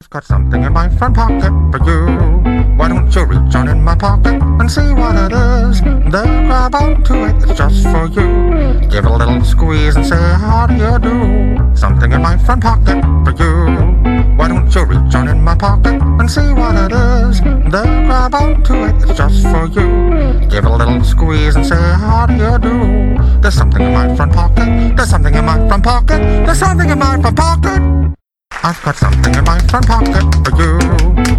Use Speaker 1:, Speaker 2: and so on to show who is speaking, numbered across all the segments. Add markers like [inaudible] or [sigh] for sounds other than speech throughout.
Speaker 1: I've got something in my front pocket for you. Why don't you reach on in my pocket and see what it is? Then grab onto it, it's just for you. Give it a little squeeze and say, How do you do? Something in my front pocket for you. Why don't you reach on in my pocket and see what it is? Then grab onto it, it's just for you. Give it a little squeeze and say, How do you do? There's something in my front pocket. There's something in my front pocket. There's something in my front pocket. I've got something in my front pocket for you.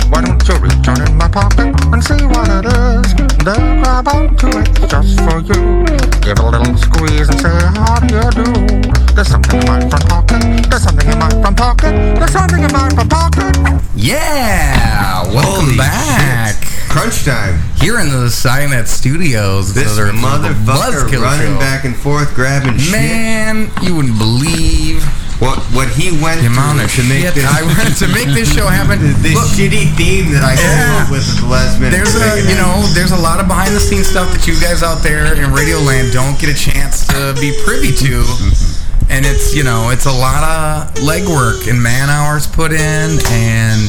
Speaker 1: Why don't you reach on in my pocket and see what it is? Then grab onto it just for you. Give it a little squeeze and say, How do you do? There's something in my front pocket. There's something in my front pocket. There's something in my front pocket.
Speaker 2: Yeah, welcome
Speaker 3: Holy
Speaker 2: back.
Speaker 3: Crunch time.
Speaker 2: Here in the Simet Studios, with
Speaker 3: This
Speaker 2: another
Speaker 3: motherfucker
Speaker 2: Buzzkill
Speaker 3: running
Speaker 2: show.
Speaker 3: back and forth, grabbing shit.
Speaker 2: Man, you wouldn't believe
Speaker 3: What what he went
Speaker 2: the amount
Speaker 3: through
Speaker 2: of
Speaker 3: to make
Speaker 2: shit
Speaker 3: this,
Speaker 2: I [laughs] went
Speaker 3: [laughs]
Speaker 2: to make this show happen.
Speaker 3: this
Speaker 2: Look,
Speaker 3: shitty theme that I
Speaker 2: Yeah.
Speaker 3: came up with at the last minute.
Speaker 2: there's
Speaker 3: to
Speaker 2: a
Speaker 3: make it
Speaker 2: you know
Speaker 3: happen.
Speaker 2: there's a lot of behind the scenes stuff that you guys out there in Radio Land don't get a chance to be privy to.
Speaker 3: Mm-hmm.
Speaker 2: And it's you know it's a lot of legwork and man hours put in and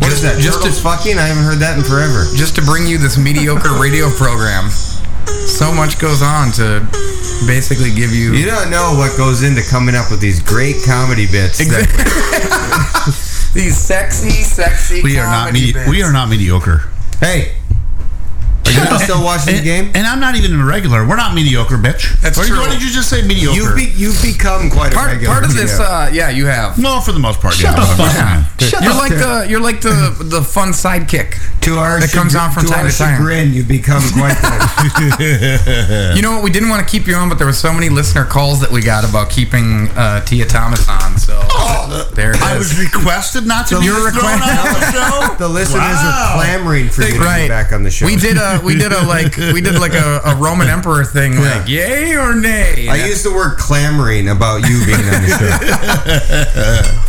Speaker 3: what
Speaker 2: just
Speaker 3: is that?
Speaker 2: just
Speaker 3: Just
Speaker 2: to
Speaker 3: fucking. I haven't heard that in forever.
Speaker 2: just to bring you this mediocre
Speaker 3: [laughs]
Speaker 2: radio program. So much goes on to basically give you.
Speaker 3: You don't know what goes into coming up with these great comedy bits. that-
Speaker 2: These sexy, sexy.
Speaker 4: We are not
Speaker 2: comedy
Speaker 4: medi-
Speaker 2: bits.
Speaker 4: we are not mediocre.
Speaker 3: hey, are you
Speaker 2: [laughs]
Speaker 3: not still watching the
Speaker 4: And,
Speaker 3: game?
Speaker 4: and I'm not even a regular. We're not mediocre, bitch.
Speaker 2: That's
Speaker 4: Or you-
Speaker 2: true.
Speaker 4: Why did you just say mediocre?
Speaker 3: You've be, you've become quite a
Speaker 2: part,
Speaker 3: regular.
Speaker 2: part of this.
Speaker 3: yeah.
Speaker 2: Uh, yeah, you have.
Speaker 4: no, for the most part. Shut
Speaker 2: the fuck up. you're like the you're like the the fun sidekick.
Speaker 3: to our
Speaker 2: that comes
Speaker 3: chagr-
Speaker 2: on from
Speaker 3: to
Speaker 2: time
Speaker 3: our
Speaker 2: to time.
Speaker 3: Chagrin, you've become
Speaker 2: [laughs]
Speaker 3: quite. the
Speaker 2: You know what? We didn't want to keep you on, but there were so many listener calls that we got about keeping uh, Tia Thomas on. So
Speaker 3: Oh,
Speaker 2: there it
Speaker 4: I was
Speaker 2: is.
Speaker 4: requested not to be
Speaker 2: You're
Speaker 4: thrown
Speaker 2: request-
Speaker 4: on the show.
Speaker 3: [laughs] The listeners
Speaker 4: Wow.
Speaker 3: are clamoring for you to be
Speaker 2: Right
Speaker 3: back on the show.
Speaker 2: We did a we did a like we did like a, a Roman emperor thing like yay or nay.
Speaker 3: I used the word clamoring about you being on the show.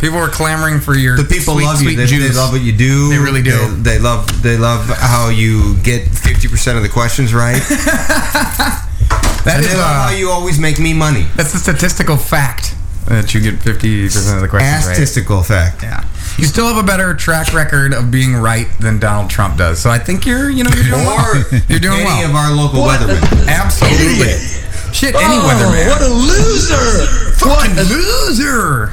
Speaker 2: [laughs] People were clamoring for your
Speaker 3: The people
Speaker 2: sweet,
Speaker 3: love you.
Speaker 2: sweet
Speaker 3: They, they
Speaker 2: juice.
Speaker 3: love what you do.
Speaker 2: They really do.
Speaker 3: They, they love. They love how you get fifty percent of the questions right.
Speaker 2: That
Speaker 3: and
Speaker 2: is
Speaker 3: they love how
Speaker 2: uh,
Speaker 3: you always make me money.
Speaker 2: that's a statistical fact that you get fifty percent of the questions right.
Speaker 3: Statistical fact.
Speaker 2: Yeah, you still have a better track record of being right than Donald Trump does. So I think you're you know you're doing well.
Speaker 3: Or
Speaker 2: You're doing
Speaker 3: any
Speaker 2: well.
Speaker 3: of our local weathermen.
Speaker 2: Absolutely. Shit, any
Speaker 3: Oh,
Speaker 2: weatherman.
Speaker 5: Oh, What a loser!
Speaker 2: Fucking loser.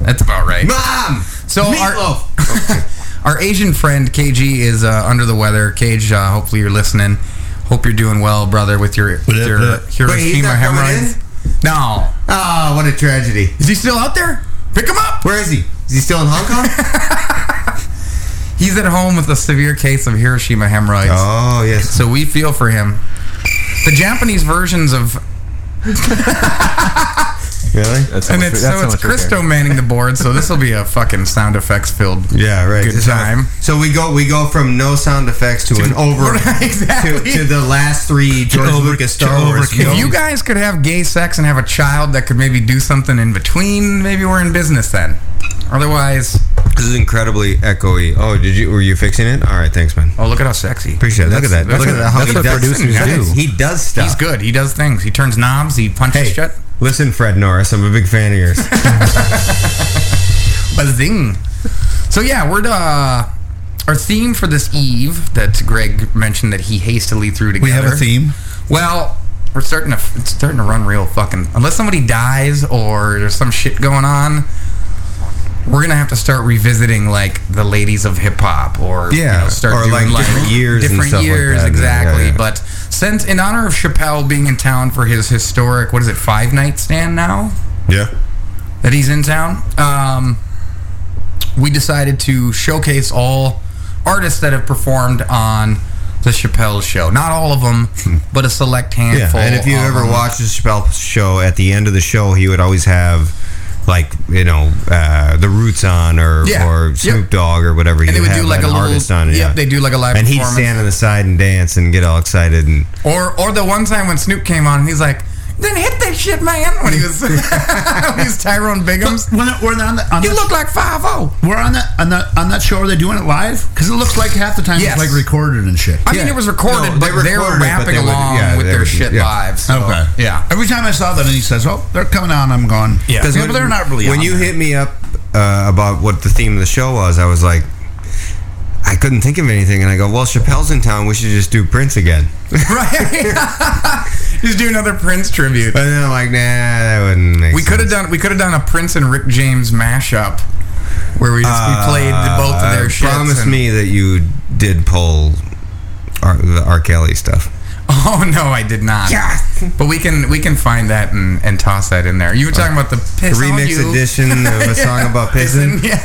Speaker 2: That's about right.
Speaker 3: Mom.
Speaker 2: So our-
Speaker 3: meatloaf.
Speaker 2: [laughs] Our Asian friend KG is uh, under the weather. Cage, uh, hopefully you're listening. Hope you're doing well, brother, with your with
Speaker 4: Bleh,
Speaker 2: your
Speaker 4: bleh.
Speaker 3: Wait, he's
Speaker 2: Hiroshima
Speaker 3: not coming
Speaker 2: hemorrhoids. No,
Speaker 3: Ah, what a tragedy.
Speaker 2: is he still out there? Pick him up.
Speaker 3: Where is he? Is he still in Hong Kong?
Speaker 2: [laughs] He's at home with a severe case of Hiroshima hemorrhoids.
Speaker 3: oh yes.
Speaker 2: So we feel for him. The Japanese versions of
Speaker 3: Really?
Speaker 2: and it's so it's Christo manning the board, so this will be a fucking sound effects filled.
Speaker 3: Yeah, right.
Speaker 2: Good
Speaker 3: So-
Speaker 2: time.
Speaker 3: So we go we go from no sound effects to, an
Speaker 2: [laughs]
Speaker 3: over to,
Speaker 2: exactly.
Speaker 3: to the last three George
Speaker 4: over-
Speaker 3: Lucas
Speaker 4: to
Speaker 3: Star Wars
Speaker 4: overkill.
Speaker 3: films.
Speaker 2: if you guys could have gay sex and have a child that could maybe do something in between, maybe we're in business then. Otherwise,
Speaker 3: This is incredibly echoey. Oh, did you were you fixing it? All right, thanks, man.
Speaker 2: oh look at how sexy.
Speaker 3: Appreciate it. Look at
Speaker 2: That's-
Speaker 3: that.
Speaker 2: that's
Speaker 3: Look
Speaker 2: what-
Speaker 3: at how
Speaker 2: that's
Speaker 3: he
Speaker 2: what
Speaker 3: does
Speaker 2: producers do.
Speaker 3: He does stuff.
Speaker 2: He's good. He does things. He turns knobs. He punches
Speaker 3: Hey,
Speaker 2: shut.
Speaker 3: listen, Fred Norris. I'm a big fan of yours.
Speaker 2: Bazing. So yeah, we're uh, our theme for this eve that Greg mentioned that he hastily threw together.
Speaker 4: We have a theme.
Speaker 2: Well, we're starting to it's starting to run real fucking. Unless somebody dies or there's some shit going on, we're gonna have to start revisiting like the ladies of hip hop or you
Speaker 3: Yeah,
Speaker 2: know, start
Speaker 3: or,
Speaker 2: doing
Speaker 3: like, different years and
Speaker 2: different
Speaker 3: stuff like
Speaker 2: years
Speaker 3: that. Yeah,
Speaker 2: exactly.
Speaker 3: yeah, yeah.
Speaker 2: But since in honor of Chappelle being in town for his historic what is it five night stand now
Speaker 4: Yeah.
Speaker 2: that he's in town, um, we decided to showcase all artists that have performed on the Chappelle show. Not all of them, but a select
Speaker 3: Hmm. yeah.
Speaker 2: handful.
Speaker 3: And if you
Speaker 2: of
Speaker 3: ever
Speaker 2: them.
Speaker 3: watched the Chappelle show, at the end of the show, he would always have. Like you know, uh, the Roots on or
Speaker 2: Yeah.
Speaker 3: or Snoop
Speaker 2: Yep.
Speaker 3: Dogg or whatever.
Speaker 2: and
Speaker 3: you
Speaker 2: they would
Speaker 3: have
Speaker 2: do like
Speaker 3: an
Speaker 2: a little,
Speaker 3: artist on.
Speaker 2: yep,
Speaker 3: yeah,
Speaker 2: they do like a live
Speaker 3: and he'd
Speaker 2: performance.
Speaker 3: stand on the side and dance and get all excited and
Speaker 2: Or or the one time when Snoop came on, and he's like, "Then hit that shit, man!" When he was [laughs] when he was Tyrone Biggums.
Speaker 4: When we're on the, on
Speaker 2: You
Speaker 4: the-
Speaker 2: look like five
Speaker 3: oh.
Speaker 2: zero.
Speaker 4: we're on that on that on that show. Are they doing it live? Because it looks like half the time
Speaker 2: Yes.
Speaker 4: it's like recorded and shit.
Speaker 2: I mean,
Speaker 3: Yeah.
Speaker 2: it was recorded,
Speaker 3: No, they
Speaker 2: but they were
Speaker 3: recorded it, but
Speaker 2: rapping
Speaker 3: they would-
Speaker 2: along
Speaker 3: yeah,
Speaker 2: with
Speaker 3: they
Speaker 2: their
Speaker 3: would-
Speaker 2: shit
Speaker 3: yeah.
Speaker 2: live. So,
Speaker 4: okay.
Speaker 2: Yeah.
Speaker 4: Every time I saw that, and he says, "Oh, they're coming on." I'm going.
Speaker 2: Yeah.
Speaker 4: Because
Speaker 3: when-
Speaker 4: they're not really.
Speaker 3: When
Speaker 4: on
Speaker 3: you
Speaker 4: there.
Speaker 3: hit me up uh, about what the theme of the show was, I was like, I couldn't think of anything, and I go, "Well, Chappelle's in town. We should just do Prince again."
Speaker 2: right? Just do another Prince tribute.
Speaker 3: And then I'm like, "Nah, that wouldn't make
Speaker 2: We could have done we could have done a Prince and Rick James mashup where we just we played the, both of their shits.
Speaker 3: Uh, Promise
Speaker 2: and-
Speaker 3: me that you did pull R, the R. Kelly stuff.
Speaker 2: [laughs] Oh no, I did not. Yeah. But we can we can find that and, and toss that in there. You were talking about the piss on
Speaker 3: remix
Speaker 2: you.
Speaker 3: edition of
Speaker 2: [laughs]
Speaker 3: a song about pissing.
Speaker 2: Yeah.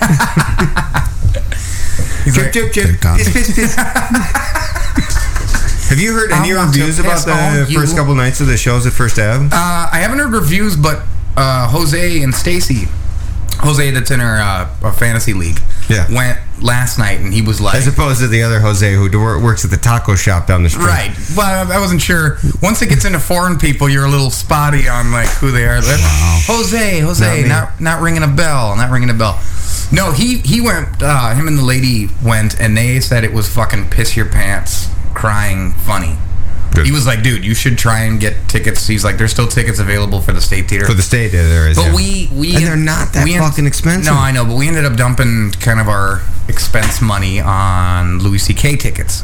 Speaker 2: He's like,
Speaker 3: Chip, chip,
Speaker 4: Tick
Speaker 3: chip.
Speaker 4: tock.
Speaker 3: Piss, piss, piss. Have you heard
Speaker 2: I
Speaker 3: any
Speaker 2: want to
Speaker 3: reviews about
Speaker 2: piss on
Speaker 3: the
Speaker 2: you.
Speaker 3: first couple nights of the shows at First Ave?
Speaker 2: Uh, I haven't heard reviews, but uh, Jose and Stacy, Jose that's in our, uh, our fantasy league,
Speaker 3: Yeah.
Speaker 2: went last night and he was like,
Speaker 3: As opposed to the other Jose who do- works at the taco shop down the street.
Speaker 2: right. Well, I wasn't sure. Once it gets into foreign people, you're a little spotty on like who they are. That's- Jose, Jose,
Speaker 3: Not me.
Speaker 2: not not ringing a bell, not ringing a bell. No, he he went. Uh, him and the lady went, and they said it was fucking piss your pants, crying funny.
Speaker 3: Good.
Speaker 2: He was like, dude, you should try and get tickets. He's like, there's still tickets available for the state theater.
Speaker 3: For the state, there- there is.
Speaker 2: But
Speaker 3: yeah.
Speaker 2: we we
Speaker 3: And they're not that
Speaker 2: we en-
Speaker 3: fucking expensive.
Speaker 2: No, I know, but we ended up dumping kind of our expense money on Louis C.K. tickets.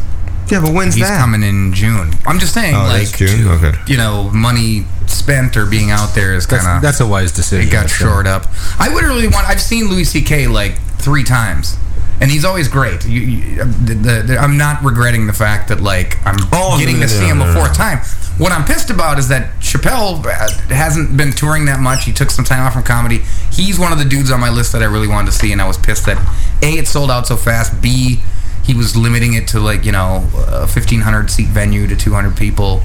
Speaker 3: yeah, but when's
Speaker 2: He's
Speaker 3: that?
Speaker 2: coming in June. I'm just saying,
Speaker 3: Oh,
Speaker 2: like
Speaker 3: that's June?
Speaker 2: to-
Speaker 3: Okay.
Speaker 2: you know, money spent or being out there is
Speaker 5: That's,
Speaker 2: kind of
Speaker 5: that's a wise decision.
Speaker 2: it got
Speaker 5: That's a-
Speaker 2: shored up. I would really want. I've seen Louis C.K. like three times, and he's always great. You, you, the, the, the- I'm not regretting the fact that like I'm
Speaker 3: Oh,
Speaker 2: getting
Speaker 3: no,
Speaker 2: to
Speaker 3: no,
Speaker 2: see him
Speaker 3: no,
Speaker 2: a
Speaker 3: no,
Speaker 2: fourth
Speaker 3: no.
Speaker 2: time. What I'm pissed about is that Chappelle uh, hasn't been touring that much. He took some time off from comedy. He's one of the dudes on my list that I really wanted to see, and I was pissed that a it sold out so fast. B he was limiting it to like you know a 1500 seat venue to 200 people.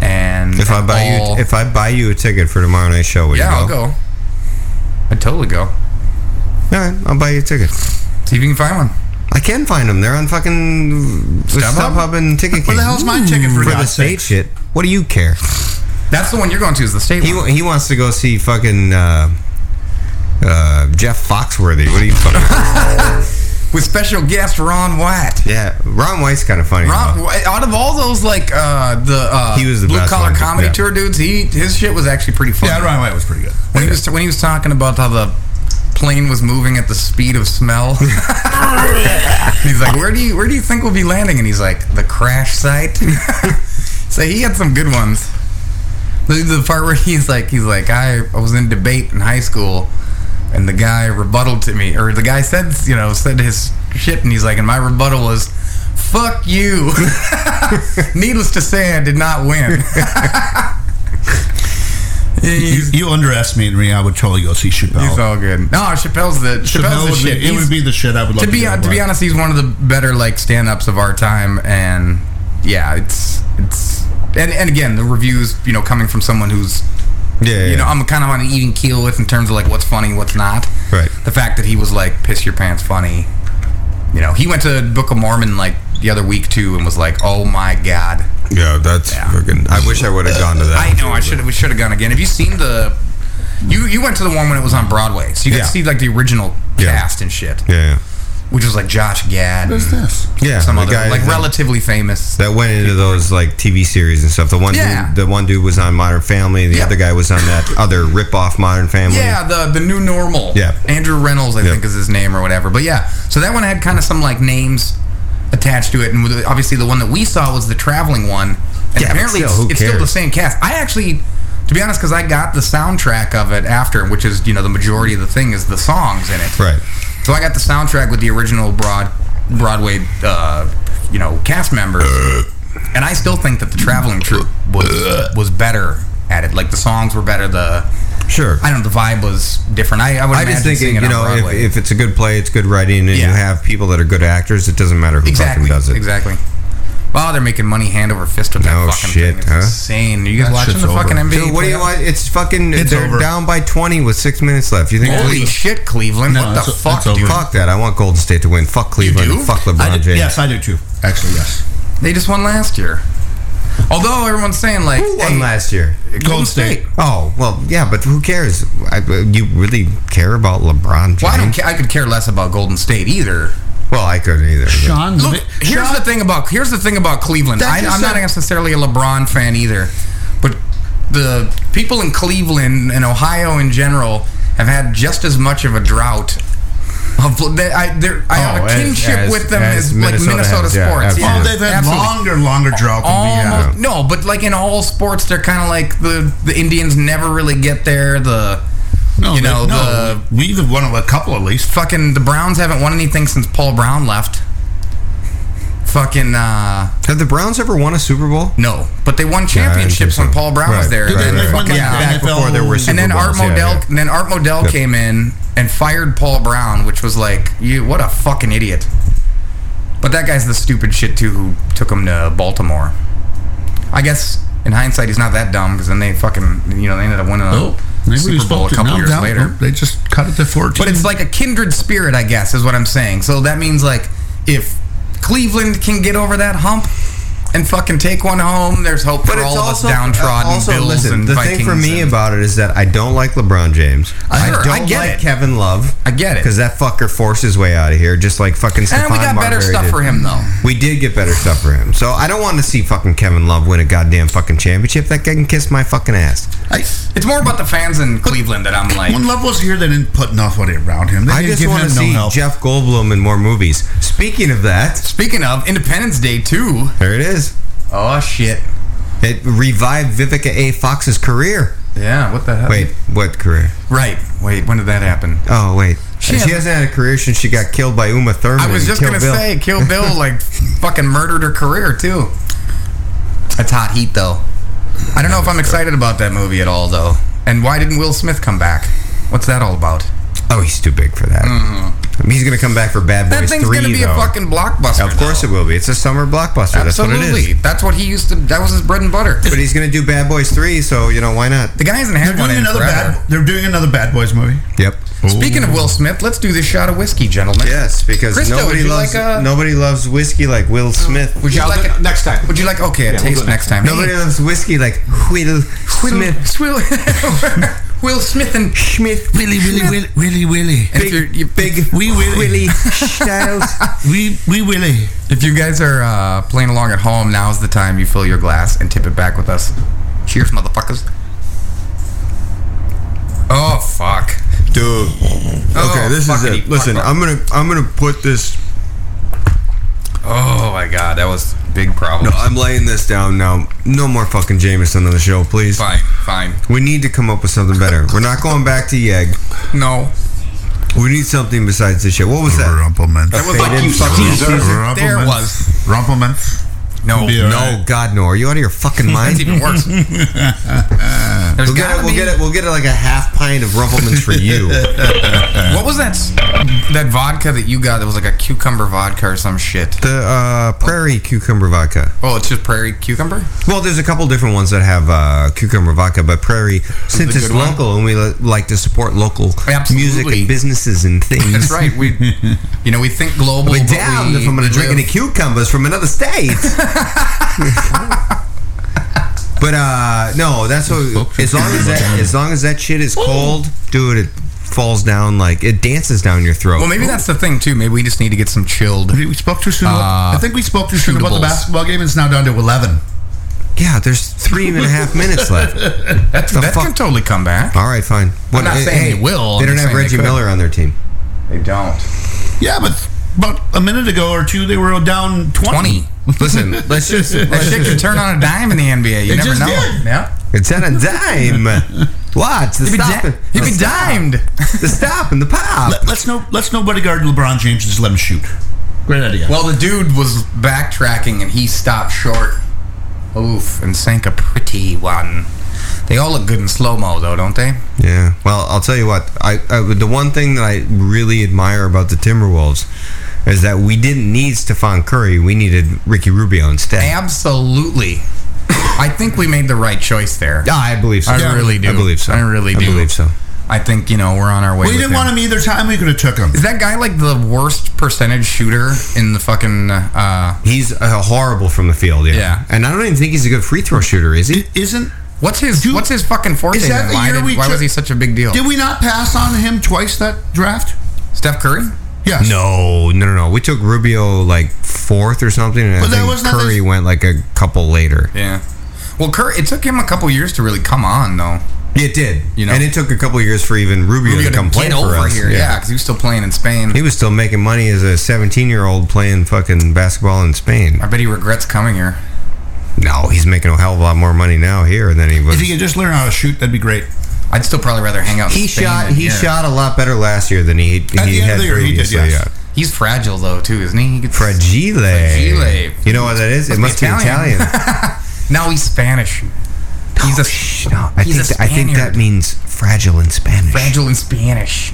Speaker 2: And
Speaker 3: If I buy
Speaker 2: all-
Speaker 3: you, if I buy you a ticket for tomorrow night's show, will
Speaker 2: yeah,
Speaker 3: you
Speaker 2: I'll go. I'd totally go.
Speaker 3: All right, I'll buy you a ticket.
Speaker 2: See if you can find one.
Speaker 3: I can find them. They're on fucking
Speaker 2: StubHub?
Speaker 3: StubHub and Ticket
Speaker 4: Where the hell's my ticket for
Speaker 3: for the
Speaker 4: God's
Speaker 3: state
Speaker 4: sake?
Speaker 3: shit? What do you care?
Speaker 2: That's the one you're going to is the state
Speaker 3: He
Speaker 2: one.
Speaker 3: wa- he wants to go see fucking uh, uh, Jeff Foxworthy. What do you
Speaker 2: [laughs]
Speaker 3: fucking?
Speaker 2: with special guest Ron White.
Speaker 3: yeah, Ron White's kind of funny.
Speaker 2: Ron,
Speaker 3: though.
Speaker 2: out of all those like uh, the uh,
Speaker 3: He was the
Speaker 2: blue
Speaker 3: best
Speaker 2: collar
Speaker 3: one,
Speaker 2: comedy
Speaker 3: yeah.
Speaker 2: tour dudes, he his shit was actually pretty funny.
Speaker 5: Yeah, Ryan White was pretty good.
Speaker 2: When he was when he was talking about how the plane was moving at the speed of
Speaker 3: [laughs]
Speaker 2: smell. [laughs] he's like, where do you where do you think we'll be landing? And he's like, the crash site. [laughs] so he had some good ones. The, the part where he's like, he's like, I, I was in debate in high school, and the guy rebutted to me, or the guy said, you know, said his shit, and he's like, and my rebuttal was, "Fuck you." [laughs] Needless to say, I did not win. [laughs]
Speaker 4: You, you underestimated me. I would totally go see Chappelle.
Speaker 2: He's all good. No, Oh, Chappelle's the Chappelle's
Speaker 4: Chappelle
Speaker 2: the
Speaker 4: would
Speaker 2: shit.
Speaker 4: be, it
Speaker 2: He's-
Speaker 4: would be the shit I would love
Speaker 2: to
Speaker 4: to
Speaker 2: be
Speaker 4: go
Speaker 2: hon- to be
Speaker 4: watch.
Speaker 2: honest, he's one of the better like stand ups of our time, and yeah, it's it's and and again the reviews you know coming from someone who's
Speaker 3: Yeah, yeah,
Speaker 2: you know I'm kind of on an even keel with in terms of like what's funny, what's not.
Speaker 3: Right.
Speaker 2: The fact that he was like piss your pants funny, you know, he went to Book of Mormon like the other week too and was like, oh my god.
Speaker 3: yeah, that's
Speaker 2: Yeah.
Speaker 3: fucking. I wish I would have gone to
Speaker 2: I
Speaker 3: that.
Speaker 2: know. I should. We should have gone again. Have you seen the? You you went to the one when it was on Broadway, so you got
Speaker 3: Yeah.
Speaker 2: to see like the original
Speaker 3: Yeah.
Speaker 2: cast and shit,
Speaker 3: Yeah,
Speaker 2: which was like Josh Gad.
Speaker 4: Who's
Speaker 2: and
Speaker 4: this?
Speaker 3: yeah, yeah.
Speaker 2: Some
Speaker 3: the
Speaker 2: other
Speaker 3: guy
Speaker 2: like
Speaker 3: that-
Speaker 2: relatively famous.
Speaker 3: that went into those like TV series and stuff. The one,
Speaker 2: Yeah.
Speaker 3: dude, the one dude was on Modern Family. The
Speaker 2: Yeah.
Speaker 3: other guy was on
Speaker 2: [laughs]
Speaker 3: that other rip-off Modern Family.
Speaker 2: Yeah, the the new normal.
Speaker 3: Yeah.
Speaker 2: Andrew Reynolds, I
Speaker 3: Yeah.
Speaker 2: think, is his name or whatever. But yeah, so that one had kind of some like names attached to it, and with- obviously the one that we saw was the traveling one. And
Speaker 3: Yeah, but
Speaker 2: apparently
Speaker 3: still,
Speaker 2: it's,
Speaker 3: who
Speaker 2: it's still the
Speaker 3: cares?
Speaker 2: same cast. I actually, to be honest, because I got the soundtrack of it after, which is you know the majority of the thing is the songs in it.
Speaker 3: right.
Speaker 2: So I got the soundtrack with the original broad Broadway, uh, you know, cast members, and I still think that the traveling troupe was was better at it. Like the songs were better. The
Speaker 3: Sure.
Speaker 2: I don't know, the vibe was different. I I would
Speaker 3: I just think
Speaker 2: seeing
Speaker 3: you
Speaker 2: it on
Speaker 3: know if,
Speaker 2: Broadway.
Speaker 3: if it's a good play, it's good writing, and you
Speaker 2: Yeah.
Speaker 3: have people that are good actors. It doesn't matter who
Speaker 2: exactly
Speaker 3: fucking does it.
Speaker 2: exactly. Wow, they're making money hand over fist with that
Speaker 3: No
Speaker 2: fucking
Speaker 3: shit,
Speaker 2: thing. It's
Speaker 3: huh?
Speaker 2: insane. Are you guys
Speaker 4: That
Speaker 2: watching
Speaker 4: shit's
Speaker 2: the
Speaker 4: over.
Speaker 2: fucking NBA?
Speaker 3: Dude, what do you
Speaker 2: playoffs?
Speaker 3: want? It's fucking.
Speaker 4: It's
Speaker 3: they're
Speaker 4: over.
Speaker 3: down by twenty with six minutes left. You think?
Speaker 2: Holy shit, Cleveland!
Speaker 4: No,
Speaker 2: what the
Speaker 4: it's- it's
Speaker 2: fuck,
Speaker 4: over.
Speaker 2: dude?
Speaker 3: Fuck that! I want Golden State to win. Fuck Cleveland.
Speaker 2: do?
Speaker 3: and Fuck
Speaker 4: I
Speaker 3: LeBron
Speaker 4: do-
Speaker 3: James.
Speaker 4: yes, I do too. Actually, yes.
Speaker 2: They just won last year. Although everyone's saying like
Speaker 3: Who won
Speaker 2: hey,
Speaker 3: last year?
Speaker 4: Golden State.
Speaker 3: Oh well, yeah, but who cares? I, uh, you really care about LeBron James?
Speaker 2: Well, I don't. Ca- I could care less about Golden State either.
Speaker 3: Well, I couldn't either. but-
Speaker 4: Sean,
Speaker 2: Look,
Speaker 4: Li-
Speaker 2: here's
Speaker 4: Sean-
Speaker 2: the thing about here's the thing about Cleveland.
Speaker 4: That
Speaker 2: I,
Speaker 4: just
Speaker 2: I'm not
Speaker 4: said-
Speaker 2: necessarily a LeBron fan either, but the people in Cleveland and Ohio in general have had just as much of a drought. Of, they, I, they're- I have
Speaker 3: Oh,
Speaker 2: a
Speaker 3: as-
Speaker 2: kinship
Speaker 3: as-
Speaker 2: with them
Speaker 3: as
Speaker 2: as, like
Speaker 3: Minnesota
Speaker 2: Minnesota,
Speaker 3: has, yeah,
Speaker 2: sports.
Speaker 3: absolutely.
Speaker 4: Well, Oh, they've had
Speaker 2: Absolutely.
Speaker 4: longer, longer drought than we have.
Speaker 2: Almost, no, but like in all sports, they're kind of like the the Indians never really get there. The
Speaker 4: No,
Speaker 2: you
Speaker 4: they-
Speaker 2: know
Speaker 4: no,
Speaker 2: the
Speaker 4: we've won a couple at least.
Speaker 2: fucking the Browns haven't won anything since Paul Brown left. Fucking uh
Speaker 3: Have the Browns ever won a Super Bowl?
Speaker 2: no, but they won championships when
Speaker 3: interesting.
Speaker 2: Paul Brown was
Speaker 3: Right,
Speaker 2: there.
Speaker 3: right,
Speaker 4: Dude, they-
Speaker 3: right.
Speaker 4: they won, like,
Speaker 2: Yeah,
Speaker 4: the
Speaker 2: back
Speaker 4: NFL
Speaker 3: before there were Super
Speaker 2: and then Art
Speaker 3: Bowls, yeah,
Speaker 2: Modell,
Speaker 3: yeah.
Speaker 2: and then Art Modell
Speaker 3: Yep.
Speaker 2: came in and fired Paul Brown, which was like, you what a fucking idiot. But that guy's the stupid shit too, who took him to Baltimore. I guess in hindsight, he's not that dumb because then they fucking, you know, they ended up winning a
Speaker 4: Oh, maybe we
Speaker 2: Super Bowl
Speaker 4: spoke
Speaker 2: a
Speaker 4: to
Speaker 2: couple
Speaker 4: no
Speaker 2: years
Speaker 4: doubt.
Speaker 2: later.
Speaker 4: They just cut it to 14.
Speaker 2: But it's like a kindred spirit, I guess, is what I'm saying. So that means like if Cleveland can get over that hump and fucking take one home, there's hope for all of us downtrodden
Speaker 3: also,
Speaker 2: Bills
Speaker 3: listen,
Speaker 2: and
Speaker 3: the
Speaker 2: Vikings.
Speaker 3: thing for me
Speaker 2: and-
Speaker 3: about it is that I don't like LeBron James. I
Speaker 2: Sure,
Speaker 3: don't
Speaker 2: I get
Speaker 3: like
Speaker 2: it.
Speaker 3: Kevin Love.
Speaker 2: I get it.
Speaker 3: because that fucker forced his way out of here, just like fucking.
Speaker 2: and
Speaker 3: Stephon
Speaker 2: we got better
Speaker 3: Marbury
Speaker 2: stuff
Speaker 3: did.
Speaker 2: for him though.
Speaker 3: We did get better stuff for him. So I don't want to see fucking Kevin Love win a goddamn fucking championship. That guy can kiss my fucking ass.
Speaker 4: I,
Speaker 2: It's more about the fans in Cleveland that I'm like.
Speaker 4: when Love was here, they didn't put nobody around him. They
Speaker 3: I
Speaker 4: didn't
Speaker 3: just
Speaker 4: give
Speaker 3: want to
Speaker 4: him no
Speaker 3: see
Speaker 4: help.
Speaker 3: Jeff Goldblum in more movies. Speaking of that,
Speaker 2: Speaking of Independence Day too.
Speaker 3: there it is.
Speaker 2: Oh shit.
Speaker 3: It revived Vivica A. Fox's career.
Speaker 2: Yeah. What the hell?
Speaker 3: Wait, what career?
Speaker 2: Right. Wait. When did that happen?
Speaker 3: Oh, wait. She,
Speaker 2: She hasn't-
Speaker 3: hasn't had a career since she got killed by Uma Thurman.
Speaker 2: I was
Speaker 3: in
Speaker 2: just
Speaker 3: Kill
Speaker 2: gonna
Speaker 3: Bill.
Speaker 2: say [laughs] Kill Bill like fucking murdered her career too. That's hot heat though. I don't know if I'm excited about that movie at all though. And why didn't Will Smith come back? What's that all about? Mm.
Speaker 3: Oh, he's too big for that. He's going to come back for Bad
Speaker 2: That
Speaker 3: Boys
Speaker 2: thing's
Speaker 3: 3,
Speaker 2: gonna be
Speaker 3: though.
Speaker 2: a fucking blockbuster.
Speaker 3: Of course it will be. It's a summer blockbuster.
Speaker 2: Absolutely.
Speaker 3: That's what it is.
Speaker 2: That's what he used to. That was his bread and butter.
Speaker 3: But he's going to do Bad Boys 3, so, you know, why not?
Speaker 2: The guy hasn't
Speaker 4: They're
Speaker 2: had one
Speaker 4: doing
Speaker 2: in
Speaker 4: another
Speaker 2: forever.
Speaker 4: bad. They're doing another Bad Boys movie.
Speaker 3: Yep.
Speaker 2: Speaking of Will Smith, let's do this shot of whiskey, gentlemen.
Speaker 3: Yes, because
Speaker 2: Christo,
Speaker 3: nobody
Speaker 2: would you
Speaker 3: loves
Speaker 2: like a- Oh,
Speaker 3: nobody loves whiskey like Will Smith.
Speaker 2: Would you
Speaker 5: Yeah, I'll
Speaker 2: like
Speaker 5: do it
Speaker 2: a,
Speaker 5: next time.
Speaker 2: Would you like okay? A
Speaker 5: we'll
Speaker 2: taste
Speaker 5: do it
Speaker 2: next time.
Speaker 3: Nobody
Speaker 2: Hey,
Speaker 3: loves whiskey like Will
Speaker 2: Will, [laughs]
Speaker 3: Smith.
Speaker 2: Will, Will Smith and
Speaker 3: Schmidt.
Speaker 4: Willy, Willy, Willy, Willy, Willy.
Speaker 2: if you're, you,
Speaker 3: Big
Speaker 4: We Willy.
Speaker 3: Willie Styles.
Speaker 4: We, we Willy.
Speaker 2: If you guys are uh, playing along at home, now's the time you fill your glass and tip it back with us. Cheers, motherfuckers. Oh fuck!
Speaker 3: Dude. Okay,
Speaker 2: Oh,
Speaker 3: this is
Speaker 2: fuckity
Speaker 3: it. Listen,
Speaker 2: fuck.
Speaker 3: I'm gonna I'm gonna put this
Speaker 2: Oh my god, that was a big problem.
Speaker 3: No, I'm laying this down now. No more fucking Jameson on the show, please.
Speaker 2: Fine, fine.
Speaker 3: We need to come up with something better. We're not going back to Yeg.
Speaker 2: No,
Speaker 3: We need something besides this shit. What was that?
Speaker 4: Rumpelman.
Speaker 3: That
Speaker 2: was like
Speaker 3: faded
Speaker 5: you
Speaker 3: fucking-
Speaker 5: fucking deserve it.
Speaker 4: Rumpelman.
Speaker 2: There it was.
Speaker 4: Rumpelman.
Speaker 2: no,
Speaker 4: Be all right.
Speaker 3: No, God, no. Are you out of
Speaker 4: [laughs]
Speaker 3: your fucking
Speaker 2: that's
Speaker 3: mind?
Speaker 2: even worse. There's
Speaker 3: Uh, We'll get,
Speaker 2: gotta
Speaker 3: it, we'll
Speaker 2: be-
Speaker 3: get it. We'll get it. Like a half pint of Rumplemans for [laughs] you.
Speaker 2: What was that s- that vodka that you got that was like a cucumber vodka or some shit?
Speaker 3: the uh, prairie cucumber vodka.
Speaker 2: Oh, it's just prairie
Speaker 3: [laughs]
Speaker 2: cucumber?
Speaker 3: Well, there's a couple different ones that have uh, cucumber vodka, but prairie, since
Speaker 2: a
Speaker 3: it's
Speaker 2: good one.
Speaker 3: local and we li- like to support local
Speaker 2: Absolutely.
Speaker 3: music and businesses and things.
Speaker 2: That's right. We
Speaker 3: [laughs]
Speaker 2: you know, we think global.
Speaker 3: But
Speaker 2: but
Speaker 3: damned
Speaker 2: we-
Speaker 3: if I'm going
Speaker 2: we
Speaker 3: to drink
Speaker 2: live-
Speaker 3: any cucumbers from
Speaker 2: [laughs]
Speaker 3: another state. but uh, no, that's what. As long as that, as long as that shit is cold, dude, it falls down like it dances down your throat.
Speaker 2: Well, maybe that's the thing too. Maybe we just need to get some chilled.
Speaker 4: We spoke too soon. about- I think we spoke too soon about the
Speaker 2: shootables.
Speaker 4: basketball game. It's now down to 11.
Speaker 3: yeah. There's three and a half
Speaker 4: [laughs]
Speaker 3: minutes left.
Speaker 2: [laughs] That,
Speaker 3: the
Speaker 2: that
Speaker 3: fuck-
Speaker 2: can totally come back.
Speaker 3: All right, fine. What-
Speaker 2: not
Speaker 3: eh,
Speaker 2: saying
Speaker 3: eh,
Speaker 2: they will,
Speaker 3: They
Speaker 2: I'm
Speaker 3: don't
Speaker 2: just
Speaker 3: have
Speaker 2: saying they
Speaker 3: Reggie
Speaker 2: could.
Speaker 3: Miller on their team.
Speaker 2: They don't.
Speaker 4: Yeah, but about a minute ago or two, they were down 20.
Speaker 2: Twenty.
Speaker 3: [laughs] Listen, let's just.
Speaker 2: That
Speaker 3: Let's
Speaker 2: shit
Speaker 3: just
Speaker 2: can turn on a dime in the NBA. You
Speaker 4: It
Speaker 2: never
Speaker 4: just
Speaker 2: know.
Speaker 4: did.
Speaker 2: Yeah.
Speaker 3: it's on a dime. Watch the
Speaker 2: He'd be,
Speaker 3: stop.
Speaker 2: di-
Speaker 3: and-
Speaker 2: he'd be
Speaker 3: the stop-
Speaker 2: dimed.
Speaker 3: The stop and the pop.
Speaker 4: Let, let's no let's nobody guard LeBron James and just let him shoot. Great idea.
Speaker 2: Well, the dude was backtracking and he stopped short. Oof, and sank a pretty one. They all look good in slow mo, though, don't they?
Speaker 3: Yeah. Well, I'll tell you what. I, I the one thing that I really admire about the Timberwolves is that we didn't need Stephon Curry. We needed Ricky Rubio instead.
Speaker 2: Absolutely. [coughs] I think we made the right choice there.
Speaker 3: Yeah, I believe so.
Speaker 2: I really do.
Speaker 3: I believe so.
Speaker 2: I really do.
Speaker 3: I believe so.
Speaker 2: I think you know we're on our
Speaker 4: we
Speaker 2: way. with
Speaker 4: didn't
Speaker 2: him.
Speaker 4: want him either time. We could have took him.
Speaker 2: Is that guy like the worst percentage shooter in the fucking? uh
Speaker 3: He's uh, horrible from the field. Yeah.
Speaker 2: Yeah.
Speaker 3: And I don't even think he's a good free throw shooter, is he?
Speaker 4: Isn't
Speaker 2: What's his
Speaker 4: Dude,
Speaker 2: What's his fucking forte?
Speaker 4: is that
Speaker 2: then?
Speaker 4: the
Speaker 2: why
Speaker 4: year
Speaker 2: did-
Speaker 4: we
Speaker 2: why
Speaker 4: took-
Speaker 2: was he such a big deal?
Speaker 4: did we not pass on him twice that draft?
Speaker 2: Steph Curry?
Speaker 4: Yes.
Speaker 3: No, no, no, no. We took Rubio like fourth or something, and
Speaker 4: But that
Speaker 3: I think
Speaker 4: was not
Speaker 3: Curry
Speaker 4: his-
Speaker 3: went like a couple later.
Speaker 2: Yeah. Well, Curry. It took him a couple years to really come on, though.
Speaker 3: It did,
Speaker 2: You know?
Speaker 3: and it took a couple of years for even Rubio,
Speaker 2: Rubio
Speaker 3: to come play
Speaker 2: get
Speaker 3: for
Speaker 2: over
Speaker 3: us.
Speaker 2: here, yeah, because he was still playing in Spain.
Speaker 3: he was still making money as a 17 year old playing fucking basketball in Spain.
Speaker 2: I bet he regrets coming here.
Speaker 3: No, he's making a hell of a lot more money now here than he was.
Speaker 4: If he could just learn how to shoot, that'd be great.
Speaker 2: I'd still probably rather hang out. in
Speaker 3: He
Speaker 2: Spain
Speaker 3: shot.
Speaker 2: than
Speaker 3: He
Speaker 2: here.
Speaker 3: shot a lot better last year than he he
Speaker 4: the end of
Speaker 3: had
Speaker 4: the year, he did,
Speaker 3: previously.
Speaker 4: yes.
Speaker 3: Yeah.
Speaker 2: He's fragile though, too, isn't he? he gets,
Speaker 3: Fragile.
Speaker 2: Fragile.
Speaker 3: You know what that is? It must be Italian.
Speaker 2: [laughs] now he's Spanish. He's a
Speaker 3: no, I
Speaker 2: he's
Speaker 3: think
Speaker 2: a
Speaker 3: th- I think that
Speaker 2: Spaniard.
Speaker 3: means fragile in Spanish.
Speaker 2: fragile in Spanish.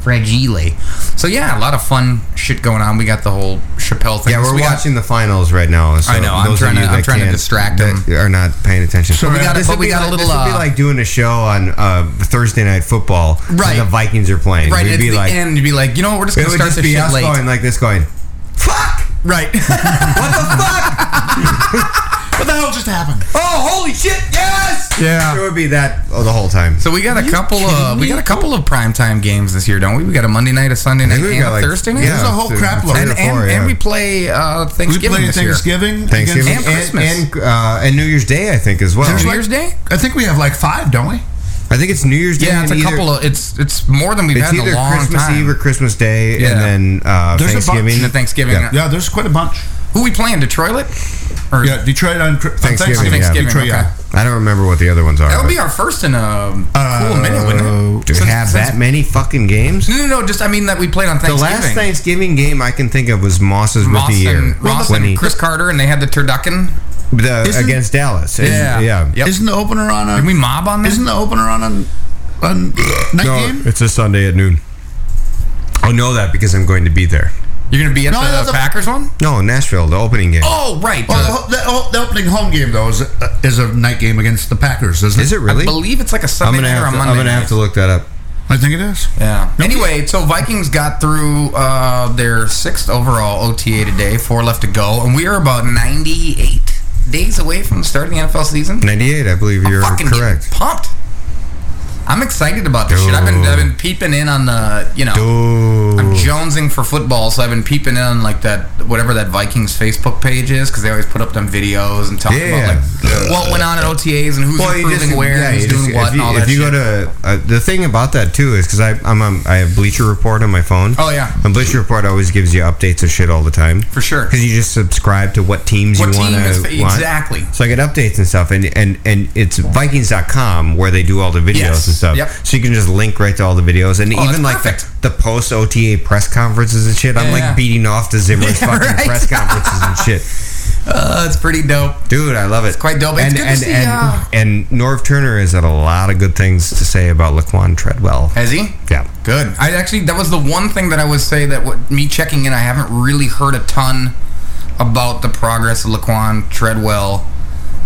Speaker 2: Fragile. So yeah, a lot of fun shit going on. We got the whole Chappelle thing.
Speaker 3: Yeah,
Speaker 2: So
Speaker 3: we're
Speaker 2: we got-
Speaker 3: watching the finals right now. So
Speaker 2: I know, I'm
Speaker 3: those of
Speaker 2: trying to-
Speaker 3: you that
Speaker 2: I'm trying to
Speaker 3: can't-
Speaker 2: distract
Speaker 3: that
Speaker 2: them.
Speaker 3: Are not paying attention. So
Speaker 2: we got-
Speaker 3: this
Speaker 2: but
Speaker 3: would
Speaker 2: we
Speaker 3: be
Speaker 2: got a
Speaker 3: like-
Speaker 2: little,
Speaker 3: This would be
Speaker 2: uh,
Speaker 3: like doing a show on uh, Thursday night football. when
Speaker 2: Right.
Speaker 3: The Vikings are playing.
Speaker 2: right
Speaker 3: We'd
Speaker 2: at
Speaker 3: be
Speaker 2: the
Speaker 3: like,
Speaker 2: end. You'd be like, you know, what, we're just
Speaker 3: It
Speaker 2: gonna
Speaker 3: would
Speaker 2: start
Speaker 3: just
Speaker 2: this
Speaker 3: be
Speaker 2: shit
Speaker 3: us
Speaker 2: late.
Speaker 3: going like this, going, "Fuck!
Speaker 2: Right.
Speaker 3: What the fuck?
Speaker 4: What the hell just happened?
Speaker 3: Oh, holy shit! Yes!
Speaker 2: Yeah.
Speaker 3: It would be that oh, the whole time.
Speaker 2: So we got a couple of we got a couple of primetime games this year, don't we? We got a Monday night, a Sunday night,
Speaker 3: think we
Speaker 2: and
Speaker 3: got,
Speaker 2: a
Speaker 3: like,
Speaker 2: Thursday night.
Speaker 3: yeah,
Speaker 2: There's a whole
Speaker 3: th-
Speaker 2: crap
Speaker 3: three
Speaker 2: load.
Speaker 3: or
Speaker 2: And, and,
Speaker 3: four, yeah.
Speaker 2: and we play uh,
Speaker 4: We
Speaker 2: Thanksgiving
Speaker 4: play
Speaker 2: this year.
Speaker 4: Thanksgiving.
Speaker 3: Thanksgiving
Speaker 4: against-
Speaker 2: And Christmas.
Speaker 3: and uh, and New Year's Day, I think as well.
Speaker 2: New Year's Day?
Speaker 4: I think we have like five, don't we?
Speaker 3: I think it's New Year's Day.
Speaker 2: Yeah, it's a
Speaker 3: and either-
Speaker 2: couple of it's it's more than we've
Speaker 3: It's
Speaker 2: had in
Speaker 3: either
Speaker 2: a long
Speaker 3: Christmas
Speaker 2: time.
Speaker 3: Eve or Christmas Day,
Speaker 2: Yeah.
Speaker 3: and then uh,
Speaker 4: There's a bunch.
Speaker 3: Thanksgiving.
Speaker 2: And then Thanksgiving. uh,
Speaker 3: Yeah.
Speaker 4: Yeah, there's quite a bunch.
Speaker 2: Who we playing? Detroit? Or
Speaker 4: Yeah, Detroit on, Cri- on
Speaker 3: Thanksgiving,
Speaker 4: Thanksgiving.
Speaker 3: yeah.
Speaker 2: Thanksgiving,
Speaker 4: Detroit,
Speaker 2: okay.
Speaker 4: yeah.
Speaker 3: I don't remember what the other ones are.
Speaker 2: That would be
Speaker 3: but-
Speaker 2: our first in a cool
Speaker 4: Uh,
Speaker 2: minute, wouldn't it?
Speaker 3: to
Speaker 2: Since-
Speaker 3: have
Speaker 2: since-
Speaker 3: that many fucking games.
Speaker 2: No, no, no. Just I mean that we played on
Speaker 3: The
Speaker 2: Thanksgiving.
Speaker 3: last Thanksgiving game I can think of was Moss's
Speaker 2: Ross
Speaker 3: rookie year
Speaker 2: and, Ross
Speaker 3: when
Speaker 2: and
Speaker 3: he,
Speaker 2: Chris Carter, and they had the turducken.
Speaker 3: the,
Speaker 4: Isn't-
Speaker 3: against Dallas. And-
Speaker 2: Yeah.
Speaker 3: yeah.
Speaker 2: Yep.
Speaker 4: Isn't the opener on
Speaker 2: Did we
Speaker 4: a?
Speaker 2: mob on that?
Speaker 4: Isn't the opener on a, on night game?
Speaker 3: it's a Sunday at noon. I know that because I'm going to be there.
Speaker 2: You're gonna be at
Speaker 4: No, no,
Speaker 2: the
Speaker 4: the-
Speaker 2: Packers one?
Speaker 3: No, Nashville, the opening game.
Speaker 2: Oh, right.
Speaker 4: Well, the,
Speaker 2: Uh,
Speaker 4: ho- the, ho- the opening home game though is a, is a night game against the Packers, isn't it?
Speaker 3: Is it
Speaker 2: I
Speaker 3: really?
Speaker 2: believe it's like a
Speaker 3: I'm
Speaker 2: Sunday
Speaker 3: gonna
Speaker 2: night or
Speaker 3: have
Speaker 2: a
Speaker 3: to,
Speaker 2: Monday.
Speaker 3: I'm gonna
Speaker 2: night.
Speaker 3: have to look that up.
Speaker 4: I think it is.
Speaker 2: Yeah. Anyway, so Vikings got through uh, their sixth overall OTA today. Four left to go, and we are about 98 days away from starting the NFL season.
Speaker 3: 98, I believe you're
Speaker 2: fucking
Speaker 3: correct.
Speaker 2: getting pumped. I'm excited about this shit. I've been, I've been peeping in on the, you know,
Speaker 3: Dude.
Speaker 2: I'm jonesing for football, so I've been peeping in on like that whatever that Vikings Facebook page is because they always put up them videos and talk
Speaker 3: Yeah.
Speaker 2: about like what went on at OTAs and who's
Speaker 3: you
Speaker 2: improving where
Speaker 3: yeah,
Speaker 2: and who's
Speaker 3: you
Speaker 2: doing
Speaker 3: just-
Speaker 2: what
Speaker 3: if
Speaker 2: and
Speaker 3: you,
Speaker 2: all
Speaker 3: if
Speaker 2: that.
Speaker 3: you
Speaker 2: shit.
Speaker 3: go to uh, the thing about that too is because I'm on, I have Bleacher Report on my phone.
Speaker 2: Oh, yeah.
Speaker 3: and Bleacher Report always gives you updates of shit all the time
Speaker 2: for sure.
Speaker 3: because you just subscribe to what teams
Speaker 2: What
Speaker 3: you
Speaker 2: team
Speaker 3: wanna
Speaker 2: is
Speaker 3: want
Speaker 2: exactly?
Speaker 3: So I get updates and stuff, and and and it's Vikings.com where they do all the videos
Speaker 2: Yes.
Speaker 3: and stuff.
Speaker 2: Yep.
Speaker 3: So you can just link right to all the videos, and
Speaker 2: Oh, that's
Speaker 3: even like the,
Speaker 2: perfect.
Speaker 3: the post OTA press conferences and shit. I'm
Speaker 2: Yeah,
Speaker 3: like
Speaker 2: yeah.
Speaker 3: beating off to
Speaker 2: [laughs] [laughs]
Speaker 3: Zimmer's
Speaker 2: Yeah,
Speaker 3: fucking
Speaker 2: right.
Speaker 3: press conferences and shit,
Speaker 2: Uh, it's pretty dope.
Speaker 3: dude. I love it. It's
Speaker 2: quite dope. It's
Speaker 3: And
Speaker 2: good to
Speaker 3: and
Speaker 2: see,
Speaker 3: and,
Speaker 2: uh,
Speaker 3: and Norv Turner has had a lot of good things to say about Laquan Treadwell.
Speaker 2: Has he?
Speaker 3: Yeah.
Speaker 2: Good. I actually that was the one thing that I would say that what me checking in, I haven't really heard a ton about the progress of Laquan Treadwell.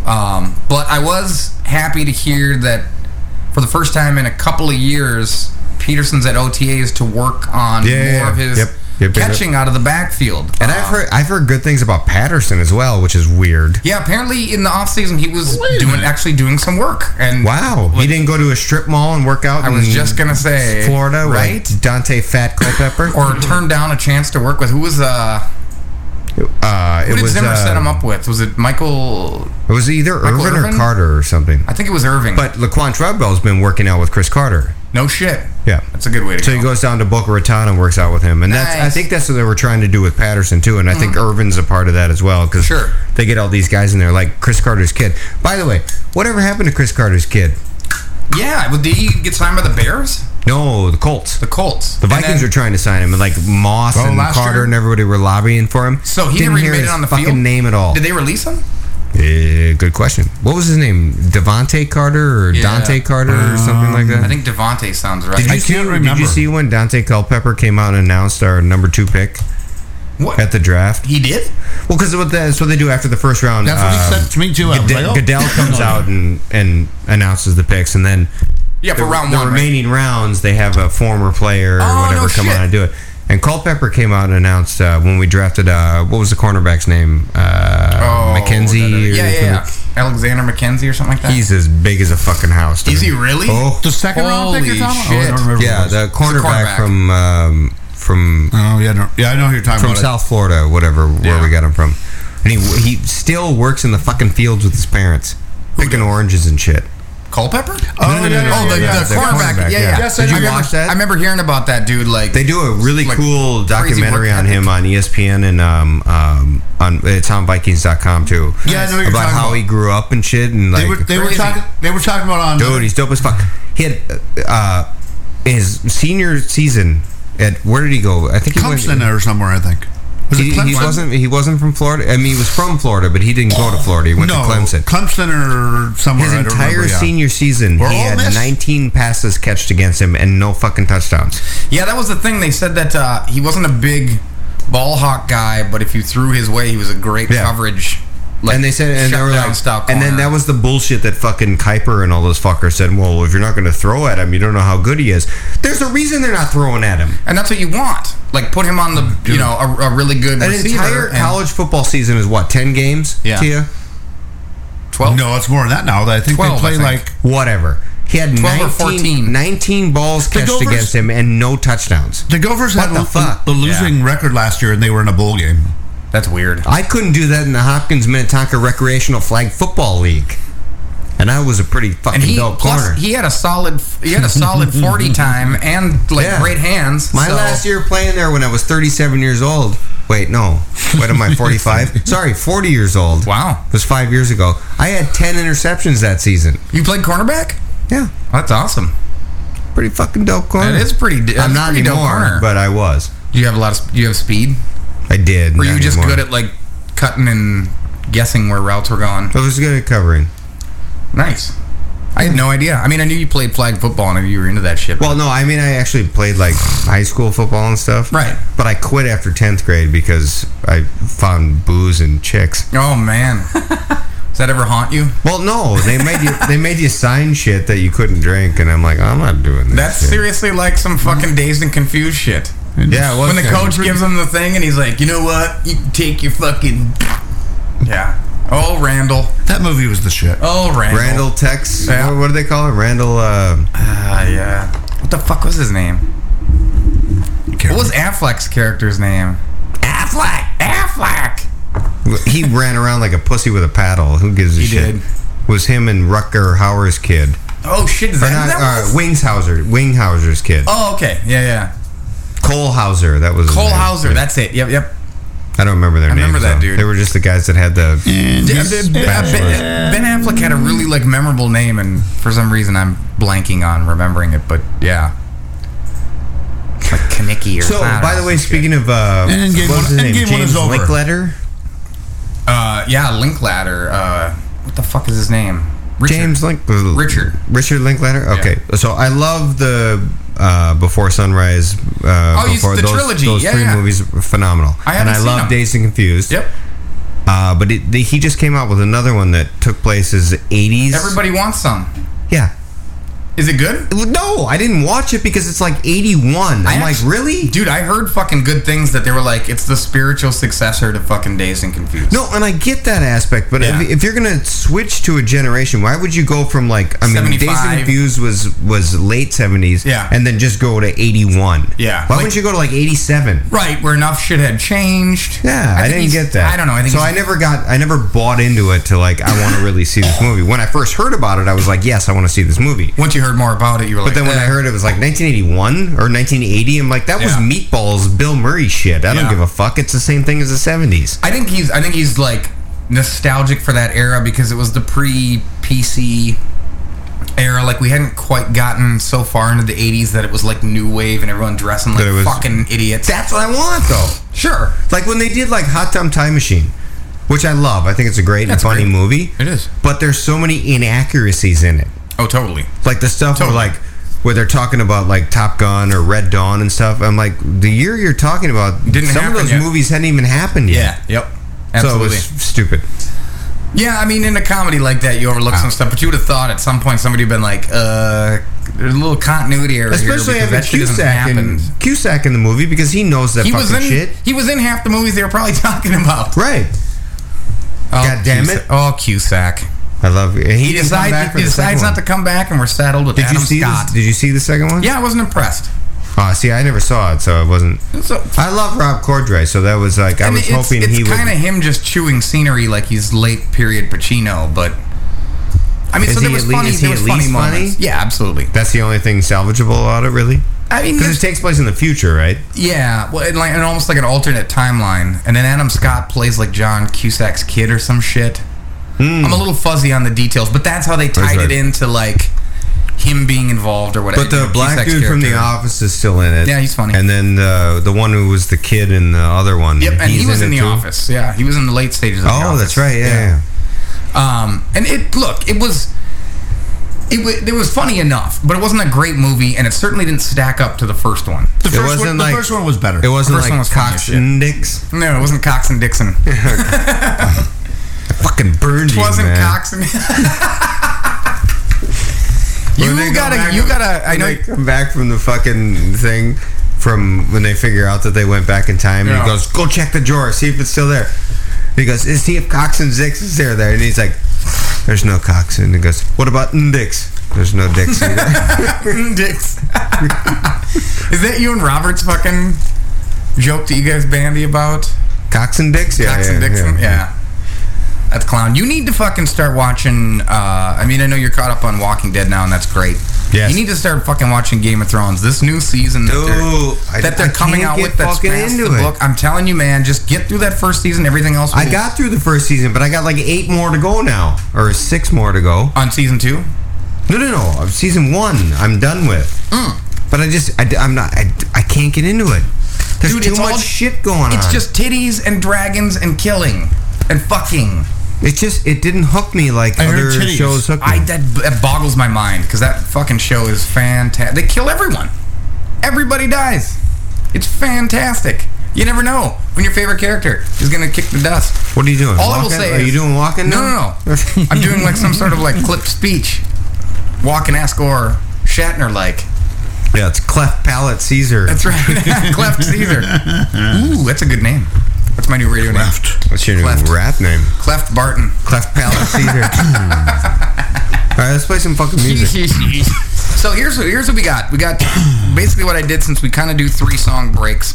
Speaker 2: Um, but I was happy to hear that for the first time in a couple of years, Peterson's at OTAs to work on
Speaker 3: Yeah,
Speaker 2: more of
Speaker 3: yeah,
Speaker 2: his
Speaker 3: yep, yep, yep.
Speaker 2: catching out of the backfield. Um,
Speaker 3: And I've heard I've heard good things about Patterson as well, which is weird.
Speaker 2: yeah, apparently in the offseason he was
Speaker 4: Wait a
Speaker 2: doing
Speaker 4: minute.
Speaker 2: actually doing some work. And
Speaker 3: Wow, he didn't go to a strip mall and work out.
Speaker 2: I was
Speaker 3: in
Speaker 2: just gonna say,
Speaker 3: Mm. Florida,
Speaker 2: right?
Speaker 3: right? Dante Fat Culpepper,
Speaker 2: or turned down a chance to work with who was uh
Speaker 3: uh,
Speaker 2: Who
Speaker 3: it
Speaker 2: did
Speaker 3: was
Speaker 2: Zimmer
Speaker 3: uh,
Speaker 2: set him up with? Was it Michael?
Speaker 3: It was either
Speaker 2: Michael
Speaker 3: Irvin,
Speaker 2: Irvin?
Speaker 3: or Carter or something.
Speaker 2: I think it was Irving.
Speaker 3: But Laquan Treadwell's been working out with Chris Carter.
Speaker 2: no shit.
Speaker 3: Yeah.
Speaker 2: that's a good way to
Speaker 3: So
Speaker 2: go.
Speaker 3: he goes down to Boca Raton and works out with him, and that's I
Speaker 2: Nice. Mm-hmm.
Speaker 3: think that's what they were trying to do with Patterson too, and I think Irvin's a part of that as well because
Speaker 2: Sure.
Speaker 3: they get all these guys in there like Chris Carter's kid. By the way, whatever happened to Chris Carter's kid?
Speaker 2: yeah, well, did he get signed by the Bears?
Speaker 3: No, the Colts.
Speaker 2: The Colts.
Speaker 3: The Vikings
Speaker 2: are
Speaker 3: were trying to sign him, and like Moss
Speaker 4: Oh,
Speaker 3: and
Speaker 4: last
Speaker 3: Carter
Speaker 4: year?
Speaker 3: and everybody were lobbying for him.
Speaker 2: So he
Speaker 3: Didn't
Speaker 2: never even
Speaker 3: hear
Speaker 2: made it
Speaker 3: his
Speaker 2: on the
Speaker 3: fucking
Speaker 2: field?
Speaker 3: name at all.
Speaker 2: Did they release him?
Speaker 3: Eh, good question. What was his name? Devonte Carter or
Speaker 2: Yeah. Uh,
Speaker 3: Dante Carter or something like that?
Speaker 2: Um, I think Devontae sounds right.
Speaker 3: Did you
Speaker 4: I
Speaker 3: see,
Speaker 4: can't
Speaker 3: Did
Speaker 4: remember.
Speaker 3: you see when Dante Culpepper came out and announced our number two pick
Speaker 2: what?
Speaker 3: at the draft?
Speaker 2: he did?
Speaker 3: Well, because that's what they do after the first round.
Speaker 4: That's what he
Speaker 3: um,
Speaker 4: said to me too. I was
Speaker 3: Goodell,
Speaker 4: like, oh.
Speaker 3: Goodell comes out and, and announces the picks, and then
Speaker 2: Yeah,
Speaker 3: the,
Speaker 2: for round
Speaker 3: the
Speaker 2: one. right?
Speaker 3: remaining rounds they have a former player or
Speaker 2: Oh, no
Speaker 3: whatever come
Speaker 2: shit.
Speaker 3: on and do it. And Culpepper came out and announced uh, when we drafted uh, what was the cornerback's name? Uh,
Speaker 2: Oh, da-
Speaker 3: McKenzie.
Speaker 2: da-
Speaker 3: or
Speaker 2: da- Yeah, yeah, yeah.
Speaker 3: something.
Speaker 2: Alexander McKenzie or something like that.
Speaker 3: He's as big as a fucking house. dude.
Speaker 2: Is he really?
Speaker 3: Oh,
Speaker 4: the second round pick.
Speaker 2: Holy
Speaker 4: you're talking about? Oh, I
Speaker 2: shit.
Speaker 4: don't remember.
Speaker 3: yeah,
Speaker 4: who it was.
Speaker 3: the cornerback
Speaker 2: cornerback.
Speaker 3: from um, from
Speaker 4: Oh yeah, I don't- yeah. I know who you're talking
Speaker 3: from
Speaker 4: about.
Speaker 3: South Florida, whatever where
Speaker 4: Yeah.
Speaker 3: we got him from. And he he still works in the fucking fields with his parents, picking oranges and shit.
Speaker 2: Culpepper?
Speaker 4: Oh, yeah, yeah,
Speaker 2: oh, the,
Speaker 4: yeah, yeah.
Speaker 2: the
Speaker 3: The
Speaker 2: cornerback.
Speaker 3: cornerback,
Speaker 2: Yeah,
Speaker 3: yeah.
Speaker 2: yeah.
Speaker 4: Yes, I
Speaker 2: Did
Speaker 4: did.
Speaker 2: you
Speaker 4: I
Speaker 2: watch
Speaker 3: watched that.
Speaker 2: I remember hearing about that dude. Like
Speaker 3: They do a really
Speaker 2: Like,
Speaker 3: cool
Speaker 2: crazy
Speaker 3: documentary
Speaker 2: work
Speaker 3: on him on E ESPN and um, um on it's on Vikings.com too.
Speaker 4: Yeah, I know what you're
Speaker 3: about
Speaker 4: talking
Speaker 3: how
Speaker 4: about.
Speaker 3: he grew up and shit and like
Speaker 4: They were they were
Speaker 2: crazy.
Speaker 4: talking they were talking about on
Speaker 3: dude, he's dope as fuck. He had uh, uh, his senior season at where did he go? I think he went.
Speaker 4: Clemson or somewhere. I think was
Speaker 3: He,
Speaker 4: it Clemson?
Speaker 3: he wasn't. He wasn't from Florida. I mean, he was from Florida, but he didn't go to Florida. He went
Speaker 4: no,
Speaker 3: to Clemson.
Speaker 4: Clemson or somewhere.
Speaker 3: His
Speaker 4: I don't
Speaker 3: entire
Speaker 4: remember, yeah.
Speaker 3: senior season,
Speaker 4: Or
Speaker 3: he
Speaker 4: Ole
Speaker 3: had
Speaker 4: Miss?
Speaker 3: 19 passes catched against him and no fucking touchdowns.
Speaker 2: Yeah, that was the thing. They said that uh, he wasn't a big ball hawk guy, but if you threw his way, he was a great
Speaker 3: Yeah.
Speaker 2: coverage. Like,
Speaker 3: and they said, and they were
Speaker 2: shutdown
Speaker 3: like,
Speaker 2: stop
Speaker 3: and then
Speaker 2: corner.
Speaker 3: that was the bullshit that fucking Kuiper and all those fuckers said. Well, if you're not going to throw at him, you don't know how good he is. There's a reason they're not throwing at him.
Speaker 2: and that's what you want. Like put him on the, you know, a, a really good
Speaker 3: Mm-hmm. An
Speaker 2: receiver.
Speaker 3: entire
Speaker 2: and-
Speaker 3: college football season is what ten games.
Speaker 2: Yeah.
Speaker 3: Tia?
Speaker 2: Twelve.
Speaker 4: No, it's more than that now. I think
Speaker 2: 12, I
Speaker 4: they play like
Speaker 2: think.
Speaker 3: whatever. He had
Speaker 2: 12
Speaker 3: 19,
Speaker 2: or 14.
Speaker 3: 19 balls
Speaker 4: The
Speaker 3: catched
Speaker 4: Gophers-
Speaker 3: against him and no touchdowns.
Speaker 4: the Gophers
Speaker 3: What
Speaker 4: had
Speaker 3: the
Speaker 4: a-
Speaker 3: fuck?
Speaker 4: a losing record last year, and they were in a bowl game.
Speaker 2: That's weird.
Speaker 3: I couldn't do that in the Hopkins Minnetonka Recreational Flag Football League, and I was a pretty fucking
Speaker 2: And he
Speaker 3: dope corner.
Speaker 2: plus he had a solid he had a
Speaker 3: [laughs]
Speaker 2: solid forty time and like
Speaker 3: Yeah.
Speaker 2: great hands.
Speaker 3: My
Speaker 2: so-
Speaker 3: last year playing there when I was 37 years old. Wait, no. What
Speaker 2: [laughs]
Speaker 3: am I, 45? Sorry, 40 years old.
Speaker 2: Wow.
Speaker 3: It was five years ago. I had 10 interceptions that season.
Speaker 2: You played cornerback?
Speaker 3: Yeah.
Speaker 2: That's awesome.
Speaker 3: Pretty fucking dope corner.
Speaker 2: That is pretty. That's
Speaker 3: I'm not
Speaker 2: pretty dope
Speaker 3: anymore,
Speaker 2: corner.
Speaker 3: but I was.
Speaker 2: do you have a lot of? sp- Do you have speed?
Speaker 3: I did.
Speaker 2: Were
Speaker 3: not
Speaker 2: you just
Speaker 3: anymore.
Speaker 2: good at like cutting and guessing where routes were going?
Speaker 3: I was good at covering.
Speaker 2: Nice. I had no idea. I mean, I knew you played flag football and I knew you were into that shit.
Speaker 3: Well, no, I mean, I actually played like high school football and stuff.
Speaker 2: Right.
Speaker 3: But I quit after 10th grade because I found booze and chicks.
Speaker 2: oh
Speaker 3: [laughs]
Speaker 2: man, does that ever haunt you?
Speaker 3: Well, no, they made you they made you sign shit that you couldn't drink, and I'm like, I'm not doing this.
Speaker 2: That's
Speaker 3: shit.
Speaker 2: seriously like some fucking dazed and confused shit.
Speaker 3: Yeah, it was
Speaker 2: When the
Speaker 3: kinda-
Speaker 2: coach gives him the thing and he's like, you know what? You can take your fucking. [laughs] Yeah. Oh Randall.
Speaker 4: That movie was the shit.
Speaker 2: Oh Randall.
Speaker 3: Randall Tex.
Speaker 2: Yeah.
Speaker 3: What, what do they call it? Randall. Uh,
Speaker 2: Ah yeah. What the fuck was his name? What was Affleck's character's name? Affleck. Affleck.
Speaker 3: he ran around like a pussy with a paddle. Who gives a
Speaker 2: He
Speaker 3: shit?
Speaker 2: did.
Speaker 3: Was him and Rucker Hauer's kid,
Speaker 2: Oh shit! Is
Speaker 3: or
Speaker 2: that,
Speaker 3: not
Speaker 2: that
Speaker 3: uh,
Speaker 2: was-
Speaker 3: Wingshauser? Winghauser's kid.
Speaker 2: Oh okay. Yeah yeah.
Speaker 3: Cole Hauser. That was his
Speaker 2: Cole
Speaker 3: name.
Speaker 2: Hauser. That's it. Yep yep.
Speaker 3: I don't remember their
Speaker 2: I
Speaker 3: name.
Speaker 2: remember that dude.
Speaker 3: They were just the guys that had the.
Speaker 2: Yeah, ben, ben, ben Affleck had a really like memorable name, and for some reason I'm blanking on remembering it. But yeah, like Kanicki or
Speaker 3: So,
Speaker 2: I don't
Speaker 3: by
Speaker 2: know,
Speaker 3: the way,
Speaker 2: some shit.
Speaker 3: speaking of uh,
Speaker 4: And game
Speaker 3: what was
Speaker 4: one-
Speaker 3: his
Speaker 4: and
Speaker 3: name?
Speaker 4: game one
Speaker 3: James
Speaker 4: is over.
Speaker 3: Linkletter.
Speaker 2: uh, yeah, Linklater. Uh, what the fuck is his name? Richard.
Speaker 3: James Link.
Speaker 2: Richard.
Speaker 3: Richard Linklater. Okay, so I love the uh, Before Sunrise. Uh,
Speaker 2: Oh, you-
Speaker 3: before
Speaker 2: the
Speaker 3: those,
Speaker 2: trilogy.
Speaker 3: Those
Speaker 2: Yeah,
Speaker 3: three
Speaker 2: yeah.
Speaker 3: movies were phenomenal.
Speaker 2: I
Speaker 3: and
Speaker 2: haven't
Speaker 3: I
Speaker 2: seen
Speaker 3: love
Speaker 2: them.
Speaker 3: Dazed and Confused.
Speaker 2: Yep.
Speaker 3: Uh, but it, the, he just came out with another one that took place as eighties.
Speaker 2: Everybody wants some.
Speaker 3: Yeah.
Speaker 2: Is it good?
Speaker 3: No, I didn't watch it because it's like eighty one. I'm
Speaker 2: I
Speaker 3: like,
Speaker 2: actually-
Speaker 3: really?
Speaker 2: Dude, I heard fucking good things that they were like, it's the spiritual successor to fucking Dazed and Confused.
Speaker 3: No, and I get that aspect, but
Speaker 2: Yeah.
Speaker 3: if, if you're gonna switch to a generation, why would you go from like I mean, Days
Speaker 2: 75.
Speaker 3: and Confused was was late seventies,
Speaker 2: Yeah.
Speaker 3: and then just go to eighty one,
Speaker 2: Yeah.
Speaker 3: Why
Speaker 2: Like-
Speaker 3: wouldn't you go to like eighty seven?
Speaker 2: Right, where enough shit had changed.
Speaker 3: Yeah, I,
Speaker 2: think
Speaker 3: didn't
Speaker 2: he's-
Speaker 3: get that.
Speaker 2: I don't know. I think
Speaker 3: so.
Speaker 2: he's-
Speaker 3: I never got, I never bought into it to like I want to really see this movie. When I first heard about it, I was like, yes, I want to see this movie.
Speaker 2: Once you heard more about it, you were
Speaker 3: But
Speaker 2: like,
Speaker 3: then when I
Speaker 2: eh.
Speaker 3: heard it was like 1981 or 1980, I'm like, that was
Speaker 2: Yeah.
Speaker 3: Meatballs, Bill Murray shit. I don't
Speaker 2: Yeah.
Speaker 3: give a fuck. It's the same thing as the 70s.
Speaker 2: I think he's I think he's like nostalgic for that era because it was the pre PC era. Like we hadn't quite gotten so far into the eighties that it was like new wave and everyone dressing like
Speaker 3: That it was-
Speaker 2: fucking idiots.
Speaker 3: That's what I want though.
Speaker 2: sure.
Speaker 3: Like when they did like Hot Tub Time Machine, which I love. I think it's a great
Speaker 2: That's
Speaker 3: and funny
Speaker 2: great.
Speaker 3: movie.
Speaker 2: It is.
Speaker 3: But there's so many inaccuracies in it.
Speaker 2: Oh totally.
Speaker 3: Like the stuff
Speaker 2: Totally.
Speaker 3: where like where they're talking about like Top Gun or Red Dawn and stuff. I'm like, the year you're talking about,
Speaker 2: Didn't
Speaker 3: some of
Speaker 2: happen
Speaker 3: those
Speaker 2: yet.
Speaker 3: movies hadn't even happened yet.
Speaker 2: Yep.
Speaker 3: So it
Speaker 2: Absolutely.
Speaker 3: was stupid.
Speaker 2: yeah, I mean, in a comedy like that, you overlook some stuff, but you would have thought at some point somebody would have been like, uh, there's a little continuity error here
Speaker 3: Especially
Speaker 2: because
Speaker 3: having
Speaker 2: that shit doesn't
Speaker 3: Cusack in,
Speaker 2: happen.
Speaker 3: Cusack in the movie because he knows that
Speaker 2: He was
Speaker 3: fucking
Speaker 2: in.
Speaker 3: shit.
Speaker 2: He was in half the movies they were probably [laughs] talking about.
Speaker 3: Right.
Speaker 2: Oh,
Speaker 3: God damn it.
Speaker 2: Cusack. Oh, Cusack.
Speaker 3: I love it. And
Speaker 2: He,
Speaker 3: didn't come
Speaker 2: decides
Speaker 3: back for
Speaker 2: he
Speaker 3: the second
Speaker 2: decides not
Speaker 3: one.
Speaker 2: to come back, and we're saddled with
Speaker 3: Did
Speaker 2: Adam
Speaker 3: you see
Speaker 2: Scott.
Speaker 3: this? Did you see the second one?
Speaker 2: yeah, I wasn't impressed.
Speaker 3: Oh, see, I never saw it, so it wasn't.
Speaker 2: So,
Speaker 3: I love Rob Cordray, so that was like I, was
Speaker 2: mean, it's,
Speaker 3: hoping
Speaker 2: it's
Speaker 3: he would.
Speaker 2: kind of him just chewing scenery like he's late period Pacino, but I mean,
Speaker 3: Is
Speaker 2: so there
Speaker 3: he
Speaker 2: was
Speaker 3: at lea-
Speaker 2: funny,
Speaker 3: is
Speaker 2: there
Speaker 3: he at
Speaker 2: was funny
Speaker 3: least funny?
Speaker 2: moments. Yeah, absolutely.
Speaker 3: That's the only thing salvageable about it, really.
Speaker 2: I mean,
Speaker 3: Because
Speaker 2: there's-
Speaker 3: it takes place in the future, right?
Speaker 2: yeah, well, and like, and almost like an alternate timeline, and then Adam Scott plays like John Cusack's kid or some shit.
Speaker 3: Hmm.
Speaker 2: I'm a little fuzzy on the details, but that's how they tied it
Speaker 3: right.
Speaker 2: into like him being involved or whatever.
Speaker 3: But the black
Speaker 2: Cusack's
Speaker 3: dude from the
Speaker 2: character.
Speaker 3: office is still in it.
Speaker 2: Yeah, he's funny.
Speaker 3: And then the the one who was the kid in the other one.
Speaker 2: Yep, and he
Speaker 3: he's
Speaker 2: was in,
Speaker 3: it
Speaker 2: the
Speaker 3: too?
Speaker 2: office. Yeah, he was in the late stages of the office.
Speaker 3: Oh, that's right. Yeah. yeah.
Speaker 2: Um, and it look, it was it, wa- it was funny enough, but it wasn't a great movie, and it certainly didn't stack up to the first one.
Speaker 4: The
Speaker 3: It
Speaker 4: 1st
Speaker 3: wasn't
Speaker 4: one,
Speaker 3: like-
Speaker 4: the first one was better.
Speaker 3: It wasn't
Speaker 2: First
Speaker 3: like
Speaker 2: one was funny as
Speaker 3: Cox
Speaker 2: shit.
Speaker 3: and Dicks.
Speaker 2: No, it wasn't Cox
Speaker 4: [laughs]
Speaker 2: and Dixon. [laughs] It
Speaker 3: Fucking burned you,
Speaker 2: wasn't
Speaker 3: man.
Speaker 2: Cox and.
Speaker 3: When they
Speaker 2: you
Speaker 3: go back-
Speaker 2: gotta, you gotta. I
Speaker 3: when
Speaker 2: know.
Speaker 3: They come back from the fucking thing from when they figure out that they went back in time. And
Speaker 2: Yeah.
Speaker 3: he goes, "Go check the drawer, see if it's still there." And he goes, "Is see if Cox and Dix is there there?" And he's like, "There's no Cox." And he goes, "What about Dix?" There's no
Speaker 2: [laughs]
Speaker 3: Dix either.
Speaker 2: Mm, dicks. Is that you and Robert's fucking joke that you guys bandy about?
Speaker 3: Cox and Dix, yeah,
Speaker 2: Cox
Speaker 3: yeah,
Speaker 2: and Dixon,
Speaker 3: yeah.
Speaker 2: yeah. That's clown. You need to fucking start watching. Uh, I mean, I know you're caught up on Walking Dead now, and that's great.
Speaker 3: Yes.
Speaker 2: You need to start fucking watching Game of Thrones. This new season that
Speaker 3: Dude,
Speaker 2: they're,
Speaker 3: I-
Speaker 2: that they're
Speaker 3: I
Speaker 2: coming
Speaker 3: can't
Speaker 2: out
Speaker 3: get
Speaker 2: with that's
Speaker 3: fucking
Speaker 2: past
Speaker 3: into
Speaker 2: the
Speaker 3: it.
Speaker 2: book. I'm telling you, man, just get through that first season. Everything else.
Speaker 3: I
Speaker 2: will-
Speaker 3: got through the first season, but I got like eight more to go now, or six more to go.
Speaker 2: on season two.
Speaker 3: No, no, no. of Season one, I'm done with.
Speaker 2: Mm.
Speaker 3: But I just, I, am not, I, I can't get into it. There's
Speaker 2: Dude,
Speaker 3: too
Speaker 2: it's
Speaker 3: much
Speaker 2: all-
Speaker 3: shit going on.
Speaker 2: It's just titties and dragons and killing and fucking.
Speaker 3: it's just, it didn't hook me like
Speaker 4: I heard
Speaker 3: other
Speaker 4: titties.
Speaker 3: shows hooked me.
Speaker 2: I that, that boggles my mind because that fucking show is fantastic. They kill everyone. Everybody dies. It's fantastic. You never know when your favorite character is gonna kick the dust.
Speaker 3: what are you doing?
Speaker 2: All I will
Speaker 3: Walking?
Speaker 2: say
Speaker 3: are
Speaker 2: is,
Speaker 3: you doing walking?
Speaker 2: No,
Speaker 3: now?
Speaker 2: no, no. I'm doing like some sort of like clip speech, walking ask or Shatner like.
Speaker 3: yeah, it's cleft palate Caesar.
Speaker 2: That's
Speaker 3: [laughs]
Speaker 2: right, Cleft Caesar. Ooh, that's a good name. That's my new radio name.
Speaker 3: What's your new
Speaker 2: Cleft.
Speaker 3: rap name?
Speaker 2: Cleft Barton.
Speaker 3: Cleft palate
Speaker 2: [laughs]
Speaker 3: Caesar. All right, let's play some fucking music.
Speaker 2: so here's what, here's what we got. We got basically what I did since we kind of do three song breaks.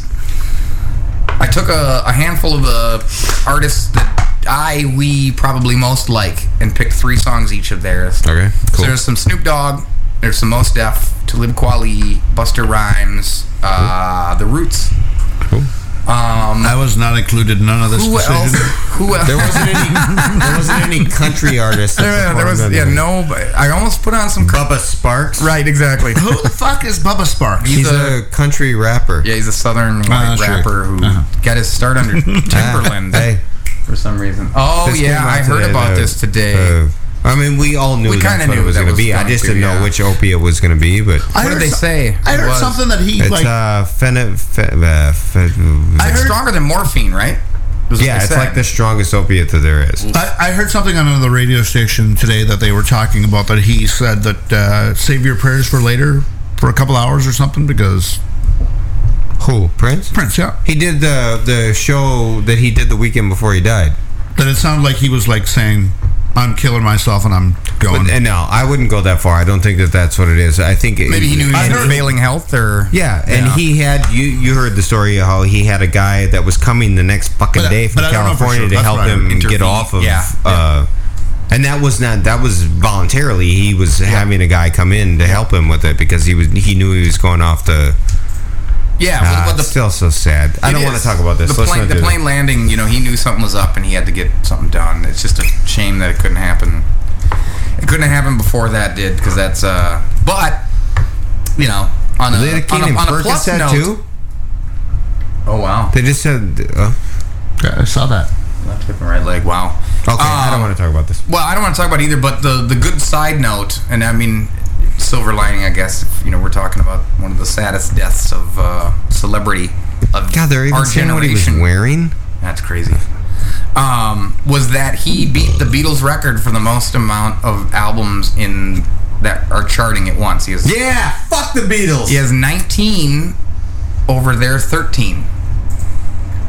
Speaker 2: I took a, a handful of the artists that I we probably most like and picked three songs each of theirs.
Speaker 3: Okay,
Speaker 2: So there's some Snoop Dogg, there's some Mos Def, Talib Kweli, Buster Rhymes, uh, The Roots. Um,
Speaker 4: I was not included in none of this
Speaker 2: Who else?
Speaker 4: decision.
Speaker 2: [laughs] Who else?
Speaker 3: There wasn't any. There wasn't
Speaker 2: [laughs]
Speaker 3: any country artists. that
Speaker 2: Yeah, there was
Speaker 3: performed
Speaker 2: yeah
Speaker 3: on there.
Speaker 2: no. but I almost put on some. cr-
Speaker 3: Bubba Sparks.
Speaker 2: Right, exactly.
Speaker 4: Who the fuck is Bubba Sparks?
Speaker 3: He's,
Speaker 2: He's
Speaker 3: a,
Speaker 2: a-
Speaker 3: country rapper.
Speaker 2: Yeah, he's a southern
Speaker 4: Ah,
Speaker 2: white
Speaker 4: sure.
Speaker 2: rapper who
Speaker 4: Uh-huh.
Speaker 2: got his start under Timberland
Speaker 3: Hey.
Speaker 2: for some reason. [laughs] Oh
Speaker 3: This
Speaker 2: yeah,
Speaker 3: came out
Speaker 2: I heard
Speaker 3: today,
Speaker 2: about
Speaker 3: though.
Speaker 2: this today.
Speaker 3: Uh, I mean, we all knew
Speaker 2: We
Speaker 3: that's
Speaker 2: kinda
Speaker 3: what
Speaker 2: knew
Speaker 3: it was
Speaker 2: that
Speaker 3: going to
Speaker 2: was
Speaker 3: be. I
Speaker 2: going
Speaker 3: just
Speaker 2: to,
Speaker 3: didn't know
Speaker 2: yeah.
Speaker 3: which opiate was going to be, but
Speaker 4: I
Speaker 2: What did
Speaker 4: heard
Speaker 2: they
Speaker 4: some-
Speaker 2: say?
Speaker 4: I
Speaker 2: it
Speaker 4: heard
Speaker 2: was?
Speaker 4: something that he
Speaker 3: it's
Speaker 4: like.
Speaker 3: uh, fenit. Fe- uh, fe-
Speaker 4: I
Speaker 2: It's
Speaker 4: heard-
Speaker 2: stronger than morphine, right? Was what
Speaker 3: yeah,
Speaker 2: they
Speaker 3: it's
Speaker 2: said.
Speaker 3: like the strongest opiate that there is.
Speaker 2: Uh,
Speaker 4: I, I heard something on another radio station today that they were talking about that he said that uh, save your prayers for later for a couple hours or something because
Speaker 3: Who Prince?
Speaker 4: Prince, yeah,
Speaker 3: He did the the show that he did the weekend before he died.
Speaker 4: that it sounded like he was like saying, "I'm killing myself and I'm going."
Speaker 3: But, and no, I wouldn't go that far. I don't think that that's what it is. I think it,
Speaker 2: maybe he knew he
Speaker 3: I
Speaker 2: had
Speaker 3: heard-
Speaker 2: failing health or
Speaker 3: Yeah, and
Speaker 2: Yeah.
Speaker 3: he had you. You heard the story of how he had a guy that was coming the next fucking
Speaker 4: But I-
Speaker 3: day from
Speaker 4: but I don't know for
Speaker 3: California
Speaker 4: sure.
Speaker 3: to
Speaker 4: That's
Speaker 3: help
Speaker 4: what I
Speaker 3: him get
Speaker 2: intervened.
Speaker 3: off of.
Speaker 2: Yeah,
Speaker 3: Uh, and that was not that was voluntarily. He was having a guy come in to help him with it because he was he knew he was going off the.
Speaker 2: yeah.
Speaker 3: Ah,
Speaker 2: well, but the,
Speaker 3: it's still so sad. I
Speaker 2: it
Speaker 3: don't want to
Speaker 2: is.
Speaker 3: talk about this.
Speaker 2: The
Speaker 3: Let's
Speaker 2: plane,
Speaker 3: not
Speaker 2: the
Speaker 3: do that.
Speaker 2: plane landing. You know, he knew something was up and he had to get something done. It's just a shame that it couldn't happen. It couldn't have happened before that did because that's. uh But you know, on a,
Speaker 3: They had a
Speaker 2: on
Speaker 3: kid
Speaker 2: a,
Speaker 3: named
Speaker 2: on a plus
Speaker 3: Percocet
Speaker 2: note.
Speaker 3: too.
Speaker 2: Oh wow.
Speaker 3: They just said, uh,
Speaker 4: Yeah, I saw that.
Speaker 2: Left hip and right leg. Wow.
Speaker 3: "Okay, I don't
Speaker 2: Um,
Speaker 3: want to talk about this."
Speaker 2: Well, I don't want to talk about either, but the the good side note, and I mean, silver lining, I guess. if, You know, we're talking about one of the saddest deaths of uh, celebrity of
Speaker 3: God, they're even
Speaker 2: our
Speaker 3: saying what he was
Speaker 2: generation.
Speaker 3: wearing.
Speaker 2: That's crazy. Um, was that he beat the Beatles record for the most amount of albums in that are charting at once? He has
Speaker 3: Yeah, fuck the Beatles.
Speaker 2: he has 19 over their 13.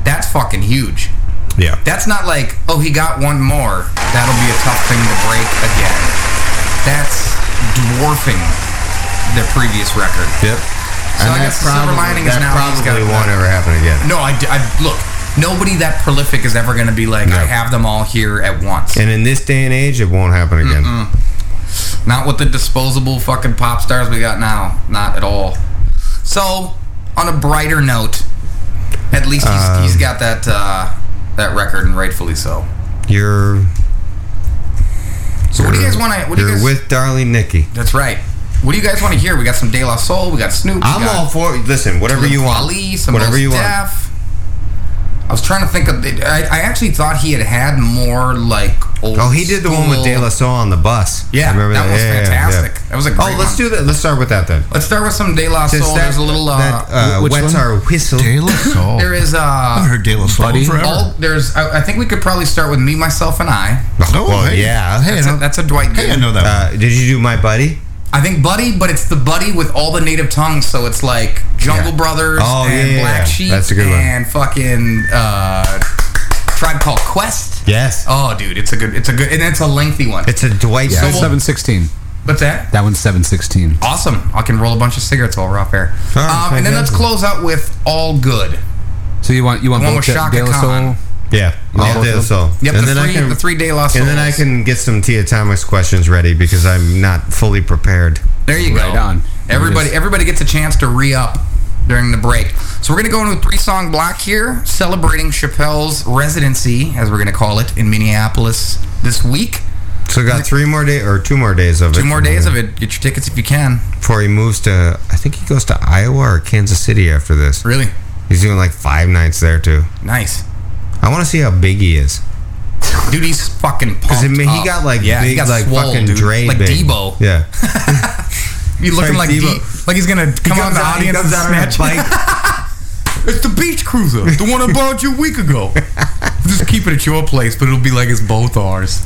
Speaker 2: That's fucking huge.
Speaker 3: yeah.
Speaker 2: That's not like, oh, he got one more. That'll be a tough thing to break again. That's dwarfing their previous record.
Speaker 3: Yep.
Speaker 2: I guess the silver lining is
Speaker 3: that
Speaker 2: now he's
Speaker 3: probably
Speaker 2: got
Speaker 3: won't
Speaker 2: the-
Speaker 3: ever happen again.
Speaker 2: No, I, d- I- look. Nobody that prolific is ever going to be like,
Speaker 3: No.
Speaker 2: I have them all here at once.
Speaker 3: And in this day and age, it won't happen again.
Speaker 2: Not with the disposable fucking pop stars we got now. Not at all. So, on a brighter note, at least he's,
Speaker 3: Um,
Speaker 2: he's got that uh, that record, and rightfully so.
Speaker 3: You're.
Speaker 2: So, what do you guys want to? What do you
Speaker 3: You're
Speaker 2: guys?
Speaker 3: with darling Nikki.
Speaker 2: that's right. What do you guys want to hear? We got some De La Soul. We got Snoop. we
Speaker 3: I'm
Speaker 2: got
Speaker 3: all for. Listen, whatever you want.
Speaker 2: Ali, some
Speaker 3: whatever you want.
Speaker 2: Def. I was trying to think of. I, I actually thought he had had more like old.
Speaker 3: Oh, he did the one with De La
Speaker 2: school-
Speaker 3: Soul on the bus.
Speaker 2: Yeah,
Speaker 3: remember
Speaker 2: that
Speaker 3: that?
Speaker 2: was
Speaker 3: Yeah, yeah, yeah.
Speaker 2: fantastic. That was a
Speaker 3: Oh,
Speaker 2: great
Speaker 3: let's
Speaker 2: one.
Speaker 3: do that. Let's start with that then.
Speaker 2: Let's start with some De La Soul. There's a little. Uh,
Speaker 3: that uh,
Speaker 4: wh- which
Speaker 3: wets
Speaker 4: one?
Speaker 3: our whistle.
Speaker 4: De La Soul.
Speaker 2: there is. Uh,
Speaker 4: I heard De La Soul
Speaker 2: Buddy.
Speaker 4: forever.
Speaker 2: All- there's. I, I think we could probably start with me, myself, and I.
Speaker 4: Oh,
Speaker 3: well,
Speaker 4: hey.
Speaker 3: yeah.
Speaker 4: Hey,
Speaker 2: That's,
Speaker 4: I
Speaker 2: a,
Speaker 4: know-
Speaker 2: that's a Dwight.
Speaker 4: hey, I
Speaker 2: Gooden.
Speaker 4: know that.
Speaker 3: Uh, did you do my buddy?
Speaker 2: I think Buddy, but it's the Buddy with all the native tongues. So it's like Jungle
Speaker 3: Yeah.
Speaker 2: Brothers
Speaker 3: Oh,
Speaker 2: and
Speaker 3: yeah, yeah,
Speaker 2: Black
Speaker 3: yeah.
Speaker 2: Sheep
Speaker 3: That's a good one.
Speaker 2: and fucking uh, Tribe Called Quest.
Speaker 3: Yes.
Speaker 2: Oh, dude, it's a good, it's a good, and it's a lengthy one.
Speaker 3: It's a Dwight.
Speaker 2: So
Speaker 5: Yeah,
Speaker 2: we'll-
Speaker 3: Schrute-
Speaker 5: seven sixteen.
Speaker 2: What's that?
Speaker 5: That one's seven sixteen.
Speaker 2: Awesome. I can roll a bunch of cigarettes while we're off air.
Speaker 3: All right,
Speaker 2: um, and then let's
Speaker 3: fantastic.
Speaker 2: close out with All Good.
Speaker 5: So you want you want
Speaker 2: One
Speaker 5: both
Speaker 2: with
Speaker 5: De,
Speaker 2: Shaka
Speaker 5: De La
Speaker 2: Khan.
Speaker 5: Soul?
Speaker 3: yeah.
Speaker 5: All
Speaker 3: All De La
Speaker 5: of
Speaker 3: Soul.
Speaker 2: Yep,
Speaker 3: and
Speaker 2: the,
Speaker 3: then
Speaker 2: three,
Speaker 3: I can,
Speaker 2: the three De La Souls.
Speaker 3: and then I can get some Tia Thomas questions ready because I'm not fully prepared.
Speaker 2: There you go.
Speaker 5: Right on.
Speaker 2: Everybody,
Speaker 5: We just-
Speaker 2: everybody gets a chance to re up during the break. So we're gonna go into a three song block here, celebrating Chappelle's residency, as we're gonna call it, in Minneapolis this week.
Speaker 3: So we got three more days or two more days of it.
Speaker 2: Two more days of it. Get your tickets if you can.
Speaker 3: before he moves to. I think he goes to Iowa or Kansas City after this.
Speaker 2: Really
Speaker 3: He's doing like five nights there too.
Speaker 2: nice,
Speaker 3: I want to see how big he is.
Speaker 2: dude. He's fucking pumped.
Speaker 3: Because I mean, he
Speaker 2: up.
Speaker 3: got like
Speaker 2: Oh, yeah,
Speaker 3: big,
Speaker 2: he got
Speaker 3: like
Speaker 2: swole,
Speaker 3: fucking
Speaker 2: dude.
Speaker 3: Dre,
Speaker 2: like
Speaker 3: big.
Speaker 2: Debo. [laughs]
Speaker 3: Yeah,
Speaker 2: He's looking like
Speaker 3: Like Debo.
Speaker 2: Debo. like he's gonna come on the audience and snatch. [laughs] It's the beach cruiser, the one I borrowed you a week ago. Just keep it at your place, but it'll be like it's both
Speaker 3: [laughs]
Speaker 2: ours.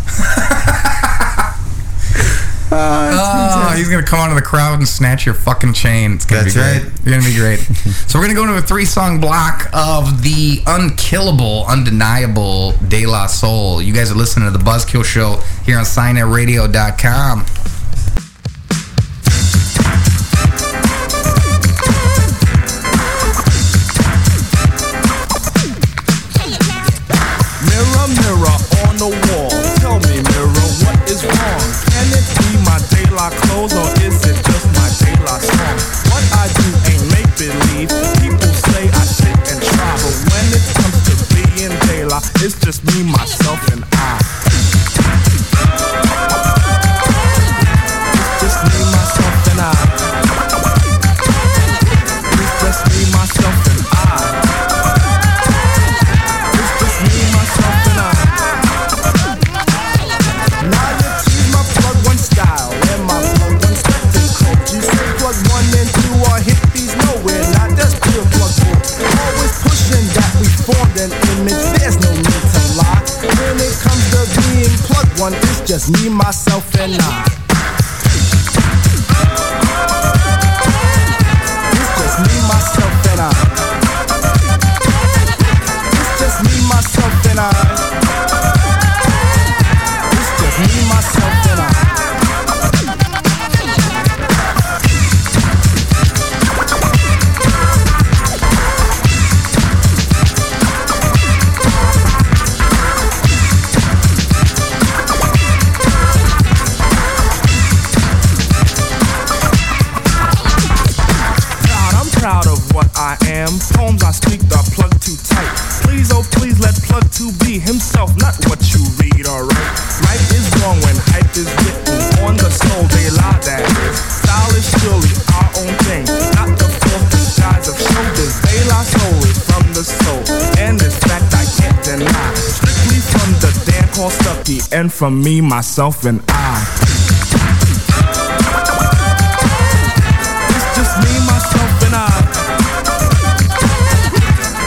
Speaker 2: Ah, he's gonna come onto the crowd and snatch your fucking chain. It's gonna
Speaker 3: That's
Speaker 2: be great.
Speaker 3: right.
Speaker 2: You're gonna be great.
Speaker 3: [laughs]
Speaker 2: so we're gonna go into a three-song block of the unkillable, undeniable De La Soul. You guys are listening to the Buzzkill Show here on SignRadio.com.
Speaker 6: Mirror, mirror on the wall. Tell me, mirror, what is wrong? Can it be my day la clothes or is it just my day la song? What I do ain't make believe. People say I sit and try, but when it comes to being day la, it's just me, myself, and I. It's just me, myself, and I. It's just me, myself, and I. It's just me, myself, and I. Now you choose my plug one style and my plug one spectacle. You say plug one and two are hippies, no, we're not. That's pure plug four. Always pushing that we formed an image. There's no need to lie. When it comes to being plug one, it's just me, myself, and I. It's just me, myself, and I. It's just me, myself, and I. It's just me, myself, and I. proud, I'm proud of what I am. Poems I speak are plug too tight. Please, oh please, let plug to be himself, not what you read, alright? Right is wrong when hype is written on the soul, they lie that is. Style is surely our own thing, not the fourth disguise of shoulders. They lie soul is from the soul, and this fact I can't deny. Strictly from the Dan called Stucky, and from me, myself, and I. It's just me, myself, and I.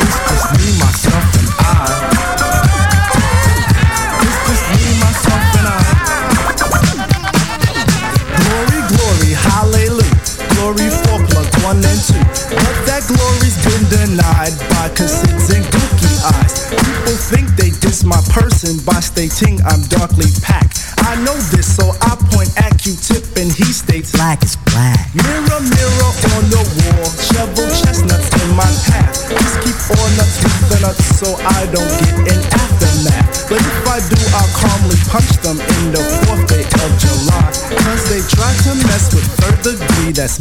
Speaker 6: It's just me, myself, and I. It's just me, myself, and I. Glory, glory, hallelujah. Glory for plug one and two. But that glory's been denied by cassids and gooky eyes. People think they diss my person by stating I'm darkly packed. I know this, so I point at Q-tip and he states
Speaker 7: Black is black.
Speaker 6: Mirror, mirror on the wall, shovel chestnuts in my path. Just keep all nuts with the nuts so I don't get an aftermath. But if I do, I'll calmly punch them in the fourth day of July. Cause they
Speaker 8: try to mess with third degree, that's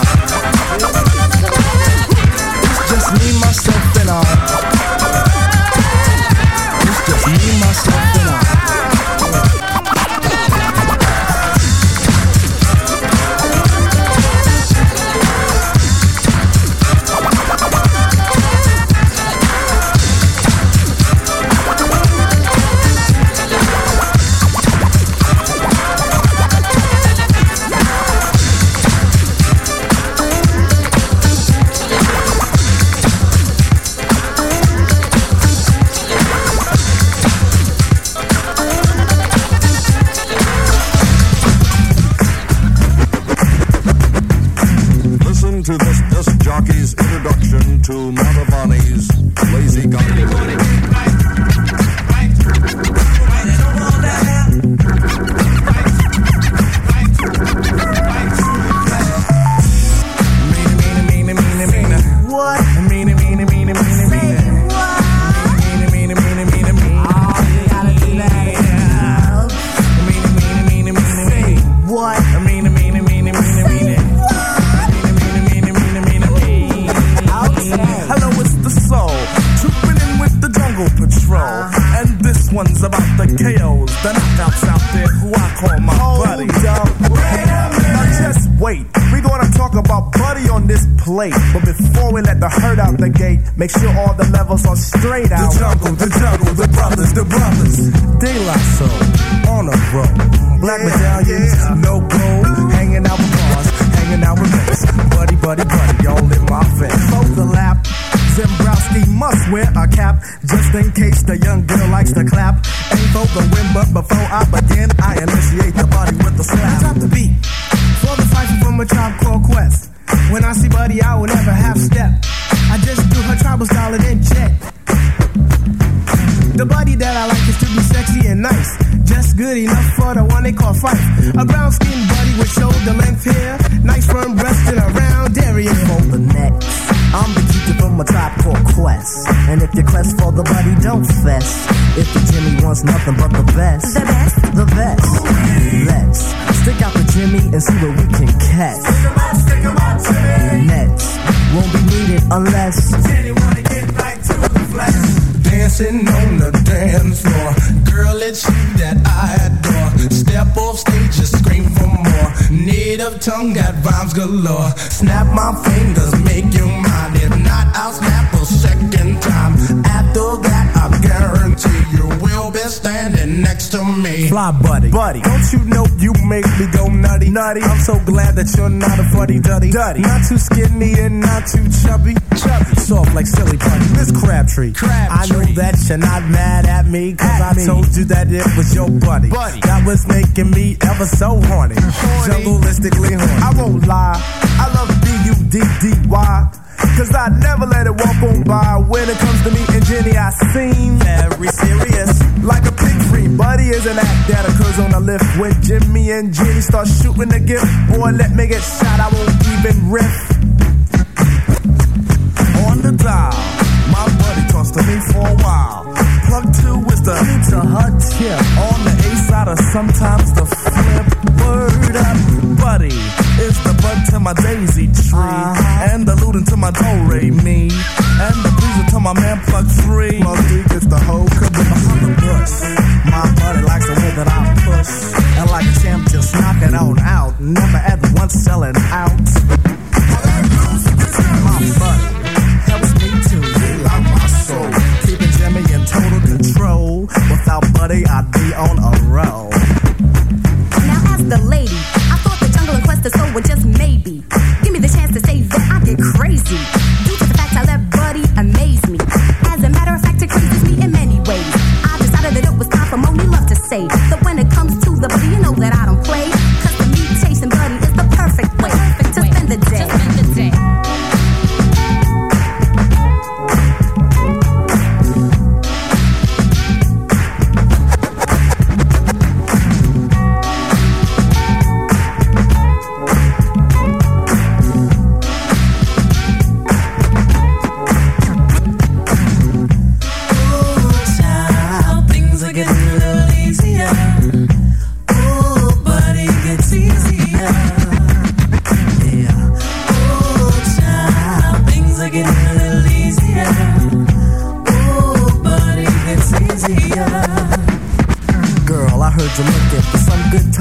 Speaker 8: It's just me, myself, and I. It's just me, myself, and I.
Speaker 6: Listen to this disc jockey's introduction to Manavani's Lazy Guy. Hello, it's the soul. Trooping in with the jungle patrol. And this one's about the KOs, the knockouts out there who I call my buddy. Now just wait. We're gonna talk about buddy on this plate. But before we let the herd out the gate, make sure all the levels are straight out. The jungle, the jungle, the brothers, the brothers. De La Soul, on a roll. Black medallions, no gold, hanging out with bars, hanging out with mates. Buddy, buddy, buddy, all in my face. Fold the lap. Zembrowski must wear a cap just in case the young girl likes to clap. Ain't for the win, but before I begin, I initiate the body with a slap. Drop the beat for the cipher from a tribe called Quest. When I see Buddy, I will never half step. I just do her tribal style and then check. The body that I like is to be sexy and nice. Just good enough for the one they call Fife. A brown skinned body with shoulder length hair. Nice firm breast and a round area. For the next. I'm the keeper from a tribe called Quest. And if you quest for the body, don't fess. If the Jimmy wants nothing but the best. The best? The best. Let's stick out the Jimmy and see what we can catch. Stick up, stick up, Jimmy. Next. Won't be needed unless. wanna get right to the flesh dancing on the dance floor. Girl, it's you that I adore. Step off stage, just scream for more. Native tongue got rhymes galore. Snap my fingers, make you mine. If not, I'll snap a second time. After that, I guarantee you will be standing next to me. Fly buddy, buddy, don't you know you make me go nutty, nutty? I'm so glad that you're not a fuddy duddy, duddy. Not too skinny and not too chubby, chubby. Soft like silly putty, Miss Crabtree. I know that you're not mad at me, cause I told you that it was your buddy. buddy. That was making me ever so horny. Jungleistically horny. I won't lie, I love B-U-D-D-Y. Cause I never let it walk on by. When it comes to me and Jenny, I seem very serious. Like a pig free buddy is an act that occurs on a lift. When Jimmy and Jenny start shooting the gift, boy, let me get shot. I won't even riff on the dial. My buddy talks to me for a while. Plug two is the hit to her tip. On the A side of sometimes the flip. Word up, buddy. It's the bud to my daisy tree. And the looting to my do re me. And the bruiser to my man plug three. Plug three gets the whole kaboom. I'm the bush. My buddy likes the way that I push. And like a champ, just knock it on out. Never at once selling out. My buddy helps me to heal out my soul. Keeping Jimmy in total control. Without Buddy, I'd be on a roll.
Speaker 9: Now, as the lady, I thought the jungle and quest the soul were just maybe. Give me the chance to say that I get crazy. Due to the fact I let Buddy amaze me. As a matter of fact, it crazes me in many ways. I decided that it was time for Moni Love to say that when it comes to the buddy, you know that I don't play. Cause to me, chasing Buddy is the perfect way to spend the day.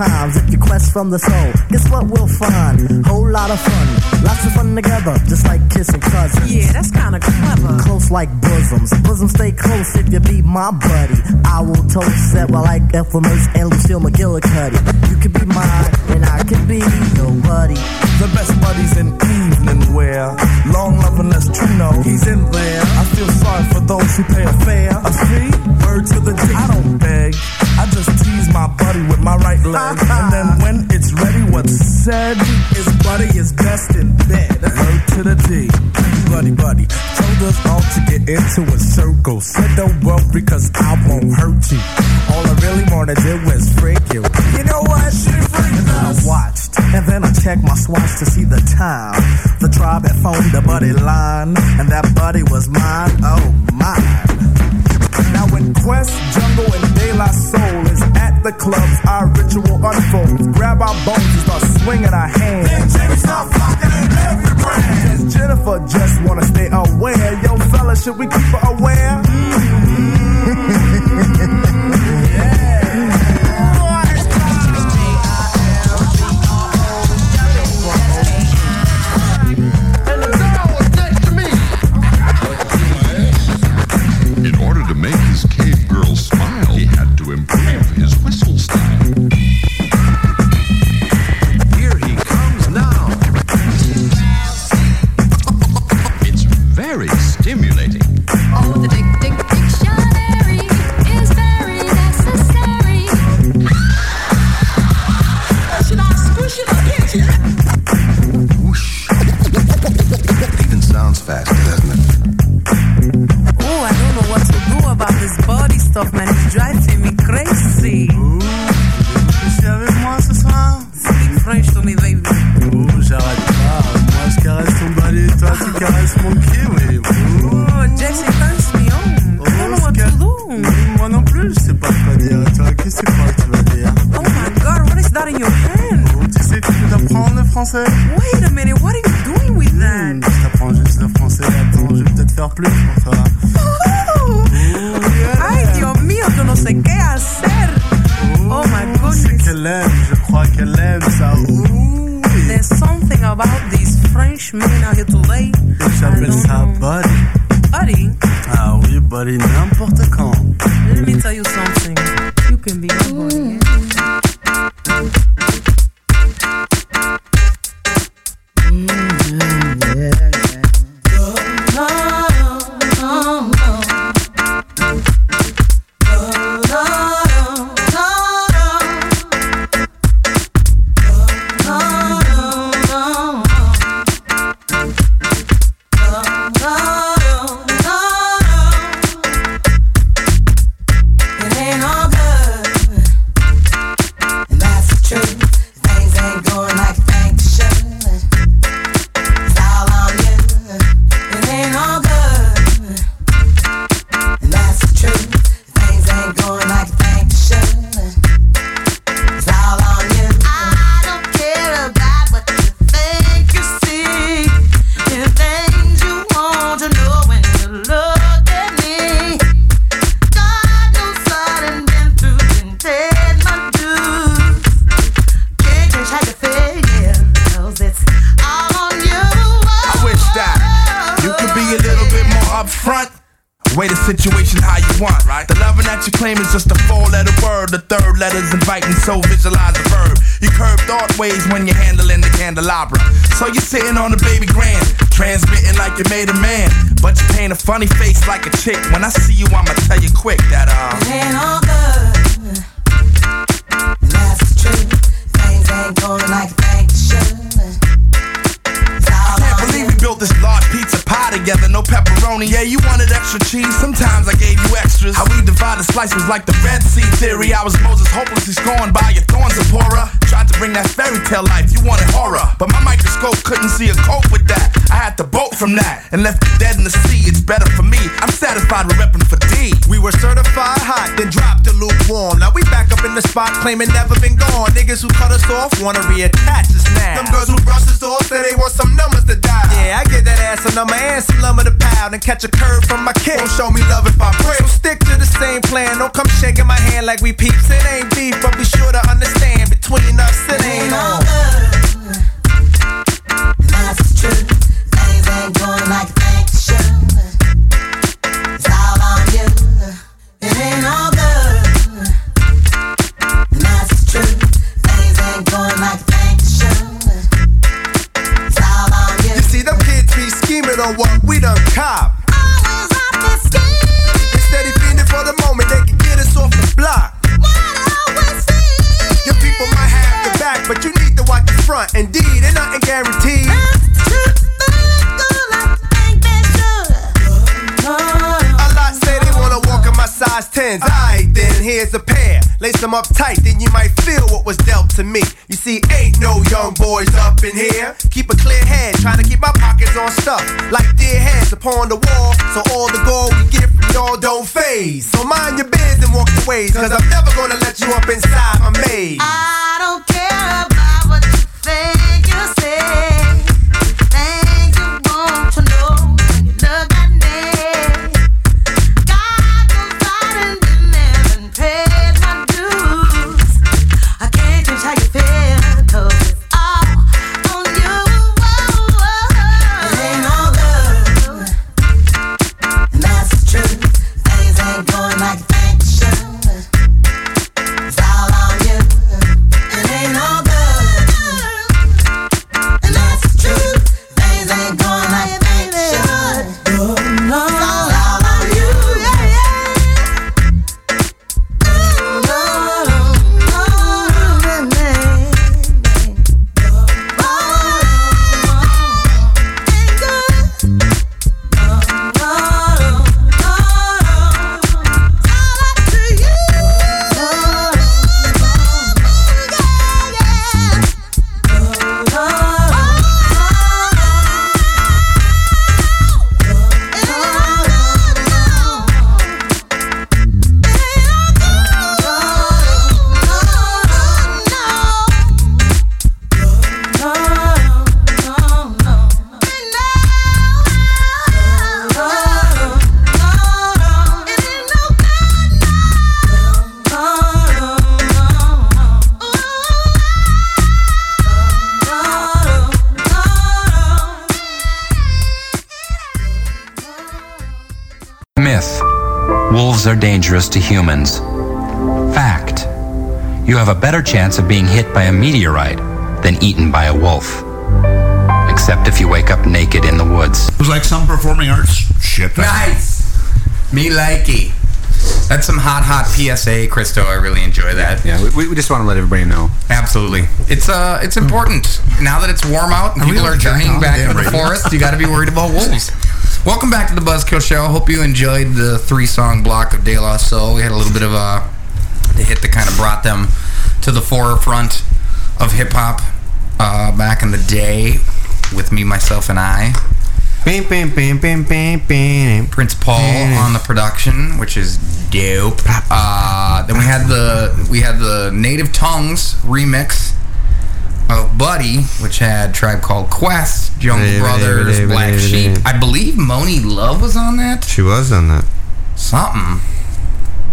Speaker 10: rhymes if you quest from the soul. Guess what we'll find? Whole lot of fun. Lots of fun together, just like kissing cousins. Yeah, that's kinda clever. Close like bosoms. Bosoms stay close if you be my buddy. I will toast that while like Eflamos and Lucille McGillicuddy. You could be mine, and I could be nobody.
Speaker 6: The best buddies in evening wear. Long love unless you know he's in there. I feel sorry for those who pay a fare. A fee? Word to the D. I don't beg. I just tease my buddy with my right leg. and then when it's ready, what's said is buddy is best in bed. Word to the D. Buddy, buddy. Told us all to get into a circle. Said don't worry because I won't hurt you. All I really wanna do is freak you.
Speaker 10: You know what? And then I watched, and then I checked my swatch to see the time. The tribe had phoned the buddy line, and that buddy was mine. Oh my.
Speaker 6: Now in Quest, Jungle, and De La Soul is at the clubs, our ritual unfolds. Grab our bones and start swinging our hands. Then Jimmy start flocking in every brand. Cause [laughs] Jennifer just wanna stay aware. Yo, fella, should we keep her aware?
Speaker 11: In order to make his cave girl smile, he had to improve his whistle style. Here he comes now. It's very stimulating.
Speaker 1: Oh, the dic- dic- dictionary is very necessary. Should I squish it or pinch it?
Speaker 12: Even sounds faster, doesn't it?
Speaker 13: Oh, I don't know what to do about this body stuff, man. It's driving me crazy.
Speaker 6: moi ce soir
Speaker 13: Speak French to me, baby.
Speaker 6: Oh, j'arrête pas. Moi, je caresse ton balai, toi, tu caresses mon pied, oui.
Speaker 13: Oh, Jackson turns me on. I don't know what to do. Oh
Speaker 6: Moi non plus, je sais pas quoi dire. Toi, qu'est-ce que tu crois que tu vas dire
Speaker 13: Oh my God, what is that in your hand?
Speaker 6: Oh, tu sais, tu peux t'apprendre le français
Speaker 13: Wait a minute, what are you doing with that? [laughs]
Speaker 6: Je t'apprends juste le français. Attends, je vais peut-être faire plus pour toi.
Speaker 13: Oh, Ay, Dios mío, yo no sé qué hacer. Oh my
Speaker 6: C'est
Speaker 13: goodness.
Speaker 6: qu'elle aime, je crois qu'elle aime ça. Ouh,
Speaker 13: There's something about these French men out here today.
Speaker 6: j'appelle ça buddy.
Speaker 13: Buddy,
Speaker 6: Ah oui, buddy, n'importe quand.
Speaker 13: let me tell you something. You can be my buddy.
Speaker 12: I wish that you could be a little bit more upfront. Way the situation how you want, right? The loving that you claim is just a four-letter word. The third letter's inviting, so visualize the verb. You curve thought ways when you're handling the candelabra. So you're sitting on the baby grand, transmitting like you made a man, but you paint a funny face like a chick. When I see you, I'ma tell you quick that um.
Speaker 1: It ain't all good.
Speaker 12: I can't believe we built this large pizza pie together. No pepperoni. Yeah, you wanted extra cheese. Sometimes I gave you extras. How we divided slice was like the Red Sea theory. I was Moses, hopelessly scorned by your thorns, Zipporah. Tried to bring that fairy tale life. You wanted horror, but my microscope couldn't see a cope with that. I had to bolt from that and left the dead in the sea. It's better for me. I'm satisfied with repping for D.
Speaker 14: We were certified hot, then dropped the lukewarm. Now we back up in the spot, claiming never been gone. Niggas who cut us off wanna reattach us now. Them girls who brush us off say they want some numbers to die. Yeah, I get that ass a number and some lumber to pound and catch a curve from my kid. Don't show me love if I pray. So stick to the same plan. Don't come shaking my hand like we peeps. It ain't beef, but be sure to understand between know what? We done cop. Always off the scheme. Instead of feeding for the moment, they can get us off the block. Your people might have the back, but you need to watch the front. Indeed, and nothing guaranteed. A lot say they wanna walk in my size 10s. Alright, then here's a pair. Lace them up tight, then you might feel what was dealt to me. You see, ain't no young boys up in here. Keep a clear head, trying to keep my pockets on stuff. Like dead heads upon the wall, so all the gold we get from y'all don't phase. So mind your biz and walk your ways, cause I'm never gonna let you up inside my maze.
Speaker 12: I don't care about what you think you say. Things you want to know when you look at me. God knows I done never paid my dues. I can't change how you feel, 'cause it's all on you. It ain't no love, and that's the truth. Things ain't going like you think they should. It's all on you. It ain't no good. And that's the truth. Things ain't going like you think they should. It's all on you.
Speaker 5: Myth Wolves are dangerous to humans. Fact You have a better chance of being hit by a meteorite than eaten by a wolf. Except if you wake up naked in the woods.
Speaker 4: It was like some performing arts shit.
Speaker 2: Nice. Me likey. That's some hot, hot PSA, Christo. I really enjoy that.
Speaker 5: Yeah, we, we just want to let everybody know.
Speaker 2: Absolutely. It's uh, it's important. Now that it's warm out and
Speaker 5: Are we
Speaker 2: people
Speaker 5: on
Speaker 2: are
Speaker 5: the goddamn
Speaker 2: journeying back into the
Speaker 5: radio?
Speaker 2: forest, you got to be worried
Speaker 4: [laughs]
Speaker 2: about wolves. Welcome back to the Buzzkill Show. Hope you enjoyed the three-song block of De La Soul. We had a little bit of uh, the hit that kind of brought them to the forefront of hip hop uh, back in the day with me, myself, and I. Prince Paul on the production, which is dope. Uh, then we had the we had the Native Tongues remix of Buddy, which had Tribe Called Quest, Jungle Brothers, Black Sheep. I believe Moni Love was on that.
Speaker 3: She was on that.
Speaker 2: Something.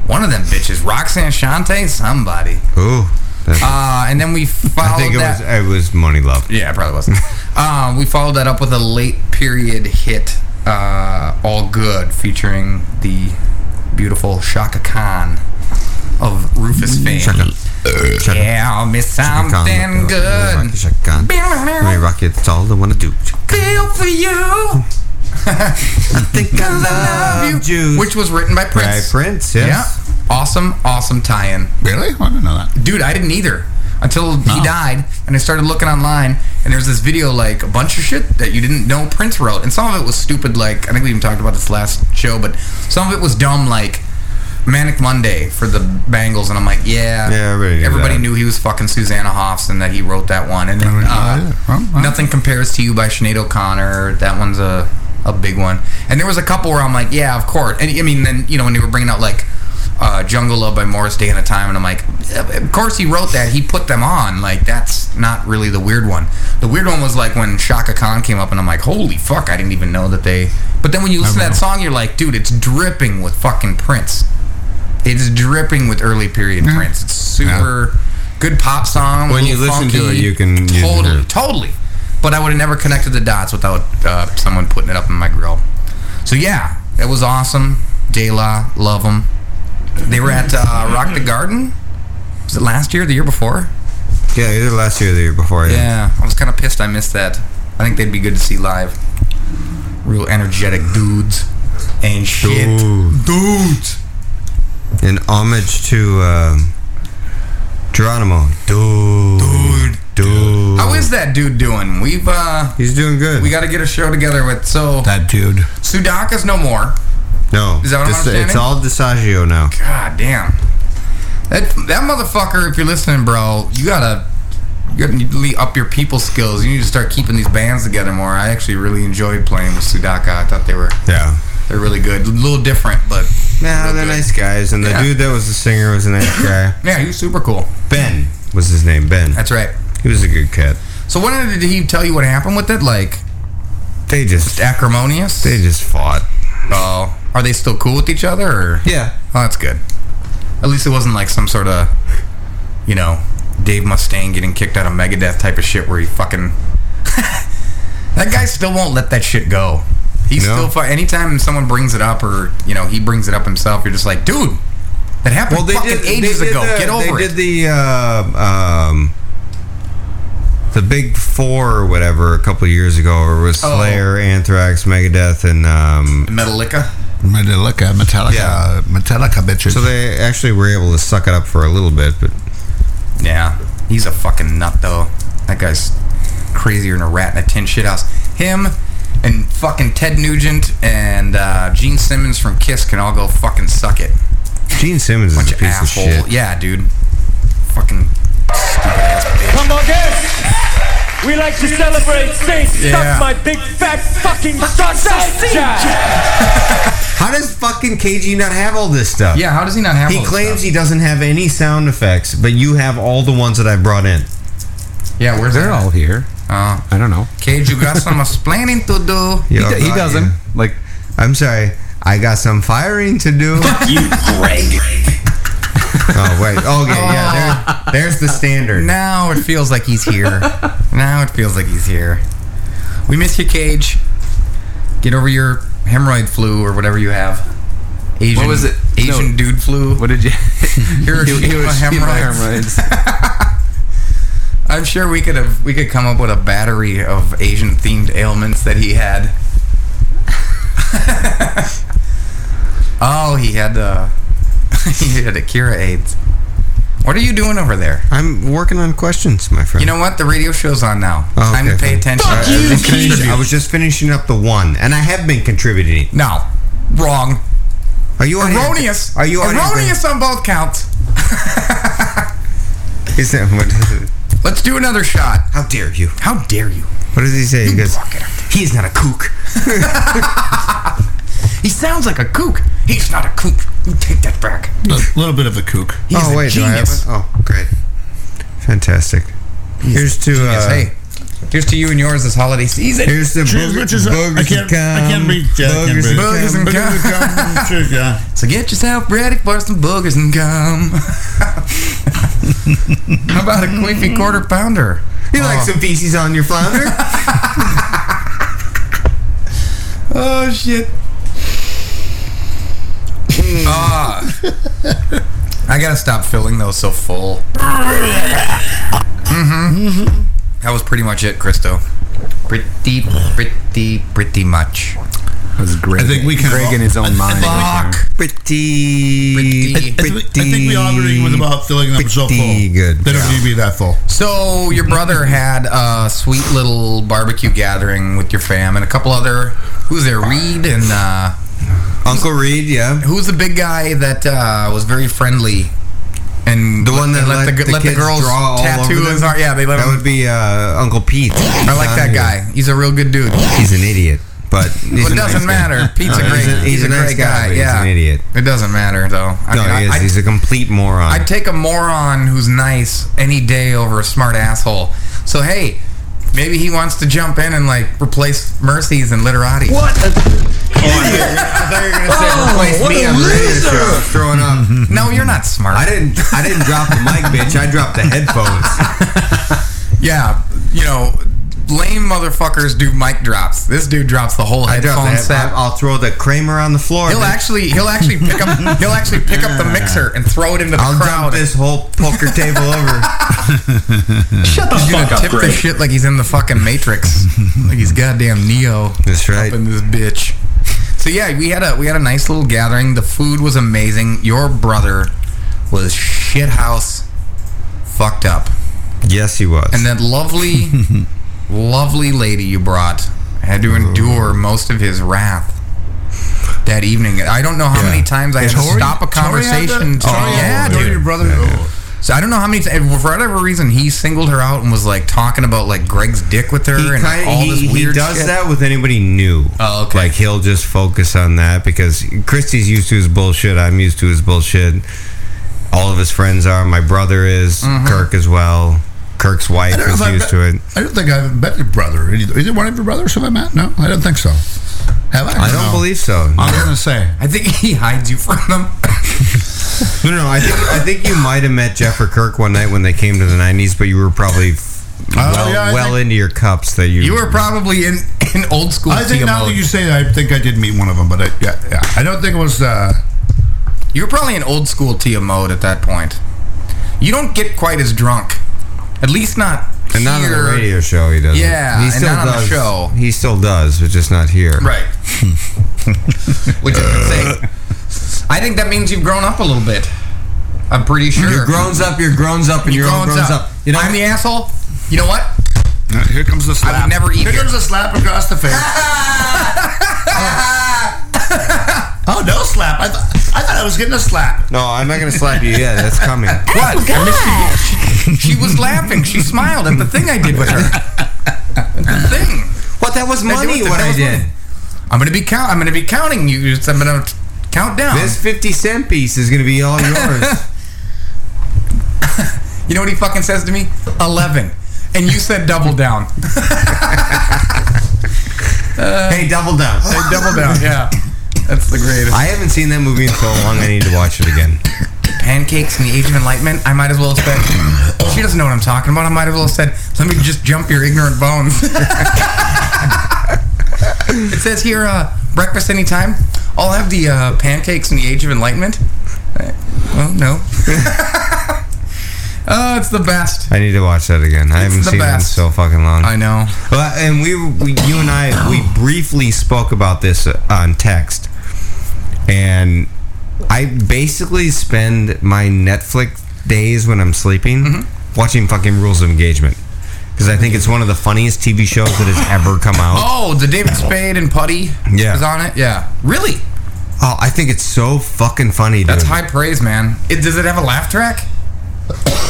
Speaker 2: One of them bitches, Roxanne Shante, somebody.
Speaker 3: Ooh. that-
Speaker 2: Uh, and then we followed
Speaker 3: I think it
Speaker 2: that.
Speaker 3: was it was Money Love.
Speaker 2: Yeah, it probably wasn't. Um, we followed that up with a late period hit, uh, All Good, featuring the beautiful Shaka Khan of Rufus fame. yeah, I'll miss
Speaker 3: Mm-hmm. Shaka Khan,
Speaker 2: something
Speaker 3: uh,
Speaker 2: good.
Speaker 3: Rocky Shaka Khan. Let me rock it. It's all I wanna do.
Speaker 2: Feel for you. I think I love, you. [laughs] Which was written by Prince.
Speaker 3: By Prince, yes.
Speaker 2: Yeah. Awesome, awesome tie-in.
Speaker 4: Really? Oh, I didn't know that. Oh.
Speaker 2: Dude, I didn't either. Until he died, and I started looking online, and there's this video like a bunch of shit that you didn't know Prince wrote, and some of it was stupid. Like I think we even talked about this last show, but some of it was dumb. Like Manic Monday for the Bangles, and I'm like, yeah,
Speaker 3: Yeah, everybody knew that.
Speaker 2: knew he was fucking Susanna Hoffs, and that he wrote that one. And then uh, Nothing Compares to You by Sinead O'Connor. That one's a a big one. And there was a couple where I'm like, yeah, of course. And I mean, then you know when they were bringing out like uh, Jungle Love by Morris Day and a Time, and I'm like, of course he wrote that. He put them on. Like that's not really the weird one. The weird one was like when Shaka Khan came up, and I'm like, holy fuck, I didn't even know that they. But then when you listen to that song, you're like, dude, it's dripping with fucking Prince. It's dripping with early period Prince. It's super good pop song.
Speaker 3: When
Speaker 2: a
Speaker 3: you
Speaker 2: little
Speaker 3: listen to
Speaker 2: funky.
Speaker 3: it, you can- you can hear
Speaker 2: totally,
Speaker 3: it.
Speaker 2: totally. But I would have never connected the dots without uh, someone putting it up in my grill. So yeah, it was awesome. De La, love them. They were at uh, Rock the Garden. Was it last year? or The year before?
Speaker 3: Yeah, either Oh, last year or the year before.
Speaker 2: Yeah, I was kind of pissed I missed that. I think they'd be good to see live. real energetic dudes and shit. Dudes.
Speaker 3: In homage to uh, Geronimo. Dude. Dude. Dude.
Speaker 2: How is that dude doing? We've uh
Speaker 3: He's doing good.
Speaker 2: we got to get a show together with so
Speaker 4: that dude.
Speaker 2: Sudaka's no more.
Speaker 3: No.
Speaker 2: Is that what I'm
Speaker 3: Dis- It's
Speaker 2: understanding?
Speaker 3: all Disagio now.
Speaker 2: God damn. That that motherfucker, if you're listening, bro, you gotta you gotta really up your people skills. You need to start keeping these bands together more. I actually really enjoyed playing with Sudaka. I thought they were
Speaker 3: Yeah.
Speaker 2: they're really good. A little different, but
Speaker 3: Nah, they're nice guys. And the
Speaker 2: Yeah.
Speaker 3: dude that was the singer was
Speaker 2: [coughs]
Speaker 3: a nice guy.
Speaker 2: yeah, he was super cool.
Speaker 3: Ben was his name. Ben.
Speaker 2: That's right.
Speaker 3: He was a good cat.
Speaker 2: So when did he tell you what happened with it? Like
Speaker 3: they just
Speaker 2: acrimonious.
Speaker 3: They just fought.
Speaker 2: Oh, are they still cool with each other? Or?
Speaker 3: Yeah.
Speaker 2: Oh, that's good. At least it wasn't like some sort of, you know, Dave Mustaine getting kicked out of Megadeth type of shit where he fucking. [laughs] that guy still won't let that shit go. He's
Speaker 3: No.
Speaker 2: still fu- anytime someone brings it up or you know he brings it up himself, you're just like, dude, that happened fucking ages
Speaker 3: did
Speaker 2: ago.
Speaker 3: the-
Speaker 2: Get over
Speaker 3: they
Speaker 2: it.
Speaker 3: did the uh, um, the big four or whatever a couple of years ago. Or was
Speaker 2: Oh.
Speaker 3: Slayer, Anthrax, Megadeth, and um,
Speaker 2: Metallica.
Speaker 4: Metallica, Metallica,
Speaker 3: Yeah.
Speaker 4: Uh, Metallica bitches.
Speaker 3: So they actually were able to suck it up for a little bit, but
Speaker 2: Yeah, he's a fucking nut though. That guy's crazier than a rat in a tin shithouse. Him and fucking Ted Nugent and uh, Gene Simmons from Kiss can all go fucking suck it.
Speaker 3: Gene Simmons is a piece of shit.
Speaker 2: Yeah, dude. Fucking stupid ass bitch.
Speaker 15: Come on, guys. We like to celebrate Saints.
Speaker 2: Yeah.
Speaker 15: Suck my big fat fucking sausage.
Speaker 3: How does fucking KG not have all this stuff?
Speaker 2: Yeah, how does he not have
Speaker 3: He
Speaker 2: all this
Speaker 3: claims
Speaker 2: stuff?
Speaker 3: he doesn't have any sound effects, but you have all the ones that I brought in.
Speaker 2: Yeah, where's
Speaker 16: They're
Speaker 2: that?
Speaker 16: all here.
Speaker 2: Uh,
Speaker 16: I don't know.
Speaker 2: Cage, you got
Speaker 16: [laughs]
Speaker 2: some explaining to do.
Speaker 16: He d- he doesn't.
Speaker 3: Like, I'm sorry. I got some firing to
Speaker 16: [laughs]
Speaker 3: do.
Speaker 2: You Greg.
Speaker 3: oh wait. Okay. Yeah.
Speaker 2: [laughs]
Speaker 3: There, there's the standard.
Speaker 2: Now it feels like he's here. now it feels like he's here. We miss you, Cage. Get over your hemorrhoid flu or whatever you have. Asian,
Speaker 16: what was it?
Speaker 2: Asian dude. flu. [laughs]
Speaker 16: What did you? [laughs]
Speaker 2: Hiroshima hemorrhoids.
Speaker 16: hemorrhoids.
Speaker 2: [laughs] I'm sure we could have we could come up with a battery of Asian themed ailments that he
Speaker 16: [laughs]
Speaker 2: had. [laughs] oh, he had uh [laughs] he had Akira AIDS. What are you doing over there?
Speaker 3: I'm working on questions, my friend.
Speaker 2: You know what? The radio show's on now.
Speaker 3: Oh,
Speaker 2: Time to
Speaker 3: okay,
Speaker 2: pay
Speaker 3: fine.
Speaker 2: attention.
Speaker 3: I- I was just finishing- I was just finishing up the one, and I have been contributing.
Speaker 2: No, wrong.
Speaker 3: Are you on his-
Speaker 2: erroneous.
Speaker 3: Are you on his-
Speaker 2: erroneous on both counts?
Speaker 3: Is that what?
Speaker 2: Let's do another shot.
Speaker 3: How dare you?
Speaker 2: How dare you?
Speaker 3: What does he say? He goes, "He's not a kook."
Speaker 2: [laughs] He sounds like a kook. He's not a kook. You take that back.
Speaker 4: A little bit of a kook.
Speaker 2: He's
Speaker 3: oh
Speaker 2: a
Speaker 3: wait, do I have
Speaker 2: genius.
Speaker 3: one? oh great, fantastic. Here's to uh,
Speaker 2: hey, here's to you and yours this holiday season.
Speaker 3: Here's to Cheers, boog- bitches. I boogers can't- I come, can't reach, uh, can't boogers reach. come,
Speaker 2: Boogers and
Speaker 3: boogers
Speaker 2: come. [laughs] So get yourself ready for some boogers and come. [laughs] How about a queefy quarter pounder?
Speaker 3: You like some feces on your [laughs] flounder?
Speaker 2: oh shit. Ah. I gotta stop filling those so full. Mm-hmm. That was pretty much it, Christo. Pretty, pretty, pretty much. That was great.
Speaker 4: I think we can.
Speaker 2: Fuck.
Speaker 3: Pretty.
Speaker 4: I, I think- I think we all agree with about filling them so full.
Speaker 3: Pretty good.
Speaker 4: They don't need to be that full.
Speaker 2: So your brother had a sweet little barbecue gathering with your fam and a couple other. Who's there? Reed and uh,
Speaker 3: Uncle Reed. Yeah.
Speaker 2: Who's the big guy that uh, was very friendly and
Speaker 3: The one that
Speaker 2: and
Speaker 3: let, the,
Speaker 2: g- let the
Speaker 3: kids
Speaker 2: girls
Speaker 3: draw all
Speaker 2: tattoo
Speaker 3: over
Speaker 2: his
Speaker 3: them?
Speaker 2: arm? Yeah, they let
Speaker 3: That
Speaker 2: him.
Speaker 3: would be uh, Uncle Pete.
Speaker 2: I like that guy. He's a real good dude.
Speaker 3: He's an idiot, but he's
Speaker 2: But
Speaker 3: a
Speaker 2: it doesn't
Speaker 3: nice guy.
Speaker 2: matter. Pete's a
Speaker 3: No,
Speaker 2: great-
Speaker 3: He's a,
Speaker 2: he's a
Speaker 3: nice
Speaker 2: great guy,
Speaker 3: guy. but
Speaker 2: yeah.
Speaker 3: He's an idiot.
Speaker 2: It doesn't matter though. I
Speaker 3: no,
Speaker 2: mean, I-
Speaker 3: he is.
Speaker 2: I-
Speaker 3: he's a complete moron.
Speaker 2: I'd take a moron who's nice any day over a smart asshole. So hey, maybe he wants to jump in and like replace Mercy's and Literati. [laughs] What?
Speaker 4: Oh,
Speaker 15: Oh,
Speaker 3: replace me on the radio show, throwing up. [laughs]
Speaker 2: [laughs] No, you're not smart.
Speaker 3: I didn't. I
Speaker 2: [laughs]
Speaker 3: [laughs] didn't drop the mic, bitch. I dropped the headphones.
Speaker 2: Yeah, you know, lame motherfuckers do mic drops. This dude drops the whole
Speaker 3: I dropped
Speaker 2: headphone
Speaker 3: that.
Speaker 2: set.
Speaker 3: I'll throw the Kramer on the floor.
Speaker 2: He'll
Speaker 3: bitch.
Speaker 2: actually he'll actually pick up he'll actually pick up the
Speaker 3: [laughs]
Speaker 2: mixer and throw it into the
Speaker 3: I'll
Speaker 2: crowd.
Speaker 3: dump this whole poker table over.
Speaker 2: [laughs] Shut the he's gonna
Speaker 3: fuck up,
Speaker 2: tip
Speaker 3: Greg.
Speaker 2: this shit like he's in the fucking
Speaker 3: [laughs]
Speaker 2: Matrix, like he's goddamn Neo.
Speaker 3: That's right.
Speaker 2: Up in this bitch. So yeah, we had a we had a nice little gathering. The food was amazing. Your brother was shit house fucked up,
Speaker 3: Yes, he was.
Speaker 2: and that
Speaker 3: [laughs]
Speaker 2: lovely lovely lady you brought had to endure most of his wrath. That evening, I don't know how many times I had to stop a conversation. to- yeah, dude.
Speaker 4: your brother.
Speaker 2: So I don't know how many times, for whatever reason, he singled her out and was like talking about like Greg's dick with her
Speaker 3: He,
Speaker 2: and
Speaker 3: kinda,
Speaker 2: all
Speaker 3: he,
Speaker 2: this
Speaker 3: he
Speaker 2: weird
Speaker 3: does
Speaker 2: shit.
Speaker 3: that with anybody new.
Speaker 2: Oh, okay.
Speaker 3: Like he'll just focus on that because Christy's used to his bullshit. I'm used to his bullshit. All of his friends are. My brother is.
Speaker 4: Mhm.
Speaker 3: Kirk as well. Kirk's wife
Speaker 4: I don't know
Speaker 3: is
Speaker 4: if I
Speaker 3: used
Speaker 4: met-
Speaker 3: to it.
Speaker 4: I don't think I've met your brother. Either. Is it one of your brothers have I met? No, I don't think so. Have I?
Speaker 3: I don't
Speaker 4: No.
Speaker 3: believe so.
Speaker 4: I was gonna say.
Speaker 2: I think he hides you from them.
Speaker 3: [laughs] No, no, I think I think you might have met Jeff or Kirk one night when they came to the '90s, but you were probably f- well,
Speaker 4: yeah, I
Speaker 3: well into your cups that you
Speaker 2: You were probably in, in old school
Speaker 4: I think now
Speaker 2: TMO.
Speaker 4: that you say that, I think I did meet one of them, but I, yeah, yeah, I don't think it was. Uh,
Speaker 2: You were probably in old school Tia mode at that point. You don't get quite as drunk. At least not
Speaker 3: and not on
Speaker 2: here.
Speaker 3: the radio show. He doesn't.
Speaker 2: Yeah,
Speaker 3: he
Speaker 2: and not on the
Speaker 3: does-
Speaker 2: show.
Speaker 3: He still does, but just not here.
Speaker 2: Right.
Speaker 3: [laughs]
Speaker 2: Which is insane. I think that means you've grown up a little bit. I'm pretty sure.
Speaker 3: You're grown up. You're grown up, and you're all grown up.
Speaker 2: You know, I'm the asshole. You know what?
Speaker 4: here comes the slap.
Speaker 2: I would never eat
Speaker 4: Here comes a slap across the face. oh no, slap! I, th- I thought I was getting a slap.
Speaker 3: No, I'm not gonna slap you yet. That's coming.
Speaker 2: What? She, she was laughing. She smiled at the thing I did with her. The thing.
Speaker 3: What? That was money. What I did.
Speaker 2: I'm gonna be count. I'm gonna be counting you. I'm gonna count down.
Speaker 3: This 50 cent piece is gonna be all
Speaker 2: [laughs]
Speaker 3: yours.
Speaker 2: you know what he fucking says to me? Eleven. And you said double down.
Speaker 3: hey, double down.
Speaker 2: Hey, double down. Yeah, that's the greatest.
Speaker 3: I haven't seen that movie in so long. I need to watch it again.
Speaker 2: pancakes in the age of enlightenment, I might as well have said, she doesn't know what I'm talking about. I might as well have said, let me just jump your ignorant bones. [laughs] it says here, uh, breakfast anytime. I'll have the uh, pancakes in the age of enlightenment. Uh, Well, no. [laughs] oh, it's the best.
Speaker 3: I need to watch that again. I
Speaker 2: It's
Speaker 3: haven't
Speaker 2: the
Speaker 3: seen
Speaker 2: best.
Speaker 3: it in so fucking long.
Speaker 2: I know.
Speaker 3: Well, and we, we, you and I, we briefly spoke about this uh, on text, and I basically spend my Netflix days when I'm sleeping
Speaker 2: Mm-hmm.
Speaker 3: watching fucking Rules of Engagement because I think it's one of the funniest TV shows that has ever come out.
Speaker 2: Oh, the David Spade and Putty
Speaker 3: Yeah.
Speaker 2: is on it. Yeah, really?
Speaker 3: Oh, I think it's so fucking funny, dude.
Speaker 2: That's high praise, man. It, does it have a laugh track?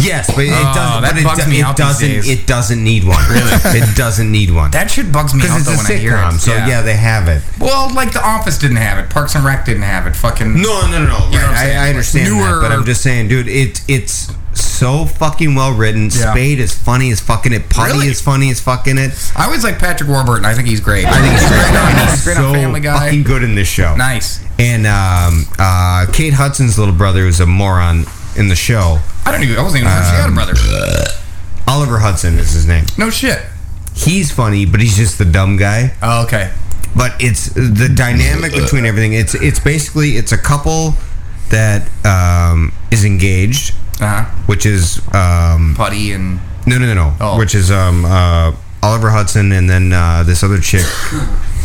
Speaker 3: Yes, but it
Speaker 2: Oh,
Speaker 3: doesn't.
Speaker 2: that
Speaker 3: but it,
Speaker 2: bugs
Speaker 3: do-
Speaker 2: me
Speaker 3: it
Speaker 2: out these
Speaker 3: doesn't.
Speaker 2: days.
Speaker 3: It doesn't need one. Really, it doesn't need one.
Speaker 2: That shit bugs me out
Speaker 3: Because
Speaker 2: though
Speaker 3: it's a
Speaker 2: when I hear it.
Speaker 3: sitcom, so yeah. they have it.
Speaker 2: Well, like The Office didn't have it. Parks and Rec didn't have it. Fucking
Speaker 3: No, no, no, no.
Speaker 2: You know what I'm
Speaker 3: right,
Speaker 2: saying?
Speaker 3: I, I understand
Speaker 2: Newer-
Speaker 3: that, but I'm just saying, dude, it it's so fucking well written.
Speaker 2: Yeah.
Speaker 3: Spade is funny as fucking it. Putty
Speaker 2: Really?
Speaker 3: is funny as fucking it.
Speaker 2: I always like Patrick Warburton. I think he's great. I think he's great. on, he's great
Speaker 3: so
Speaker 2: on Family Guy.
Speaker 3: fucking good in this show.
Speaker 2: Nice.
Speaker 3: And um, uh, Kate Hudson's little brother is a moron in the show.
Speaker 2: I don't even. I wasn't even sure she had a
Speaker 3: Um,
Speaker 2: brother.
Speaker 3: Oliver Hudson is his name.
Speaker 2: No shit.
Speaker 3: He's funny, but he's just the dumb guy.
Speaker 2: Oh, okay.
Speaker 3: but it's the
Speaker 2: [laughs]
Speaker 3: dynamic between everything. It's it's basically it's a couple that um, is engaged,
Speaker 2: Uh-huh.
Speaker 3: which is um,
Speaker 2: Putty and
Speaker 3: no no no no,
Speaker 2: Oh.
Speaker 3: which is um, uh, Oliver Hudson and then uh, this other
Speaker 2: [laughs]
Speaker 3: chick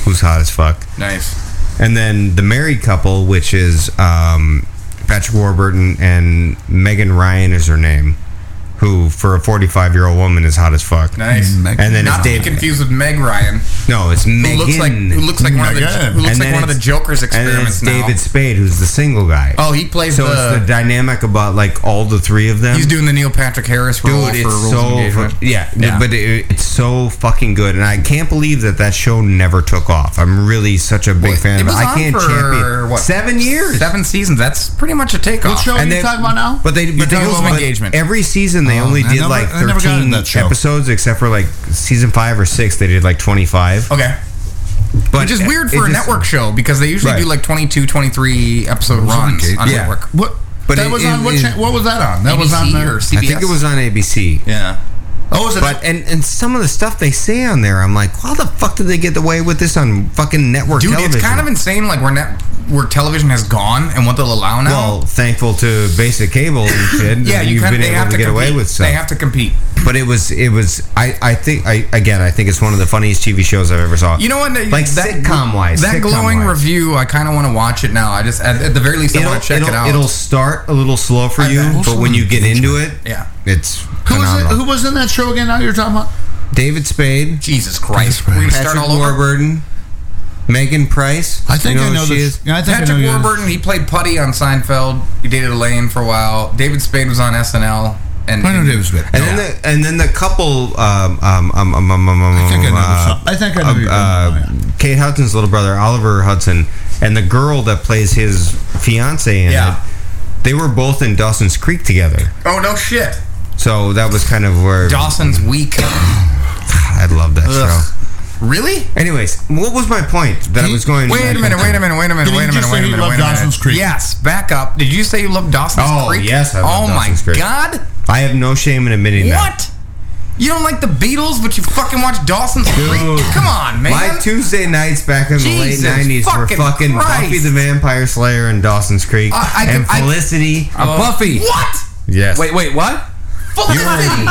Speaker 3: who's hot as fuck,
Speaker 2: nice.
Speaker 3: and then the married couple, which is um, Patrick Warburton and Megan Ryan is her name. Who for a forty-five-year-old woman is hot as fuck.
Speaker 2: Nice.
Speaker 3: and then
Speaker 2: Not
Speaker 3: it's
Speaker 2: to be
Speaker 3: David.
Speaker 2: confused with Meg Ryan,
Speaker 3: No, it's
Speaker 2: who
Speaker 3: Megan.
Speaker 2: looks like who looks like one of the
Speaker 4: Megan.
Speaker 2: who looks
Speaker 3: And
Speaker 2: like
Speaker 3: then
Speaker 2: one of the
Speaker 3: it's-
Speaker 2: Joker's
Speaker 3: and then it's
Speaker 2: experiments now.
Speaker 3: David Spade, who's the single guy.
Speaker 2: Oh, he plays
Speaker 3: so
Speaker 2: the-
Speaker 3: it's the dynamic about like all the three of them.
Speaker 2: He's doing the Neil Patrick Harris role
Speaker 3: Dude,
Speaker 2: for
Speaker 3: it's
Speaker 2: Rules of
Speaker 3: so
Speaker 2: Engagement.
Speaker 3: yeah,
Speaker 2: Yeah.
Speaker 3: but it, it's so fucking good, and I can't believe that that show never took off. I'm really such a big
Speaker 2: It
Speaker 3: fan. of
Speaker 2: was
Speaker 3: it. I
Speaker 2: on
Speaker 3: can't
Speaker 2: for
Speaker 3: champion
Speaker 2: what?
Speaker 3: seven years.
Speaker 2: seven seasons. That's pretty much a takeoff.
Speaker 4: What show are you talking about now?
Speaker 3: But they but they
Speaker 2: Rules of
Speaker 3: but
Speaker 2: Engagement.
Speaker 3: Every season they
Speaker 4: Oh,
Speaker 3: only
Speaker 4: I
Speaker 3: did
Speaker 4: never-
Speaker 3: like
Speaker 4: I never got
Speaker 3: 13
Speaker 4: into that show.
Speaker 3: episodes, except for like season five or six, they did like 25.
Speaker 2: Okay.
Speaker 3: But
Speaker 2: Which is
Speaker 3: it-
Speaker 2: weird
Speaker 3: it
Speaker 2: for a
Speaker 3: just-
Speaker 2: network show because they usually
Speaker 3: Right.
Speaker 2: do like 22, 23 episode runs
Speaker 4: Engagement.
Speaker 2: on
Speaker 3: Yeah.
Speaker 2: network.
Speaker 4: What?
Speaker 3: But
Speaker 4: that
Speaker 3: it-
Speaker 4: was
Speaker 3: it-
Speaker 4: on what?
Speaker 3: it-
Speaker 4: cha- what was that on? That was
Speaker 2: ABC
Speaker 4: on there.
Speaker 2: or
Speaker 3: I think
Speaker 2: CBS?
Speaker 3: it was on ABC.
Speaker 2: Yeah.
Speaker 4: Oh, is it?
Speaker 3: But and and some of the stuff they say on there, I'm like, how the fuck did they get away with this on fucking network
Speaker 2: Dude,
Speaker 3: television?
Speaker 2: it's kind of insane. Like where net, where television has gone and what they'll allow now.
Speaker 3: well, thankful to basic cable
Speaker 2: [laughs]
Speaker 3: and shit.
Speaker 2: yeah,
Speaker 3: that
Speaker 2: you
Speaker 3: you've
Speaker 2: kind
Speaker 3: been
Speaker 2: they
Speaker 3: able
Speaker 2: have
Speaker 3: to,
Speaker 2: to
Speaker 3: get
Speaker 2: compete.
Speaker 3: away with stuff.
Speaker 2: They have to compete.
Speaker 3: But it was it was I I think I again I think it's one of the funniest TV shows I've ever saw.
Speaker 2: You know what?
Speaker 3: Like sitcom wise,
Speaker 2: that
Speaker 3: sitcom
Speaker 2: glowing
Speaker 3: wise.
Speaker 2: review. I kind of want to watch it now. I just at, at the very least I want to check it out.
Speaker 3: It'll start a little slow for you, but when you get into it,
Speaker 2: yeah,
Speaker 3: it's
Speaker 4: Who was it?
Speaker 3: phenomenal.
Speaker 4: Who was in that show again? Now you're talking about.
Speaker 3: David Spade,
Speaker 2: Jesus Christ, we're gonna
Speaker 3: Patrick
Speaker 2: start all over?
Speaker 3: Warburton, Megan Price.
Speaker 4: I think I know
Speaker 3: who she
Speaker 4: this-
Speaker 3: is?
Speaker 4: I think I
Speaker 2: Patrick
Speaker 4: know you-
Speaker 2: Warburton, he played Putty on Seinfeld. He dated Elaine for a while. David Spade was on SNL. And
Speaker 4: I know David Spade.
Speaker 3: And then the and then the couple. Um, um, um, um, um, um, I
Speaker 4: think I know this- I think I know who you're
Speaker 3: Kate Hudson's little brother, Oliver Hudson, and the girl that plays his fiance in
Speaker 2: Yeah.
Speaker 3: it. They were both in Dawson's Creek together,
Speaker 2: Oh no shit!
Speaker 3: so that was kind of where
Speaker 2: Dawson's Week.
Speaker 3: [sighs] I love that
Speaker 2: Ugh.
Speaker 3: show.
Speaker 2: Really?
Speaker 3: Anyways, what was my point that I was going?
Speaker 2: Wait a minute, wait a minute, wait a minute,
Speaker 3: Did
Speaker 2: wait
Speaker 3: you
Speaker 2: a minute,
Speaker 3: just
Speaker 2: wait
Speaker 3: say
Speaker 2: a
Speaker 3: you
Speaker 2: minute.
Speaker 3: love
Speaker 2: wait a minute.
Speaker 3: Dawson's Creek?
Speaker 2: Yes, back up. Did you say you love Dawson's
Speaker 3: Oh
Speaker 2: Creek?
Speaker 3: yes, I love
Speaker 2: oh
Speaker 3: Dawson's
Speaker 2: my
Speaker 3: Creek.
Speaker 2: god.
Speaker 3: I have no shame in admitting that.
Speaker 2: What? You don't like the Beatles, but you fucking watch Dawson's Creek? Come on, man.
Speaker 3: My Tuesday nights back in the
Speaker 2: Jesus
Speaker 3: late nineties were
Speaker 2: fucking
Speaker 3: fucking
Speaker 2: Christ.
Speaker 3: Buffy the Vampire Slayer and Dawson's Creek
Speaker 2: I- I
Speaker 3: and
Speaker 2: could- I-
Speaker 3: Felicity.
Speaker 2: Oh. What?
Speaker 3: Yes.
Speaker 2: Wait, wait, what? Felicity.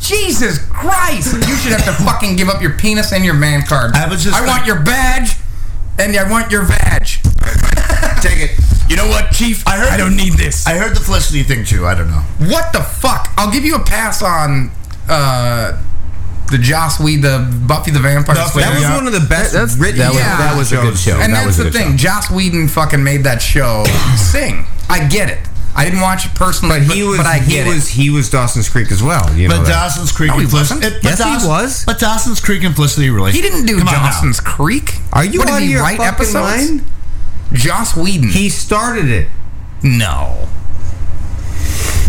Speaker 2: Jesus Christ! You should have to fucking give up your penis and your man card. I
Speaker 4: was just-
Speaker 2: want your badge, and I want your vag. Take it. You know what, Chief? I heard. I don't need this.
Speaker 4: I heard the Felicity thing too. I don't know.
Speaker 2: What the fuck? I'll give you a pass on uh, the Joss Whedon, the Buffy the Vampire
Speaker 3: That
Speaker 2: Slayer.
Speaker 3: was one of the best
Speaker 2: That- that's-
Speaker 3: written
Speaker 2: that was-
Speaker 3: yeah.
Speaker 2: that was
Speaker 16: a good show.
Speaker 2: And
Speaker 16: That
Speaker 2: that's
Speaker 16: was a
Speaker 2: the
Speaker 16: good
Speaker 2: thing. Joss Whedon fucking made that show sing. I get it. I didn't watch it personally, but,
Speaker 3: He was,
Speaker 2: but I
Speaker 3: he
Speaker 2: get it.
Speaker 3: was he was Dawson's Creek as well. You know
Speaker 4: But
Speaker 3: that.
Speaker 4: Dawson's Creek
Speaker 2: No, he
Speaker 4: and Felicity.
Speaker 2: wasn't.
Speaker 4: it- but
Speaker 2: Yes, he
Speaker 4: Dawson-
Speaker 2: was.
Speaker 4: But Dawson's Creek and Felicity really.
Speaker 2: He didn't do
Speaker 4: Come on now.
Speaker 2: Dawson's Creek.
Speaker 3: Are you
Speaker 2: what,
Speaker 3: out
Speaker 2: did
Speaker 3: of
Speaker 2: he
Speaker 3: your
Speaker 2: write
Speaker 3: fucking
Speaker 2: episodes?
Speaker 3: mind?
Speaker 2: Joss Whedon.
Speaker 3: He started it.
Speaker 2: No.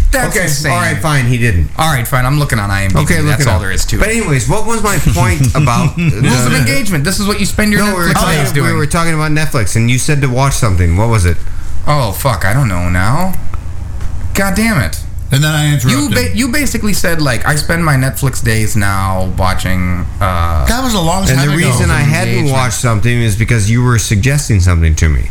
Speaker 2: That's
Speaker 3: Okay,
Speaker 2: insane.
Speaker 3: all right, fine. He didn't.
Speaker 2: All right, fine. I'm looking on IMDb.
Speaker 3: Okay, look
Speaker 2: that's
Speaker 3: it
Speaker 2: all
Speaker 3: up.
Speaker 2: there is to it.
Speaker 3: But anyways, what was my point
Speaker 2: [laughs]
Speaker 3: about
Speaker 2: rules of
Speaker 3: the- Oh,
Speaker 2: engagement. This is what you spend your
Speaker 3: No, we were,
Speaker 2: Netflix days
Speaker 3: talking,
Speaker 2: doing.
Speaker 3: we were talking about Netflix, and you said to watch something. What was it?
Speaker 2: Oh fuck, I don't know now. God damn it.
Speaker 4: And then I
Speaker 2: You
Speaker 4: interrupted.
Speaker 2: ba- you basically said like I spend my Netflix days now watching. Uh,
Speaker 4: that was a long
Speaker 3: And
Speaker 4: time
Speaker 3: the
Speaker 4: ago.
Speaker 3: reason I hadn't
Speaker 2: Engagement.
Speaker 3: watched something is because you were suggesting something to me.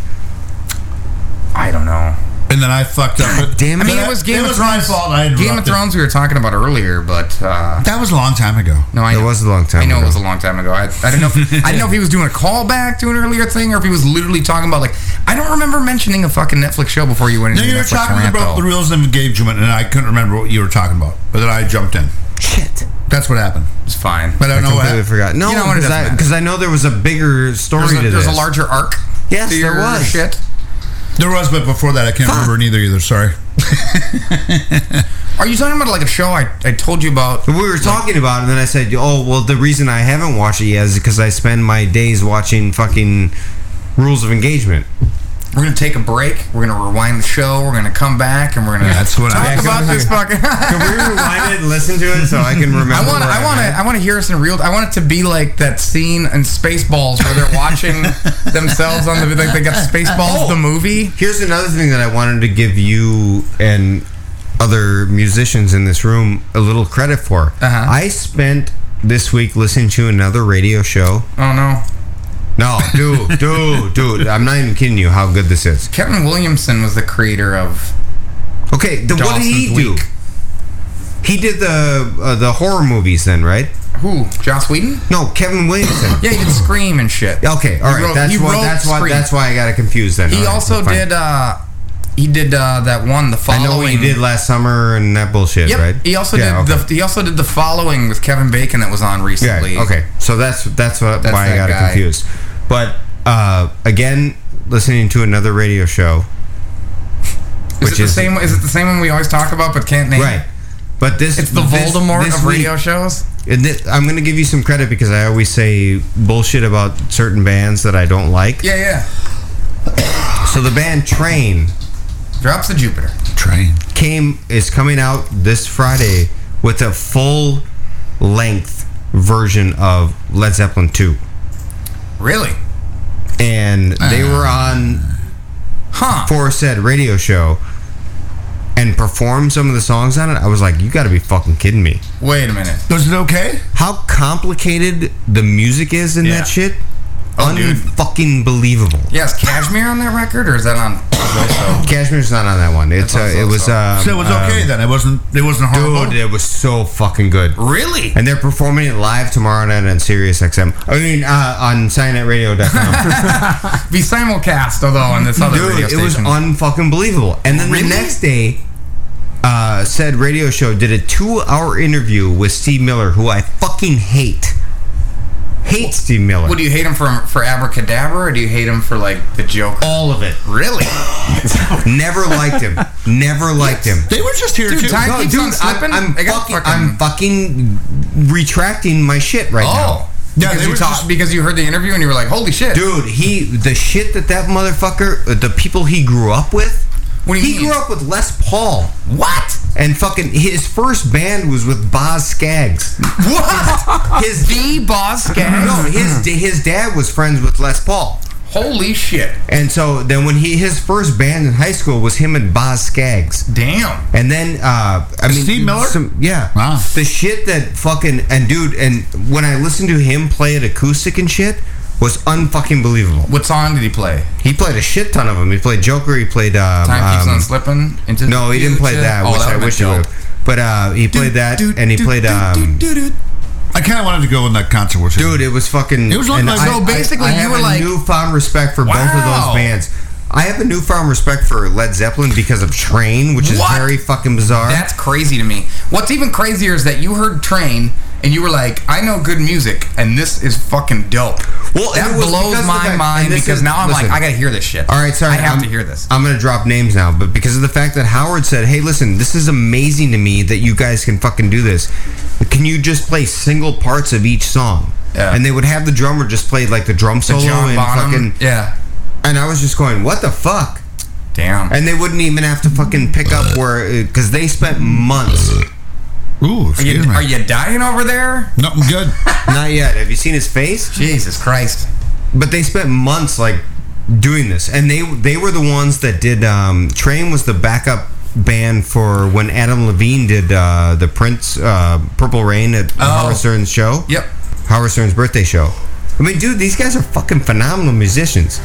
Speaker 2: I don't know.
Speaker 4: and then I fucked up. But
Speaker 3: damn
Speaker 2: I mean,
Speaker 4: But
Speaker 2: it was Game
Speaker 4: it
Speaker 2: of
Speaker 4: was my
Speaker 2: Thrones.
Speaker 4: fault. I
Speaker 2: Game of
Speaker 4: interrupted.
Speaker 2: Thrones we were talking about earlier, but uh,
Speaker 4: That was a long time ago.
Speaker 2: no, I
Speaker 3: It
Speaker 2: know.
Speaker 3: was a long time.
Speaker 2: I know
Speaker 3: ago.
Speaker 2: it was a long time ago. I, I don't know. If, I didn't
Speaker 3: [laughs]
Speaker 2: know if he was doing a callback to an earlier thing or if he was literally talking about like I don't remember mentioning a fucking Netflix show before you went
Speaker 4: No,
Speaker 2: into the
Speaker 4: you were
Speaker 2: Netflix
Speaker 4: talking
Speaker 2: rant,
Speaker 4: about the
Speaker 2: though.
Speaker 4: rules of engagement, and I couldn't remember what you were talking about. But then I jumped in.
Speaker 3: Shit.
Speaker 4: That's what happened.
Speaker 2: It's fine.
Speaker 4: But I
Speaker 3: I
Speaker 4: don't know what
Speaker 3: completely
Speaker 4: happened.
Speaker 3: forgot. No,
Speaker 2: You know what, it
Speaker 3: because
Speaker 2: doesn't
Speaker 3: I,
Speaker 2: matter.
Speaker 3: 'cause I know there was a bigger story
Speaker 2: There's a,
Speaker 3: to
Speaker 2: there's
Speaker 3: this.
Speaker 2: a larger arc.
Speaker 3: Yes,
Speaker 2: to
Speaker 3: there
Speaker 2: your
Speaker 3: was.
Speaker 2: Shit.
Speaker 4: There was, but before that, I can't remember neither. Either. Sorry.
Speaker 2: Are you talking about like a show I, I told you about?
Speaker 3: We were talking about it, and then I said, "Oh, well, the reason I haven't watched it yet is because I spend my days watching fucking Rules of Engagement."
Speaker 2: We're gonna take a break. We're gonna rewind the show. We're gonna come back and we're gonna
Speaker 4: That's what
Speaker 2: talk
Speaker 4: I-
Speaker 2: about this fucking.
Speaker 3: Can we rewind it and listen to it so I can
Speaker 2: [laughs]
Speaker 3: remember?
Speaker 2: I want
Speaker 3: where
Speaker 2: I want
Speaker 3: am?
Speaker 2: to I want to hear us in real. I want it to be like that scene in Spaceballs where they're
Speaker 3: [laughs]
Speaker 2: watching themselves on the like they got Spaceballs the movie.
Speaker 3: Oh, Here's another thing that I wanted to give you and other musicians in this room a little credit for.
Speaker 2: Uh-huh.
Speaker 3: I spent this week listening to another radio show.
Speaker 2: Oh no,
Speaker 3: No,
Speaker 2: [laughs]
Speaker 3: dude, dude, dude. I'm not even kidding you how good this is.
Speaker 2: Kevin Williamson was the creator of.
Speaker 3: Okay, the, what did he
Speaker 2: Dawson's
Speaker 3: do?
Speaker 2: Week.
Speaker 3: He did the uh, the horror movies then, right?
Speaker 2: Who? Joss Whedon?
Speaker 3: No, Kevin Williamson.
Speaker 2: Yeah, he did Scream and shit.
Speaker 3: Okay, all
Speaker 2: He
Speaker 3: right.
Speaker 2: wrote-
Speaker 3: that's
Speaker 2: he
Speaker 3: why.
Speaker 2: wrote
Speaker 3: That's why.
Speaker 2: Scream.
Speaker 3: That's why I got it confused. Then
Speaker 2: He
Speaker 3: All right,
Speaker 2: also
Speaker 3: fine.
Speaker 2: did. uh He did uh that one. The
Speaker 3: I
Speaker 2: following.
Speaker 3: know what he did last summer and that bullshit,
Speaker 2: Yep.
Speaker 3: right?
Speaker 2: He also
Speaker 3: Yeah,
Speaker 2: did
Speaker 3: okay.
Speaker 2: the he also did the following with Kevin Bacon that was on recently.
Speaker 3: Yeah, okay. So that's that's what,
Speaker 2: That's
Speaker 3: why I
Speaker 2: that
Speaker 3: got it
Speaker 2: guy.
Speaker 3: confused. But uh, again, listening to another radio show,
Speaker 2: Is it the same? Is it the same one we always talk about but can't name?
Speaker 3: right. But this
Speaker 2: It's the
Speaker 3: this-
Speaker 2: Voldemort
Speaker 3: this
Speaker 2: of
Speaker 3: week-
Speaker 2: radio shows.
Speaker 3: and thi- I'm going to give you some credit because I always say bullshit about certain bands that I don't like.
Speaker 2: Yeah, yeah.
Speaker 3: So the band Train
Speaker 2: Drops of Jupiter.
Speaker 4: Train.
Speaker 3: came is coming out this Friday with a full length version of Led Zeppelin 2.
Speaker 2: Really? Ah.
Speaker 3: and they were on
Speaker 2: Huh.
Speaker 3: for said radio show and performed some of the songs on it, I was like, you got to be fucking kidding me.
Speaker 2: Wait a minute.
Speaker 3: Was it okay? How complicated the music is in that shit? Unfucking believable.
Speaker 2: Yeah, is Cashmere on that record, or is that on?
Speaker 3: [laughs] Cashmere's not on that one. It's uh, it was um,
Speaker 4: So it was okay
Speaker 3: um,
Speaker 4: then. It wasn't. It wasn't horrible.
Speaker 3: Dude, it was so fucking good.
Speaker 2: Really?
Speaker 3: And they're performing it live tomorrow night on Sirius XM. I mean, uh, on SignetRadio.com.
Speaker 2: Be simulcast although on this other
Speaker 3: Dude,
Speaker 2: radio
Speaker 3: it was
Speaker 2: station.
Speaker 3: unfucking believable. And then
Speaker 2: Really?
Speaker 3: the next day, uh, said radio show did a two-hour interview with Steve Miller, who I fucking hate. Hate Steve Miller.
Speaker 2: What do you hate him for? For Abracadabra, or do you hate him for like the joke?
Speaker 3: All of it.
Speaker 2: Really?
Speaker 3: [laughs] Never liked him. Never liked him.
Speaker 4: They were just here
Speaker 2: Dude,
Speaker 4: too.
Speaker 2: time
Speaker 4: No,
Speaker 2: keeps
Speaker 4: dude,
Speaker 2: on
Speaker 4: I-
Speaker 2: slipping.
Speaker 3: I'm
Speaker 2: I got
Speaker 3: fucking, I'm fucking retracting my shit right
Speaker 2: Oh.
Speaker 3: now.
Speaker 2: Yeah, Because they you were talked- just- because you heard the interview and you were like, "Holy shit,
Speaker 3: dude!" He the shit that that motherfucker, uh, the people he grew up with.
Speaker 2: What do you
Speaker 3: he
Speaker 2: mean?
Speaker 3: grew up with Les Paul.
Speaker 2: What?
Speaker 3: And fucking his first band was with Boz Scaggs.
Speaker 2: What? [laughs] His the Boz
Speaker 3: [laughs]
Speaker 2: Scaggs?
Speaker 3: No, his his dad was friends with Les Paul.
Speaker 2: Holy shit!
Speaker 3: And so then when he his first band in high school was him and Boz Scaggs.
Speaker 2: Damn.
Speaker 3: And then uh I mean
Speaker 4: Steve Miller?
Speaker 3: yeah.
Speaker 4: Wow.
Speaker 3: The shit that fucking and dude and when I listened to him play it acoustic and shit was unfucking believable.
Speaker 2: What song did he play?
Speaker 3: He played a shit ton of them. He played Joker. He played um,
Speaker 2: Time keeps
Speaker 3: um,
Speaker 2: on slipping. Into
Speaker 3: No,
Speaker 2: the
Speaker 3: he didn't play
Speaker 2: future.
Speaker 3: that,
Speaker 2: Oh,
Speaker 3: which I
Speaker 2: would've
Speaker 3: wish he
Speaker 2: been
Speaker 3: would.
Speaker 2: dope.
Speaker 3: But uh, he played that, and he played. Um,
Speaker 4: I kind of wanted to go in that concert with him.
Speaker 3: Dude, it was fucking.
Speaker 4: It was
Speaker 3: and
Speaker 4: like- So basically
Speaker 3: I
Speaker 4: you
Speaker 3: have
Speaker 4: were
Speaker 3: a
Speaker 4: like-
Speaker 3: newfound respect for both of
Speaker 4: Wow.
Speaker 3: those bands. I have a newfound respect for Led Zeppelin because of Train, which is
Speaker 2: What?
Speaker 3: very fucking bizarre.
Speaker 2: That's crazy to me. What's even crazier is that you heard Train and you were like, I know good music and this is fucking dope.
Speaker 3: Well,
Speaker 2: that
Speaker 3: it was because
Speaker 2: blows
Speaker 3: of
Speaker 2: my
Speaker 3: the fact-
Speaker 2: mind
Speaker 3: and this
Speaker 2: because
Speaker 3: is-
Speaker 2: now I'm like,
Speaker 3: listen.
Speaker 2: I gotta hear this shit.
Speaker 3: All right, sorry.
Speaker 2: I have
Speaker 3: I'm-
Speaker 2: to hear this.
Speaker 3: I'm going to drop names now, but because of the fact that Howard said, "Hey, listen, this is amazing to me that you guys can fucking do this. Can you just play single parts of each song?"
Speaker 2: Yeah.
Speaker 3: And they would have the drummer just play like the drum
Speaker 2: The
Speaker 3: solo
Speaker 2: John
Speaker 3: and
Speaker 2: Bonham.
Speaker 3: fucking
Speaker 2: yeah.
Speaker 3: And I was just going, "What the fuck?" [clears throat]
Speaker 2: Damn.
Speaker 3: And they wouldn't even have to fucking pick up where because they spent months.
Speaker 4: Ooh,
Speaker 2: Are you, are you dying over there?
Speaker 4: No, I'm good.
Speaker 3: [laughs] Not yet. Have you seen his face?
Speaker 2: Jesus Christ.
Speaker 3: But they spent months like doing this, and they they were the ones that did. Um, Train was the backup band for when Adam Levine did uh, the Prince uh, Purple Rain at Howard Stern's show.
Speaker 2: Oh. Yep.
Speaker 3: Howard Stern's birthday show. I mean, dude, these guys are fucking phenomenal musicians.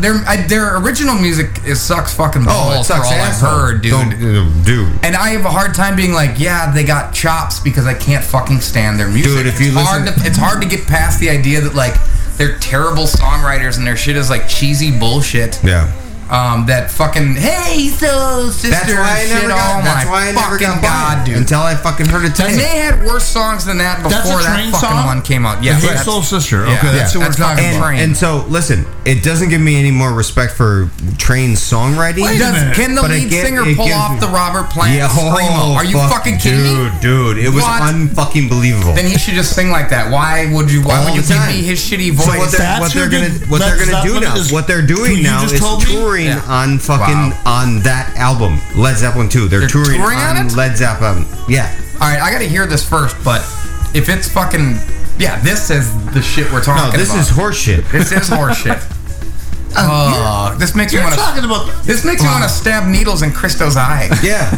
Speaker 2: Their I, their original music is sucks fucking balls
Speaker 3: Oh, it sucks
Speaker 2: for all
Speaker 3: asshole.
Speaker 2: I've heard, dude.
Speaker 3: Don't- dude.
Speaker 2: and I have a hard time being like, yeah, they got chops because I can't fucking stand their music.
Speaker 3: Dude, if you
Speaker 2: it's
Speaker 3: listen-
Speaker 2: hard to, it's hard to get past the idea that like they're terrible songwriters and their shit is like cheesy bullshit.
Speaker 3: Yeah.
Speaker 2: Um, that fucking hey, so sister
Speaker 3: That's why I
Speaker 2: shit.
Speaker 3: never
Speaker 2: oh
Speaker 3: got.
Speaker 2: my
Speaker 3: that's why I never
Speaker 2: fucking
Speaker 3: got by
Speaker 2: god,
Speaker 3: it
Speaker 2: dude.
Speaker 3: until I fucking heard it
Speaker 2: and they
Speaker 3: today.
Speaker 2: had worse songs than that
Speaker 4: That's
Speaker 2: before
Speaker 4: a
Speaker 2: that
Speaker 4: Train
Speaker 2: fucking
Speaker 4: song?
Speaker 2: one came out. Yeah,
Speaker 4: The Hey
Speaker 2: that's-
Speaker 4: Soul Sister. Okay, that's who we're talking about.
Speaker 2: fucking Train.
Speaker 3: And so, listen, it doesn't give me any more respect for Train's songwriting.
Speaker 2: It does- can the
Speaker 3: but it
Speaker 2: lead
Speaker 3: gi-
Speaker 2: singer
Speaker 3: it
Speaker 2: pull
Speaker 3: gives
Speaker 2: off
Speaker 3: me-
Speaker 2: the Robert Plant
Speaker 3: Yeah,
Speaker 2: screamo?
Speaker 3: oh,
Speaker 2: Are you
Speaker 3: fuck,
Speaker 2: fucking kidding me?
Speaker 3: dude, Dude, it was
Speaker 2: What?
Speaker 3: unfucking believable.
Speaker 2: Then he should just sing like that. Why would you? Why
Speaker 3: All
Speaker 2: would you
Speaker 3: the
Speaker 2: give
Speaker 3: time.
Speaker 2: me his shitty
Speaker 3: So
Speaker 2: voice?
Speaker 3: what they're, what
Speaker 4: That's
Speaker 3: they're
Speaker 4: who
Speaker 3: gonna
Speaker 4: did-
Speaker 3: what they're
Speaker 4: that's
Speaker 3: gonna
Speaker 4: that
Speaker 3: do
Speaker 4: one
Speaker 3: now
Speaker 4: is-
Speaker 3: what they're
Speaker 4: who
Speaker 3: doing
Speaker 4: you
Speaker 3: now
Speaker 4: just
Speaker 3: is
Speaker 4: told me?
Speaker 3: touring
Speaker 4: Yeah.
Speaker 3: on fucking on that album Led Zeppelin 2 they're,
Speaker 2: They're
Speaker 3: touring,
Speaker 2: touring on
Speaker 3: on,
Speaker 2: it?
Speaker 3: Led Zeppelin yeah
Speaker 2: All right, I gotta hear this first, but if it's fucking yeah, this is the shit we're talking
Speaker 3: no
Speaker 2: about.
Speaker 3: this is horseshit
Speaker 2: this is
Speaker 3: [laughs]
Speaker 2: horseshit. Oh, this makes me
Speaker 4: You're
Speaker 2: want
Speaker 4: talking
Speaker 2: to.
Speaker 4: about.
Speaker 2: This makes me want to stab needles in Christo's eye. [laughs]
Speaker 3: yeah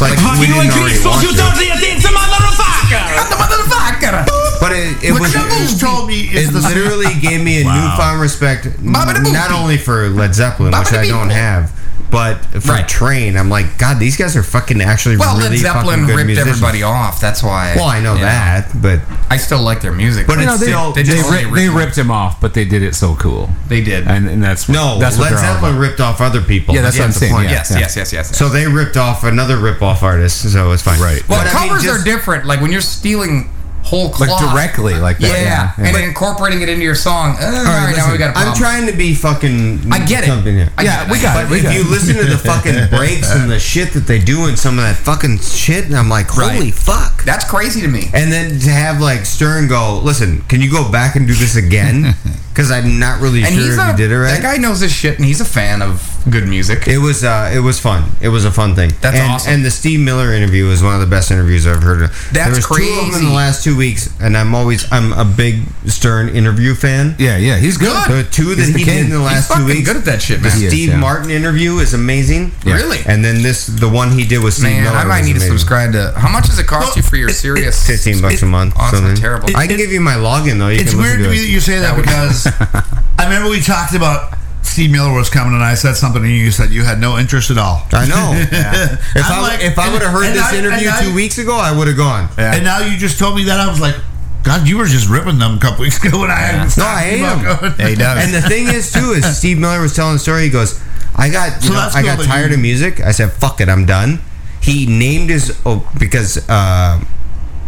Speaker 3: like
Speaker 15: Fuck
Speaker 3: we
Speaker 15: you
Speaker 3: didn't
Speaker 15: and Chris,
Speaker 3: already
Speaker 15: so
Speaker 3: watch
Speaker 15: you
Speaker 3: it.
Speaker 15: don't hear this, motherfucker!
Speaker 2: I'm the motherfucker.
Speaker 3: But it, it
Speaker 2: What
Speaker 3: was.
Speaker 2: you
Speaker 3: It,
Speaker 2: just
Speaker 4: told me is
Speaker 3: it
Speaker 4: the-
Speaker 3: literally
Speaker 4: [laughs]
Speaker 3: gave me a newfound respect, n-
Speaker 2: Baba da boop.
Speaker 3: not only for Led Zeppelin, which
Speaker 2: Baba da
Speaker 3: I don't
Speaker 2: beep.
Speaker 3: have, but for
Speaker 2: Right.
Speaker 3: Train. I'm like, God, these guys are fucking actually
Speaker 2: Well,
Speaker 3: really
Speaker 2: Led Zeppelin
Speaker 3: fucking good
Speaker 2: ripped
Speaker 3: musicians.
Speaker 2: everybody off. That's why.
Speaker 3: Well, I know
Speaker 2: you
Speaker 3: that, but
Speaker 2: I still like their music,
Speaker 3: But it's
Speaker 2: they,
Speaker 3: still-
Speaker 2: they,
Speaker 3: they
Speaker 2: just-
Speaker 16: Ri- they ripped him off, but they did it so cool,
Speaker 2: They did.
Speaker 16: and, and that's what,
Speaker 3: no,
Speaker 16: That's what
Speaker 3: Led
Speaker 16: they're all
Speaker 3: Zeppelin
Speaker 16: about.
Speaker 3: ripped off other people.
Speaker 16: Yeah, that's what I'm
Speaker 3: the
Speaker 16: saying,
Speaker 3: point.
Speaker 16: yeah.
Speaker 2: yes, yes, yes, yes.
Speaker 3: So they ripped off another rip-off artist, so it's fine. Right.
Speaker 2: Well, covers are different. Like when you're stealing whole cloth,
Speaker 16: like directly, like that.
Speaker 2: Yeah,
Speaker 16: Yeah, yeah.
Speaker 2: and then incorporating it into your song. Uh, all
Speaker 3: All right,
Speaker 2: right, now
Speaker 3: listen,
Speaker 2: we got a problem.
Speaker 3: I'm trying to be fucking.
Speaker 2: I get it.
Speaker 3: something here.
Speaker 2: I
Speaker 16: Yeah,
Speaker 2: get it,
Speaker 16: we
Speaker 2: I
Speaker 16: got
Speaker 2: get
Speaker 16: it,
Speaker 2: it.
Speaker 16: we
Speaker 3: If you listen
Speaker 2: [laughs]
Speaker 3: to the fucking breaks and the shit that they do in some of that fucking shit, and I'm like, holy
Speaker 2: Right.
Speaker 3: fuck.
Speaker 2: That's crazy to me. [laughs]
Speaker 3: And then to have like Stern go, listen, can you go back and do this again? because I'm not really
Speaker 2: And
Speaker 3: sure
Speaker 2: he's
Speaker 3: if
Speaker 2: a-
Speaker 3: he did it right.
Speaker 2: that guy knows his shit, and he's a fan of good music.
Speaker 3: It was uh, it was fun. It was a fun thing.
Speaker 2: That's
Speaker 3: and,
Speaker 2: awesome.
Speaker 3: And the Steve Miller interview was one of the best interviews I've heard. That's there was Two of them in
Speaker 2: crazy.
Speaker 3: the last two weeks, and I'm always I'm a big Stern interview fan. Yeah, yeah, he's
Speaker 2: good.
Speaker 3: There were two that
Speaker 2: He's the
Speaker 3: he did
Speaker 2: king.
Speaker 3: in the
Speaker 2: He's
Speaker 3: last two
Speaker 2: fucking
Speaker 3: weeks.
Speaker 2: good at that shit, man. He
Speaker 3: The
Speaker 2: is,
Speaker 3: Steve
Speaker 2: yeah.
Speaker 3: Martin interview is amazing.
Speaker 2: Yeah. Really?
Speaker 3: And then this the one he did with Steve
Speaker 2: Man,
Speaker 3: Miller.
Speaker 2: I might
Speaker 3: was
Speaker 2: need to
Speaker 3: amazing.
Speaker 2: subscribe to. How much does it cost you for your serious?
Speaker 3: Fifteen bucks a month.
Speaker 2: Oh, it's not
Speaker 3: something.
Speaker 2: terrible.
Speaker 3: I can give you my login though. You
Speaker 4: it's
Speaker 3: can listen
Speaker 4: weird to me
Speaker 3: it.
Speaker 4: that you say that, because
Speaker 3: [laughs]
Speaker 4: I remember we talked about Steve Miller was coming, and I said something, and you said you had no interest at all.
Speaker 3: I
Speaker 4: [laughs]
Speaker 2: [laughs]
Speaker 3: know. If I, if I would have heard this interview two weeks ago, I would have gone.
Speaker 4: And now you just told me that I was like, God, you were just ripping them a couple weeks ago, and I hadn't
Speaker 3: No, I hate him. [laughs] And the thing is, too, is Steve Miller was telling a story. He goes, "I got,
Speaker 4: So
Speaker 3: you know,
Speaker 4: that's
Speaker 3: I
Speaker 4: cool
Speaker 3: got
Speaker 4: that
Speaker 3: tired
Speaker 4: you-
Speaker 3: of music. I said, fuck it, I'm done." He named his oh, because uh,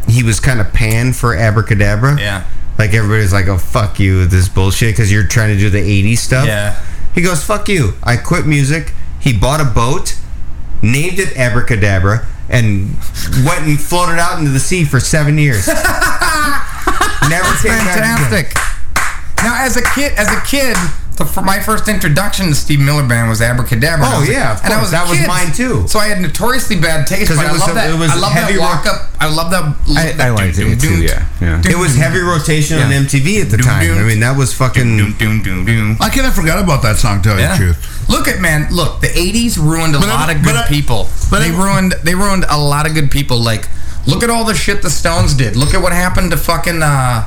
Speaker 3: he was kind of panned for Abracadabra. Yeah, like everybody's like, "Oh fuck you, with this bullshit," because you're trying to do the '80s stuff.
Speaker 2: Yeah.
Speaker 3: He goes, "Fuck you." I quit music. He bought a boat, named it Abracadabra, and went and floated out into the sea for seven years.
Speaker 2: [laughs]
Speaker 3: Never came back again.
Speaker 2: fantastic. Now, as a kid, as a kid, the, for my first introduction to Steve Miller Band was Abracadabra.
Speaker 3: Oh,
Speaker 2: I was a-
Speaker 3: yeah, of
Speaker 2: and I
Speaker 3: course.
Speaker 2: was a
Speaker 3: That was
Speaker 2: kid,
Speaker 3: mine, too.
Speaker 2: So I had notoriously bad taste.
Speaker 3: 'Cause
Speaker 2: But
Speaker 3: it was
Speaker 2: I love
Speaker 3: a-
Speaker 2: that.
Speaker 3: it was
Speaker 2: I love
Speaker 3: heavy
Speaker 2: that walk
Speaker 3: rock-
Speaker 2: up. I love that.
Speaker 3: I liked it too, yeah, It was
Speaker 2: Mm-hmm.
Speaker 3: heavy rotation on MTV at the time. I mean, that was fucking.
Speaker 4: I kind of forgot about that song. To tell
Speaker 2: Yeah.
Speaker 4: you the truth,
Speaker 2: Look at man, look. The '80s ruined a
Speaker 4: But I-
Speaker 2: lot of
Speaker 4: but
Speaker 2: good
Speaker 4: I-
Speaker 2: people.
Speaker 4: but
Speaker 2: they
Speaker 4: I-
Speaker 2: ruined they ruined a lot of good people. Like, look at all the shit the Stones did. Look at what happened to fucking uh,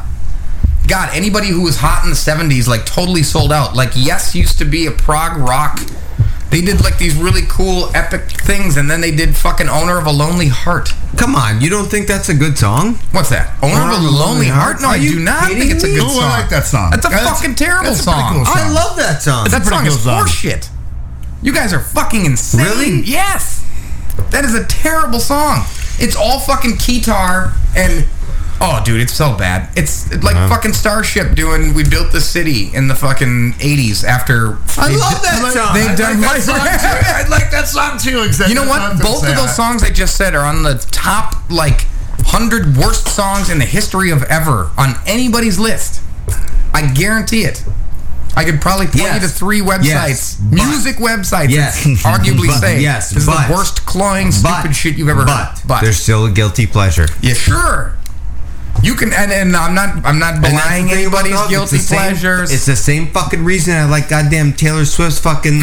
Speaker 2: God. Anybody who was hot in the '70s, like, totally sold out. Like, Yes used to be a prog rock. They did like these really cool, epic things, and then they did fucking "Owner of a Lonely Heart."
Speaker 3: Come on, you don't think that's a good song?
Speaker 2: What's that? "Owner, of a Lonely, Heart"? No,
Speaker 3: Are
Speaker 2: I
Speaker 3: you
Speaker 2: do not think it's a
Speaker 3: kidding
Speaker 2: good
Speaker 3: me?
Speaker 2: song.
Speaker 3: Ooh, I like that song.
Speaker 2: That's a
Speaker 3: That's-
Speaker 2: fucking terrible
Speaker 3: that's a pretty
Speaker 2: song.
Speaker 3: cool I song. love that song.
Speaker 2: That
Speaker 3: It's a
Speaker 2: song is
Speaker 3: pretty cool song.
Speaker 2: horseshit. You guys are fucking insane. Really? Yes. That is a terrible song. It's all fucking guitar and oh, dude, it's so bad.
Speaker 15: [laughs]
Speaker 2: It's like
Speaker 3: Uh-huh.
Speaker 2: fucking Starship doing "We Built the City" in the fucking '80s after.
Speaker 4: [laughs] I
Speaker 2: they've
Speaker 4: love
Speaker 2: done-
Speaker 4: that song.
Speaker 2: They've
Speaker 4: I
Speaker 2: done
Speaker 4: like that song
Speaker 2: [laughs]
Speaker 4: too. I like that song too. Exactly.
Speaker 2: you know
Speaker 4: That's
Speaker 2: what?
Speaker 4: what I was
Speaker 2: Both
Speaker 4: gonna
Speaker 2: of
Speaker 4: say.
Speaker 2: those songs I just said are on the top like hundred worst songs in the history of ever on anybody's list. I guarantee it. I could probably point
Speaker 3: Yes.
Speaker 2: you to three
Speaker 3: Yes,
Speaker 2: websites,
Speaker 3: but-
Speaker 2: music websites.
Speaker 3: Yes. [laughs]
Speaker 2: that [laughs] arguably
Speaker 3: But-
Speaker 2: say
Speaker 3: yes,
Speaker 2: this is
Speaker 3: but-
Speaker 2: the worst clawing stupid shit you've ever
Speaker 3: But,
Speaker 2: heard. But
Speaker 3: there's still a guilty pleasure.
Speaker 2: yeah, sure. You can, and, and I'm not, I'm not
Speaker 3: And that's the
Speaker 2: belying
Speaker 3: thing about
Speaker 2: anybody's
Speaker 3: dogs, it's
Speaker 2: guilty
Speaker 3: the same-
Speaker 2: pleasures.
Speaker 3: it's the same fucking reason I like goddamn Taylor Swift's fucking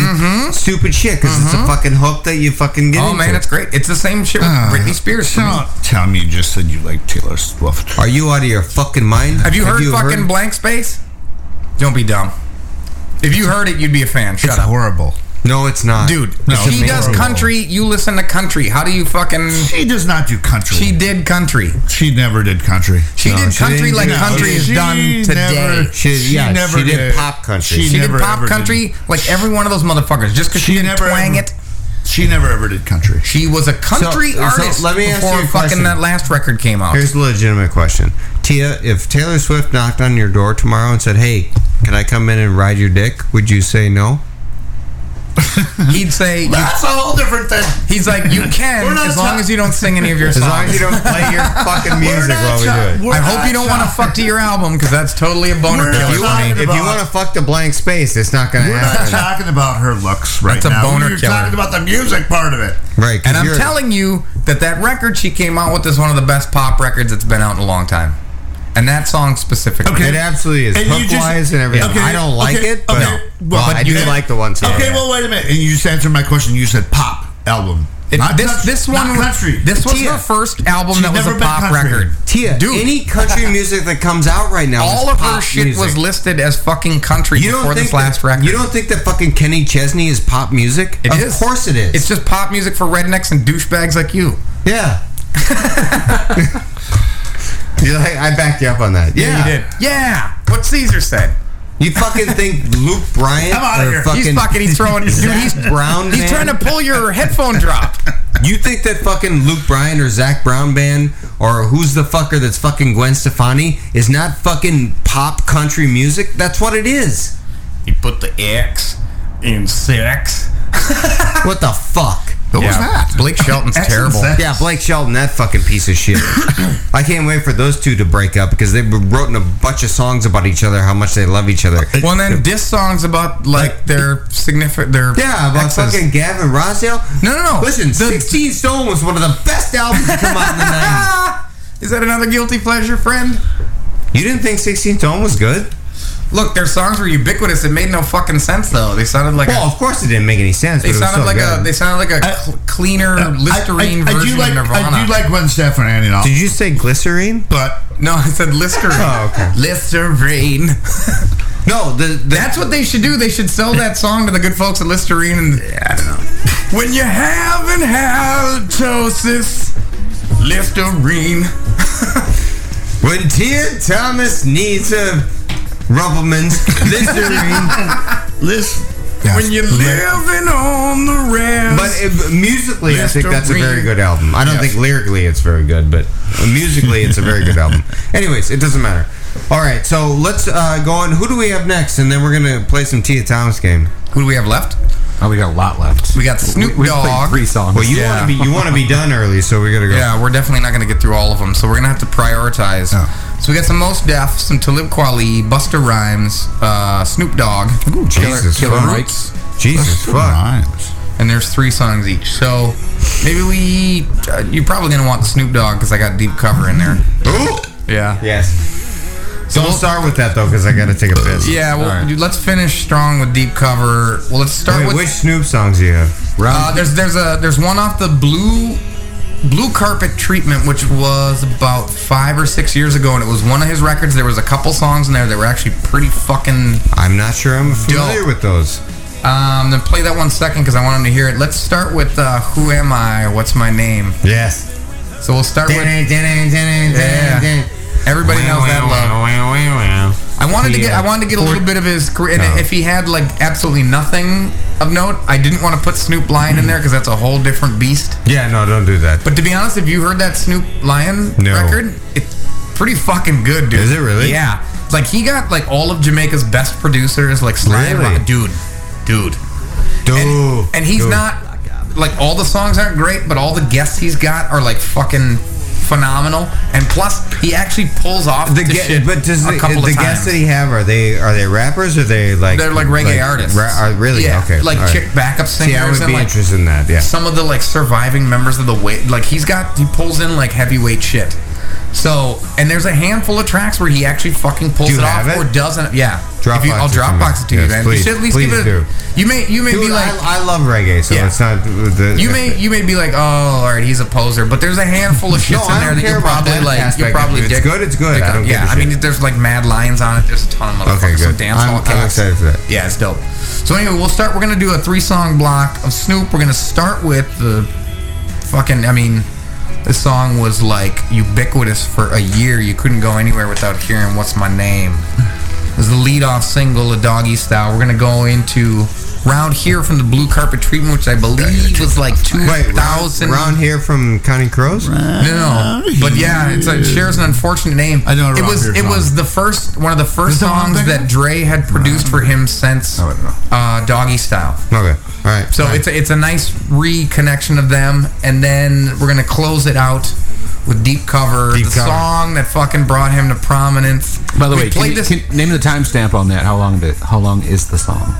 Speaker 3: stupid shit because it's a fucking hook that you fucking get.
Speaker 2: Mm-hmm. Oh,
Speaker 3: into. Ah,
Speaker 2: man, it's great. It's the same shit with Britney Spears. to me.
Speaker 3: tell me you just said you like Taylor Swift. Are you out of your fucking mind?
Speaker 2: Have you heard fucking Blank Space? Don't be dumb. If you heard it, you'd be a fan. Shut up.
Speaker 4: horrible.
Speaker 3: No, it's not,
Speaker 2: Dude,
Speaker 3: No,
Speaker 2: she does country. You listen to country. How do you fucking?
Speaker 4: She does not do country.
Speaker 2: She did country.
Speaker 4: She never did country.
Speaker 2: She did country like country is done today.
Speaker 4: she, never never
Speaker 2: She, did pop
Speaker 4: ever
Speaker 2: country like every one of those motherfuckers. Just because she, didn't twang it.
Speaker 4: She never ever did country.
Speaker 2: She was a country
Speaker 3: So- so
Speaker 2: artist
Speaker 3: let me ask
Speaker 2: before
Speaker 3: you a
Speaker 2: fucking
Speaker 3: question.
Speaker 2: that last record came
Speaker 3: [laughs]
Speaker 2: out.
Speaker 3: Here's a legitimate question, Tia. If Taylor Swift knocked on your door tomorrow and said, "Hey, can I come in and ride your dick?" Would you say no?
Speaker 2: He'd say
Speaker 4: That's a whole different thing.
Speaker 2: He's like,
Speaker 4: [laughs]
Speaker 2: you
Speaker 4: We're
Speaker 2: can
Speaker 4: not
Speaker 2: as long
Speaker 4: ta-
Speaker 2: as you don't sing any of your
Speaker 3: As
Speaker 2: songs.
Speaker 3: long as you don't play
Speaker 2: [laughs]
Speaker 3: your fucking music while we do it.
Speaker 2: I hope you don't want to fuck to your album because that's totally a boner
Speaker 3: If
Speaker 2: killer
Speaker 3: you
Speaker 2: for me.
Speaker 3: want, to fuck the blank space, it's not going to
Speaker 4: We're not
Speaker 3: happen.
Speaker 4: talking about her looks right
Speaker 2: That's a
Speaker 4: now.
Speaker 2: boner
Speaker 4: We're
Speaker 2: killer.
Speaker 4: talking about the music part of it.
Speaker 3: Right, 'cause
Speaker 2: And I'm
Speaker 3: you're-
Speaker 2: telling you that that record she came out with is one of the best pop records that's been out in a long time. And that song specifically.
Speaker 3: It absolutely is.
Speaker 4: And you
Speaker 3: Hook
Speaker 4: just-
Speaker 3: wise and everything.
Speaker 4: okay,
Speaker 3: I don't like
Speaker 4: okay,
Speaker 3: it, but,
Speaker 4: okay.
Speaker 3: well, I do
Speaker 4: you-
Speaker 3: like the one song.
Speaker 4: Okay, well, wait a minute. And you just answered my question. You said pop album.
Speaker 2: It-
Speaker 4: Not
Speaker 2: this
Speaker 4: country-
Speaker 2: this one
Speaker 4: not
Speaker 2: was-
Speaker 4: country.
Speaker 2: This was
Speaker 4: Tia.
Speaker 2: her first album
Speaker 4: She's
Speaker 2: that was
Speaker 4: never
Speaker 2: a
Speaker 4: been
Speaker 2: pop
Speaker 4: country.
Speaker 2: record.
Speaker 3: Tia,
Speaker 2: Dude.
Speaker 3: any
Speaker 2: [laughs]
Speaker 3: country music that comes out right now,
Speaker 2: All
Speaker 3: is
Speaker 2: of
Speaker 3: pop
Speaker 2: her shit
Speaker 3: music.
Speaker 2: was listed as fucking country
Speaker 3: You don't
Speaker 2: before
Speaker 3: think
Speaker 2: this last
Speaker 3: that,
Speaker 2: record.
Speaker 3: You don't think that fucking Kenny Chesney is pop music?
Speaker 2: It
Speaker 3: of
Speaker 2: is.
Speaker 3: course it is.
Speaker 2: It's just pop music for rednecks and douchebags like you.
Speaker 3: yeah. You're like, I backed you up on that. Yeah,
Speaker 2: you did. Yeah. What Caesar said.
Speaker 3: You fucking think Luke Bryant
Speaker 2: I'm outta
Speaker 3: or
Speaker 2: here.
Speaker 3: fucking
Speaker 2: He's fucking- he's
Speaker 3: [laughs]
Speaker 2: throwing- dude,
Speaker 3: Zach
Speaker 2: he's-
Speaker 3: Brown.
Speaker 2: he's trying to pull your headphone drop.
Speaker 3: [laughs] You think that fucking Luke Bryan or Zach Brown band or who's the fucker that's fucking Gwen Stefani is not fucking pop country music? That's what it is.
Speaker 2: You put the X in sex.
Speaker 3: What the fuck?
Speaker 4: What was that?
Speaker 2: Blake Shelton's
Speaker 4: X and Sex.
Speaker 3: Yeah, Blake Shelton, that fucking piece
Speaker 2: [coughs]
Speaker 3: of shit. I can't wait for those two to break up because they've been writing a bunch of songs about each other, how much they love each other.
Speaker 2: Well, and then diss songs about like their significant their
Speaker 3: Yeah, about
Speaker 2: exes.
Speaker 3: fucking Gavin Rosdale.
Speaker 2: No, no, no.
Speaker 3: Listen, 16 Stone was one of the best albums to
Speaker 2: [laughs]
Speaker 3: come out in the 90s.
Speaker 2: Is that another guilty pleasure, friend?
Speaker 3: You didn't think 16 Tone was good?
Speaker 2: Look, their songs were ubiquitous. It made no fucking sense though. They sounded like
Speaker 3: well,
Speaker 2: a,
Speaker 3: of course it didn't make any sense.
Speaker 2: they
Speaker 3: but it was
Speaker 2: sounded
Speaker 3: so
Speaker 2: like a
Speaker 3: good.
Speaker 2: they sounded like a cl- cleaner Listerine
Speaker 4: I, I, I
Speaker 2: version
Speaker 4: do like,
Speaker 2: of Nirvana.
Speaker 4: I do like Gwen Stefani. and all.
Speaker 3: Did you say glycerine?
Speaker 4: But
Speaker 2: Oh. no, I said Listerine.
Speaker 3: Oh, okay.
Speaker 2: Listerine.
Speaker 3: No, the, the
Speaker 2: That's what they should do. They should sell that song to the good folks at Listerine. And I don't know. When you haven't halitosis, Listerine.
Speaker 3: [laughs] When Tia Thomas needs a
Speaker 2: [laughs]
Speaker 3: Rumpelman's
Speaker 15: [laughs]
Speaker 3: Listerine.
Speaker 4: Listen.
Speaker 2: When you're living on the rails.
Speaker 3: But uh, musically, I think that's a very good album. I don't
Speaker 2: Yes.
Speaker 3: think lyrically it's very good, but musically it's a very good
Speaker 2: [laughs]
Speaker 3: album. Anyways, it doesn't matter. All right, so let's uh, go on. Who do we have next? And then we're gonna play some Tia Thomas game.
Speaker 2: Who do we have left?
Speaker 16: Oh, we got a lot left.
Speaker 2: We got Snoop
Speaker 16: We- we played
Speaker 2: Dogg.
Speaker 16: three songs.
Speaker 3: Well, you want to be you want to be
Speaker 16: [laughs]
Speaker 3: done early, so we gotta go.
Speaker 2: Yeah, we're definitely not going to get through all of them, so we're going to have to prioritize. So we got some Most Def, some Talib Kweli, Buster Rhymes, uh, Snoop Dogg, Ooh,
Speaker 3: Jesus
Speaker 2: Killer,
Speaker 3: fuck.
Speaker 2: Roots,
Speaker 3: Jesus fuck.
Speaker 2: and there's three songs each. So maybe we, uh, you're probably going to want Snoop Dogg because I got deep cover in there.
Speaker 3: Ooh.
Speaker 2: Yeah.
Speaker 3: Yes. Don't start with that though, because I gotta take a piss.
Speaker 2: Yeah, well, dude, let's finish strong with deep cover. Well, let's start
Speaker 3: Wait,
Speaker 2: with
Speaker 3: which Snoop songs do you have?
Speaker 2: Uh, there's there's a there's one off the blue blue carpet treatment, which was about five or six years ago, and it was one of his records. There was a couple songs in there that were actually pretty fucking.
Speaker 3: I'm not sure. I'm familiar
Speaker 2: Dope.
Speaker 3: with those.
Speaker 2: Um, then play that one second because I want him to hear it. Let's start with uh, "Who Am I? What's My Name."
Speaker 3: Yes.
Speaker 2: So we'll start with
Speaker 3: Yeah.
Speaker 2: everybody knows that love. I wanted to get I wanted to get a little bit of his career. And
Speaker 3: No.
Speaker 2: If he had like absolutely nothing of note, I didn't want to put Snoop Lion in there because that's a whole different beast.
Speaker 3: Yeah, no, don't do Hmm. that.
Speaker 2: But to be honest, have you heard that Snoop Lion
Speaker 3: No.
Speaker 2: record? It's pretty fucking good, dude.
Speaker 3: Is it really?
Speaker 2: Yeah. Like he got like all of Jamaica's best producers, like Sly
Speaker 3: Really?
Speaker 2: Rock- dude, dude.
Speaker 3: Dude,
Speaker 2: And he's
Speaker 3: dude.
Speaker 2: not like all the songs aren't great, but all the guests he's got are like fucking phenomenal. And plus, he actually pulls off
Speaker 3: the
Speaker 2: to
Speaker 3: guest,
Speaker 2: shit
Speaker 3: but does the, uh,
Speaker 2: a couple
Speaker 3: the
Speaker 2: of times.
Speaker 3: guests that he have are they are they rappers or they like
Speaker 2: They're like reggae artists.
Speaker 3: ra- are- really?
Speaker 2: Yeah,
Speaker 3: okay,
Speaker 2: like
Speaker 3: all right.
Speaker 2: chick backup
Speaker 3: See, I
Speaker 2: singers
Speaker 3: would
Speaker 2: and,
Speaker 3: be
Speaker 2: like-
Speaker 3: interested in that. Yeah,
Speaker 2: some of the like surviving members of the weight like he's got he pulls in like heavyweight shit so and there's a handful of tracks where he actually fucking pulls
Speaker 3: Do you
Speaker 2: it
Speaker 3: have
Speaker 2: off
Speaker 3: it?
Speaker 2: or doesn't yeah
Speaker 3: Dropbox
Speaker 2: If you- i'll
Speaker 3: it to me.
Speaker 2: dropbox it to you
Speaker 3: Yes,
Speaker 2: man
Speaker 3: please,
Speaker 2: you should at least
Speaker 3: please
Speaker 2: give it
Speaker 3: do.
Speaker 2: you may you may
Speaker 3: Dude,
Speaker 2: be like
Speaker 3: I, I love reggae, so
Speaker 2: Yeah.
Speaker 3: it's not the,
Speaker 2: you may you may be like oh all right he's a poser but there's a handful of shits in
Speaker 3: [laughs] No, I
Speaker 2: there
Speaker 3: don't
Speaker 2: that
Speaker 3: care
Speaker 2: you'll
Speaker 3: about
Speaker 2: probably
Speaker 3: that
Speaker 2: like you'll
Speaker 3: aspect.
Speaker 2: probably
Speaker 3: If it's
Speaker 2: dig-
Speaker 3: good, it's good.
Speaker 2: pick
Speaker 3: I
Speaker 2: up.
Speaker 3: don't give
Speaker 2: yeah
Speaker 3: a
Speaker 2: I mean
Speaker 3: shit.
Speaker 2: there's like mad lines on it there's a ton of
Speaker 3: Okay,
Speaker 2: motherfuckers some
Speaker 3: good.
Speaker 2: dance
Speaker 3: I'm-
Speaker 2: hall
Speaker 3: I'm
Speaker 2: cats.
Speaker 3: excited for that.
Speaker 2: yeah it's dope so anyway we'll start we're gonna do a three song block of Snoop we're gonna start with the fucking I mean this song was like ubiquitous for a year you couldn't go anywhere without hearing what's my name It was the lead off single of doggy style we're gonna go into round here from the blue carpet treatment which I believe was like
Speaker 3: Wait, round,
Speaker 2: 2000
Speaker 3: round here from Counting Crows.
Speaker 2: no, no. but yeah, it's a, shares an unfortunate name.
Speaker 4: I know
Speaker 2: it
Speaker 4: Rob
Speaker 2: was.
Speaker 4: Beer
Speaker 2: It
Speaker 4: song.
Speaker 2: was the first one of the first
Speaker 4: Is that Rob
Speaker 2: songs
Speaker 4: Beer?
Speaker 2: that Dre had produced for him since
Speaker 4: I wouldn't know.
Speaker 2: uh, Doggy Style.
Speaker 3: Okay, all right.
Speaker 2: So it's a, it's a nice reconnection of them, and then we're gonna close it out with Deep Cover,
Speaker 3: Deep
Speaker 2: the
Speaker 3: Cover.
Speaker 2: song that fucking brought him to prominence.
Speaker 16: By the
Speaker 2: We
Speaker 16: way, can
Speaker 2: played
Speaker 16: you,
Speaker 2: this.
Speaker 16: can, name the timestamp on that. How long? The, how long is the song?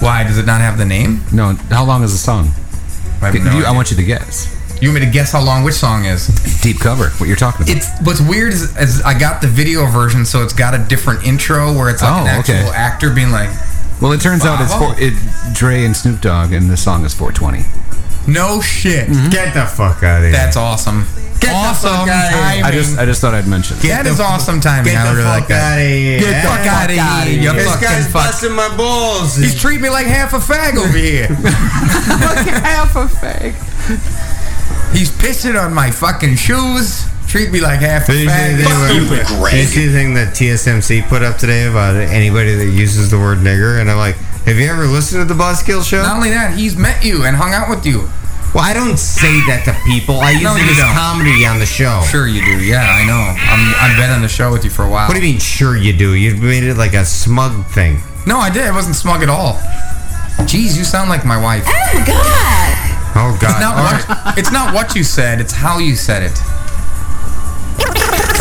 Speaker 2: why does it not have the name?
Speaker 16: No, how long is the song?
Speaker 2: I, have
Speaker 16: Can
Speaker 2: no
Speaker 16: you- I
Speaker 2: idea.
Speaker 16: want you to guess.
Speaker 2: you want me to guess how long which song is?
Speaker 16: Deep cover. What you're talking about?
Speaker 2: It's what's weird is, is I got the video version, so it's got a different intro where it's like an
Speaker 16: Oh,
Speaker 2: actual
Speaker 16: okay.
Speaker 2: actor being like.
Speaker 16: well, it turns out it's
Speaker 2: Wow.
Speaker 16: four, it, Dre and Snoop Dogg, and the song is Mm-hmm. 420.
Speaker 2: No shit.
Speaker 3: Get the fuck out of here.
Speaker 2: That's awesome.
Speaker 3: Get the
Speaker 2: awesome
Speaker 3: fuck outta here.
Speaker 2: timing.
Speaker 16: I just I just thought I'd mention. it.
Speaker 2: that
Speaker 3: the
Speaker 2: is
Speaker 3: fu-
Speaker 2: awesome timing.
Speaker 3: Get
Speaker 2: I
Speaker 3: the
Speaker 2: really
Speaker 3: fuck
Speaker 2: like that.
Speaker 3: outta here.
Speaker 2: Get the fuck out of here. You
Speaker 3: This
Speaker 2: fucking
Speaker 3: guy's
Speaker 2: fuck.
Speaker 3: busting my balls.
Speaker 2: He's treating me like half a fag over here.
Speaker 17: half a fake.
Speaker 2: He's pissing on my fucking shoes. Treat me like half a
Speaker 3: Did you see
Speaker 2: fag.
Speaker 3: the thing where- did you see the thing that TSMC put up today about anybody that uses the word nigger? And I'm like, have you ever listened to the Buzzkill show?
Speaker 2: Not only that, he's met you and hung out with you.
Speaker 3: Well, I don't say that to people. I use
Speaker 2: No,
Speaker 3: it
Speaker 2: you
Speaker 3: as
Speaker 2: don't.
Speaker 3: comedy on the show.
Speaker 2: Sure you do. Yeah, I know. I'm, I've been on the show with you for a while.
Speaker 3: What do you mean, sure you do? You made it like a smug thing.
Speaker 2: [laughs] No, I did. I wasn't smug at all. Jeez, you sound like my wife.
Speaker 18: Oh my god!
Speaker 2: Oh [laughs] God! It's not, what, it's not what you said; it's how you said [laughs] it.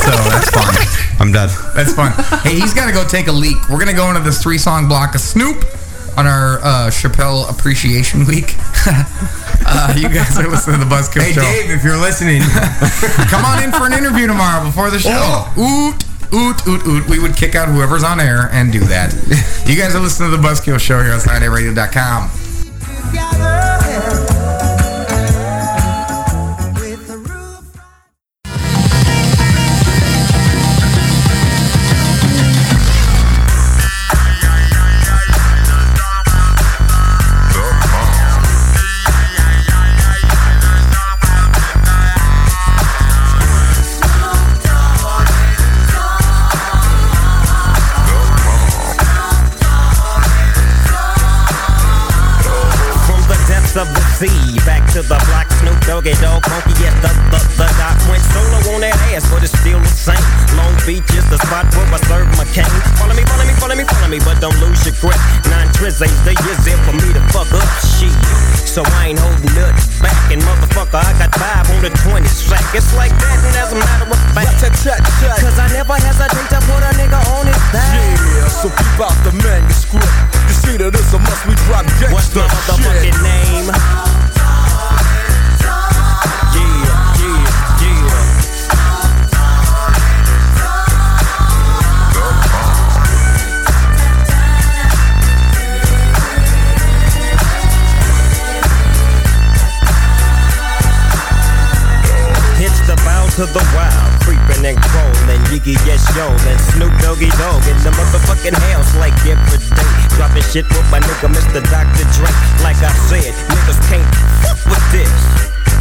Speaker 2: So that's fun.
Speaker 3: I'm done.
Speaker 2: That's fun. Hey, he's got to go take a leak. We're gonna go into this three-song block of Snoop on our uh, Chappelle Appreciation Week. [laughs] uh, you guys are listening to the Buzzkill
Speaker 3: Hey,
Speaker 2: Show.
Speaker 3: Dave, if you're [laughs] listening,
Speaker 2: Come on in for an interview tomorrow before the show. Oot, oot, oot, oot. We would kick out whoever's on air and do that. You guys are listening to the Buzzkill Show here on SundayRadio.com.
Speaker 19: From the depths of the sea, back to the block, Snoop Doggy Dog, funky at the, the, the dot. Went solo on that ass, but it's still the same. Long Beach is the spot where I serve my cane. Follow me, follow me, follow me, follow me, but don't lose your grip. Nine trizz ain't the years in for me to fuck up shit. So I ain't holding nothing back, and motherfucker, I got five on the 20 sack. It's like that, and as a matter of fact, cause I never hesitate to put a nigga on his back.
Speaker 20: Yeah, so keep out the manuscript. You see that it's a must we drop gangsta What's my motherfucking
Speaker 19: name? Yeah, yeah, yeah. Hits the bow to the wild, creeping and crawling. Yiggy, yes, yo, and Snoop Doggy Dog in the motherfucking house like every day. Dropping shit with my nigga, Mr. Dr. Dre. Like I said, niggas can't fuck with this.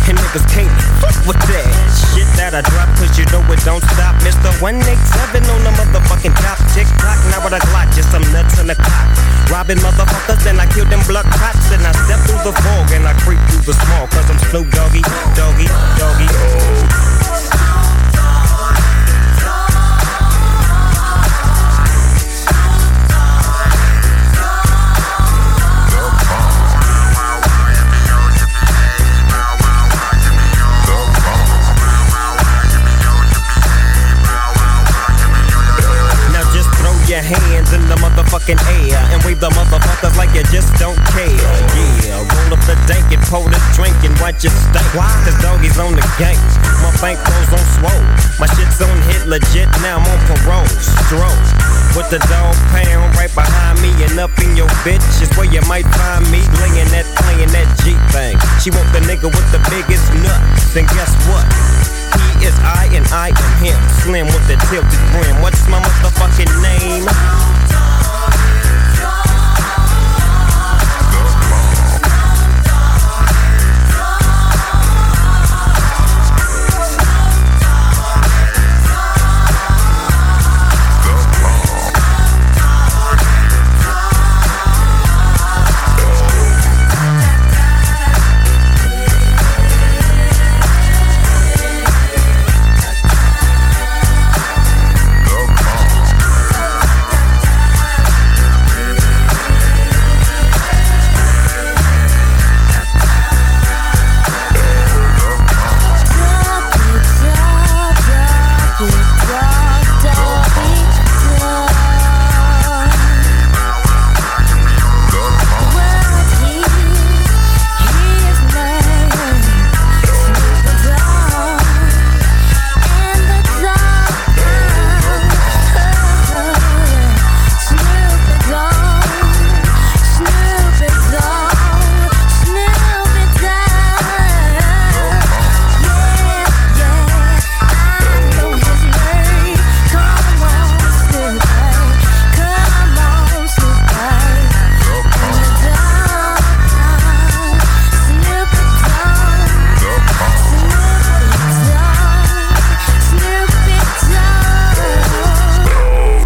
Speaker 19: And niggas can't fuck with that shit that I drop, cause you know it don't stop. Mr. 187 on the motherfucking top. Tick tock, now with a glock, just some nuts in the cock. Robbing motherfuckers, and I kill them blood cops. And I step through the fog, and I creep through the small, cause I'm Snoop Doggy, Doggy, Doggy. oh. Now just throw your hands in the motherfucking air and wave the motherfuckers like you just don't care. Yeah, roll up the dank and pour the drink and watch it stink. Why? Cause doggies on the gang. My bankrolls on swole. My shit's on hit legit. Now I'm on parole. Stroke. With the dog pound right behind me and up in your bitch is where you might find me laying that playing that G thing. She want the nigga with the biggest nuts. And guess what? He is I and I am him. Slim with the tilted brim. What's my motherfucking name?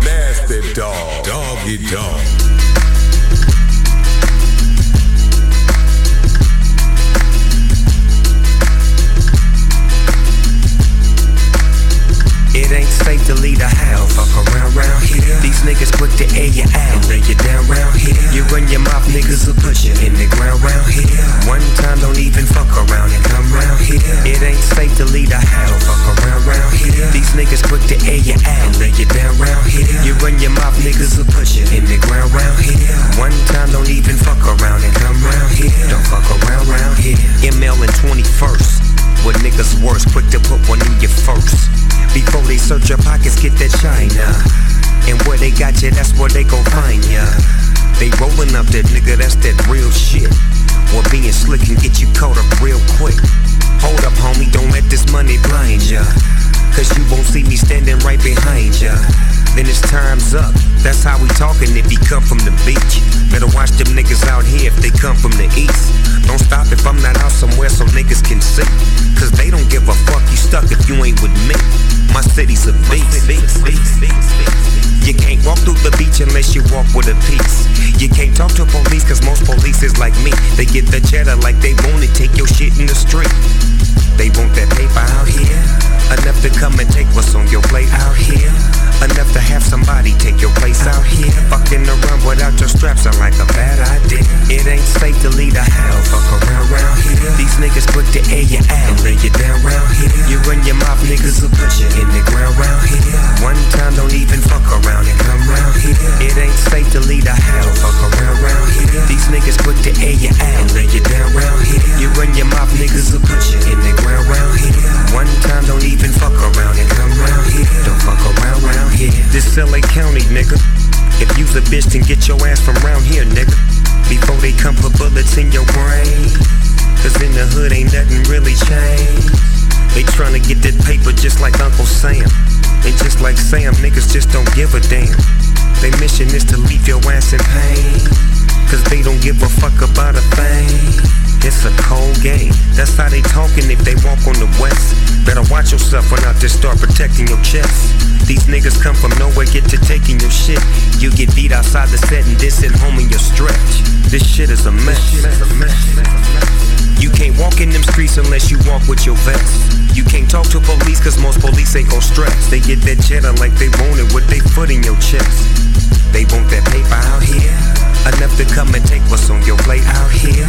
Speaker 13: Nasty dog. Doggy dog.
Speaker 21: It ain't safe to leave the house. Fuck around round here. These niggas put the air you out. Lay you down round here. You run your mouth, niggas will put you in the ground round here. One time don't even fuck first, quick to put one in your first. Before they search your pockets, get that china. And where they got you, that's where they gon' find ya. They rolling up that nigga, that's that real shit. Well, being slick can get you caught up real quick. Hold up, homie, don't let this money blind ya. Cause you won't see me standing right behind ya. Then it's time's up. That's how we talking if you come from the beach. Better watch them niggas out here if they come from the east. Don't stop if I'm not out somewhere so niggas can see. Cause they don't give a fuck, you stuck if you ain't with me. My city's a beast. You can't walk through the beach unless you walk with a piece. You can't talk to police cause most police is like me. They get the cheddar like they want it, take your shit in the street. They want that paper out here. Enough to come and take what's on your plate out here. Enough to have somebody take your place out here. Fucking around without your straps sound like a bad idea. It ain't safe to leave the house. Fuck around round here. These niggas quick to air you out and bring you down round here. You run your mouth, niggas will put you in the ground round here. One time, don't even fuck around and come round here. It ain't safe to leave the house. Fuck around round here. These niggas quick to air you out and bring you down round here. You run your mouth, niggas will put you in the ground round here. One time, don't even fuck around and come round here. Don't fuck around round here. This LA County, nigga. If you's a bitch, then get your ass from round here, nigga. Before they come put bullets in your brain. Cause in the hood ain't nothing really changed. They tryna get that paper just like Uncle Sam. And just like Sam, niggas just don't give a damn. They mission is to leave your ass in pain. Cause they don't give a fuck about a thing. It's a cold game. That's how they talking if they walk on the west. Better watch yourself when out there start protecting your chest. These niggas come from nowhere, get to taking your shit. You get beat outside the set and this at home in your stretch. This shit is a mess. You can't walk in them streets unless you walk with your vest. You can't talk to police cause most police ain't gon' stress. They get that cheddar like they want it with they foot in your chest. They want that paper out here. Enough to come and take what's on your plate out here.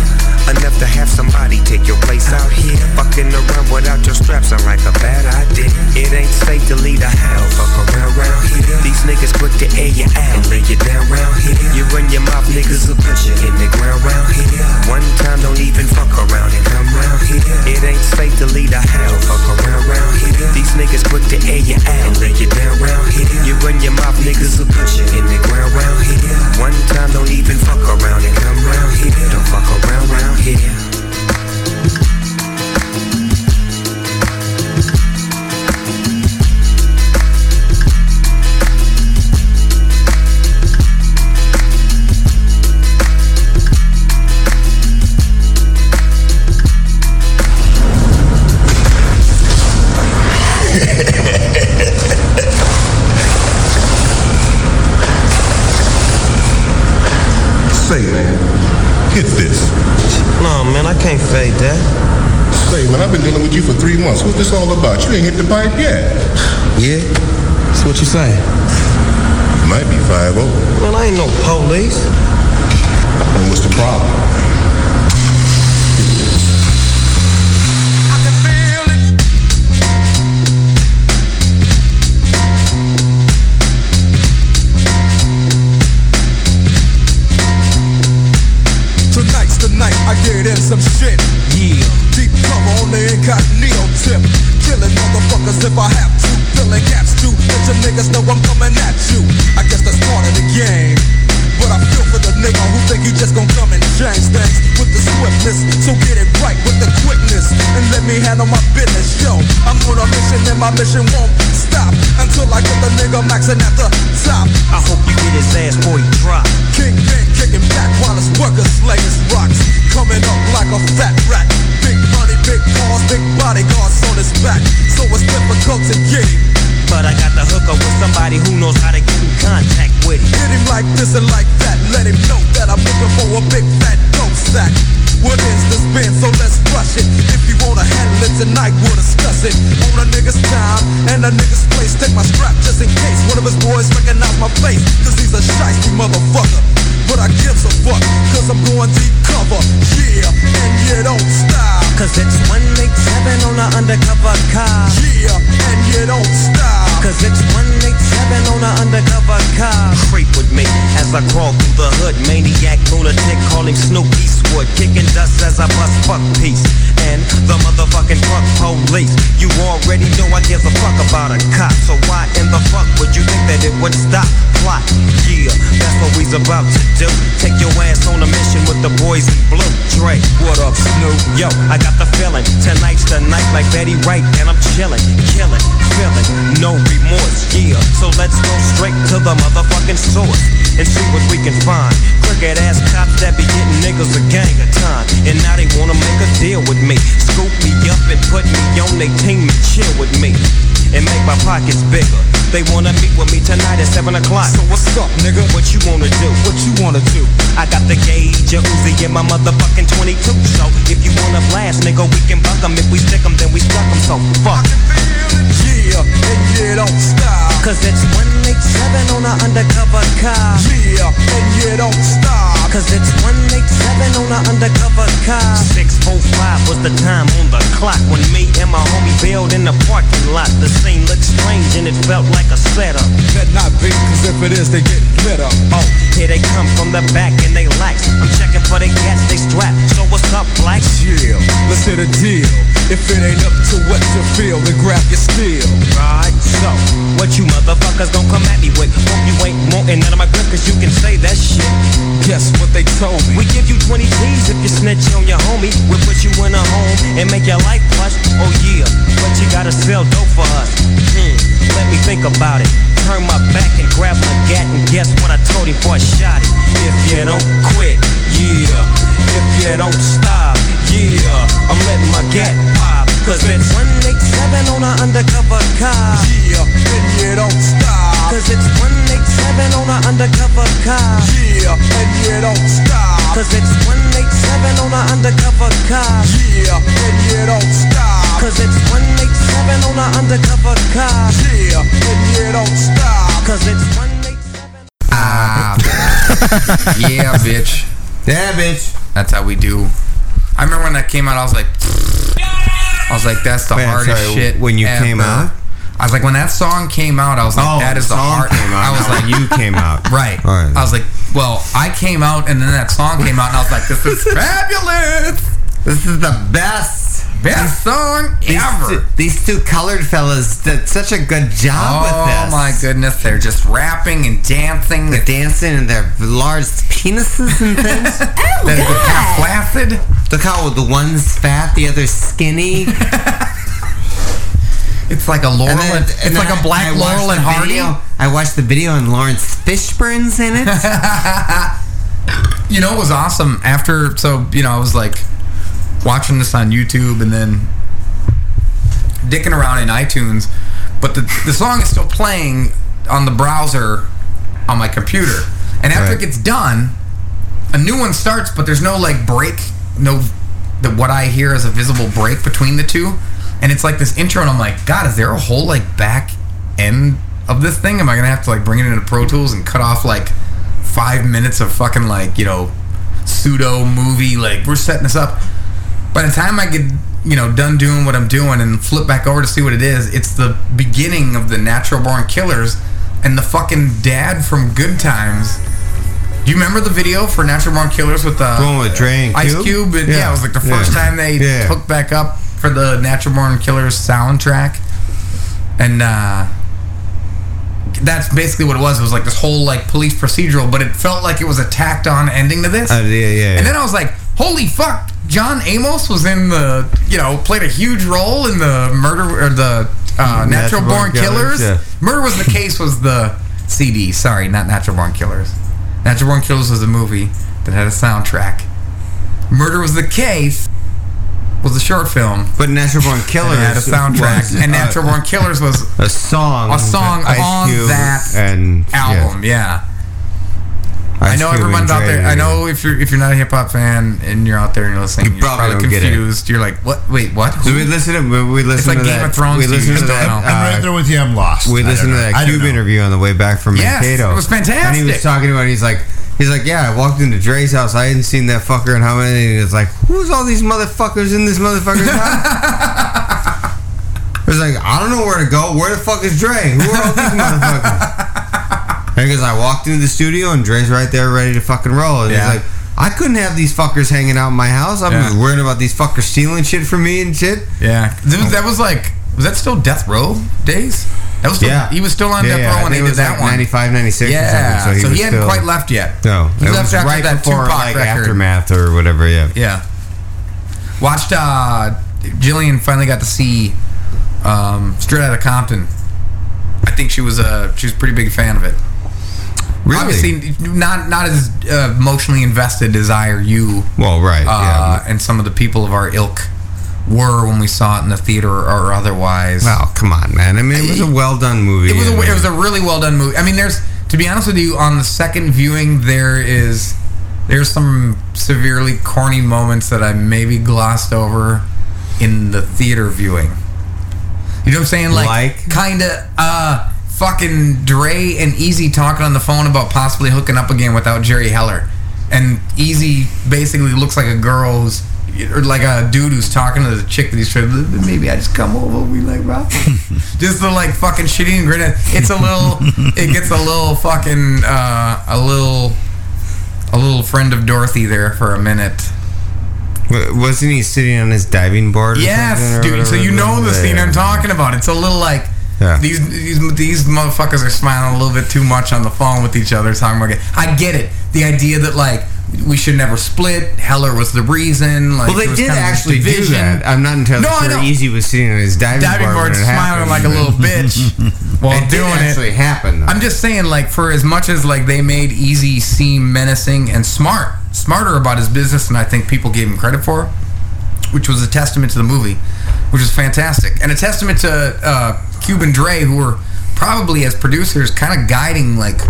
Speaker 21: Enough to have somebody take your place out here. Fucking around without your straps sound like a bad idea. It ain't safe to leave the house. Fuck around round here. These niggas quick to air you out and bring you down round here. You run your mouth, niggas will put you in the ground round here. One time, don't even fuck around and come round here. It ain't safe to leave the house. Fuck around round here. These niggas quick to air you out and bring you down round here. You run your mouth, niggas will put you in the ground round here. One time, don't even fuck around and come round here. Don't fuck around round here.
Speaker 13: Say, man, get this.
Speaker 19: No, man, I can't fade that.
Speaker 13: Say, man, I've been dealing with you for three months. What's this all about? You ain't hit the pipe yet. Yeah? That's what you saying. Might be oh. 5 0.
Speaker 19: Man, I ain't no police.
Speaker 13: And what's the problem?
Speaker 6: Tonight's the night I get in some shit. Yeah. Deep cover on the incognito tip. Killing motherfuckers if I have to. Filling gaps too. Let your niggas know I'm coming at you. I guess that's part of the game. But I feel for the nigga who think he just gon' come and change things with the swiftness. So get it right with the quickness and let me handle my business. Yo, I'm on a mission and my mission won't stop until I get the nigga maxing at the top. I hope you get his ass boy drop. King bang kicking back while his workers slay his rocks. Coming up like a fat rat. Big money, big cars, big bodyguards on his back. So it's difficult to get him.
Speaker 19: But I got the hookup with somebody who knows how to get in contact with it.
Speaker 6: Hit him like this and like that. Let him know that I'm looking for a big fat dope sack. What is this band? So let's rush it. If you wanna handle it tonight, we'll discuss it. On a nigga's time and a nigga's place. Take my strap just in case one of his boys recognize my face. Cause he's a shisty motherfucker. But I gives a fuck, cause I'm going deep cover. Yeah, and you don't stop.
Speaker 19: Cause it's 187 on an undercover car.
Speaker 6: Yeah, and you don't stop.
Speaker 19: Cause it's 187 on an undercover car. Creep with me as as I crawl through the hood. Maniac, lunatic, call him Snoop Eastwood. Kicking dust as I bust fuck peace. And the motherfucking fuck police. You already know I give a fuck about a cop. So why in the fuck would you think that it would stop? Plot, yeah, that's what we's about to do. Take your ass on a mission with the boys in blue. Dre, what up, Snoop? Yo, I got the feeling. Tonight's the night like Betty Wright, and I'm chilling, killing, feeling. No remorse, yeah. So let's go straight to the motherfucking source and see what we can find. Crooked ass cops that be getting niggas a gang of time. And now they wanna make a deal with me. Scoop me up and put me on they team and chill with me. And make my pockets bigger. They wanna meet with me tonight at 7 o'clock. So what's up, nigga? What you wanna do? What you wanna do? I got the gauge, a Uzi, and my motherfucking 22. So if you wanna blast, nigga, we can buck 'em. If we stick 'em, then we stuck 'em. So fuck. Yeah, and you don't stop. Cause it's 187 on an undercover car. Yeah, and you don't stop. Cause it's 187 on an undercover car. 645 was the time on the clock when me and my homie bailed in the parking lot. The scene looked strange and it felt like a setup. Could not be, cause if it is, they get lit up. Oh, here they come from the back and they lax. I'm checking for the gas, they strapped. So what's up, black?
Speaker 22: Chill, let's hit a deal. If it ain't up to what you feel, then grab your steel.
Speaker 19: Right, so what you motherfuckers gon' come at me with? Hope you ain't wantin' none of my grip, cause you can say that shit. Guess what they told me? We give you 20 G's if you snitch on your homie. We'll put you in a home and make your life plush. Oh yeah, but you gotta sell dope for us. Hmm, let me think about it. Turn my back and grab my gat and guess what I told him before I shot it. If you don't quit, yeah. If you don't stop, yeah. I'm letting my gat pop. Cause it's 187 on an undercover car. Yeah, and you don't stop. Cause it's 187 on an undercover car. Yeah, and you don't stop. Cause it's 187 on an undercover car. Yeah, and you don't stop. Cause it's 187 on an undercover car. Yeah, and you don't stop. Cause it's 187.
Speaker 2: Ah. yeah, bitch. Yeah, bitch. That's how we do. I remember when that came out, I was like, I was like, that's the
Speaker 3: Wait, I'm
Speaker 2: hardest
Speaker 3: sorry,
Speaker 2: shit.
Speaker 3: when you came
Speaker 2: ever.
Speaker 3: out?
Speaker 2: I was like, when that song came out, I was like,
Speaker 3: Oh,
Speaker 2: that
Speaker 3: the
Speaker 2: is the hard.
Speaker 3: song came out,
Speaker 2: I was
Speaker 3: not
Speaker 2: like,
Speaker 3: when [laughs] you came out.
Speaker 2: right?
Speaker 3: All right.
Speaker 2: I was like, well, I came out, and then that song came out, and I was like, this is [laughs]
Speaker 3: [laughs]
Speaker 2: fabulous.
Speaker 3: This is the best.
Speaker 2: Best song
Speaker 3: these
Speaker 2: ever.
Speaker 3: Two, these two colored fellas did such a good job
Speaker 2: Oh,
Speaker 3: with this.
Speaker 2: my goodness, they're just rapping and dancing.
Speaker 3: They're dancing and their large penises
Speaker 2: [laughs]
Speaker 3: and things. oh,
Speaker 2: They're half flaccid.
Speaker 3: Look how the one's fat, the other's [laughs] skinny.
Speaker 2: It's like a Laurel and- it's like a black Laurel and Hardy.
Speaker 3: I watched the video and Lawrence Fishburne's in it.
Speaker 2: [laughs] you know it was awesome after so you know i was like watching this on youtube and then dicking around in itunes but the, the song is still playing on the browser on my computer and after it
Speaker 3: Right.
Speaker 2: gets done a new one starts but there's no like break no the, what i hear is a visible break between the two and it's like this intro and i'm like god is there a whole like back end of this thing am i gonna have to like bring it into pro tools and cut off like five minutes of fucking like you know pseudo movie like we're setting this up by the time i get you know done doing what i'm doing and flip back over to see what it is it's the beginning of the natural born killers and the fucking dad from good times do you remember the video for natural born killers with the,
Speaker 3: The one with Dre and
Speaker 2: ice
Speaker 3: Cube?
Speaker 2: cube and, yeah.
Speaker 3: Yeah.
Speaker 2: it was like the first
Speaker 3: Yeah.
Speaker 2: time they
Speaker 3: Yeah.
Speaker 2: hooked back up for the natural born killers soundtrack and uh that's basically what it was. It was like this whole like police procedural, but it felt like it was a tacked on ending to this.
Speaker 3: Uh, yeah, yeah,
Speaker 2: And then I was like, holy fuck, John Amos was in the you know played a huge role in the murder or the uh, Natural Born Killers.
Speaker 3: yeah.
Speaker 2: Murder was
Speaker 3: [laughs]
Speaker 2: the case was the CD. Sorry, not Natural Born Killers. Natural Born Killers was a movie that had a soundtrack. Murder was the case was a short film.
Speaker 3: But Natural Born Killers
Speaker 2: [laughs] And it had a soundtrack,
Speaker 3: was,
Speaker 2: and
Speaker 3: uh,
Speaker 2: Natural
Speaker 3: [laughs]
Speaker 2: Born Killers was
Speaker 3: a song,
Speaker 2: a song
Speaker 3: that Ice
Speaker 2: on
Speaker 3: Cube
Speaker 2: that
Speaker 3: and
Speaker 2: album. Yeah, I know everyone's out there. I know if you're if you're not a hip hop fan and you're out there and you're listening, you are
Speaker 3: probably
Speaker 2: probably
Speaker 3: don't get it.
Speaker 2: confused. You're like, what? Wait, what?
Speaker 3: So we listen to we we listen
Speaker 2: like
Speaker 3: to
Speaker 2: Game
Speaker 3: that,
Speaker 2: of Thrones
Speaker 3: We
Speaker 2: to you,
Speaker 3: listen
Speaker 2: you just
Speaker 3: to that. uh,
Speaker 2: don't know.
Speaker 4: I'm right there with you. I'm lost.
Speaker 3: We
Speaker 4: I don't
Speaker 3: listened to
Speaker 4: know. I
Speaker 3: that
Speaker 4: don't
Speaker 3: Cube
Speaker 4: know.
Speaker 3: interview on the way back from
Speaker 4: Yes,
Speaker 3: Mankato.
Speaker 4: it was
Speaker 3: And he
Speaker 4: fantastic.
Speaker 3: was talking about. It, he's like, he's like, yeah. I walked into Dre's house. I hadn't seen that fucker in how many. And it's like, who's all these motherfuckers in this
Speaker 2: [laughs]
Speaker 3: motherfucker's house?
Speaker 13: [laughs]
Speaker 3: It's like, I don't know where to go. Where the fuck is Dre? Who are all these motherfuckers? Because I walked into the studio and Dre's right there ready to fucking roll. And
Speaker 2: Yeah.
Speaker 3: he's like, I couldn't have these fuckers hanging out in my house. I'm
Speaker 2: Yeah.
Speaker 3: worrying about these fuckers stealing shit from me and shit.
Speaker 2: Yeah, Th- that was like was that still death row days? That was still,
Speaker 3: Yeah.
Speaker 2: He was still on
Speaker 3: Yeah,
Speaker 2: death
Speaker 3: yeah, I
Speaker 2: row when
Speaker 3: think
Speaker 2: they
Speaker 3: it
Speaker 2: did
Speaker 3: was
Speaker 2: that
Speaker 3: like
Speaker 2: one.
Speaker 3: 95, 96 or
Speaker 2: Yeah,
Speaker 3: something, so he
Speaker 2: so he,
Speaker 3: was
Speaker 2: hadn't
Speaker 3: still-
Speaker 2: quite left yet.
Speaker 3: No,
Speaker 2: he
Speaker 3: it
Speaker 2: left
Speaker 3: was
Speaker 2: after
Speaker 3: right
Speaker 2: that
Speaker 3: before
Speaker 2: Tupac
Speaker 3: like
Speaker 2: record.
Speaker 3: aftermath or whatever. Yeah,
Speaker 2: Yeah. Watched uh Jillian finally got to see um Straight Outta Compton. I think she was a she was a pretty big fan of it.
Speaker 3: Really?
Speaker 2: Obviously not not as uh, emotionally invested as I or you.
Speaker 3: Well, right,
Speaker 2: Uh, and some of the people of our ilk were when we saw it in the theater or otherwise.
Speaker 3: Well, come on, man. I mean, it was a well done movie.
Speaker 2: It was
Speaker 3: I
Speaker 2: a,
Speaker 3: mean-
Speaker 2: it was a really well done movie. I mean, there's to be honest with you, on the second viewing, there is there's some severely corny moments that I maybe glossed over in the theater viewing. You know what I'm saying? Like, kind of uh, fucking Dre and Easy talking on the phone about possibly hooking up again without Jerry Heller, and Easy basically looks like a girl who's. Or like a dude who's talking to the chick that he's trying to maybe I just come over we like rock just the like fucking shitty and grin. It's a little. it gets a little fucking uh, a little a little friend of Dorothy there for a minute.
Speaker 3: Wa- Wasn't he sitting on his diving board? Or
Speaker 2: Yes,
Speaker 3: something or
Speaker 2: dude. So
Speaker 3: whatever
Speaker 2: you
Speaker 3: it
Speaker 2: know
Speaker 3: was?
Speaker 2: the scene I'm talking about. It's a little like.
Speaker 3: Yeah.
Speaker 2: These, these these motherfuckers are smiling a little bit too much on the phone with each other talking about it. I get it. The idea that like we should never split. Heller was the reason. Like
Speaker 3: well,
Speaker 2: it
Speaker 3: they
Speaker 2: was
Speaker 3: did
Speaker 2: kind of this
Speaker 3: actually do
Speaker 2: division.
Speaker 3: that. I'm not entirely
Speaker 2: No, I
Speaker 3: sure
Speaker 2: know.
Speaker 3: Easy was sitting on his diving,
Speaker 2: Diving
Speaker 3: board,
Speaker 2: board,
Speaker 3: when it
Speaker 2: smiling
Speaker 3: happened,
Speaker 2: like a
Speaker 3: but-
Speaker 2: little
Speaker 3: [laughs]
Speaker 2: bitch while
Speaker 3: it did
Speaker 2: doing
Speaker 3: actually
Speaker 2: it.
Speaker 3: happened.
Speaker 2: I'm just saying, like, for as much as like they made Easy seem menacing and smart, smarter about his business than I think people gave him credit for, which was a testament to the movie, which was fantastic, and a testament to uh, Cube and Dre, who were probably as producers kind of guiding like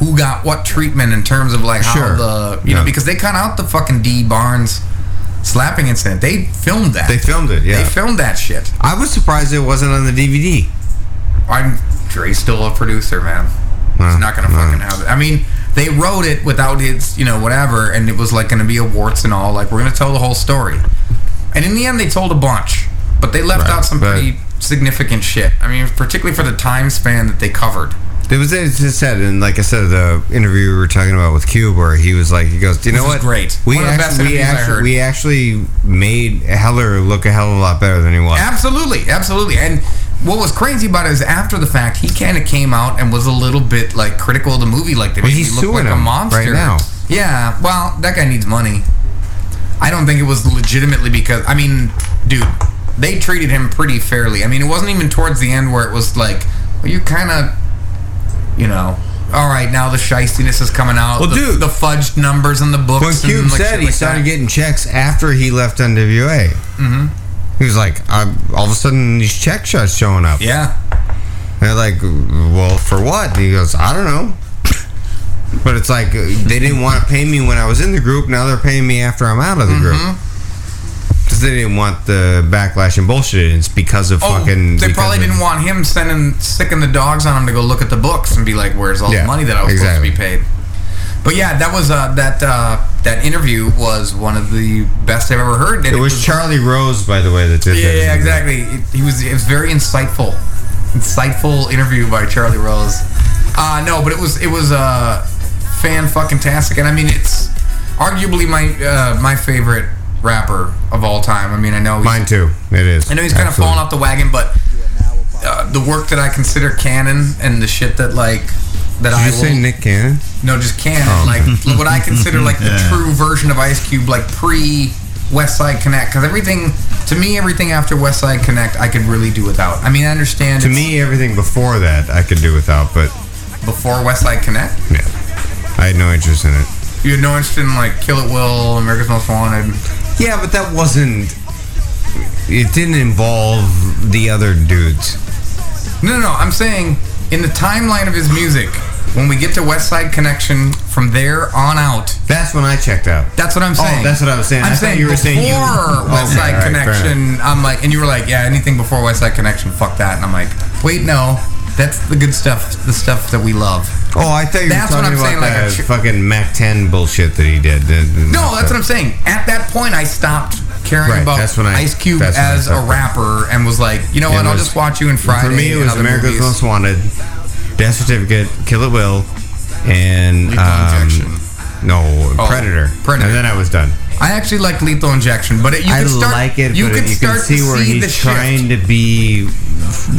Speaker 2: who got what treatment in terms of like how
Speaker 3: Sure.
Speaker 2: the you
Speaker 3: Yeah.
Speaker 2: know because they cut out the fucking D Barnes slapping incident. They filmed that.
Speaker 3: They filmed it, yeah.
Speaker 2: They filmed that shit.
Speaker 3: I was surprised it wasn't on the DVD.
Speaker 2: I'm Dre's still a producer, man.
Speaker 3: Well,
Speaker 2: He's not gonna fucking have it. I mean, they wrote it without its, you know, whatever, and it was like gonna be a warts and all. Like we're gonna tell the whole story, and in the end, they told a bunch, but they left out some pretty significant shit. I mean, particularly for the time span that they covered.
Speaker 3: It was it just said, and like I said, the interview we were talking about with Cube, where he was like, he goes, "Do you
Speaker 2: This
Speaker 3: know
Speaker 2: is
Speaker 3: what?
Speaker 2: great.
Speaker 3: We
Speaker 2: One of the best
Speaker 3: actually,
Speaker 2: interviews
Speaker 3: we
Speaker 2: I
Speaker 3: actually,
Speaker 2: heard."
Speaker 3: we actually made Heller look a hell of a lot better than he was."
Speaker 2: Absolutely, absolutely. And what was crazy about it is after the fact, he kind of came out and was a little bit like critical of the movie, like they
Speaker 3: Well,
Speaker 2: made
Speaker 3: he's
Speaker 2: me look
Speaker 3: suing
Speaker 2: like a
Speaker 3: him
Speaker 2: monster
Speaker 3: right now.
Speaker 2: Yeah, well, that guy needs money. I don't think it was legitimately because I mean, dude, they treated him pretty fairly. I mean, it wasn't even towards the end where it was like, well, you kind of, you know. All right, now the shystiness is coming out.
Speaker 3: Well,
Speaker 2: the,
Speaker 3: dude.
Speaker 2: the fudged numbers in the books.
Speaker 3: When Cube
Speaker 2: and, like, shit
Speaker 3: said he
Speaker 2: like
Speaker 3: started
Speaker 2: that.
Speaker 3: getting checks after he left NWA,
Speaker 2: Mhm.
Speaker 3: he was like, I'm, "All of a sudden, these check shots showing up."
Speaker 2: Yeah.
Speaker 3: And they're like, "Well, for what?" And he goes, "I don't know." [laughs] But it's like uh, they didn't want to pay me when I was in the group. Now they're paying me after I'm out of
Speaker 2: Mm-hmm.
Speaker 3: the group. Because they didn't want the backlash and bullshit. It's because of fucking.
Speaker 2: Oh, They
Speaker 3: because
Speaker 2: probably
Speaker 3: of-
Speaker 2: didn't want him sending sticking the dogs on him to go look at the books and be like, "Where's all
Speaker 3: Yeah,
Speaker 2: the money that I was supposed to be paid?" But yeah, that was uh, that uh, that interview was one of the best I've ever heard. and
Speaker 3: It was Charlie Rose, by the way, that did
Speaker 2: Yeah,
Speaker 3: that.
Speaker 2: yeah, exactly. It, he was it was very insightful, insightful interview by Charlie Rose. Uh, no, but it was it was uh, fan fucking tastic, and I mean it's arguably my uh, my favorite rapper of all time. I mean, I know he's-
Speaker 3: Mine too. It is.
Speaker 2: I know he's kind of
Speaker 3: Absolutely.
Speaker 2: falling off the wagon, but uh, the work that I consider canon and the shit that like that
Speaker 3: Did
Speaker 2: I
Speaker 3: you
Speaker 2: will,
Speaker 3: say Nick Cannon?
Speaker 2: no, just canon,
Speaker 3: Oh.
Speaker 2: like what I consider like the
Speaker 3: [laughs] Yeah.
Speaker 2: true version of Ice Cube, like pre West Side Connect, because everything to me, everything after West Side Connect, I could really do without. I mean, I understand
Speaker 3: To
Speaker 2: it's
Speaker 3: me, everything before that I could do without, but
Speaker 2: before West Side Connect,
Speaker 3: yeah, I had no interest in it.
Speaker 2: you had no interest in like Kill It Will, America's Most Wanted.
Speaker 3: Yeah, but that wasn't. It didn't involve the other dudes.
Speaker 2: No, no, no. I'm saying in the timeline of his music, when we get to West Side Connection, from there on out.
Speaker 3: That's when I checked out.
Speaker 2: That's what I'm
Speaker 3: Oh,
Speaker 2: saying.
Speaker 3: that's what I was saying. I
Speaker 2: I'm
Speaker 3: thought
Speaker 2: saying
Speaker 3: you were saying you-
Speaker 2: before West
Speaker 3: Okay,
Speaker 2: Side
Speaker 3: all right, fair
Speaker 2: Connection. I'm like, and you were like, yeah, anything before West Side Connection, fuck that. And I'm like, wait, no, that's the good stuff, the stuff that we love.
Speaker 3: Oh, I thought you
Speaker 2: That's
Speaker 3: were
Speaker 2: what
Speaker 3: talking
Speaker 2: I'm
Speaker 3: about
Speaker 2: saying, like
Speaker 3: that
Speaker 2: a ch-
Speaker 3: fucking Mac 10 bullshit that he did.
Speaker 2: No, that's what I'm saying. At that point, I stopped caring
Speaker 3: Right,
Speaker 2: about
Speaker 3: that's when I-
Speaker 2: Ice Cube
Speaker 3: that's when I
Speaker 2: as a
Speaker 3: stopped that.
Speaker 2: rapper and was like, you know
Speaker 3: It
Speaker 2: what, I'll
Speaker 3: was-
Speaker 2: just watch you in Friday.
Speaker 3: For me, it
Speaker 2: and
Speaker 3: was
Speaker 2: other
Speaker 3: America's
Speaker 2: movies.
Speaker 3: Most Wanted, Death Certificate, Kill It Will, and
Speaker 2: Lethal
Speaker 3: um,
Speaker 2: Injection.
Speaker 3: No,
Speaker 2: Oh,
Speaker 3: Predator.
Speaker 2: Predator.
Speaker 3: And then I was done.
Speaker 2: I actually like Lethal Injection, but it, you
Speaker 3: I
Speaker 2: can start.
Speaker 3: like it.
Speaker 2: you
Speaker 3: but
Speaker 2: can
Speaker 3: you
Speaker 2: start
Speaker 3: can see
Speaker 2: to
Speaker 3: where
Speaker 2: see
Speaker 3: he's
Speaker 2: the shift.
Speaker 3: trying to be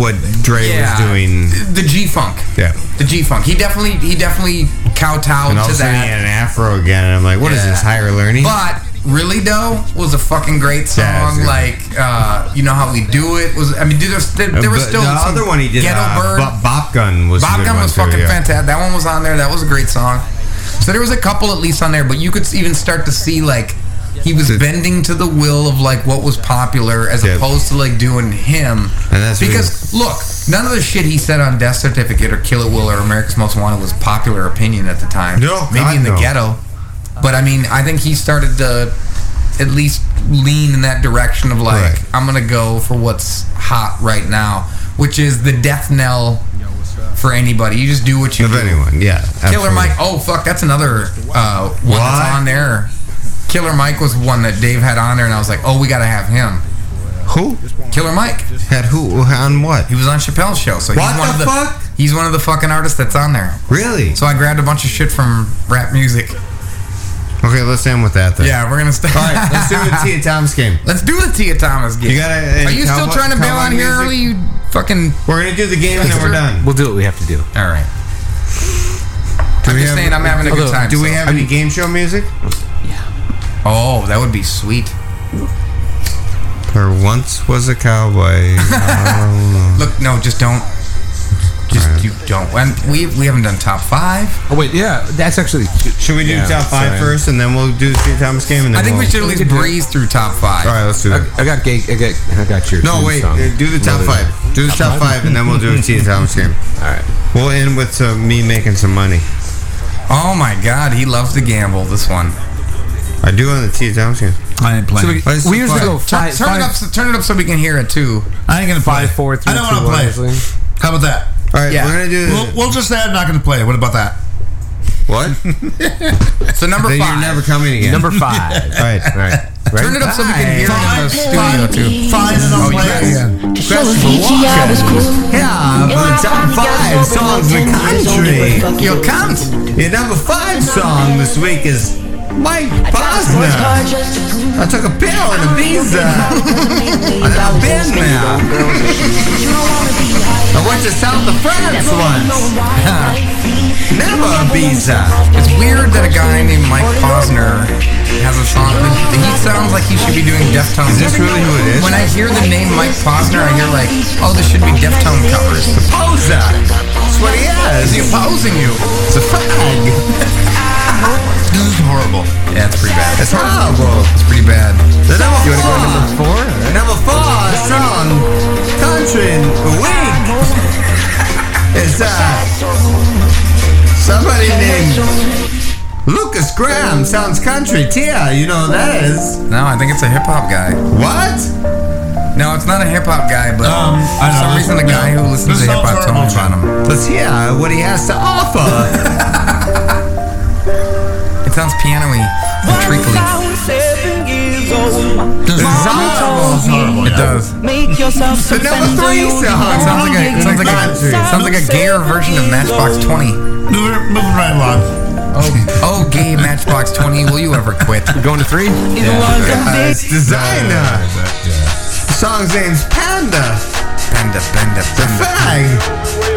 Speaker 3: what Dre
Speaker 2: Yeah.
Speaker 3: was doing.
Speaker 2: The G Funk.
Speaker 3: Yeah.
Speaker 2: The G Funk. He definitely he definitely kowtowed
Speaker 3: And all
Speaker 2: to
Speaker 3: of a sudden he
Speaker 2: that.
Speaker 3: had an afro again, and I'm like, what is
Speaker 2: Yeah.
Speaker 3: this higher learning?
Speaker 2: But really though was a fucking great song.
Speaker 3: Yeah, it's good.
Speaker 2: like uh, you know how we do it was. I mean, there was there,
Speaker 3: Uh,
Speaker 2: there was
Speaker 3: but
Speaker 2: still
Speaker 3: the
Speaker 2: some
Speaker 3: other one he did.
Speaker 2: Ghetto
Speaker 3: uh,
Speaker 2: Bird.
Speaker 3: Bop, Bop Gun was. a
Speaker 2: Bob
Speaker 3: good
Speaker 2: Gun
Speaker 3: one
Speaker 2: was
Speaker 3: too,
Speaker 2: fucking
Speaker 3: yeah.
Speaker 2: fantastic. That one was on there. That was a great song. So there was a couple at least on there, but you could even start to see like he was bending to the will of like what was popular as opposed to like doing him.
Speaker 3: And that's what he
Speaker 2: because look, none of the shit he said on Death Certificate or Kill It Will or America's Most Wanted was popular opinion at the time.
Speaker 3: No,
Speaker 2: maybe
Speaker 3: God,
Speaker 2: in the
Speaker 3: no.
Speaker 2: ghetto, but I mean, I think he started to at least lean in that direction of like I'm gonna go for what's hot right now, which is the death knell for anybody. You just do what you
Speaker 3: Of
Speaker 2: do.
Speaker 3: anyone, yeah.
Speaker 2: Killer
Speaker 3: absolutely.
Speaker 2: Mike. Oh fuck, that's another uh, one
Speaker 3: What?
Speaker 2: that's on there. Killer Mike was one that Dave had on there, and I was like, oh, we gotta have him.
Speaker 3: Who?
Speaker 2: Killer Mike.
Speaker 3: Had who on what?
Speaker 2: He was on Chappelle's show, so
Speaker 3: What
Speaker 2: he's one
Speaker 3: the
Speaker 2: of the
Speaker 3: fuck?
Speaker 2: he's one of the fucking artists that's on there.
Speaker 3: Really?
Speaker 2: So I grabbed a bunch of shit from rap music.
Speaker 3: Okay, let's end with that then.
Speaker 2: Yeah, we're gonna start.
Speaker 3: All right, let's do the Tia Thomas game.
Speaker 2: [laughs] Let's do the Tia Thomas game.
Speaker 3: You gotta.
Speaker 2: Are you still
Speaker 3: cowboy-
Speaker 2: trying to bail
Speaker 3: cowboy
Speaker 2: on here
Speaker 3: music?
Speaker 2: early? You fucking.
Speaker 3: We're gonna do the game and then we're done.
Speaker 16: We'll do what we have to do.
Speaker 2: All right.
Speaker 3: Do
Speaker 2: I'm
Speaker 3: we
Speaker 2: just
Speaker 3: have-
Speaker 2: saying I'm having a good
Speaker 3: Although,
Speaker 2: time.
Speaker 3: Do we
Speaker 2: so-
Speaker 3: have any game show music?
Speaker 2: Oh, that would be sweet.
Speaker 3: There once was
Speaker 2: [laughs]
Speaker 3: a cowboy.
Speaker 2: Look, no, just don't. Just you don't. And we we haven't done top five.
Speaker 16: Oh wait, yeah, that's actually.
Speaker 3: Should we do top five first, and then we'll do the Tia Thomas game? And then
Speaker 2: I think we
Speaker 3: we'll-
Speaker 2: should at least breeze through top five.
Speaker 3: All right, let's do that.
Speaker 16: I, I got gay. I got. I got your.
Speaker 3: No,
Speaker 16: theme
Speaker 3: wait.
Speaker 16: song.
Speaker 3: uh, Do the top
Speaker 16: Another-
Speaker 3: five. Do the top five, and then we'll do a Tia Thomas
Speaker 16: [laughs]
Speaker 3: game. All right. We'll end with some, me making some money.
Speaker 2: Oh my God, he loves to gamble. This one.
Speaker 3: I do on the Tia Thomas game.
Speaker 16: I ain't
Speaker 3: playing.
Speaker 16: So we- we usually go
Speaker 2: Turn,
Speaker 16: five-
Speaker 2: turn
Speaker 16: five-
Speaker 2: it up. so- Turn it up so we can hear it too.
Speaker 4: I ain't gonna play.
Speaker 16: Five, four, three,
Speaker 4: I don't wanna
Speaker 16: two,
Speaker 4: play.
Speaker 16: one, actually.
Speaker 4: How about that?
Speaker 3: All right, we're gonna do
Speaker 4: We'll, we'll just say I'm not gonna play. What about that?
Speaker 3: what?
Speaker 2: So number
Speaker 3: then
Speaker 2: five.
Speaker 3: you're never coming again.
Speaker 16: Number five.
Speaker 3: All right, all right.
Speaker 2: turn it up so we can hear it in the studio
Speaker 4: Five,
Speaker 2: too.
Speaker 4: five, and
Speaker 3: Oh,
Speaker 4: I'll play it again.
Speaker 3: Yeah, but top five songs in the country.
Speaker 2: Yo, comes.
Speaker 3: Your number five song this week is Mike Posner. I took a pill and a visa. and I've been there. I went to South of France once. Never a visa.
Speaker 2: It's weird that a guy named Mike Posner has a song. that- He sounds like he should be doing Deftones.
Speaker 3: Is this really who it is?
Speaker 2: When I hear the name Mike Posner, I hear like, oh, this should be Deftone covers.
Speaker 3: Poser. That's what he
Speaker 2: Is
Speaker 3: is.
Speaker 2: he opposing you?
Speaker 3: It's a fag.
Speaker 2: This is horrible. Yeah, it's pretty bad.
Speaker 3: It's horrible.
Speaker 2: It's pretty bad.
Speaker 3: The number
Speaker 16: You want to go
Speaker 3: four.
Speaker 16: to number four? All
Speaker 3: Number
Speaker 16: right.
Speaker 3: four song, country and week, is uh, somebody named Lucas Graham. Sounds country, Tia. You know who that is.
Speaker 2: No, I think it's a hip hop guy.
Speaker 3: What?
Speaker 2: No, it's not a hip hop guy, but
Speaker 4: Um, I know,
Speaker 2: for some
Speaker 4: this-
Speaker 2: reason the guy who listens
Speaker 4: this
Speaker 2: to hip
Speaker 4: sounds
Speaker 2: hop told me about him.
Speaker 3: Let's hear what he has to offer.
Speaker 2: [laughs] It sounds piano-y and treacly.
Speaker 3: This is horrible.
Speaker 2: It does.
Speaker 12: Make yourself
Speaker 3: The number three song
Speaker 2: It sounds like a it sounds like a
Speaker 3: [laughs] country.
Speaker 2: it sounds like a gayer version of Matchbox Twenty.
Speaker 4: Moving, moving right along.
Speaker 2: Oh, gay Matchbox Twenty, will you ever quit?
Speaker 16: [laughs] Going to three.
Speaker 3: Uh, it's designer. Song's name's Panda.
Speaker 2: Benda, benda, benda.
Speaker 3: Fag.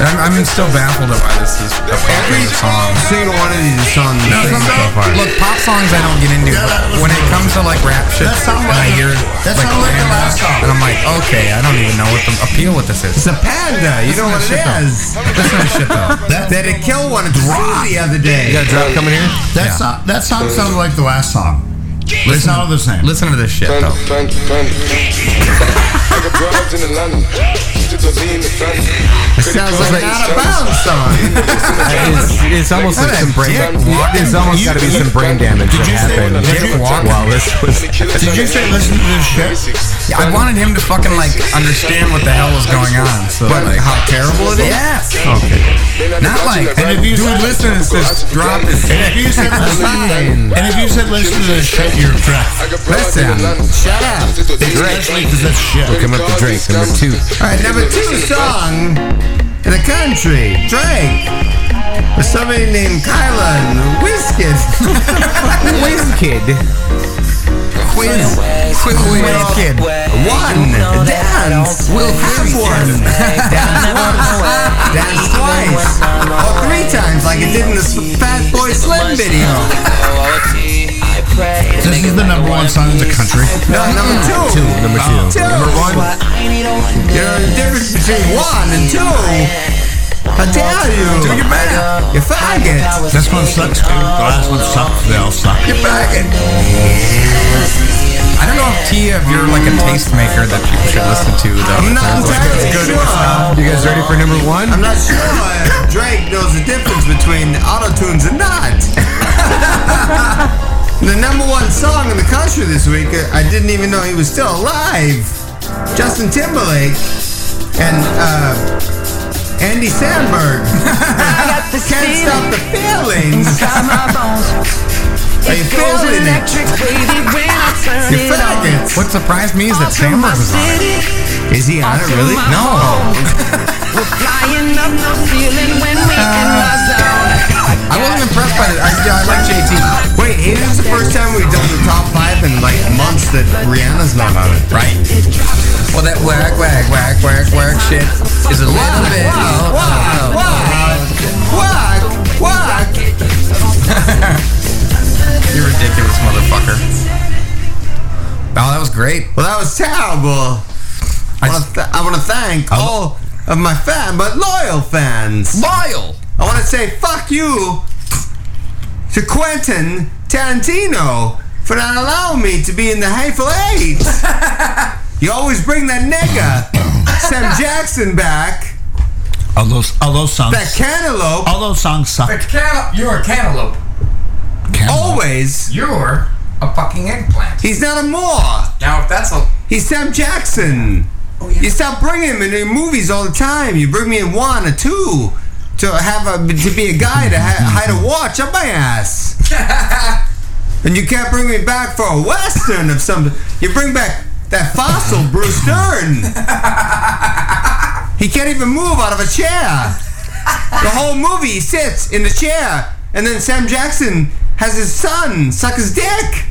Speaker 2: I'm, I'm still baffled at why this is a popular song.
Speaker 3: Single one of these is on the
Speaker 2: Some- Look, pop songs I don't get into.
Speaker 4: Yeah, that
Speaker 2: but
Speaker 4: was
Speaker 2: when it
Speaker 4: really
Speaker 2: comes to like rap shit,
Speaker 4: That sound
Speaker 2: and I
Speaker 4: like-
Speaker 2: hear
Speaker 4: that
Speaker 2: like
Speaker 4: sound like the
Speaker 2: Lambda,
Speaker 4: last song.
Speaker 2: and I'm like, okay, I don't even know what the appeal with this is.
Speaker 3: It's a panda. You know what it is.
Speaker 2: That's not shit though.
Speaker 3: That it killed one at the zoo the other day.
Speaker 16: You got a drop coming here?
Speaker 4: That
Speaker 2: Yeah.
Speaker 4: song, that song sounded like the last song. They sounded the same.
Speaker 2: Listen to this shit though.
Speaker 3: It sounds like an out of bounds song.
Speaker 16: It's, it's almost like some brain. It's almost got to be some brain damage that happened while this was.
Speaker 4: Did you say listen to this shit?
Speaker 2: Yeah, I wanted him to fucking like understand what the hell was going on. So
Speaker 3: But
Speaker 2: like,
Speaker 3: how [laughs] terrible it is.
Speaker 2: yes, not like
Speaker 4: And if you
Speaker 2: dude,
Speaker 4: said-
Speaker 2: listen to this drop is
Speaker 4: And if you said listen to
Speaker 3: Fine.
Speaker 4: and if you said listen to this shit, you're correct.
Speaker 3: Listen. Shut up.
Speaker 4: Especially because that's shit.
Speaker 16: Come up to Drake, number two.
Speaker 3: All right, number two song in the country. Drake. somebody named Kyla
Speaker 16: [laughs]
Speaker 3: Whiskit. Whiskid. Quiz. Quiz. Whiskid. One. Dance. We'll have one. Dance once. [laughs] Dance twice. Or three times like it did in the Fat Boy Slim video.
Speaker 4: This is the number one song in the country.
Speaker 3: No, number two.
Speaker 4: Number two.
Speaker 3: Number one. There's a difference between one and two. I tell you. Do your math. You faggot.
Speaker 4: This one sucks too. The last one sucks. They all suck.
Speaker 3: You faggot.
Speaker 2: I don't know if Tia, if you're like a tastemaker that people should listen to, though.
Speaker 3: I'm not
Speaker 2: Sounds like
Speaker 3: entirely
Speaker 2: it's
Speaker 3: sure.
Speaker 2: You guys ready for number one?
Speaker 3: I'm not sure if Drake knows the difference between auto tunes and not. [laughs] the number one song in the country this week, uh, I didn't even know he was still alive. Justin Timberlake and uh, Andy Sandberg. Can't stop the feelings. Are you feeling it?
Speaker 2: You faggots. What surprised me is that Sandberg was on it.
Speaker 3: Is he on it
Speaker 2: really? No.
Speaker 18: Flying up no ceiling when we in the zone.
Speaker 3: I wasn't impressed by it. I, I like JT. Wait, it is the first time we've done the top five in like months that Rihanna's not on it, right?
Speaker 2: Well, that whack, whack, whack, whack, whack shit is a little bit. oh.
Speaker 3: Whack, whack.
Speaker 2: You oh. ridiculous motherfucker. Oh, that was great.
Speaker 3: Well, that was terrible. I want to th- I wanna thank all of my fan, but loyal fans.
Speaker 2: Loyal.
Speaker 3: I want to say fuck you to Quentin Tarantino for not allowing me to be in the Hateful
Speaker 2: [laughs]
Speaker 3: Eight. you always bring that nigga Sam Jackson back.
Speaker 4: All those, all those songs.
Speaker 3: That cantaloupe.
Speaker 4: All those songs suck.
Speaker 2: You're a cantaloupe.
Speaker 3: Always.
Speaker 2: You're a fucking eggplant.
Speaker 3: He's not a Moor.
Speaker 2: Now, if that's a. Oh,
Speaker 3: He's Sam Jackson. You stop bringing him in your movies all the time. You bring me in one or two to have a, to be a guy to ha- hide a watch up my
Speaker 2: [laughs]
Speaker 3: ass. and you can't bring me back for a western of some. You bring back that fossil Bruce Stern. he can't even move out of a chair. The whole movie he sits in the chair, and then Sam Jackson has his son suck his dick.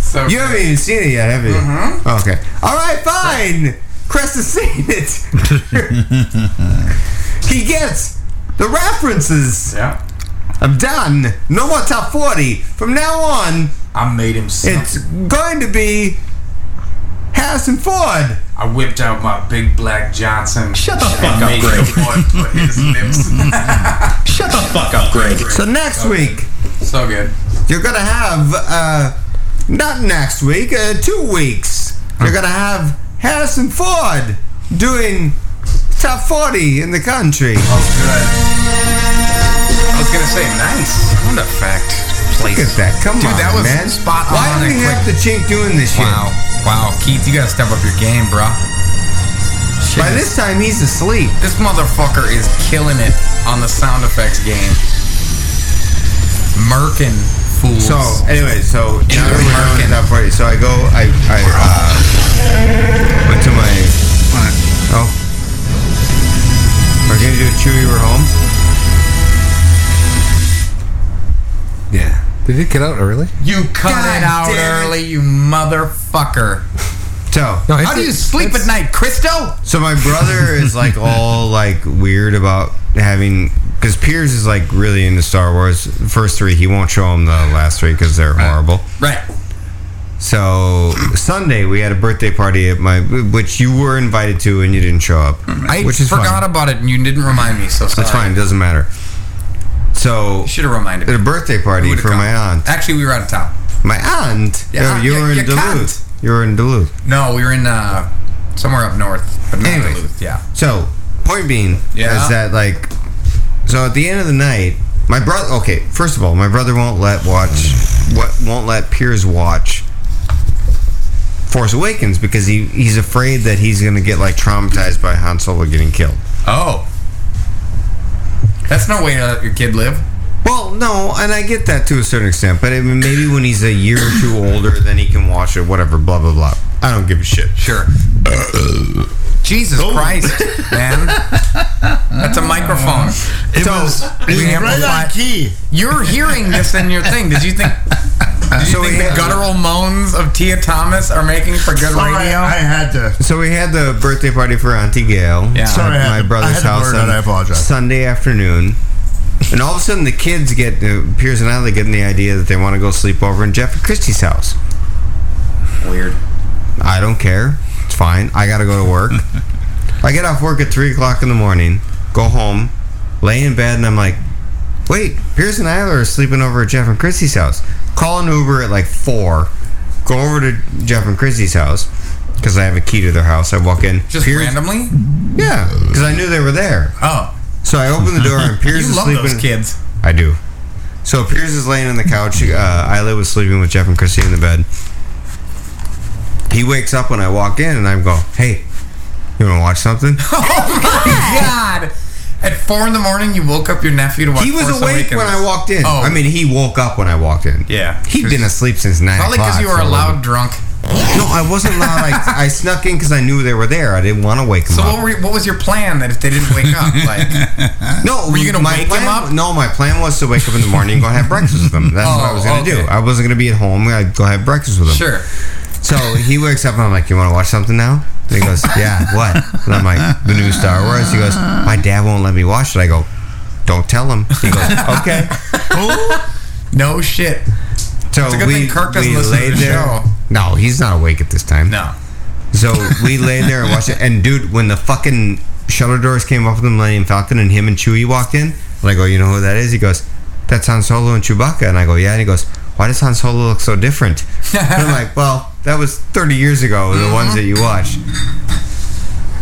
Speaker 2: So
Speaker 3: You haven't even seen it yet, have you? Mm-hmm. Okay. All right, fine. Crest has seen it. he gets the references.
Speaker 2: Yeah.
Speaker 3: I'm done. No more top 40. From now on,
Speaker 2: I made him sick.
Speaker 3: it's going to be Harrison Ford.
Speaker 2: I whipped out my big black Johnson. Shut
Speaker 3: the fuck up, Greg. [laughs] Shut the fuck up, Greg. So next week,
Speaker 2: So good.
Speaker 3: you're going to have, uh, not next week, uh, two weeks, you're going to have Harrison Ford doing top 40 in the country.
Speaker 2: Good. I was gonna say nice. What a fact. Place.
Speaker 3: Look at that. Come
Speaker 2: Dude,
Speaker 3: on,
Speaker 2: that was
Speaker 3: man.
Speaker 2: spot on.
Speaker 3: Why do we have the chink doing this shit?
Speaker 2: Wow. Wow, Keith, you gotta step up your game, bro. Shit.
Speaker 3: By this time, he's asleep.
Speaker 2: This motherfucker is killing it on the sound effects game. Merkin fools.
Speaker 3: So, anyway, so now
Speaker 2: Andrew
Speaker 3: that we're
Speaker 2: Merkin.
Speaker 3: doing top 40. So I go, I, I uh, went to my. Oh. We're gonna do a Chewy, we're home. Yeah.
Speaker 16: Did it get out early?
Speaker 2: You cut
Speaker 3: God
Speaker 2: it out
Speaker 3: damn it. Oh,
Speaker 2: early, you motherfucker.
Speaker 3: So,
Speaker 16: No,
Speaker 2: How do you sleep at night, Christo?
Speaker 3: so my brother is like all like weird about having. Because Piers is like really into Star Wars. First three, he won't show him the last three because they're horrible.
Speaker 2: Right.
Speaker 3: So Sunday we had a birthday party at my, which you were invited to and you didn't show up.
Speaker 2: I
Speaker 3: which is
Speaker 2: forgot
Speaker 3: fine.
Speaker 2: about it and you didn't remind me, so sorry.
Speaker 3: That's fine. It doesn't matter. So
Speaker 2: You should have reminded
Speaker 3: at
Speaker 2: me.
Speaker 3: a birthday party
Speaker 2: Would've
Speaker 3: for
Speaker 2: come.
Speaker 3: my aunt.
Speaker 2: Actually, we were out of town.
Speaker 3: My aunt.
Speaker 2: Yeah,
Speaker 3: no, you
Speaker 2: you-
Speaker 3: were in
Speaker 2: you can't.
Speaker 3: Duluth. You were in Duluth.
Speaker 2: No, we were in uh, somewhere up north, but not
Speaker 3: Anyway.
Speaker 2: Duluth. Yeah.
Speaker 3: So point being
Speaker 2: Yeah.
Speaker 3: is that like, so at the end of the night, my brother. Okay, first of all, my brother won't let watch. What won't let Piers watch. Force Awakens because he, he's afraid that he's going to get like traumatized by Han Solo getting killed.
Speaker 2: Oh, that's no way to let your kid live.
Speaker 3: Well, no, and I get that to a certain extent, but I mean, maybe when he's a year or two older, then he can watch it, whatever, blah, blah, blah. I don't give a shit.
Speaker 2: Sure. Jesus Christ,
Speaker 3: [laughs]
Speaker 2: man. That's a microphone.
Speaker 4: It
Speaker 2: so
Speaker 4: was- it was
Speaker 2: we
Speaker 4: right on
Speaker 2: amplify. Key. You're hearing this in your thing. Did you
Speaker 3: [laughs]
Speaker 2: think? Did you
Speaker 3: So
Speaker 2: think
Speaker 3: we
Speaker 2: the
Speaker 3: had-
Speaker 2: guttural moans of Tia Thomas are making for good
Speaker 4: Sorry,
Speaker 2: radio?
Speaker 4: I had to.
Speaker 3: So we had the birthday party for Auntie Gail
Speaker 4: Yeah. Sorry, I
Speaker 3: at
Speaker 4: had
Speaker 3: my
Speaker 4: to- I had
Speaker 3: brother's
Speaker 4: to
Speaker 3: house
Speaker 4: blurt it
Speaker 3: on
Speaker 4: out, I apologize.
Speaker 3: Sunday afternoon. And all of a sudden, the kids get, uh, Piers and I, they getting the idea that they want to go sleep over in Jeff and Christie's house.
Speaker 2: Weird.
Speaker 3: I don't care. It's fine. I got to go
Speaker 2: [laughs]
Speaker 3: to work. I get off work at 3 o'clock in the morning, go home, lay in bed, and I'm like, wait, Piers and I are sleeping over at Jeff and Christie's house. Call an Uber at like 4, go over to Jeff and Christie's house, because I have a key to their house. I walk in.
Speaker 2: Just
Speaker 3: Piers-
Speaker 2: randomly?
Speaker 3: Yeah, because I knew they were there.
Speaker 2: Oh.
Speaker 3: So I opened the
Speaker 2: [laughs]
Speaker 3: door and Piers
Speaker 2: You
Speaker 3: is
Speaker 2: love
Speaker 3: sleeping.
Speaker 2: those kids.
Speaker 3: I do. So Piers is laying on the couch. Uh, Isla was sleeping with Jeff and Christine in the bed. He wakes up when I walk in and I go, hey, you want to
Speaker 2: [laughs]
Speaker 3: watch something? [laughs]
Speaker 2: Oh my god! At four in the morning, you woke up your nephew to watch.
Speaker 3: He was
Speaker 2: Force
Speaker 3: awake
Speaker 2: Awakens.
Speaker 3: when I walked in.
Speaker 2: Oh,
Speaker 3: I mean, he woke up when I walked in.
Speaker 2: Yeah.
Speaker 3: He'd been asleep since 9
Speaker 2: probably because
Speaker 3: o'clock,
Speaker 2: you were
Speaker 3: so-
Speaker 2: a loud drunk.
Speaker 3: No, I wasn't loud. I, I snuck in because I knew they were there. I didn't want to wake them
Speaker 2: So
Speaker 3: up.
Speaker 2: what, were you, what was your plan that if they didn't wake
Speaker 3: [laughs]
Speaker 2: up, like
Speaker 3: No,
Speaker 2: were you gonna
Speaker 3: my
Speaker 2: wake
Speaker 3: plan,
Speaker 2: him up?
Speaker 3: No, my plan was to wake up in the morning and go have breakfast with them. That's what I
Speaker 2: Oh,
Speaker 3: was gonna do.
Speaker 2: okay.
Speaker 3: I wasn't gonna be at home. I'd go have breakfast with them.
Speaker 2: Sure.
Speaker 3: So he wakes up and I'm like, "You want to watch something now?" And he goes, "Yeah, what?" And I'm like, "The new Star Wars." He goes, "My dad won't let me watch it." I go, "Don't tell him." He goes, "Okay."
Speaker 2: no oh, shit.
Speaker 3: So
Speaker 2: It's a good
Speaker 3: we
Speaker 2: thing Kirk doesn't
Speaker 3: we
Speaker 2: listen to
Speaker 3: laid
Speaker 2: the
Speaker 3: there.
Speaker 2: show.
Speaker 3: No, he's not awake at this time.
Speaker 2: No.
Speaker 3: So we laid there and watched it. And dude, when the fucking shutter doors came up with the Millennium Falcon and him and Chewie walked in, and I go, you know who that is? He goes, that's Han Solo and Chewbacca. And I go, yeah. And he goes, why does Han Solo look so
Speaker 2: [laughs]
Speaker 3: different? And I'm like, well, that was 30 years ago.
Speaker 2: Mm-hmm.
Speaker 3: The ones that you watched.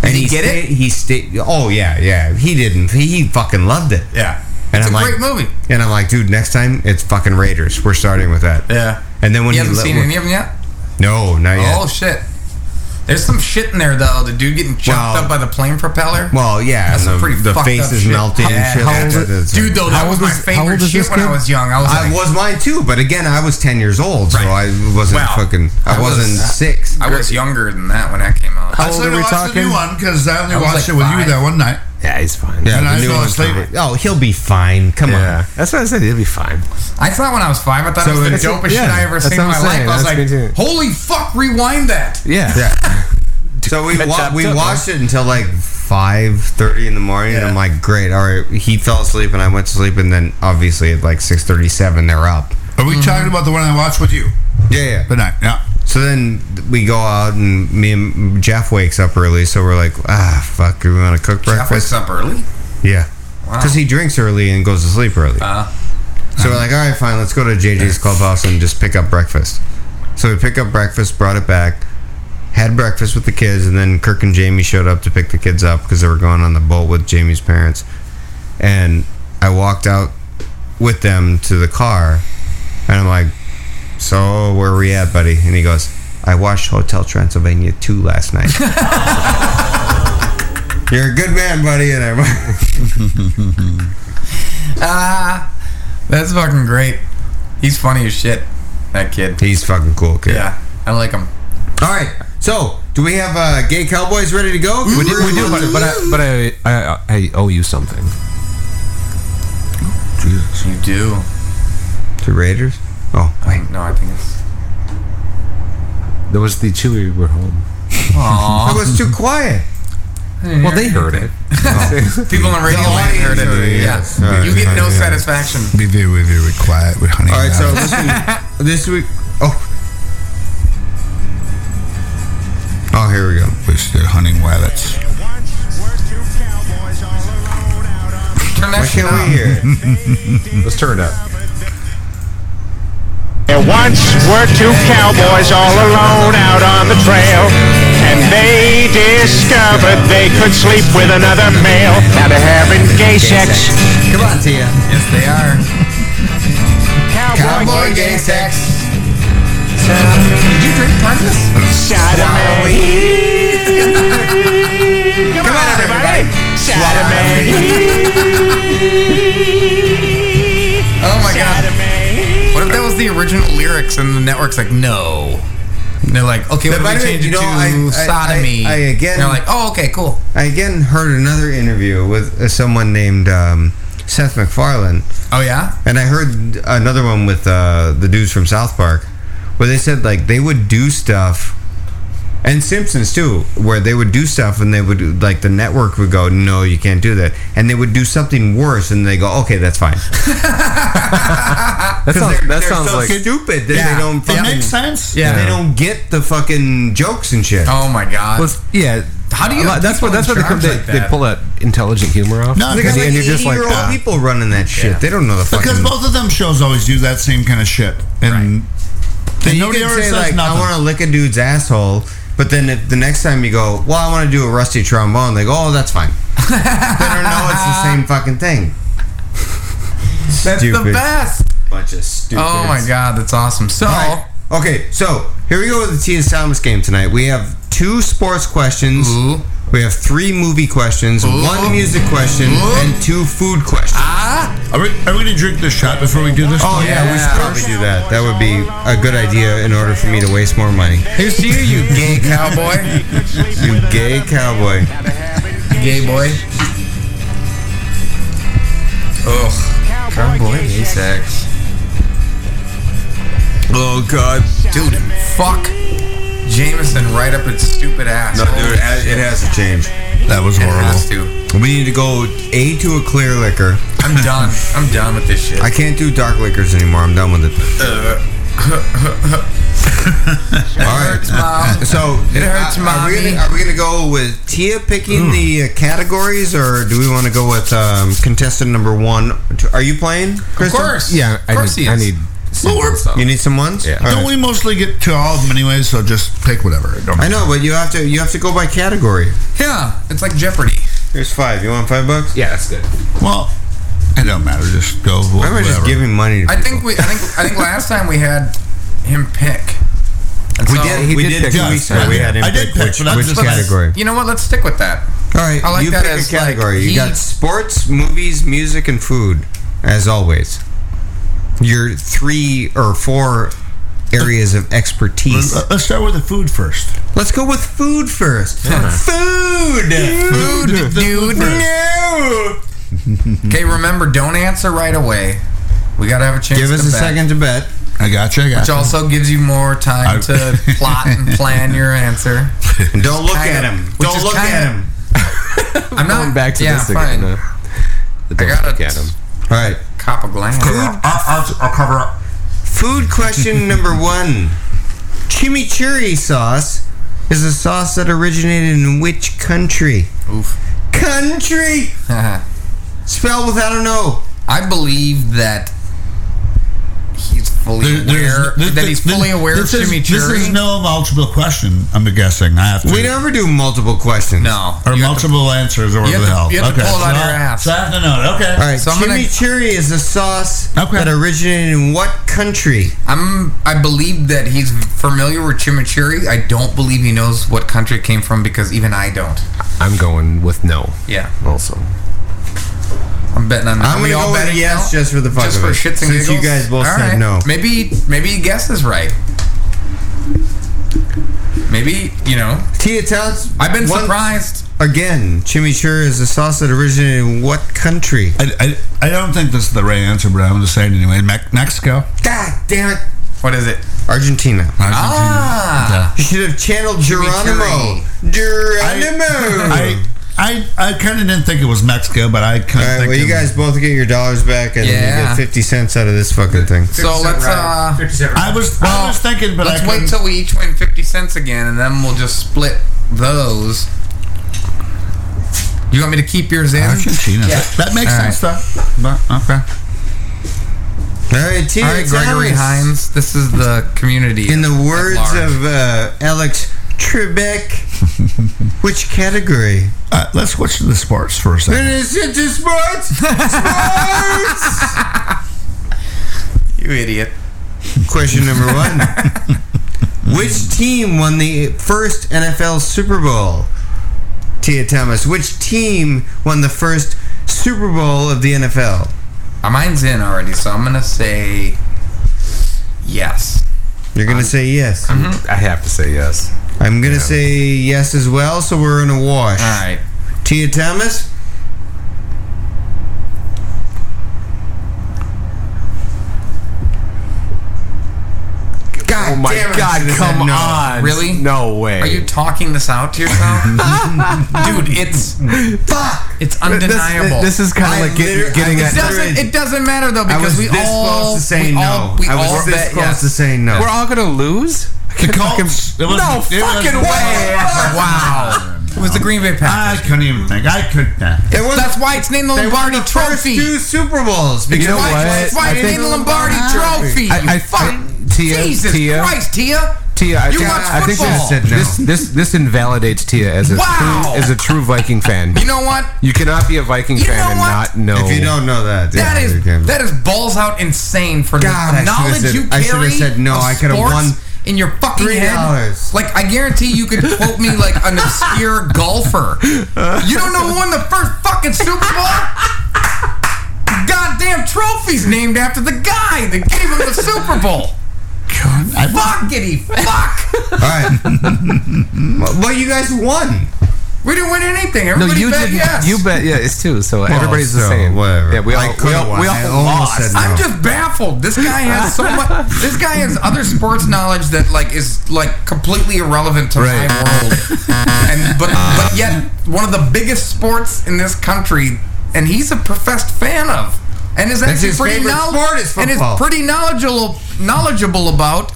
Speaker 3: And he, get it? He stayed. Oh yeah, yeah. He didn't. He, he fucking loved it.
Speaker 2: Yeah.
Speaker 3: And
Speaker 2: It's
Speaker 3: I'm
Speaker 2: a
Speaker 3: like,
Speaker 2: great movie.
Speaker 3: And I'm like, dude, next time it's fucking Raiders. We're starting with that.
Speaker 2: Yeah.
Speaker 3: And then when
Speaker 2: you
Speaker 3: he
Speaker 2: haven't
Speaker 3: let-
Speaker 2: seen any of them yet?
Speaker 3: No, not yet.
Speaker 2: Oh shit! There's some shit in there though. The dude getting chopped
Speaker 3: Well-
Speaker 2: up by the plane propeller.
Speaker 3: Well, yeah,
Speaker 2: That's
Speaker 3: and
Speaker 2: some
Speaker 3: the-
Speaker 2: pretty
Speaker 3: the
Speaker 2: fucked
Speaker 3: face
Speaker 2: up
Speaker 3: is
Speaker 2: shit.
Speaker 3: melting and
Speaker 2: Yeah,
Speaker 3: shit
Speaker 2: how
Speaker 3: like
Speaker 2: old
Speaker 3: that.
Speaker 2: is- dude, though, that was my favorite shit when I was young. I was like,
Speaker 3: was mine too, but again, I was ten years old, so I wasn't
Speaker 2: Wow.
Speaker 3: fucking. I,
Speaker 2: I was-
Speaker 3: wasn't six.
Speaker 2: I was younger than that when that came out.
Speaker 4: How old are we talking? The new one because I only
Speaker 2: I was
Speaker 4: watched it
Speaker 2: like
Speaker 4: with you
Speaker 2: five.
Speaker 4: that one night.
Speaker 3: Yeah, he's fine.
Speaker 4: And
Speaker 3: Yeah,
Speaker 4: I
Speaker 3: the new
Speaker 4: fell
Speaker 3: one's
Speaker 4: asleep.
Speaker 3: fine. Oh, he'll be fine. Come on. That's what I said. He'll be fine.
Speaker 2: I saw it when I was five. I thought
Speaker 3: So
Speaker 2: it was
Speaker 3: it's-
Speaker 2: the dopest shit
Speaker 3: yeah,
Speaker 2: I ever
Speaker 3: that's
Speaker 2: seen in
Speaker 3: what
Speaker 2: my
Speaker 3: I'm saying.
Speaker 2: life.
Speaker 3: That's
Speaker 2: I was
Speaker 3: me too.
Speaker 2: like, holy fuck, rewind that.
Speaker 3: Yeah. [laughs] Yeah. So we
Speaker 2: Good
Speaker 3: wa-
Speaker 2: job,
Speaker 3: we
Speaker 2: too,
Speaker 3: watched it until like five thirty in the morning, and I'm like, great. All right, he fell asleep, and I went to sleep, and then obviously at like six thirty seven, they're up.
Speaker 4: Are we talking about the one I watched with you?
Speaker 3: Yeah, yeah.
Speaker 4: But not, yeah.
Speaker 3: So then we go out, and me and Jeff wakes up early, so we're like, ah, fuck, do we want to cook
Speaker 2: Jeff
Speaker 3: breakfast?
Speaker 2: wakes up early.
Speaker 3: Yeah.
Speaker 2: Wow.
Speaker 3: Because he drinks early and goes to sleep early.
Speaker 2: Uh,
Speaker 3: so we're like, all right, fine, let's go to JJ's Clubhouse and just pick up breakfast. So we pick up breakfast, brought it back, had breakfast with the kids, and then Kirk and Jamie showed up to pick the kids up because they were going on the boat with Jamie's parents. And I walked out with them to the car, and I'm like, so where we at, buddy? And he goes, I watched Hotel Transylvania 2 last night. [laughs] You're a good man, buddy. And I'm. [laughs]
Speaker 2: Ah, that's fucking great. He's funny as shit. That kid.
Speaker 3: He's fucking cool kid.
Speaker 2: Yeah, I like him.
Speaker 3: All right. So, do we have uh, gay cowboys ready to go?
Speaker 16: We do, we do but, uh, but, I, but I, I, I owe you something.
Speaker 2: You do.
Speaker 3: The Raiders? Oh,
Speaker 2: wait. No, I think it's.
Speaker 16: There was the Chewy were home.
Speaker 2: Aw.
Speaker 3: It was too quiet. Oh.
Speaker 16: Well, they heard it.
Speaker 2: [laughs] People on radio land heard it. Yeah.
Speaker 4: yes. All right,
Speaker 2: you get no
Speaker 4: yeah.
Speaker 2: satisfaction.
Speaker 4: Be very, very, very quiet. We're hunting.
Speaker 3: All right. So
Speaker 4: now.
Speaker 3: this week, this week. Oh. Oh, here we go.
Speaker 4: We're still hunting wallets.
Speaker 2: Turn that
Speaker 4: Why
Speaker 2: shit
Speaker 4: can't we
Speaker 2: up.
Speaker 4: hear
Speaker 16: Let's turn it up.
Speaker 6: There once were two cowboys all alone out on the trail, and they discovered they could sleep with another male. Now they're having gay sex.
Speaker 3: Come on, Tia.
Speaker 2: Yes, they are.
Speaker 6: Cowboy,
Speaker 2: gay sex. Did you drink Primus?
Speaker 6: Chardonnay. Come on, everybody. Chardonnay.
Speaker 2: Oh my god. What if that was the original lyrics and the network's like, no. And they're like, okay,
Speaker 3: Now,
Speaker 2: what
Speaker 3: by
Speaker 2: do we
Speaker 3: the way,
Speaker 2: change it
Speaker 3: you know,
Speaker 2: to?
Speaker 3: I- I-
Speaker 2: sodomy.
Speaker 3: I- I again-
Speaker 2: And they're like, oh, okay, cool.
Speaker 3: I again heard another interview with uh, someone named um, Seth MacFarlane.
Speaker 2: Oh yeah,
Speaker 3: and I heard another one with uh, the dudes from South Park, where they said like they would do stuff, and Simpsons too, where they would do stuff and they would like the network would go, no, you can't do that, and they would do something worse, and they go, okay,
Speaker 2: [laughs]
Speaker 3: that's fine. that
Speaker 16: sounds- that sounds
Speaker 3: so
Speaker 16: like-
Speaker 3: stupid that
Speaker 16: Yeah.
Speaker 3: they don't.
Speaker 16: It makes sense.
Speaker 3: Yeah,
Speaker 16: Yeah.
Speaker 3: they don't get the fucking jokes and shit.
Speaker 2: Oh my god.
Speaker 16: Well, yeah.
Speaker 2: How do you have
Speaker 16: That's
Speaker 2: people
Speaker 16: what. That's
Speaker 2: in
Speaker 16: what they,
Speaker 2: charge
Speaker 16: they,
Speaker 2: like
Speaker 16: they
Speaker 2: that?
Speaker 16: pull that intelligent humor off.
Speaker 4: No,
Speaker 16: And
Speaker 4: because
Speaker 16: then
Speaker 4: like
Speaker 16: you're just like,
Speaker 4: eighty-year-old
Speaker 16: ah.
Speaker 4: people
Speaker 3: running that shit. They don't know the
Speaker 4: because
Speaker 3: fucking-
Speaker 4: both of them shows always do that same kind of shit, and
Speaker 3: And
Speaker 4: then
Speaker 3: you
Speaker 4: nobody
Speaker 3: can
Speaker 4: ever
Speaker 3: say
Speaker 4: says
Speaker 3: like, I
Speaker 4: nothing.
Speaker 3: want to lick a dude's asshole, but then if the next time you go, well, I want to do a rusty trombone, they go, oh,
Speaker 2: [laughs]
Speaker 3: that's fine. they don't know it's the same fucking thing.
Speaker 2: That's the best.
Speaker 3: Bunch of
Speaker 16: [laughs]
Speaker 3: stupid.
Speaker 2: Oh my god, that's awesome. So
Speaker 3: okay, so here we go with the Tia Thomas game tonight. We have two sports questions. We have three movie questions, one music question, and two food questions.
Speaker 2: Ah.
Speaker 4: Ah! Are we, are we gonna drink this shot before we do this?
Speaker 3: Oh yeah, we should probably do that. That would be a good idea in order for me to waste more money.
Speaker 2: Here's to you, you [laughs] gay cowboy.
Speaker 3: you gay cowboy.
Speaker 2: Gay boy. Ugh. Cowboy gay sex.
Speaker 13: Oh god,
Speaker 2: dude, fuck Jameson right up its stupid ass.
Speaker 3: No, dude, it has, it has to change.
Speaker 4: That was horrible.
Speaker 3: We need to go a to a clear liquor.
Speaker 2: I'm done. I'm done with this shit.
Speaker 3: I can't do dark liquors anymore. I'm done with it.
Speaker 2: [laughs]
Speaker 3: All right. So
Speaker 2: It hurts,
Speaker 3: uh, Are we,
Speaker 2: mommy.
Speaker 3: gonna, are we gonna go with Tia picking the uh, categories, or do we want to go with um, contestant number one? Are you playing? Kristen?
Speaker 2: course.
Speaker 3: Yeah.
Speaker 4: I Of course need- he I is. need
Speaker 3: You need some ones. Yeah.
Speaker 4: Don't we mostly get to all of them anyway? So just pick whatever. It Don't
Speaker 3: I know, but you have to you have to go by category.
Speaker 2: Yeah, it's like Jeopardy.
Speaker 3: Here's five. You want five bucks? Yeah, that's good.
Speaker 4: Well, it don't matter. Just go. wh-
Speaker 3: Why am I just
Speaker 4: whatever.
Speaker 3: giving money? To
Speaker 2: I think we. I think. I think last time we had him pick. And
Speaker 3: We did- he We did did pick two just- weeks ago. We had him I did pick pick, which- but I'm which just- category.
Speaker 2: You know what? Let's stick with that.
Speaker 3: All right,
Speaker 2: I like
Speaker 3: you
Speaker 2: that
Speaker 3: pick
Speaker 2: as
Speaker 3: a category.
Speaker 2: Like,
Speaker 3: you
Speaker 2: he-
Speaker 3: got sports, movies, music, and food, as always. Your three or four areas of expertise.
Speaker 4: Let- Let's start with the food first.
Speaker 3: Let's go with [laughs] food first. Food,
Speaker 2: Food, dude.
Speaker 3: No.
Speaker 2: Okay, remember, don't answer right away. We gotta have a chance.
Speaker 3: Give us
Speaker 2: to
Speaker 3: a
Speaker 2: bet,
Speaker 3: second to bet.
Speaker 4: I gotcha. I
Speaker 2: Which
Speaker 4: gotcha.
Speaker 2: also gives you more time
Speaker 4: I-
Speaker 2: to plot
Speaker 3: [laughs]
Speaker 2: and plan your answer.
Speaker 3: And Don't look
Speaker 2: Kinda-
Speaker 3: at him.
Speaker 2: which
Speaker 3: Don't
Speaker 2: is
Speaker 3: look at
Speaker 2: kinda-
Speaker 3: him.
Speaker 2: I'm not
Speaker 16: Going back to
Speaker 2: yeah,
Speaker 16: this
Speaker 2: fine.
Speaker 16: again. uh, the
Speaker 2: I
Speaker 16: don't
Speaker 2: gotta-
Speaker 16: look at him.
Speaker 3: All right.
Speaker 2: Cop a glance.
Speaker 3: Food.
Speaker 4: I'll, I'll cover up.
Speaker 3: Food question
Speaker 4: [laughs]
Speaker 3: number one: Chimichurri sauce is a sauce that originated in which country?
Speaker 2: Oof.
Speaker 3: Country. [laughs] Spell without a no.
Speaker 2: I believe that he's fully
Speaker 4: There- there's-
Speaker 2: aware
Speaker 4: this-
Speaker 2: that he's
Speaker 4: this-
Speaker 2: fully aware
Speaker 4: this
Speaker 2: of
Speaker 4: is-
Speaker 2: chimichurri.
Speaker 4: This is no multiple question. I'm guessing. I have to.
Speaker 3: We never do multiple questions.
Speaker 2: no.
Speaker 4: or multiple answers, or
Speaker 2: You
Speaker 4: whatever
Speaker 2: have
Speaker 4: the
Speaker 2: to-
Speaker 4: hell.
Speaker 2: you have to
Speaker 4: okay.
Speaker 2: pull it out of
Speaker 4: so
Speaker 2: your
Speaker 4: I-
Speaker 2: ass.
Speaker 4: So I have to know. it. Okay.
Speaker 3: All right,
Speaker 2: So I'm gonna-
Speaker 3: chimichurri is a sauce
Speaker 4: Okay.
Speaker 3: that originated in what country?
Speaker 2: I'm. I believe that he's familiar with chimichurri. I don't believe he knows what country it came from because even I don't.
Speaker 16: I'm going with no.
Speaker 2: Yeah,
Speaker 16: Also,
Speaker 2: I'm betting on.
Speaker 3: I'm
Speaker 2: are we
Speaker 3: gonna
Speaker 2: all
Speaker 3: go with
Speaker 2: betting
Speaker 3: yes
Speaker 2: no?
Speaker 3: just for the fuck
Speaker 2: Just
Speaker 3: of
Speaker 2: for
Speaker 3: it.
Speaker 2: shits and
Speaker 3: Since
Speaker 2: giggles.
Speaker 3: you guys both said
Speaker 2: Alright.
Speaker 3: no.
Speaker 2: Maybe maybe he guesses right. Maybe you know.
Speaker 3: Tia Towns.
Speaker 2: I've been
Speaker 3: one-
Speaker 2: surprised.
Speaker 3: Again, chimichurri is a sauce that originated in what country?
Speaker 4: I, I, I don't think this is the right answer, but I'm going to say it anyway. Me- Mexico.
Speaker 3: God damn it.
Speaker 2: What is it?
Speaker 3: Argentina.
Speaker 2: Ah.
Speaker 3: You should have channeled Geronimo.
Speaker 2: Chimichurri.
Speaker 3: Geronimo.
Speaker 4: I I, I kind of didn't think it was Mexico, but I
Speaker 3: All
Speaker 4: kind of
Speaker 3: right,
Speaker 4: think
Speaker 3: well, you
Speaker 4: it-
Speaker 3: guys both get your dollars back and you
Speaker 2: Yeah.
Speaker 3: get 50 cents out of this fucking thing.
Speaker 2: So let's uh.
Speaker 4: I was I was thinking, but
Speaker 2: let's
Speaker 4: I
Speaker 2: wait
Speaker 4: couldn't-
Speaker 2: till we each win fifty cents again, and then we'll just split those. You want me to keep yours in?
Speaker 4: Argentina.
Speaker 2: Yeah.
Speaker 4: That makes
Speaker 2: All
Speaker 4: sense, though. But okay.
Speaker 3: All right, Tia
Speaker 2: All right, Gregory
Speaker 3: Towns.
Speaker 2: Hines. This is the community.
Speaker 3: In the
Speaker 2: at
Speaker 3: words
Speaker 2: large.
Speaker 3: of uh, Alex
Speaker 2: [laughs]
Speaker 3: Trebek, which category?
Speaker 4: Uh, let's switch to the sports for a
Speaker 3: Then
Speaker 4: second.
Speaker 3: it's into sports. Sports.
Speaker 2: you idiot.
Speaker 3: Question
Speaker 2: [laughs]
Speaker 3: number one: Which team won the first NFL Super Bowl? Tia Thomas. Which team won the first Super Bowl of the NFL?
Speaker 2: Uh, mine's in already, so I'm gonna say yes.
Speaker 3: You're gonna say yes.
Speaker 2: mm-hmm.
Speaker 16: I have to say yes.
Speaker 3: I'm gonna say yes as well, so we're in a wash. All right. Tia Thomas.
Speaker 2: God
Speaker 16: oh my
Speaker 2: damn it.
Speaker 16: God!
Speaker 2: I said
Speaker 16: Come
Speaker 2: no.
Speaker 16: on.
Speaker 2: Really?
Speaker 16: No way.
Speaker 2: Are you talking this out to
Speaker 16: [laughs]
Speaker 2: yourself? Dude, it's fuck. It's
Speaker 16: This- this-
Speaker 2: undeniable.
Speaker 16: this is kinda
Speaker 2: I
Speaker 16: like get-
Speaker 2: literally-
Speaker 16: getting
Speaker 2: it
Speaker 16: at-
Speaker 2: doesn't it doesn't matter though
Speaker 16: I
Speaker 2: because
Speaker 16: was
Speaker 2: we
Speaker 16: this
Speaker 2: all
Speaker 16: close to
Speaker 2: we
Speaker 16: saying
Speaker 2: all,
Speaker 16: no.
Speaker 2: we
Speaker 16: I was
Speaker 2: all
Speaker 16: this
Speaker 2: bet
Speaker 16: close
Speaker 2: yes.
Speaker 16: to saying no.
Speaker 2: We're all gonna lose?
Speaker 16: The Colts. It was-
Speaker 2: no
Speaker 16: it was-
Speaker 2: fucking
Speaker 16: it was-
Speaker 2: way. [laughs] wow. It was the Green Bay Packers. I couldn't even think. I couldn't.
Speaker 3: It was-
Speaker 2: That's why it's named the
Speaker 3: they were
Speaker 2: Lombardi
Speaker 3: the first
Speaker 2: Trophy.
Speaker 3: two Super Bowls.
Speaker 2: It's
Speaker 3: You know
Speaker 2: why,
Speaker 3: what?
Speaker 2: It's why
Speaker 3: I
Speaker 2: it's
Speaker 3: think-
Speaker 2: named the Lombardi Trophy.
Speaker 3: I-
Speaker 2: you
Speaker 3: I-
Speaker 2: fucking
Speaker 16: Tia,
Speaker 2: Jesus
Speaker 16: Tia.
Speaker 2: Christ, Tia.
Speaker 16: Tia, I
Speaker 2: you
Speaker 16: think,
Speaker 2: watch
Speaker 16: I think
Speaker 2: football.
Speaker 16: this, this this this invalidates Tia as a
Speaker 2: Wow.
Speaker 16: true, as a true Viking fan.
Speaker 2: You know what?
Speaker 16: You cannot be a Viking
Speaker 2: You know
Speaker 16: fan and
Speaker 2: what?
Speaker 16: not know.
Speaker 3: If you don't know that, yeah,
Speaker 2: that
Speaker 3: you
Speaker 2: is
Speaker 3: can.
Speaker 2: that is balls out insane for
Speaker 3: God, I
Speaker 2: the
Speaker 3: should've
Speaker 2: knowledge
Speaker 3: said-
Speaker 2: you
Speaker 3: I should've
Speaker 2: carry.
Speaker 3: said no,
Speaker 2: of
Speaker 3: I could've
Speaker 2: sports
Speaker 3: won
Speaker 2: in your fucking
Speaker 3: three
Speaker 2: head.
Speaker 3: dollars.
Speaker 2: Like I guarantee you could quote me like an obscure golfer. You don't know who won the first fucking Super Bowl? Goddamn trophies named after the guy that gave him the Super Bowl. Fuckity fuck! [laughs]
Speaker 3: All right. well, you guys won.
Speaker 2: We didn't win anything. Everybody
Speaker 16: you
Speaker 2: bet
Speaker 16: did-
Speaker 2: yes.
Speaker 16: You bet. Yeah, it's two. So
Speaker 3: Well,
Speaker 16: everybody's the
Speaker 3: so,
Speaker 16: same.
Speaker 3: whatever.
Speaker 16: Yeah, we all
Speaker 3: I
Speaker 16: we
Speaker 3: could've
Speaker 16: all,
Speaker 3: won.
Speaker 16: we all
Speaker 3: I almost
Speaker 16: lost.
Speaker 3: said
Speaker 2: I'm just baffled. This guy has
Speaker 3: [laughs]
Speaker 2: so much. This guy has other sports knowledge that like is like completely irrelevant to my world. And but but yet one of the biggest sports in this country, and he's a professed fan of, and is
Speaker 3: That's
Speaker 2: actually
Speaker 3: his
Speaker 2: pretty
Speaker 3: favorite
Speaker 2: knowl-
Speaker 3: sport is
Speaker 2: and is
Speaker 3: football.
Speaker 2: pretty knowledgeable knowledgeable about.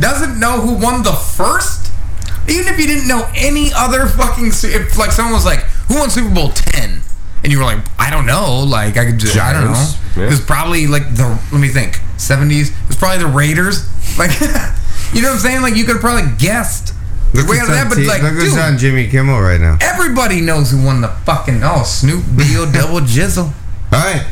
Speaker 2: Doesn't know who won the first. Even if you didn't know any other fucking, su- if like someone was like, "Who won Super Bowl 10? and you were like, "I don't know," like I could just, I don't know.
Speaker 16: Giants, yeah.
Speaker 2: It was probably like the let me think, seventies. It was probably the Raiders. [laughs] Like, you know what I'm saying? Like you could have probably guessed.
Speaker 3: Look
Speaker 2: way out
Speaker 3: what's
Speaker 2: of that,
Speaker 3: on
Speaker 2: but
Speaker 3: T-
Speaker 2: like,
Speaker 3: look who's
Speaker 2: dude,
Speaker 3: on Jimmy Kimmel right now.
Speaker 2: everybody knows who won the fucking oh Snoop
Speaker 3: [laughs]
Speaker 2: Deal double jizzle.
Speaker 3: All right.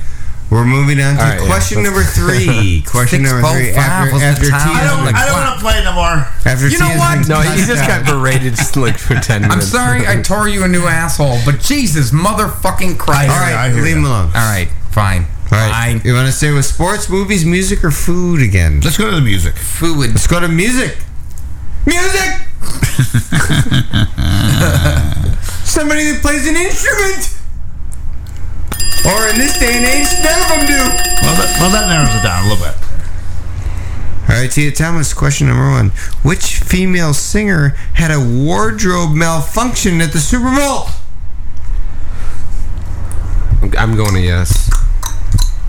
Speaker 3: We're moving on to
Speaker 16: All right, yeah.
Speaker 3: question
Speaker 16: [laughs]
Speaker 3: number three. Question number three.
Speaker 2: oh
Speaker 3: After, after Tia's been-
Speaker 4: want to play no more.
Speaker 3: after
Speaker 2: You know
Speaker 3: Tia's
Speaker 2: what?
Speaker 3: been
Speaker 16: No, he just
Speaker 3: knocked [laughs]
Speaker 16: got
Speaker 3: out.
Speaker 16: berated just, like for ten minutes.
Speaker 2: I'm sorry, I
Speaker 16: [laughs]
Speaker 2: tore you a new asshole, but Jesus, motherfucking Christ!
Speaker 3: All right, leave him alone. All
Speaker 2: right, fine.
Speaker 3: All right. You want to stay with sports, movies, music, or food again?
Speaker 4: Let's go to the music.
Speaker 2: Food.
Speaker 3: Let's go to music. Music. [laughs] Somebody that plays an instrument. Or in this day and age, none of them do.
Speaker 4: Well, that, well, that narrows it down a little bit.
Speaker 3: All right, Tia Thomas. Question number one: Which female singer had a wardrobe malfunction at the Super Bowl?
Speaker 16: I'm going to yes.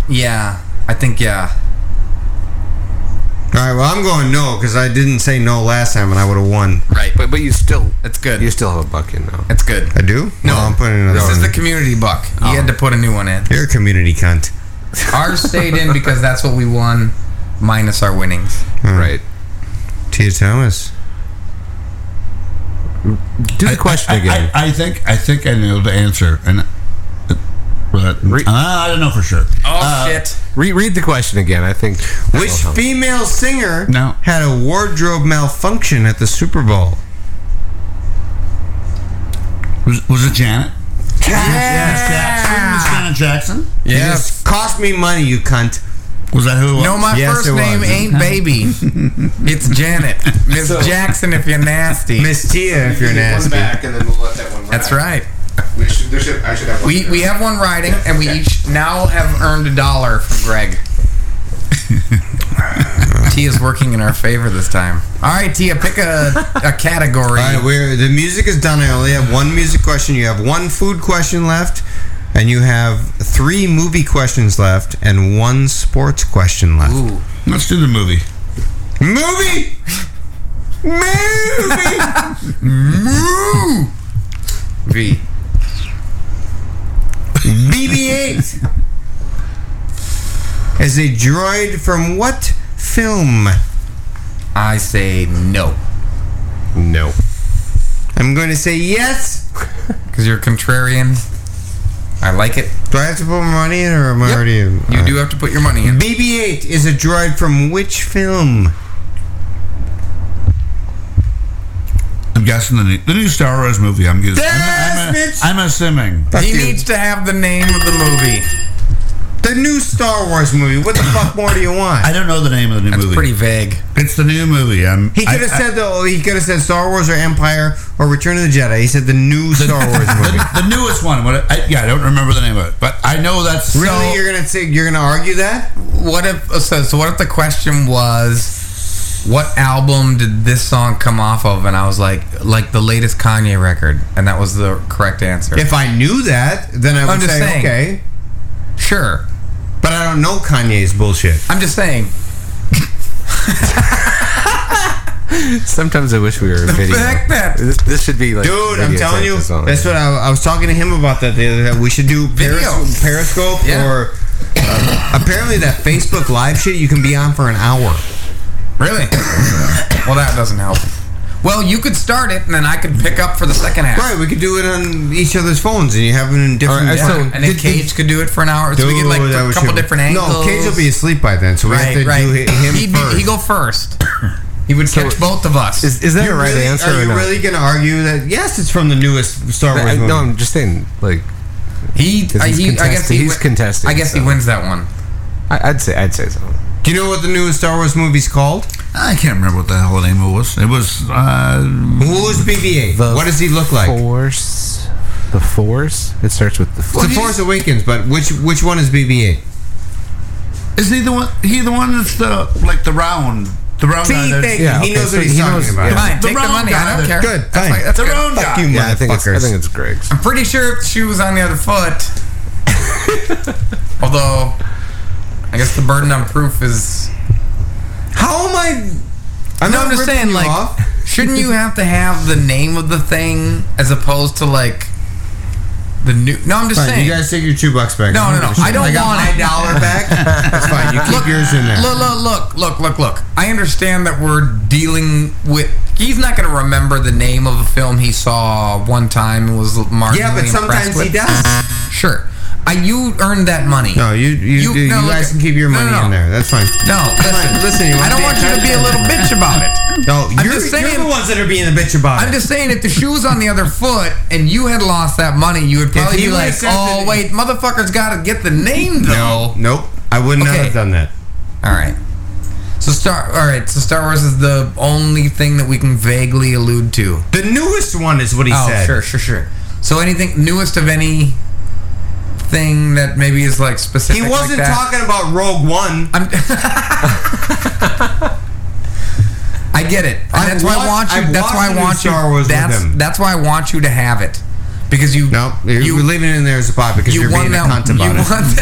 Speaker 2: Yeah, I think yeah.
Speaker 3: All right. Well, I'm going no because I didn't say no last time and I would have won.
Speaker 2: Right,
Speaker 16: But but you still
Speaker 2: that's good.
Speaker 16: you still have a bucket now.
Speaker 2: That's good.
Speaker 3: I do. No, I'm putting another.
Speaker 2: This
Speaker 3: one
Speaker 2: is the
Speaker 3: in.
Speaker 2: community buck. You
Speaker 16: Oh.
Speaker 2: had to put a new one in.
Speaker 3: You're a community cunt.
Speaker 2: Ours stayed in because that's what we won, minus our winnings.
Speaker 16: Right.
Speaker 3: Tia Thomas.
Speaker 16: Do the question
Speaker 4: I,
Speaker 16: again.
Speaker 4: I, I think I think I know the answer, and but uh, I don't know for sure. Uh,
Speaker 2: Oh shit!
Speaker 16: Re- read the question again. I think
Speaker 3: Which female singer
Speaker 4: No.
Speaker 3: had a wardrobe malfunction at the Super Bowl?
Speaker 4: Was, was it Janet? Yes, Jackson. Was Janet Jackson?
Speaker 3: Yes. cost me money, you cunt.
Speaker 4: Was that who? It was?
Speaker 2: No, my
Speaker 3: Yes, it
Speaker 2: first name
Speaker 3: was.
Speaker 2: ain't baby.
Speaker 4: [laughs]
Speaker 2: it's Janet, Miss Jackson. If you're nasty,
Speaker 3: Miss Tia, if you're nasty.
Speaker 16: and then we'll let that one.
Speaker 2: that's right.
Speaker 16: We should, there should, I should have
Speaker 2: We we have one riding, and we each now have earned a dollar from
Speaker 3: [laughs]
Speaker 2: Greg. T is working in our favor this time. All right, Tia, pick a, a
Speaker 3: [laughs]
Speaker 2: category.
Speaker 3: All right, we're, the music is done. I only have one music question. You have one food question left, and you have three movie questions left, and one sports question left.
Speaker 2: Ooh.
Speaker 4: Let's do the movie.
Speaker 3: Movie!
Speaker 2: [laughs]
Speaker 3: Movie!
Speaker 2: Moo! V.
Speaker 3: BB 8 is a droid from what film?
Speaker 2: I say no.
Speaker 16: No.
Speaker 3: I'm going to say [laughs] yes.
Speaker 2: Because you're contrarian. I like it.
Speaker 3: Do I have to put my money in, or am I
Speaker 2: Yep.
Speaker 3: already in?
Speaker 2: You do have to put your money in.
Speaker 3: BB 8 is a droid from which film?
Speaker 4: I'm guessing the new, the new Star Wars movie. I'm guessing. I'm, I'm,
Speaker 3: Yes, bitch!
Speaker 4: I'm assuming.
Speaker 3: Fuck
Speaker 2: He
Speaker 3: you.
Speaker 2: needs to have the name of the movie.
Speaker 3: The The new Star Wars movie. What the fuck more do you want?
Speaker 4: I don't know the name of the new movie.
Speaker 3: pretty
Speaker 2: vague.
Speaker 4: It's the new movie. I'm,
Speaker 3: He could have
Speaker 4: I- I-
Speaker 3: said though he could have said Star Wars or Empire or Return of the Jedi. He said the new
Speaker 2: [laughs]
Speaker 3: Star Wars movie.
Speaker 4: [laughs] the newest one. What? I, yeah, I don't remember the name of it, but I know that's
Speaker 3: Really, you're gonna say you're gonna argue that?
Speaker 2: What if so? So what if the question was, what album did this song come off of? And I was like, like the latest Kanye record, and that was the correct answer.
Speaker 3: If I knew that, then I
Speaker 2: I'm
Speaker 3: would
Speaker 2: just
Speaker 3: say
Speaker 2: saying.
Speaker 3: okay.
Speaker 2: Sure,
Speaker 3: but I don't know
Speaker 2: [laughs]
Speaker 3: Kanye's bullshit.
Speaker 2: I'm just saying.
Speaker 16: Sometimes I wish we were the video.
Speaker 3: fact
Speaker 16: this, this should be like
Speaker 3: Dude, I'm
Speaker 16: video
Speaker 3: telling you,
Speaker 16: type of song.
Speaker 3: that's what I, I was talking to him about that the other day. We should do Peris- Periscope or uh, apparently that Facebook Live shit you can be on for an hour.
Speaker 2: Really? well, that doesn't help. Well, you could start it, and then I could pick up for the second half.
Speaker 3: Right, we could do it on each other's phones, and you have it in different.
Speaker 2: Alright, so and then Cage could do it for an hour. So we get like
Speaker 3: Dude, that
Speaker 2: a
Speaker 3: would
Speaker 2: couple
Speaker 3: should-
Speaker 2: different angles.
Speaker 3: No, Cage will be asleep by then, so we
Speaker 2: right,
Speaker 3: have to
Speaker 2: right.
Speaker 3: do hi- him
Speaker 2: He'd be-
Speaker 3: first.
Speaker 2: he'd go first. He would catch both of us.
Speaker 16: Is, is that
Speaker 3: You
Speaker 16: a right
Speaker 3: really-
Speaker 16: answer?
Speaker 3: Are
Speaker 16: or
Speaker 3: you
Speaker 16: not?
Speaker 3: really going to argue that? Yes, it's from the newest Star Wars
Speaker 16: I-
Speaker 3: movie.
Speaker 16: No, I'm just saying, like
Speaker 2: he.
Speaker 16: He's
Speaker 2: I- he- I guess
Speaker 16: contesting.
Speaker 2: he
Speaker 16: he's
Speaker 2: win-
Speaker 16: contesting.
Speaker 2: I guess he wins that one.
Speaker 16: I, I'd say. I'd say so.
Speaker 3: Do you know what the newest Star Wars movie's called?
Speaker 4: I can't remember what the hell the name of it was. It was. Uh,
Speaker 3: Who is BB-8? what does he look like?
Speaker 16: Force. The Force. It starts with the.
Speaker 3: It's The Force Awakens, but which which one is BB-8?
Speaker 4: Is he the one? He the one that's the like the round, the round
Speaker 3: See,
Speaker 4: guy. that-
Speaker 3: thank you. Yeah, He okay, knows so what he's he talking knows- about. yeah.
Speaker 2: Fine, take the
Speaker 4: round
Speaker 2: money.
Speaker 4: guy
Speaker 2: I don't
Speaker 4: that-
Speaker 2: care.
Speaker 3: Good,
Speaker 2: That's
Speaker 3: fine.
Speaker 2: like- that's
Speaker 4: The
Speaker 2: good.
Speaker 4: round guy.
Speaker 3: you,
Speaker 16: Yeah, I think it's. I
Speaker 3: motherfuckers.
Speaker 16: think it's Greg's.
Speaker 2: I'm pretty sure if she was on the other foot. Although, I guess the burden of proof is.
Speaker 3: How am I?
Speaker 2: I'm
Speaker 3: I'm
Speaker 2: no,
Speaker 3: not
Speaker 2: I'm just
Speaker 3: ripping
Speaker 2: saying,
Speaker 3: you
Speaker 2: like,
Speaker 3: off.
Speaker 2: shouldn't you have to have the name of the thing as opposed to like the new? No, I'm just
Speaker 3: Fine,
Speaker 2: saying.
Speaker 3: you guys take your two bucks back.
Speaker 2: No,
Speaker 3: I'm
Speaker 2: no, no.
Speaker 3: gonna shit.
Speaker 2: I don't
Speaker 3: I got
Speaker 2: want
Speaker 3: my
Speaker 2: it.
Speaker 3: dollar back. That's fine. You keep yours in there.
Speaker 2: Look, look, look, look, look, look. I understand that we're dealing with. He's not going to remember the name of a film he saw one time and was marginally
Speaker 3: yeah, but
Speaker 2: impressed
Speaker 3: sometimes he
Speaker 2: with.
Speaker 3: does.
Speaker 2: Sure. I, you earned that money.
Speaker 3: No, you you
Speaker 2: You-
Speaker 3: you,
Speaker 2: no,
Speaker 3: you
Speaker 2: look-
Speaker 3: guys can keep your
Speaker 2: no,
Speaker 3: money
Speaker 2: no.
Speaker 3: in there. That's fine.
Speaker 2: No, listen,
Speaker 3: listen, you
Speaker 2: I
Speaker 3: wanna
Speaker 2: don't
Speaker 3: be
Speaker 2: want you to be a little bitch about it.
Speaker 3: No,
Speaker 2: I'm
Speaker 3: you're,
Speaker 2: just saying-
Speaker 3: you're the ones that are being the bitch about
Speaker 2: I'm
Speaker 3: it.
Speaker 2: just saying, if the shoe was on the other foot and you had lost that money, you would probably be
Speaker 3: he would've
Speaker 2: like,
Speaker 3: said
Speaker 2: "Oh,
Speaker 3: that-
Speaker 2: wait, motherfucker's got to get the name though."
Speaker 3: nope, I would not
Speaker 2: Okay.
Speaker 3: have done that.
Speaker 2: All right. So Star, all right. So Star Wars is the only thing that we can vaguely allude to.
Speaker 3: The newest one is what he
Speaker 2: oh,
Speaker 3: said.
Speaker 2: sure, sure, sure. So anything newest of any thing that maybe is like
Speaker 3: He
Speaker 2: specific.
Speaker 3: wasn't
Speaker 2: like that.
Speaker 3: talking about Rogue One.
Speaker 2: I'm I get it. And
Speaker 3: I've
Speaker 2: that's why I want
Speaker 3: watched-
Speaker 2: you.
Speaker 3: I've
Speaker 2: that's why I
Speaker 3: watched the new
Speaker 2: want you.
Speaker 3: Star Wars with
Speaker 2: that's
Speaker 3: him.
Speaker 2: that's why I want you to have it because you.
Speaker 3: No, you're
Speaker 2: You-
Speaker 3: leaving it in there as a pot because
Speaker 2: you
Speaker 3: you are
Speaker 2: won
Speaker 3: being a
Speaker 2: that.
Speaker 3: cunt
Speaker 2: you
Speaker 3: about it.
Speaker 2: won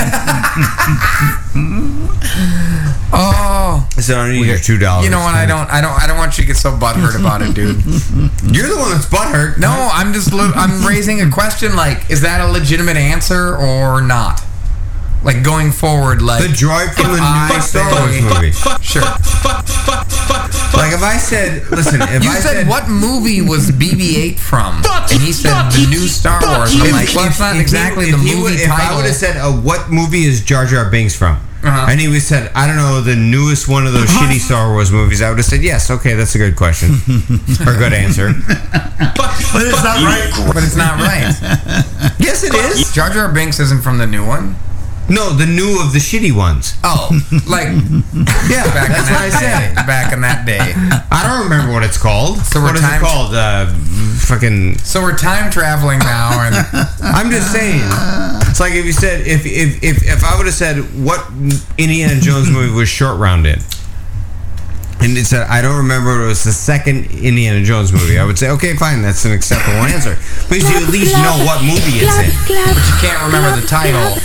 Speaker 2: that. oh,
Speaker 3: So I need your two dollars.
Speaker 2: you know what? I don't. I don't. I don't want you to get so butthurt about it,
Speaker 3: [laughs]
Speaker 2: dude.
Speaker 3: You're the one that's butthurt.
Speaker 2: No, I'm just. Li-
Speaker 3: [laughs]
Speaker 2: I'm raising a question. Like, is that a legitimate answer or not? Like going forward, like
Speaker 3: the droid from the new Star Wars movie.
Speaker 2: Sure.
Speaker 3: Like if I said, listen, if
Speaker 2: you
Speaker 3: I
Speaker 2: said, what movie was BB-8 from? and he said the new Star Wars. I'm like, well, it's not exactly
Speaker 3: if
Speaker 2: the
Speaker 3: he
Speaker 2: movie
Speaker 3: would- If I
Speaker 2: title.
Speaker 3: would have said, uh, what movie is Jar Jar Binks from?
Speaker 2: Uh-huh.
Speaker 3: And he would said, I don't know, the newest one of those shitty Star Wars movies. I would have said, yes, okay, that's a good question
Speaker 2: [laughs]
Speaker 3: or good answer.
Speaker 4: But it's not right.
Speaker 2: but it's not right.
Speaker 3: yes, it is.
Speaker 2: Jar Jar Binks isn't from the new one.
Speaker 3: No, the new of the shitty ones.
Speaker 2: Oh, like yeah, back in that day. Back in that day.
Speaker 3: I don't remember what it's called.
Speaker 2: So we're
Speaker 3: what is it
Speaker 2: time-
Speaker 3: called? Uh,
Speaker 2: [laughs]
Speaker 3: fucking.
Speaker 2: So we're time traveling now, and
Speaker 3: I'm just saying. It's like if you said if if if, if I would have said what Indiana Jones movie was short rounded, and it said I don't remember it was the second Indiana Jones movie, I would say okay, fine, that's an acceptable answer because you at least know what movie it's in.
Speaker 2: you can't remember the title.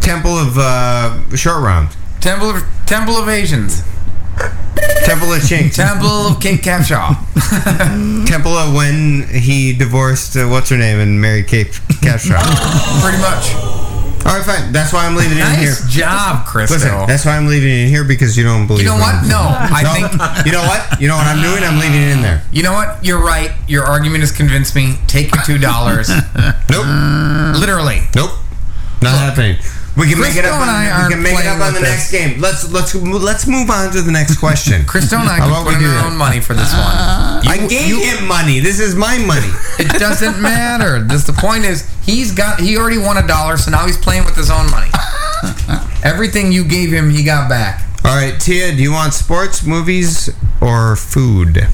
Speaker 3: Temple of uh, Short Round,
Speaker 2: Temple of Temple of Asians.
Speaker 3: Temple of Ching,
Speaker 2: Temple of Kate Capshaw.
Speaker 3: Temple of when he divorced uh, what's her name and married Kate Capshaw.
Speaker 2: Pretty much.
Speaker 3: All right, fine. That's why I'm leaving it in here.
Speaker 2: Nice job, Crystal.
Speaker 3: Listen, that's why I'm leaving it in here because you don't believe.
Speaker 2: you know
Speaker 3: me.
Speaker 2: what? No,
Speaker 3: No,
Speaker 2: I think
Speaker 3: you know what? You know what I'm doing? I'm leaving it in there.
Speaker 2: You know what? You're right. Your argument has convinced me. Take your two dollars.
Speaker 3: [laughs] Nope.
Speaker 2: Literally.
Speaker 3: Nope. Not happening. We can make it
Speaker 2: Crystal
Speaker 3: up on,
Speaker 2: and I
Speaker 3: we
Speaker 2: aren't
Speaker 3: can make it
Speaker 2: playing
Speaker 3: up on the
Speaker 2: with
Speaker 3: next
Speaker 2: this.
Speaker 3: game. Let's let's let's move on to the next question.
Speaker 2: Christo and I
Speaker 3: How
Speaker 2: can
Speaker 3: about
Speaker 2: put
Speaker 3: we
Speaker 2: in
Speaker 3: do
Speaker 2: our
Speaker 3: that?
Speaker 2: own money for this one.
Speaker 3: I gave him money. This is my money.
Speaker 2: [laughs] It doesn't matter. This the point is he's got he already won a dollar, so now he's playing with his own money. Everything you gave him, he got back.
Speaker 3: All right, Tia, do you want sports, movies, or food?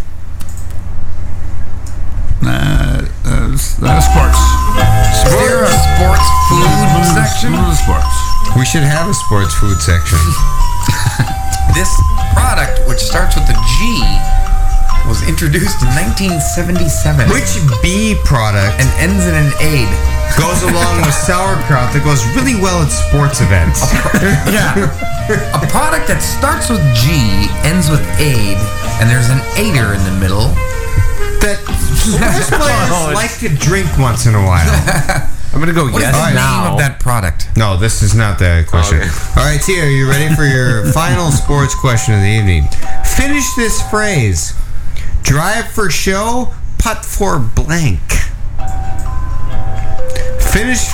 Speaker 4: Uh, uh, s- uh, sports.
Speaker 2: Is there a sports food section?
Speaker 4: sports.
Speaker 3: We should have a sports food section.
Speaker 2: This product, which starts with a G, was introduced in 1977.
Speaker 3: Which B product
Speaker 2: and ends in an aid
Speaker 3: goes
Speaker 2: [laughs]
Speaker 3: along with sauerkraut that goes really well at sports events.
Speaker 2: [laughs] yeah. A product that starts with G, ends with aid, and there's an aider in the middle. Oh,
Speaker 3: That [laughs]
Speaker 2: [laughs]
Speaker 3: sports players like to drink once in a while. Oh, [laughs] I'm gonna go
Speaker 2: What is yes the name now. of that product?
Speaker 3: No, this is not the question. All right, Tia, are you ready for [laughs] your final sports question of the evening? Finish this phrase: drive for show, putt for blank. Finish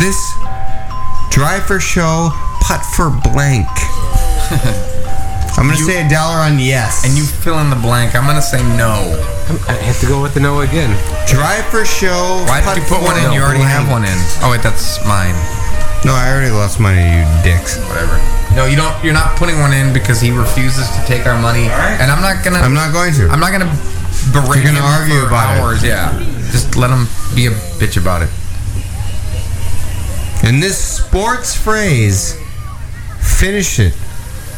Speaker 3: this drive for show, putt for [laughs] blank. I'm gonna say a dollar on yes.
Speaker 2: And you fill in the blank. I'm gonna say no.
Speaker 16: I have to go with the no again.
Speaker 3: Drive for show.
Speaker 2: Why
Speaker 3: putt
Speaker 2: did you put
Speaker 3: for
Speaker 2: one in? You already have one in. Oh wait, that's mine.
Speaker 3: No, I already lost money, you dicks.
Speaker 2: Whatever. No, you don't. You're not putting one in because he refuses to take our money. And I'm not gonna.
Speaker 3: I'm not going to.
Speaker 2: I'm not gonna berate
Speaker 3: You're gonna
Speaker 2: him
Speaker 3: argue
Speaker 2: for
Speaker 3: about it.
Speaker 2: hours. Yeah. Just let him be a bitch about it.
Speaker 3: In this sports phrase, finish it.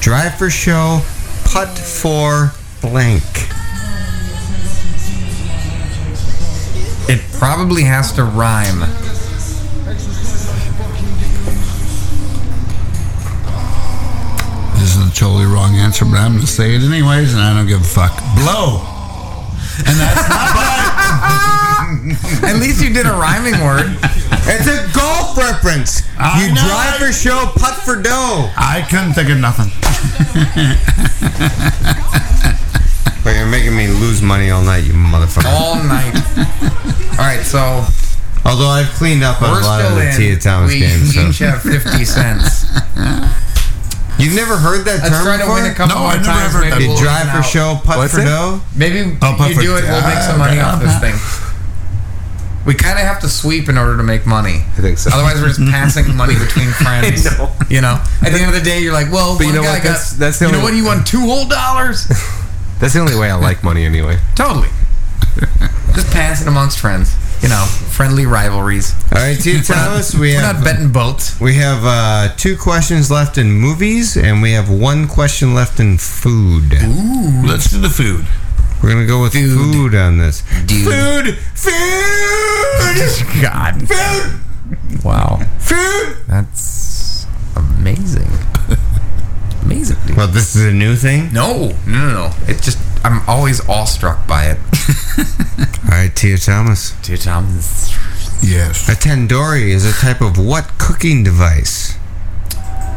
Speaker 3: Drive for show, putt for blank.
Speaker 2: It probably has to rhyme.
Speaker 4: This is a totally wrong answer, but I'm going to say it anyways, and I don't give a fuck. Blow. And that's not
Speaker 3: [laughs]
Speaker 2: At least you did a rhyming word. Ah,
Speaker 3: It's a golf reference.
Speaker 4: I
Speaker 3: you
Speaker 4: know
Speaker 3: drive
Speaker 4: it.
Speaker 3: for show, putt for dough.
Speaker 4: I couldn't think of nothing. [laughs]
Speaker 3: But you're making me lose money all night, you motherfucker.
Speaker 2: All night. All right, so
Speaker 3: Although I've cleaned up on a
Speaker 2: we're
Speaker 3: lot of
Speaker 2: still
Speaker 3: the
Speaker 2: in.
Speaker 3: Tia Thomas
Speaker 2: we
Speaker 3: games. So.
Speaker 2: each have fifty cents.
Speaker 3: [laughs] You've never heard that
Speaker 2: Let's
Speaker 3: term
Speaker 2: try to
Speaker 3: before?
Speaker 2: win a couple
Speaker 4: No,
Speaker 2: more
Speaker 4: I've never
Speaker 2: times.
Speaker 4: heard
Speaker 2: maybe
Speaker 4: that
Speaker 2: we'll
Speaker 3: You drive
Speaker 2: even out.
Speaker 3: for show, putt
Speaker 16: What's
Speaker 3: for Ah.
Speaker 16: it?
Speaker 3: dough.
Speaker 2: Maybe
Speaker 4: Oh,
Speaker 2: you
Speaker 4: perfect.
Speaker 2: do it, we'll make some money
Speaker 3: [laughs]
Speaker 2: off this thing. We kind of have to sweep in order to make money.
Speaker 16: I think so.
Speaker 2: Otherwise, we're just passing money between friends.
Speaker 16: know.
Speaker 2: You know, at the end of the day, you're like, well,
Speaker 16: But
Speaker 2: one
Speaker 16: you know
Speaker 2: guy
Speaker 16: what?
Speaker 2: got.
Speaker 16: That's- that's the
Speaker 2: you know
Speaker 16: only-
Speaker 2: what? You won two whole dollars.
Speaker 16: [laughs] That's the only way I like money anyway.
Speaker 2: totally. Just passing amongst friends. You know, friendly rivalries.
Speaker 3: All right, Tia Thomas, we
Speaker 2: We're
Speaker 3: have
Speaker 2: not betting boats.
Speaker 3: We have uh, two questions left in movies, and we have one question left in food.
Speaker 4: Let's do the food.
Speaker 3: We're gonna go with food, on this.
Speaker 2: Dude. Food. [laughs] God. Food. Wow.
Speaker 3: Food.
Speaker 2: That's amazing. amazing. Dude.
Speaker 3: Well, this is a new thing.
Speaker 2: No, no, no, no. It just I'm always awestruck by it.
Speaker 3: All right, Tia Thomas.
Speaker 2: Dude, I'm
Speaker 4: Yes.
Speaker 3: A tandoori is a type of what cooking device?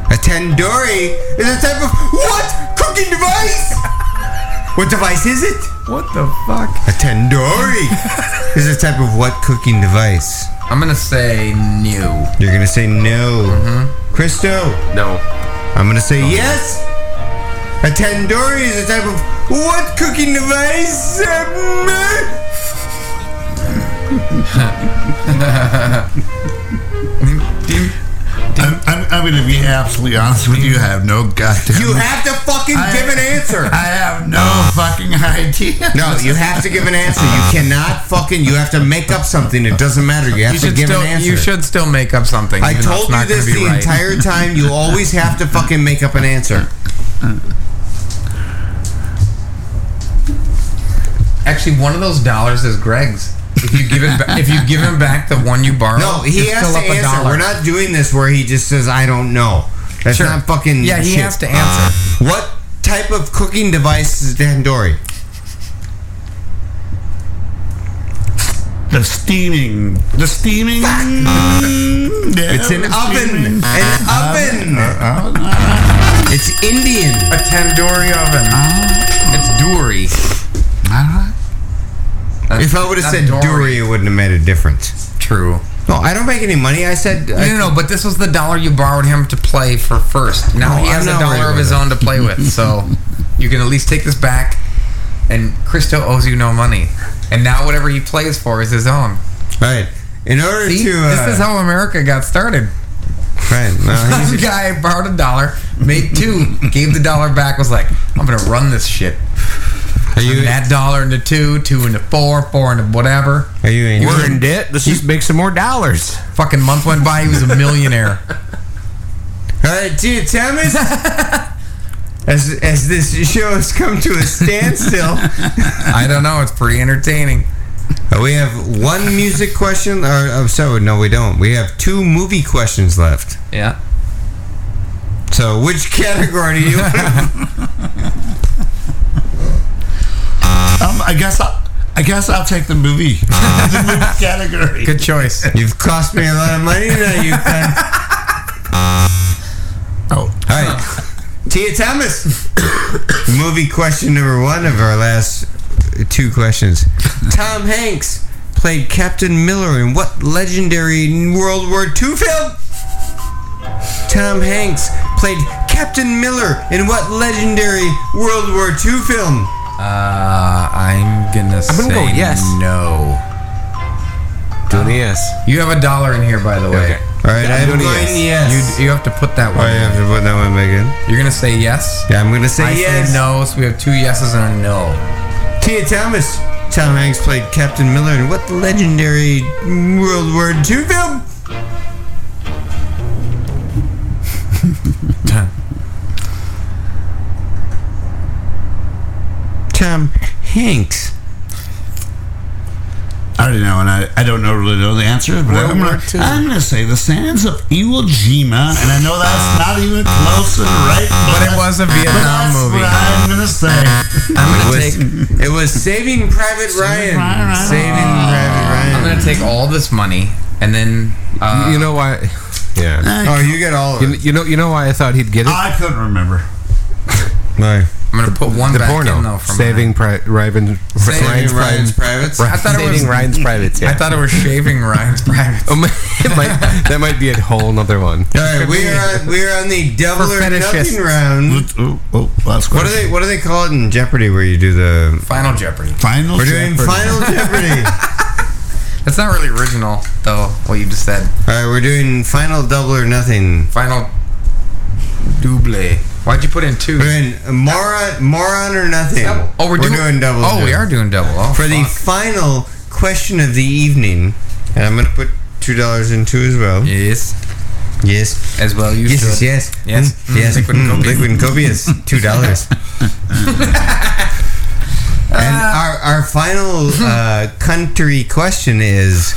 Speaker 3: A tandoori is a type of what cooking device? What device is it?
Speaker 2: what the fuck?
Speaker 3: A tandoori is a type of what cooking device?
Speaker 2: I'm gonna say Mm-hmm. new.
Speaker 3: You're gonna say no. Christo.
Speaker 16: No.
Speaker 3: I'm gonna say yes. A tandoori is a type of what cooking device?
Speaker 4: I'm, I'm, I'm going to be absolutely honest with you. I have no goddamn.
Speaker 3: You have to fucking
Speaker 4: I-
Speaker 3: give an answer.
Speaker 4: I have
Speaker 2: [laughs]
Speaker 4: no fucking idea.
Speaker 3: No, you have to give an answer. You
Speaker 2: Uh,
Speaker 3: cannot fucking. You have to make up something. It doesn't matter. You have
Speaker 2: You
Speaker 3: to
Speaker 2: should
Speaker 3: give
Speaker 2: still
Speaker 3: an answer.
Speaker 2: you should still make up something.
Speaker 3: I
Speaker 2: even though it's
Speaker 3: told you
Speaker 2: not gonna
Speaker 3: this
Speaker 2: be
Speaker 3: the
Speaker 2: right.
Speaker 3: entire time. You always
Speaker 2: [laughs]
Speaker 3: have to fucking make up an answer.
Speaker 2: Actually, one of those dollars is Greg's. If you give it, ba- if you give him back the one you borrowed,
Speaker 3: No, he
Speaker 2: it's
Speaker 3: has
Speaker 2: still
Speaker 3: to
Speaker 2: up a
Speaker 3: answer.
Speaker 2: dollar.
Speaker 3: We're not doing this where he just says I don't know. That's
Speaker 2: Sure.
Speaker 3: not fucking.
Speaker 2: Yeah, he
Speaker 3: shit. Uh,
Speaker 2: has to answer.
Speaker 3: What type of cooking device is tandoori?
Speaker 4: The steaming. The steaming. Yeah,
Speaker 3: It's an
Speaker 4: the
Speaker 3: oven.
Speaker 4: steaming. Uh,
Speaker 3: An oven. It's Indian.
Speaker 2: a tandoori oven. It's doori. That's
Speaker 3: If I would have
Speaker 2: not
Speaker 3: said dory, it wouldn't have made a difference.
Speaker 2: true.
Speaker 3: No, I don't make any money. I said
Speaker 2: No, no, no, but this was the dollar you borrowed him to play for first. Now
Speaker 3: No,
Speaker 2: he has
Speaker 3: I'm
Speaker 2: a
Speaker 3: not
Speaker 2: dollar
Speaker 3: worried
Speaker 2: of his
Speaker 3: about
Speaker 2: own to play with, so you can at least take this back. And Christo owes you no money, and now whatever he plays for is his own.
Speaker 3: All right. In order
Speaker 2: See,
Speaker 3: to uh,
Speaker 2: this is how America got started.
Speaker 3: Right. No,
Speaker 2: [laughs] Some
Speaker 3: he's-
Speaker 2: guy borrowed a dollar, made two, gave the dollar back, was like, I'm going to run this shit. Are you that dollar into two, two into four, four into whatever?
Speaker 3: Are you in?
Speaker 16: We're in debt. Let's just make some more dollars.
Speaker 2: Fucking month went by. He was a millionaire.
Speaker 3: All right,
Speaker 2: [laughs]
Speaker 3: dude, Thomas. as as this show has come to a standstill, I
Speaker 2: don't know. It's pretty entertaining.
Speaker 3: We have [laughs] one music question, or oh, so no, we don't. We have two movie questions left.
Speaker 2: Yeah.
Speaker 3: So, which category do you?
Speaker 4: [laughs] Um, I guess I, I guess I'll take the movie. [laughs] the movie category.
Speaker 2: Good choice.
Speaker 3: You've cost me a lot of money now, you cunt.
Speaker 4: Oh,
Speaker 3: all right. [laughs] Tia Thomas. [laughs] Movie question number one of our last two questions. Tom Hanks played Captain Miller in what legendary World War II film? Tom Hanks played Captain Miller in what legendary World War II film?
Speaker 2: Uh, I'm gonna
Speaker 3: I'm gonna
Speaker 2: say
Speaker 3: go yes.
Speaker 2: no.
Speaker 16: Doing yes.
Speaker 2: You have a dollar in here, by the way.
Speaker 3: All right, I'm going yes.
Speaker 2: You, you have to put that
Speaker 3: Oh,
Speaker 2: one.
Speaker 3: you have to put that one back in.
Speaker 2: You're gonna say yes.
Speaker 3: Yeah, I'm gonna say
Speaker 2: I
Speaker 3: yes.
Speaker 2: say no. So we have two yeses and a no.
Speaker 3: Tia Thomas. Tom Hanks played Captain Miller in what legendary World War II film? Tom Hanks.
Speaker 4: I already know, and I, I don't know really know the answer, but
Speaker 16: World
Speaker 4: I'm
Speaker 16: War
Speaker 4: gonna,
Speaker 16: II.
Speaker 4: I'm gonna say the sands of Iwo Jima, and I know that's not even close and right,
Speaker 2: But it was a
Speaker 4: that's
Speaker 2: Vietnam movie.
Speaker 4: what I'm gonna say.
Speaker 2: I'm
Speaker 3: It was,
Speaker 2: [laughs]
Speaker 3: it was Saving Private Ryan. Oh. Saving [laughs] Private Ryan.
Speaker 2: I'm gonna take all this money and then. Uh,
Speaker 16: you know why? Yeah.
Speaker 3: [laughs] Oh, you get all of
Speaker 16: You, you know. You know why I thought he'd get it.
Speaker 4: I couldn't remember.
Speaker 3: No.
Speaker 2: I'm gonna put one
Speaker 16: the
Speaker 2: back
Speaker 16: porno.
Speaker 2: in though. From
Speaker 16: Saving Pri- Ryan.
Speaker 2: Saving
Speaker 16: Ryan's,
Speaker 3: Ryan's
Speaker 16: Private-
Speaker 3: Privates.
Speaker 2: I thought it was-
Speaker 16: Saving
Speaker 2: [laughs]
Speaker 16: Ryan's privates.
Speaker 2: I thought it was shaving Ryan's private.
Speaker 16: [laughs] Oh, my- it might, that might be a
Speaker 2: [laughs]
Speaker 16: [laughs] whole nother one.
Speaker 3: All right, we are we are on the double
Speaker 2: For
Speaker 3: or nothing
Speaker 2: fetishists.
Speaker 3: round.
Speaker 4: Oh, oh, last
Speaker 3: What do
Speaker 4: question.
Speaker 3: they What do they call it in Jeopardy? Where you do the
Speaker 2: Final Jeopardy.
Speaker 4: Final
Speaker 3: we're doing
Speaker 4: Jeopardy.
Speaker 3: Final Jeopardy.
Speaker 2: That's not really original though. What you just said.
Speaker 3: All right, we're doing Final Double or Nothing.
Speaker 2: Final. Double. Why'd you put in two?
Speaker 3: We're doing moron, moron or nothing.
Speaker 2: Oh, we're, doing,
Speaker 3: double.
Speaker 2: Oh, we are doing double. Oh,
Speaker 3: for the
Speaker 2: fuck.
Speaker 3: final question of the evening, and I'm gonna put two dollars in two as well.
Speaker 2: yes,
Speaker 3: Yes,
Speaker 2: as well. You
Speaker 3: yes, yes,
Speaker 2: should.
Speaker 3: yes,
Speaker 2: Yes.
Speaker 3: Mm, yes.
Speaker 2: Liquid
Speaker 3: Mm,
Speaker 2: copious.
Speaker 3: liquid and
Speaker 2: [laughs]
Speaker 3: copious. Two dollars. and
Speaker 2: Uh,
Speaker 3: our our final
Speaker 2: [laughs]
Speaker 3: uh, country question is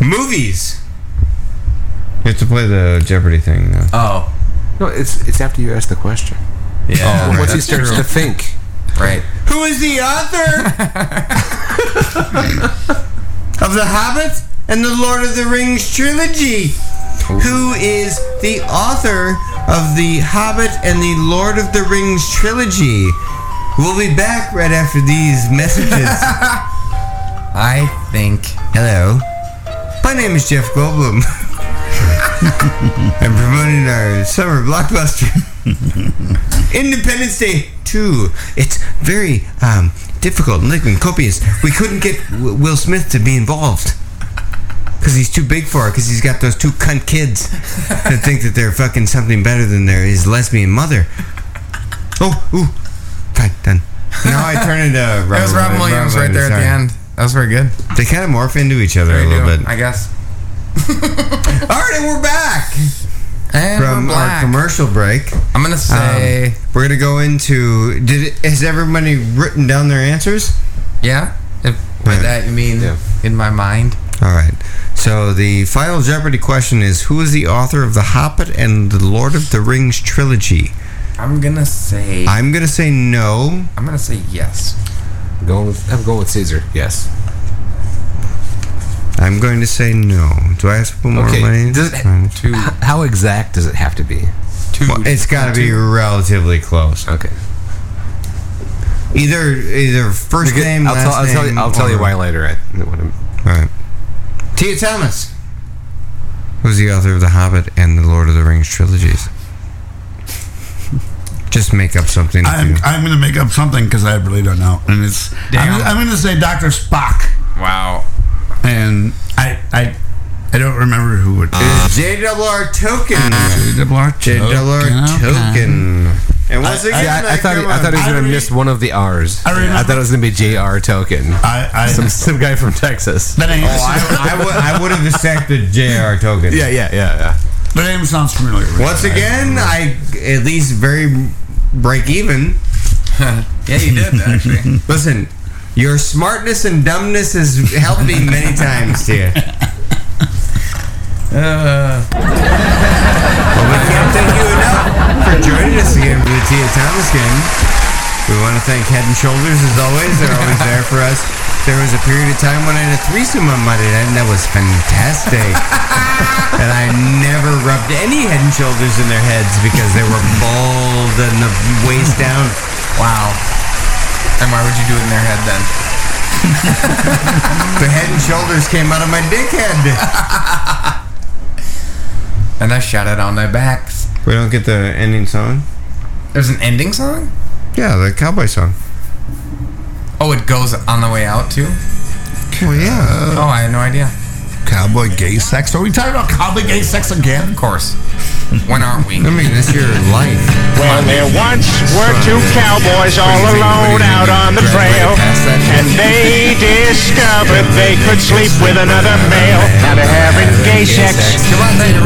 Speaker 3: movies. You have to play the Jeopardy thing now.
Speaker 2: Oh,
Speaker 16: No, it's it's after you ask the question. Oh,
Speaker 2: yeah.
Speaker 16: Once he
Speaker 2: that's
Speaker 16: starts
Speaker 2: true.
Speaker 16: to think.
Speaker 2: right.
Speaker 3: Who is the author of The Hobbit and the Lord of the Rings trilogy? Who is the author of The Hobbit and the Lord of the Rings trilogy? We'll be back right after these messages.
Speaker 13: [laughs]
Speaker 2: I think
Speaker 3: Hello. My name is Jeff Goldblum. [laughs] I'm promoting our summer blockbuster. [laughs] Independence Day 2. It's very um, difficult, liquid, and copious. We couldn't get w- Will Smith to be involved. Because he's too big for it, because he's got those two cunt kids that think that they're fucking something better than their his lesbian mother. Oh, ooh. Fine, done. Now I turn into Robin
Speaker 2: that was Robin Williams right there at the end. That was very good.
Speaker 3: They kind of morph into each other a
Speaker 2: Very
Speaker 3: little
Speaker 2: good,
Speaker 3: bit.
Speaker 2: I guess.
Speaker 3: All right, and we're back
Speaker 2: And
Speaker 3: from
Speaker 2: we're
Speaker 3: our
Speaker 2: black.
Speaker 3: commercial break.
Speaker 2: I'm gonna say
Speaker 3: Um, we're gonna go into. Did it, has everybody written down their answers?
Speaker 2: yeah. If by
Speaker 3: Yeah.
Speaker 2: that you mean
Speaker 16: Yeah.
Speaker 2: in my mind.
Speaker 3: All right. So the final Jeopardy question is: Who is the author of the Hobbit and the Lord of the Rings trilogy?
Speaker 2: I'm gonna say. I'm,
Speaker 3: I'm gonna say no.
Speaker 2: gonna say yes.
Speaker 16: Going with, I'm going with Caesar. Yes.
Speaker 3: I'm going to say no. Do I have to put more
Speaker 16: Okay,
Speaker 3: money? in?
Speaker 16: does it-
Speaker 3: Fine.
Speaker 2: Two.
Speaker 16: How exact does it have to be?
Speaker 2: Two.
Speaker 3: Well, it's got to be relatively close.
Speaker 16: Okay.
Speaker 3: Either either first name,
Speaker 16: I'll,
Speaker 3: last
Speaker 16: tell, I'll, tell you,
Speaker 3: name,
Speaker 16: I'll tell you
Speaker 3: or-
Speaker 16: why later. I, what I'm-
Speaker 3: All right. Tia Thomas. Who's the author of The Hobbit and the Lord of the Rings trilogies? [laughs] Just make up something.
Speaker 4: [laughs]
Speaker 3: if
Speaker 4: I'm,
Speaker 3: you-
Speaker 4: I'm gonna make up something because I really don't know, and it's I'm,
Speaker 2: Damn.
Speaker 4: I'm gonna say Doctor Spock,
Speaker 2: Wow.
Speaker 4: and I I I don't remember who it
Speaker 3: is. JWR Token.
Speaker 4: JWR
Speaker 3: JWR Token. And once again,
Speaker 16: I, I, I thought, I thought he was going to miss one of the R's.
Speaker 3: I remember-
Speaker 16: I thought it was going to be JR Token.
Speaker 4: I, I,
Speaker 16: some, some guy from Texas.
Speaker 4: That ain't-
Speaker 3: Oh, I would, I would have accepted JR Token.
Speaker 16: Yeah, yeah, yeah, yeah.
Speaker 4: The name sounds familiar.
Speaker 3: Once again, I at least very break even.
Speaker 2: [laughs] yeah, you did actually.
Speaker 3: [laughs] Listen, your smartness and dumbness has helped
Speaker 4: [laughs]
Speaker 3: me many times here. Uh, well, we can't thank you enough for joining us again for the Tia Thomas game. We want to thank Head and Shoulders as always. They're always there for us. There was a period of time when I had a threesome on Monday night, and that was fantastic. and I never rubbed any Head and Shoulders in their heads because they were bald and the waist down. Wow.
Speaker 2: And why would you do it in their head then?
Speaker 3: the Head and Shoulders came out of my dickhead.
Speaker 2: And I shot it on their backs.
Speaker 3: We don't get the ending song.
Speaker 2: There's an ending song.
Speaker 3: Yeah, the cowboy song.
Speaker 2: Oh, it goes on the way out too.
Speaker 4: Well, yeah.
Speaker 2: oh, I had no idea.
Speaker 4: Cowboy gay sex. Are we talking about cowboy gay sex again? Of
Speaker 2: course. When
Speaker 4: [laughs]
Speaker 2: aren't we?
Speaker 3: I mean, that's your life.
Speaker 6: Well, there once were two cowboys all alone out on the trail, and they discovered they could sleep with another male. Now they're having gay sex.
Speaker 2: Come on, baby,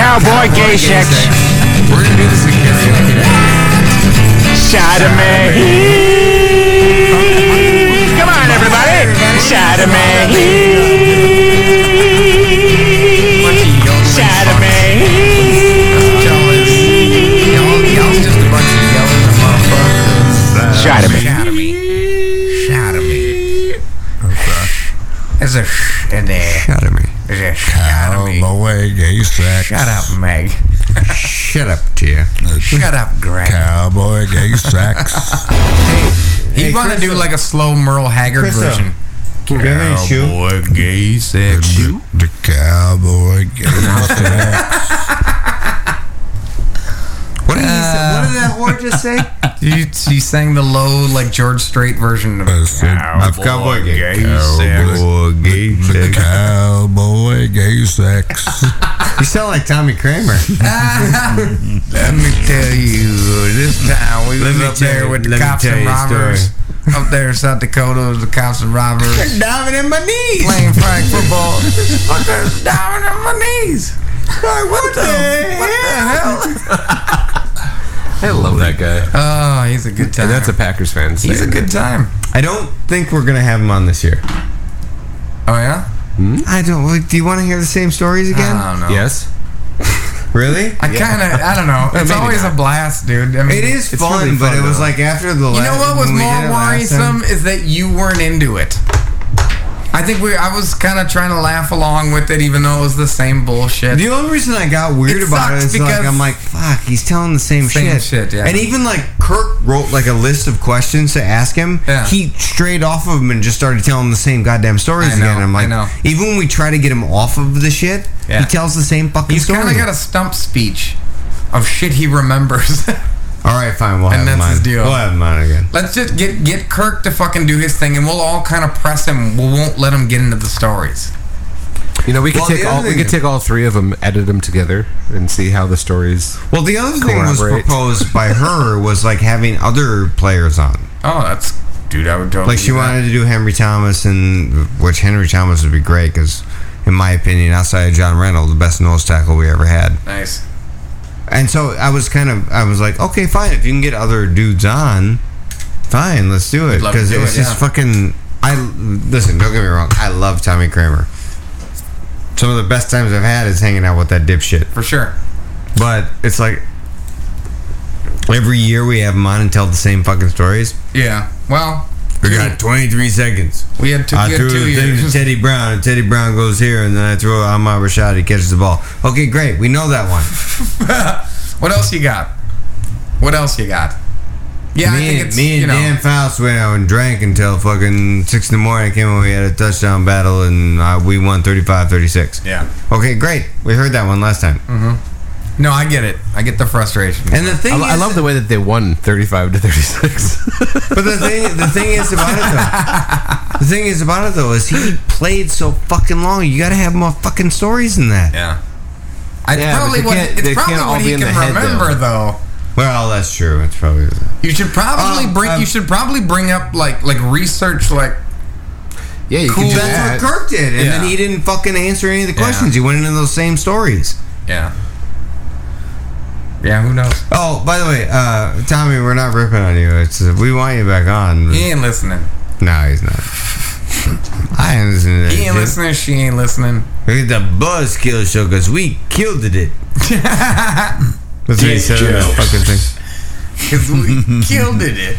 Speaker 6: Cowboy gay sex.
Speaker 16: We're gonna do this in karaoke.
Speaker 6: Sodomy. Come on, everybody. Sodomy. Sodomy.
Speaker 2: Sodomy. Sodomy. There's a sh in there.
Speaker 3: Sodomy.
Speaker 2: There's a sodomy.
Speaker 4: Cowboy gay sex.
Speaker 2: Shut up, Meg.
Speaker 3: Shut up, dear.
Speaker 2: Shut up, Greg.
Speaker 4: Cowboy gay sex.
Speaker 2: He'd want to do like a slow Merle Haggard
Speaker 4: Christo.
Speaker 2: version.
Speaker 4: uh, Can we get an issue?
Speaker 2: Cowboy gay sex.
Speaker 4: The, the cowboy
Speaker 3: [laughs]
Speaker 4: gay sex.
Speaker 3: What did, he say, what did that whore just say?
Speaker 2: You, she sang the low, like George Strait version of
Speaker 3: Of cowboy gay.
Speaker 4: Cowboy
Speaker 3: gay
Speaker 4: sex. Cowboy gay sex.
Speaker 3: [laughs] You sound like Tommy [laughs] Kramer.
Speaker 2: Let me tell you, this time we
Speaker 3: Let
Speaker 2: was
Speaker 3: me
Speaker 2: up
Speaker 3: tell
Speaker 2: there
Speaker 3: you-
Speaker 2: with the
Speaker 3: let me
Speaker 2: cops
Speaker 3: tell
Speaker 2: and
Speaker 3: you a story.
Speaker 2: robbers. Up there in South Dakota, the cops and
Speaker 3: [laughs]
Speaker 2: robbers
Speaker 3: diving in my knees.
Speaker 2: playing flag
Speaker 13: [laughs]
Speaker 2: football. I'm just down on my knees. Like, what the, what the hell?
Speaker 16: I love that guy.
Speaker 2: Oh, he's a good time.
Speaker 16: And that's a Packers fan.
Speaker 2: He's a
Speaker 16: saying
Speaker 2: good time.
Speaker 3: I don't think we're gonna have him on this year. Hmm?
Speaker 2: Oh yeah.
Speaker 3: I don't. like, Do you want to hear the same stories again?
Speaker 2: I don't know.
Speaker 16: that. Yes.
Speaker 3: [laughs] Really?
Speaker 2: I kind of, I don't
Speaker 3: [laughs]
Speaker 2: know. It's
Speaker 16: Maybe
Speaker 2: always
Speaker 16: not.
Speaker 2: a blast, [laughs] dude. I mean,
Speaker 3: It is
Speaker 16: It's
Speaker 3: fun,
Speaker 16: really
Speaker 3: but
Speaker 16: fun,
Speaker 3: it was
Speaker 16: though.
Speaker 3: like after the.
Speaker 2: You know what was more worrisome is that you weren't into it. I think we. I was kind of trying to laugh along with it, even though it was the same bullshit.
Speaker 3: The only reason I got weird
Speaker 2: It
Speaker 3: about it
Speaker 2: sucks
Speaker 3: is like
Speaker 2: because-
Speaker 3: I'm like, fuck, he's telling the same,
Speaker 2: Same
Speaker 3: shit.
Speaker 2: shit, yeah.
Speaker 3: And even like Kirk wrote like a list of questions to ask him.
Speaker 2: Yeah.
Speaker 3: He strayed off of them and just started telling the same goddamn stories
Speaker 2: I know,
Speaker 3: again. I'm
Speaker 2: I
Speaker 3: like,
Speaker 2: know.
Speaker 3: even when we try to get him off of the shit,
Speaker 2: Yeah.
Speaker 3: he tells the same fucking
Speaker 2: He's
Speaker 3: story.
Speaker 2: kind of got a stump speech of shit he remembers. [laughs]
Speaker 3: All right, fine, we'll
Speaker 2: And
Speaker 3: have him
Speaker 2: that's
Speaker 3: on.
Speaker 2: his deal.
Speaker 3: We'll have him on again.
Speaker 2: Let's just get get Kirk to fucking do his thing, and we'll all kind of press him. We won't let him get into the stories.
Speaker 16: You know, we could
Speaker 3: Well,
Speaker 16: take
Speaker 3: the other
Speaker 16: all we
Speaker 3: thing-
Speaker 16: could take all three of them, edit them together, and see how the stories.
Speaker 3: Well, the other thing was
Speaker 16: Collaborate.
Speaker 3: proposed by [laughs] her was like having other players on.
Speaker 2: Oh, that's dude. I would totally
Speaker 3: Like she
Speaker 2: do that.
Speaker 3: wanted to do Henry Thomas, and which Henry Thomas would be great because, in my opinion, outside of John Reynolds, the best nose tackle we ever had.
Speaker 2: Nice.
Speaker 3: And so I was kind of, I was like, okay, fine. If you can get other dudes on, fine, let's do it
Speaker 2: Love to
Speaker 3: because
Speaker 2: do
Speaker 3: it's
Speaker 2: it,
Speaker 3: just
Speaker 2: yeah.
Speaker 3: fucking. I listen. Don't get me wrong. I love Tommy Kramer. Some of the best times I've had is hanging out with that dipshit.
Speaker 2: for sure.
Speaker 3: But it's like every year we have him on and tell the same fucking stories.
Speaker 2: Yeah. Well,
Speaker 3: We got 23 seconds.
Speaker 2: we had two,
Speaker 3: I
Speaker 2: we had
Speaker 3: threw
Speaker 2: two
Speaker 3: the thing to
Speaker 2: years.
Speaker 3: Teddy Brown, and Teddy Brown goes here, and then I throw it on my Rashad. He catches the ball. Okay, great. We know that one.
Speaker 2: [laughs] What else you got? What else you got? Yeah,
Speaker 3: me
Speaker 2: I think
Speaker 3: and,
Speaker 2: it's
Speaker 3: me and
Speaker 2: you know,
Speaker 3: Dan Faust went out and drank until fucking 6 in the morning. I came and we had a touchdown battle, and uh, we won 35 36.
Speaker 2: Yeah.
Speaker 3: Okay, great. We heard that one last time. Mm-hmm.
Speaker 2: No, I get it. I get the frustration.
Speaker 16: And the thing I, I love the way that they won 35 to 36.
Speaker 3: But the thing, the thing is about it though, [laughs] the thing is about it though, is he played so fucking long. You got to have more fucking stories than that.
Speaker 2: Yeah, I probably what it's probably what he can remember though.
Speaker 3: Well, that's true. It's probably
Speaker 2: [laughs] You should probably bring. you should probably bring up like like research like.
Speaker 16: Yeah,
Speaker 2: you
Speaker 3: That's what Kirk did, and then he didn't fucking answer any of the
Speaker 2: Yeah.
Speaker 3: questions. He went into those same stories.
Speaker 2: Yeah. Yeah, who knows?
Speaker 3: Oh, by the way, uh, Tommy, we're not ripping on you. It's uh, we want you back on.
Speaker 2: He ain't listening.
Speaker 3: No, he's not. I ain't listening to that
Speaker 2: He ain't
Speaker 3: shit.
Speaker 2: listening. She ain't listening.
Speaker 3: Look at the Buzzkill show because we killed
Speaker 2: [laughs]
Speaker 3: it. That's what he
Speaker 2: Dick
Speaker 3: said in that
Speaker 2: jokes.
Speaker 3: fucking thing.
Speaker 2: Because
Speaker 13: Mm-hmm.
Speaker 2: we
Speaker 13: [laughs]
Speaker 2: killed it.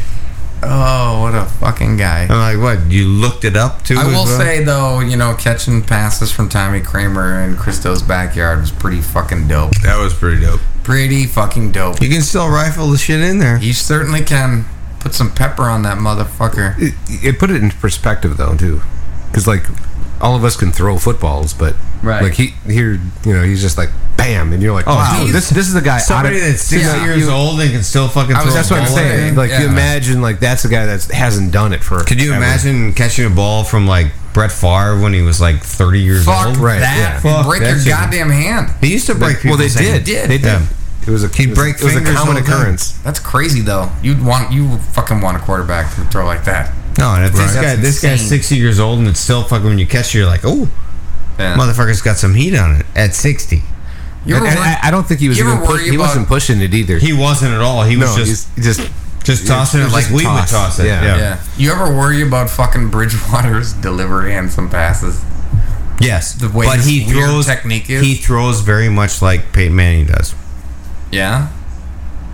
Speaker 2: Oh, what a fucking guy.
Speaker 3: I'm like, what? You looked it up too?
Speaker 2: I
Speaker 3: as
Speaker 2: will
Speaker 3: well?
Speaker 2: say though, you know, catching passes from Tommy Kramer in Christo's backyard was pretty fucking dope.
Speaker 3: That was pretty dope.
Speaker 2: Pretty fucking dope.
Speaker 3: You can still rifle the shit in there.
Speaker 2: He certainly can. Put some pepper on that motherfucker.
Speaker 16: It, it put it into perspective though too, because like all of us can throw footballs, but
Speaker 2: Right.
Speaker 16: like he here, you know, he's just like bam, and you're like, oh,
Speaker 3: Wow.
Speaker 16: dude, this this is the guy.
Speaker 3: Somebody
Speaker 16: out of,
Speaker 3: that's 60
Speaker 16: Yeah.
Speaker 3: years
Speaker 16: You-
Speaker 3: old and can still fucking
Speaker 16: I was-
Speaker 3: throw
Speaker 16: that's
Speaker 3: a
Speaker 16: what I'm
Speaker 3: ball
Speaker 16: saying.
Speaker 3: in.
Speaker 16: Like you
Speaker 3: Yeah.
Speaker 16: imagine, like that's a guy that hasn't done it for.
Speaker 3: Could you
Speaker 16: ever.
Speaker 3: imagine catching a ball from like Brett Favre when he was like 30 years
Speaker 2: Fuck
Speaker 3: old?
Speaker 2: that.
Speaker 3: Yeah.
Speaker 2: Break
Speaker 3: that
Speaker 2: your
Speaker 3: shit.
Speaker 2: goddamn hand.
Speaker 3: They used to break.
Speaker 16: Well, they
Speaker 3: people's
Speaker 16: did.
Speaker 3: hands.
Speaker 16: They did.
Speaker 3: Yeah.
Speaker 16: It was a
Speaker 3: He'd break
Speaker 16: It was a
Speaker 3: fingers
Speaker 16: common
Speaker 3: all the time.
Speaker 16: occurrence.
Speaker 2: That's crazy though. You'd want you fucking want a quarterback to throw like that.
Speaker 3: No, and if
Speaker 2: Right.
Speaker 3: this guy,
Speaker 2: That's
Speaker 3: this guy's
Speaker 2: insane.
Speaker 3: 60 years old, and it's still fucking. When you catch, it, you're like, oh,
Speaker 2: Yeah.
Speaker 3: motherfucker's got some heat on it at 60.
Speaker 2: You ever
Speaker 16: And
Speaker 2: wor-
Speaker 16: I, I don't think he was
Speaker 2: you ever
Speaker 16: even. Push,
Speaker 2: worry
Speaker 16: he wasn't
Speaker 2: about-
Speaker 16: pushing it either.
Speaker 3: He wasn't at all. He was
Speaker 16: No,
Speaker 3: just
Speaker 16: he's- just
Speaker 3: just tossing it
Speaker 16: just
Speaker 3: like we
Speaker 16: toss.
Speaker 3: would toss it. Yeah.
Speaker 16: Yeah.
Speaker 2: You ever worry about fucking Bridgewater's [laughs] delivery and some passes?
Speaker 3: Yes,
Speaker 2: The way
Speaker 3: but
Speaker 2: his
Speaker 3: he
Speaker 2: weird
Speaker 3: throws
Speaker 2: technique is?
Speaker 3: He throws very much like Peyton Manning does.
Speaker 2: Yeah.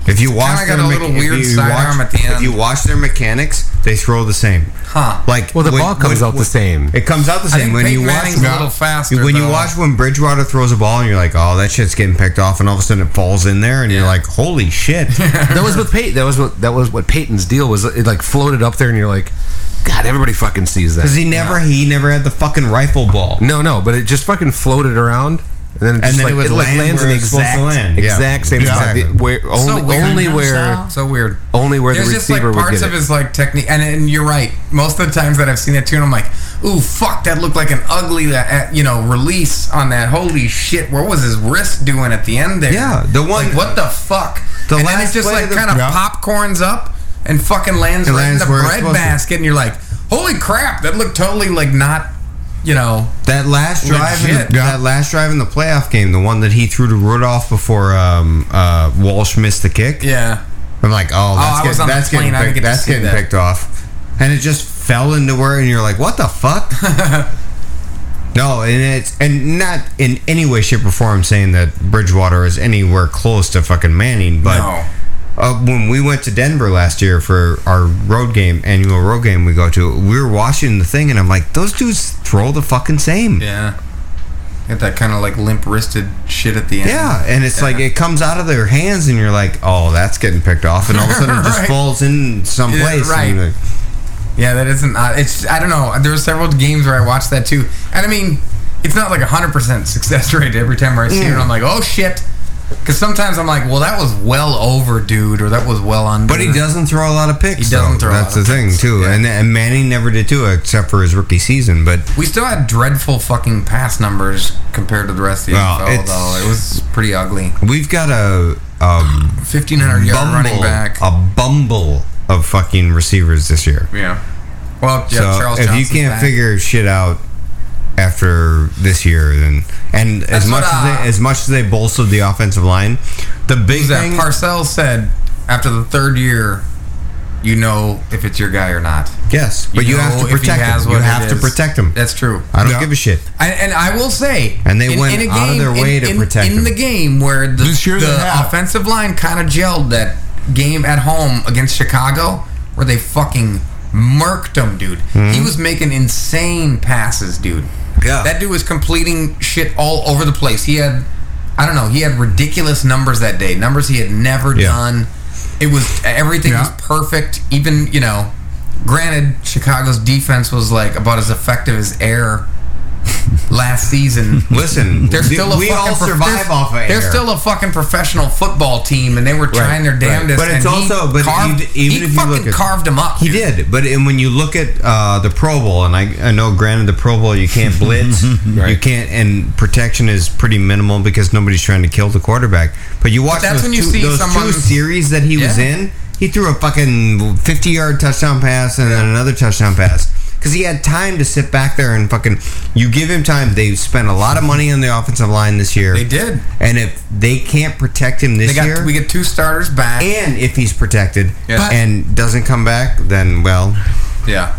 Speaker 3: If you watch
Speaker 2: Kinda got
Speaker 3: their
Speaker 2: a little
Speaker 3: mecha- if
Speaker 2: weird
Speaker 3: you
Speaker 2: sidearm
Speaker 3: watch-
Speaker 2: at the
Speaker 3: If
Speaker 2: end.
Speaker 3: you watch their mechanics, they throw the same.
Speaker 2: Huh.
Speaker 3: Like
Speaker 16: Well, the ball comes out the same.
Speaker 3: It comes out the
Speaker 2: I
Speaker 3: same
Speaker 2: think
Speaker 3: when you
Speaker 2: Peyton
Speaker 3: watch
Speaker 2: Manning's a little faster,
Speaker 3: When you
Speaker 2: though.
Speaker 3: watch when Bridgewater throws a ball and you're like, oh, that shit's getting picked off, and all of a sudden it falls in there, and you're like, holy
Speaker 2: [laughs]
Speaker 3: shit. [laughs]
Speaker 16: that was with Peyton. That was what that was what Peyton's deal was. It like floated up there, and you're like, God, everybody fucking sees that.
Speaker 3: Because he never he never had the fucking rifle ball.
Speaker 16: No, no, but it just fucking floated around, and then it
Speaker 3: And
Speaker 16: just
Speaker 3: then
Speaker 16: like,
Speaker 3: it would
Speaker 16: like
Speaker 3: land
Speaker 16: lands in
Speaker 3: where
Speaker 16: the
Speaker 3: it's supposed to
Speaker 16: exact
Speaker 3: land. Yeah.
Speaker 16: exact same
Speaker 3: Yeah.
Speaker 16: spot.
Speaker 3: Exactly.
Speaker 16: Where
Speaker 2: So
Speaker 16: only
Speaker 2: weird.
Speaker 16: only where
Speaker 2: so weird.
Speaker 16: only where
Speaker 2: There's
Speaker 16: the
Speaker 2: just like
Speaker 16: receiver would
Speaker 2: parts
Speaker 16: get
Speaker 2: of
Speaker 16: it.
Speaker 2: his like technique, and, and you're right. Most of the times that I've seen that too, and I'm like, "Ooh, fuck, that looked like an ugly, that uh, you know, release on that. Holy shit, what was his wrist doing at the end there?
Speaker 3: Yeah, the one-
Speaker 2: Like, what the fuck?
Speaker 3: The
Speaker 2: and then
Speaker 3: last
Speaker 2: it just
Speaker 3: play
Speaker 2: like
Speaker 3: of the-
Speaker 2: kind of
Speaker 3: Yeah.
Speaker 2: popcorns up and fucking lands
Speaker 3: It
Speaker 2: right
Speaker 3: lands
Speaker 2: in the
Speaker 3: where it's
Speaker 2: bread
Speaker 3: supposed to.
Speaker 2: basket, and you're like, "Holy crap, that looked totally like not, you know,
Speaker 3: That last drive, in the,
Speaker 2: Legit.
Speaker 3: that last drive in the playoff game, the one that he threw to Rudolph before um, uh, Walsh missed the kick.
Speaker 2: yeah."
Speaker 3: I'm like, oh, that's
Speaker 2: I was
Speaker 3: getting,
Speaker 2: on the
Speaker 3: that's
Speaker 2: plane.
Speaker 3: getting,
Speaker 2: I didn't
Speaker 3: picked,
Speaker 2: get to
Speaker 3: that's
Speaker 2: see
Speaker 3: getting
Speaker 2: that.
Speaker 3: picked off, and it just fell into where, and you're like, what the fuck?
Speaker 2: [laughs]
Speaker 3: no, and it's and not in any way, shape, or form saying that Bridgewater is anywhere close to fucking Manning, but.
Speaker 2: No.
Speaker 3: Uh, when we went to Denver last year for our road game, annual road game we go to, we were watching the thing, and I'm like, those dudes throw the fucking same.
Speaker 2: Yeah. Got that kind of like limp wristed shit at the end.
Speaker 3: Yeah, and it's like it comes out of their hands, and you're like, "Oh, that's getting picked off," and all of
Speaker 2: [laughs]
Speaker 3: a sudden it just
Speaker 2: Right.
Speaker 3: falls in some
Speaker 2: Yeah,
Speaker 3: place. and you're
Speaker 2: right.
Speaker 3: like,
Speaker 2: Yeah, that isn't. Uh, it's I don't know. There were several games where I watched that too, and I mean, it's not like a hundred percent [laughs] success rate every time where I see it.
Speaker 3: Mm.
Speaker 2: and I'm like, oh shit, because sometimes I'm like, well, that was well over, dude, or that was well on.
Speaker 3: But he doesn't throw a lot of picks.
Speaker 2: He doesn't
Speaker 3: though.
Speaker 2: throw a
Speaker 3: That's
Speaker 2: lot of
Speaker 3: the thing
Speaker 2: picks,
Speaker 3: too,
Speaker 2: yeah.
Speaker 3: and, and Manning never did too, except for his rookie season. But
Speaker 2: We still had dreadful fucking pass numbers compared to the rest of the
Speaker 3: Well,
Speaker 2: NFL,
Speaker 3: it's-
Speaker 2: though. It was pretty ugly.
Speaker 3: we've got a, a
Speaker 2: 1500 yard
Speaker 3: bumble,
Speaker 2: running back.
Speaker 3: a bumble of fucking receivers this year.
Speaker 2: Yeah. Well, yeah,
Speaker 3: so
Speaker 2: Charles
Speaker 3: if
Speaker 2: Johnson's
Speaker 3: you can't
Speaker 2: back.
Speaker 3: figure shit out after this year, then and
Speaker 2: That's
Speaker 3: as much
Speaker 2: what,
Speaker 3: as
Speaker 2: uh,
Speaker 3: they, as much as they bolstered the offensive line, the big
Speaker 2: Who's that?
Speaker 3: thing.
Speaker 2: Parcells said after the third year, you know if it's your guy or not.
Speaker 3: Yes, but you, have
Speaker 2: know
Speaker 3: to
Speaker 2: if he
Speaker 3: protect
Speaker 2: has
Speaker 3: him. You
Speaker 2: what it
Speaker 3: have to
Speaker 2: is.
Speaker 3: protect him.
Speaker 2: That's true.
Speaker 3: I don't give a shit.
Speaker 2: And, and I will say,
Speaker 3: And they went out of their way
Speaker 2: in,
Speaker 3: to protect
Speaker 2: in,
Speaker 3: him.
Speaker 2: in the game where the,
Speaker 4: This year they
Speaker 2: the
Speaker 4: have.
Speaker 2: offensive line kind of gelled that game at home against Chicago, where they fucking murked him, dude. He
Speaker 3: Hmm?
Speaker 2: was making insane passes, dude.
Speaker 3: Yeah.
Speaker 2: that dude was completing shit all over the place. He had, I don't know, he had ridiculous numbers that day. Numbers he had never
Speaker 3: Yeah.
Speaker 2: done. It was everything was perfect. Even you know, granted, Chicago's defense was like about as effective as air last season.
Speaker 3: [laughs] Listen,
Speaker 2: they're
Speaker 3: we-
Speaker 2: still a
Speaker 3: we
Speaker 2: fucking
Speaker 3: all
Speaker 2: prof-
Speaker 3: survive
Speaker 2: they're,
Speaker 3: off of
Speaker 2: They're
Speaker 3: air.
Speaker 2: still a fucking professional football team, and they were trying their damnedest.
Speaker 3: But it's
Speaker 2: and he
Speaker 3: also, but
Speaker 2: carved,
Speaker 3: even, even
Speaker 2: he
Speaker 3: if you
Speaker 2: fucking
Speaker 3: look at,
Speaker 2: carved him up.
Speaker 3: He did, but and when you look at uh, the Pro Bowl, and I, I know, granted, the Pro Bowl
Speaker 2: [laughs]
Speaker 3: you can't blitz, you can't, and protection is pretty minimal because nobody's trying to kill the quarterback. But you watch
Speaker 2: that's
Speaker 3: those
Speaker 2: when you
Speaker 3: two,
Speaker 2: see
Speaker 3: those
Speaker 2: someone-
Speaker 3: two series that he was
Speaker 2: Yeah.
Speaker 3: in. He threw a fucking fifty-yard touchdown pass and then another touchdown pass. Because he had time to sit back there and fucking, you give him time. They spent a lot of money on the offensive line this year. They
Speaker 2: did,
Speaker 3: and if they can't protect him this
Speaker 2: They got,
Speaker 3: year,
Speaker 2: we get two starters back.
Speaker 3: and if he's protected
Speaker 2: Yeah. But-
Speaker 3: and doesn't come back, then well,
Speaker 2: Yeah,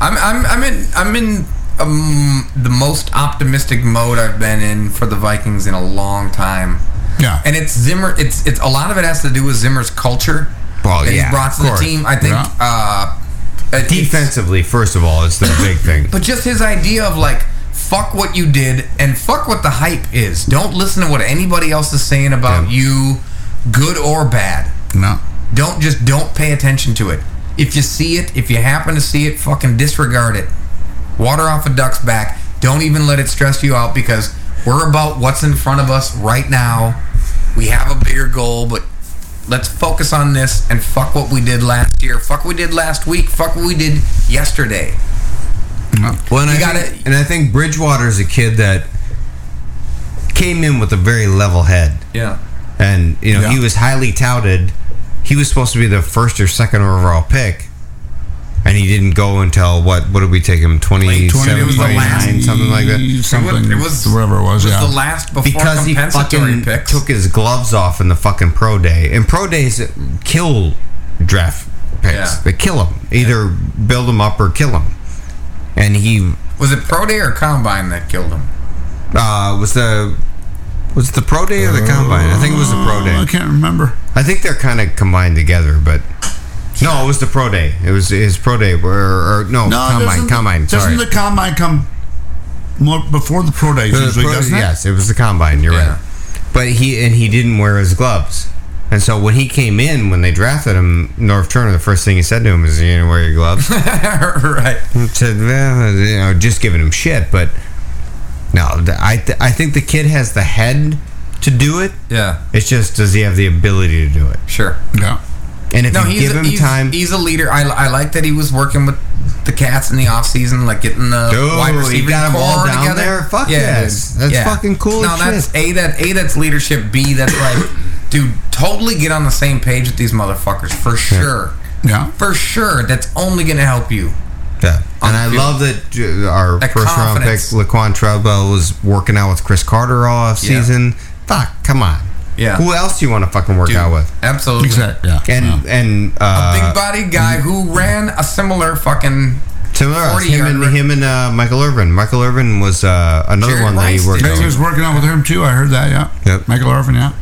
Speaker 2: I'm I'm I'm in I'm in um, the most optimistic mode I've been in for the Vikings in a long time.
Speaker 4: Yeah,
Speaker 2: and it's Zimmer. It's it's a lot of it has to do with Zimmer's culture
Speaker 3: Well,
Speaker 2: that
Speaker 3: yeah,
Speaker 2: he's brought to
Speaker 3: of
Speaker 2: the
Speaker 3: course.
Speaker 2: team. I think.
Speaker 3: Yeah.
Speaker 2: Uh, it- it's-
Speaker 3: defensively, first of all, it's the big thing.
Speaker 2: But just his idea of like, fuck what you did and fuck what the hype is. Don't listen to what anybody else is saying about you, good or bad.
Speaker 4: No.
Speaker 2: Don't just don't pay attention to it. If you see it, if you happen to see it, fucking disregard it. Water off a duck's back. Don't even let it stress you out because we're about what's in front of us right now. We have a bigger goal, but let's focus on this and fuck what we did last year. Fuck what we did last week. Fuck what we did yesterday.
Speaker 3: [laughs] Well, and
Speaker 2: You
Speaker 3: I
Speaker 2: gotta-
Speaker 3: think, and I think Bridgewater is a kid that came in with a very level head.
Speaker 2: Yeah.
Speaker 3: and you know
Speaker 2: Yeah.
Speaker 3: he was highly touted. He was supposed to be the first or second overall pick, and he didn't go until what? What did we take him? 27,
Speaker 4: 20 it was the
Speaker 3: 29,
Speaker 4: last-
Speaker 3: something like that.
Speaker 4: something, It was- whatever it was, it was yeah. the last before
Speaker 3: because he
Speaker 4: compensatory
Speaker 3: fucking took his gloves off in the fucking pro day. And pro days kill draft picks.
Speaker 2: Yeah.
Speaker 3: They kill them. Either build them up or kill them. And he
Speaker 2: Was it pro day or combine that killed him?
Speaker 3: uh, was the was it the pro day or the combine? I think it was the pro day. I
Speaker 4: Uh, can't remember.
Speaker 3: I think they're kind of combined together, but no, it was the pro day. It was his pro day, or, or no, combine,
Speaker 4: doesn't-
Speaker 3: combine.
Speaker 4: Doesn't
Speaker 3: Sorry,
Speaker 4: the combine come more before the pro days?
Speaker 3: The
Speaker 4: usually,
Speaker 3: pro-
Speaker 4: doesn't it?
Speaker 3: yes, it was the combine. You're right. But he and he didn't wear his gloves, and so when he came in, when they drafted him, North Turner, the first thing he said to him is, "You didn't wear your gloves."
Speaker 2: [laughs] right.
Speaker 3: He said, well, you know, just giving him shit, but no, th- I th- I think the kid has the head to do it.
Speaker 2: Yeah.
Speaker 3: It's just does he have the ability to do it?
Speaker 2: Sure.
Speaker 4: Yeah.
Speaker 3: And if
Speaker 2: no,
Speaker 3: you
Speaker 2: he's
Speaker 3: give
Speaker 2: a,
Speaker 3: him
Speaker 2: he's,
Speaker 3: time,
Speaker 2: He's a leader. I, I like that he was working with the cats in the offseason, like getting the
Speaker 3: Dude,
Speaker 2: wide
Speaker 3: he
Speaker 2: receiver
Speaker 3: got 'em all
Speaker 2: core
Speaker 3: down
Speaker 2: together.
Speaker 3: there? Fuck yes.
Speaker 2: dude.
Speaker 3: That's fucking cool
Speaker 2: No,
Speaker 3: as
Speaker 2: that's a that a that's leadership. B that's like, [laughs] dude, totally get on the same page with these motherfuckers for sure.
Speaker 4: Yeah,
Speaker 2: for sure. That's only gonna help you.
Speaker 3: Yeah.
Speaker 2: On
Speaker 3: And
Speaker 2: the
Speaker 3: I
Speaker 2: field.
Speaker 3: love that uh, our
Speaker 2: That
Speaker 3: first
Speaker 2: confidence.
Speaker 3: round pick, Laquan Treadwell, was working out with Chris Carter all off
Speaker 2: Yeah.
Speaker 3: season. Fuck, come on.
Speaker 2: Yeah.
Speaker 3: Who else do you want to fucking work
Speaker 2: Dude,
Speaker 3: out with?
Speaker 2: Absolutely.
Speaker 4: Exactly. Yeah.
Speaker 3: And and uh,
Speaker 2: Big body guy who ran a similar fucking
Speaker 3: Similar,
Speaker 2: 40
Speaker 3: him and him and uh, Michael Irvin. Michael Irvin was uh, another
Speaker 2: Jerry
Speaker 3: one that
Speaker 2: Rice
Speaker 3: he worked
Speaker 4: They-
Speaker 3: out.
Speaker 4: He was
Speaker 3: with.
Speaker 4: working out with him too. I heard that. Yeah.
Speaker 3: Yep.
Speaker 4: Michael Irvin. Yeah.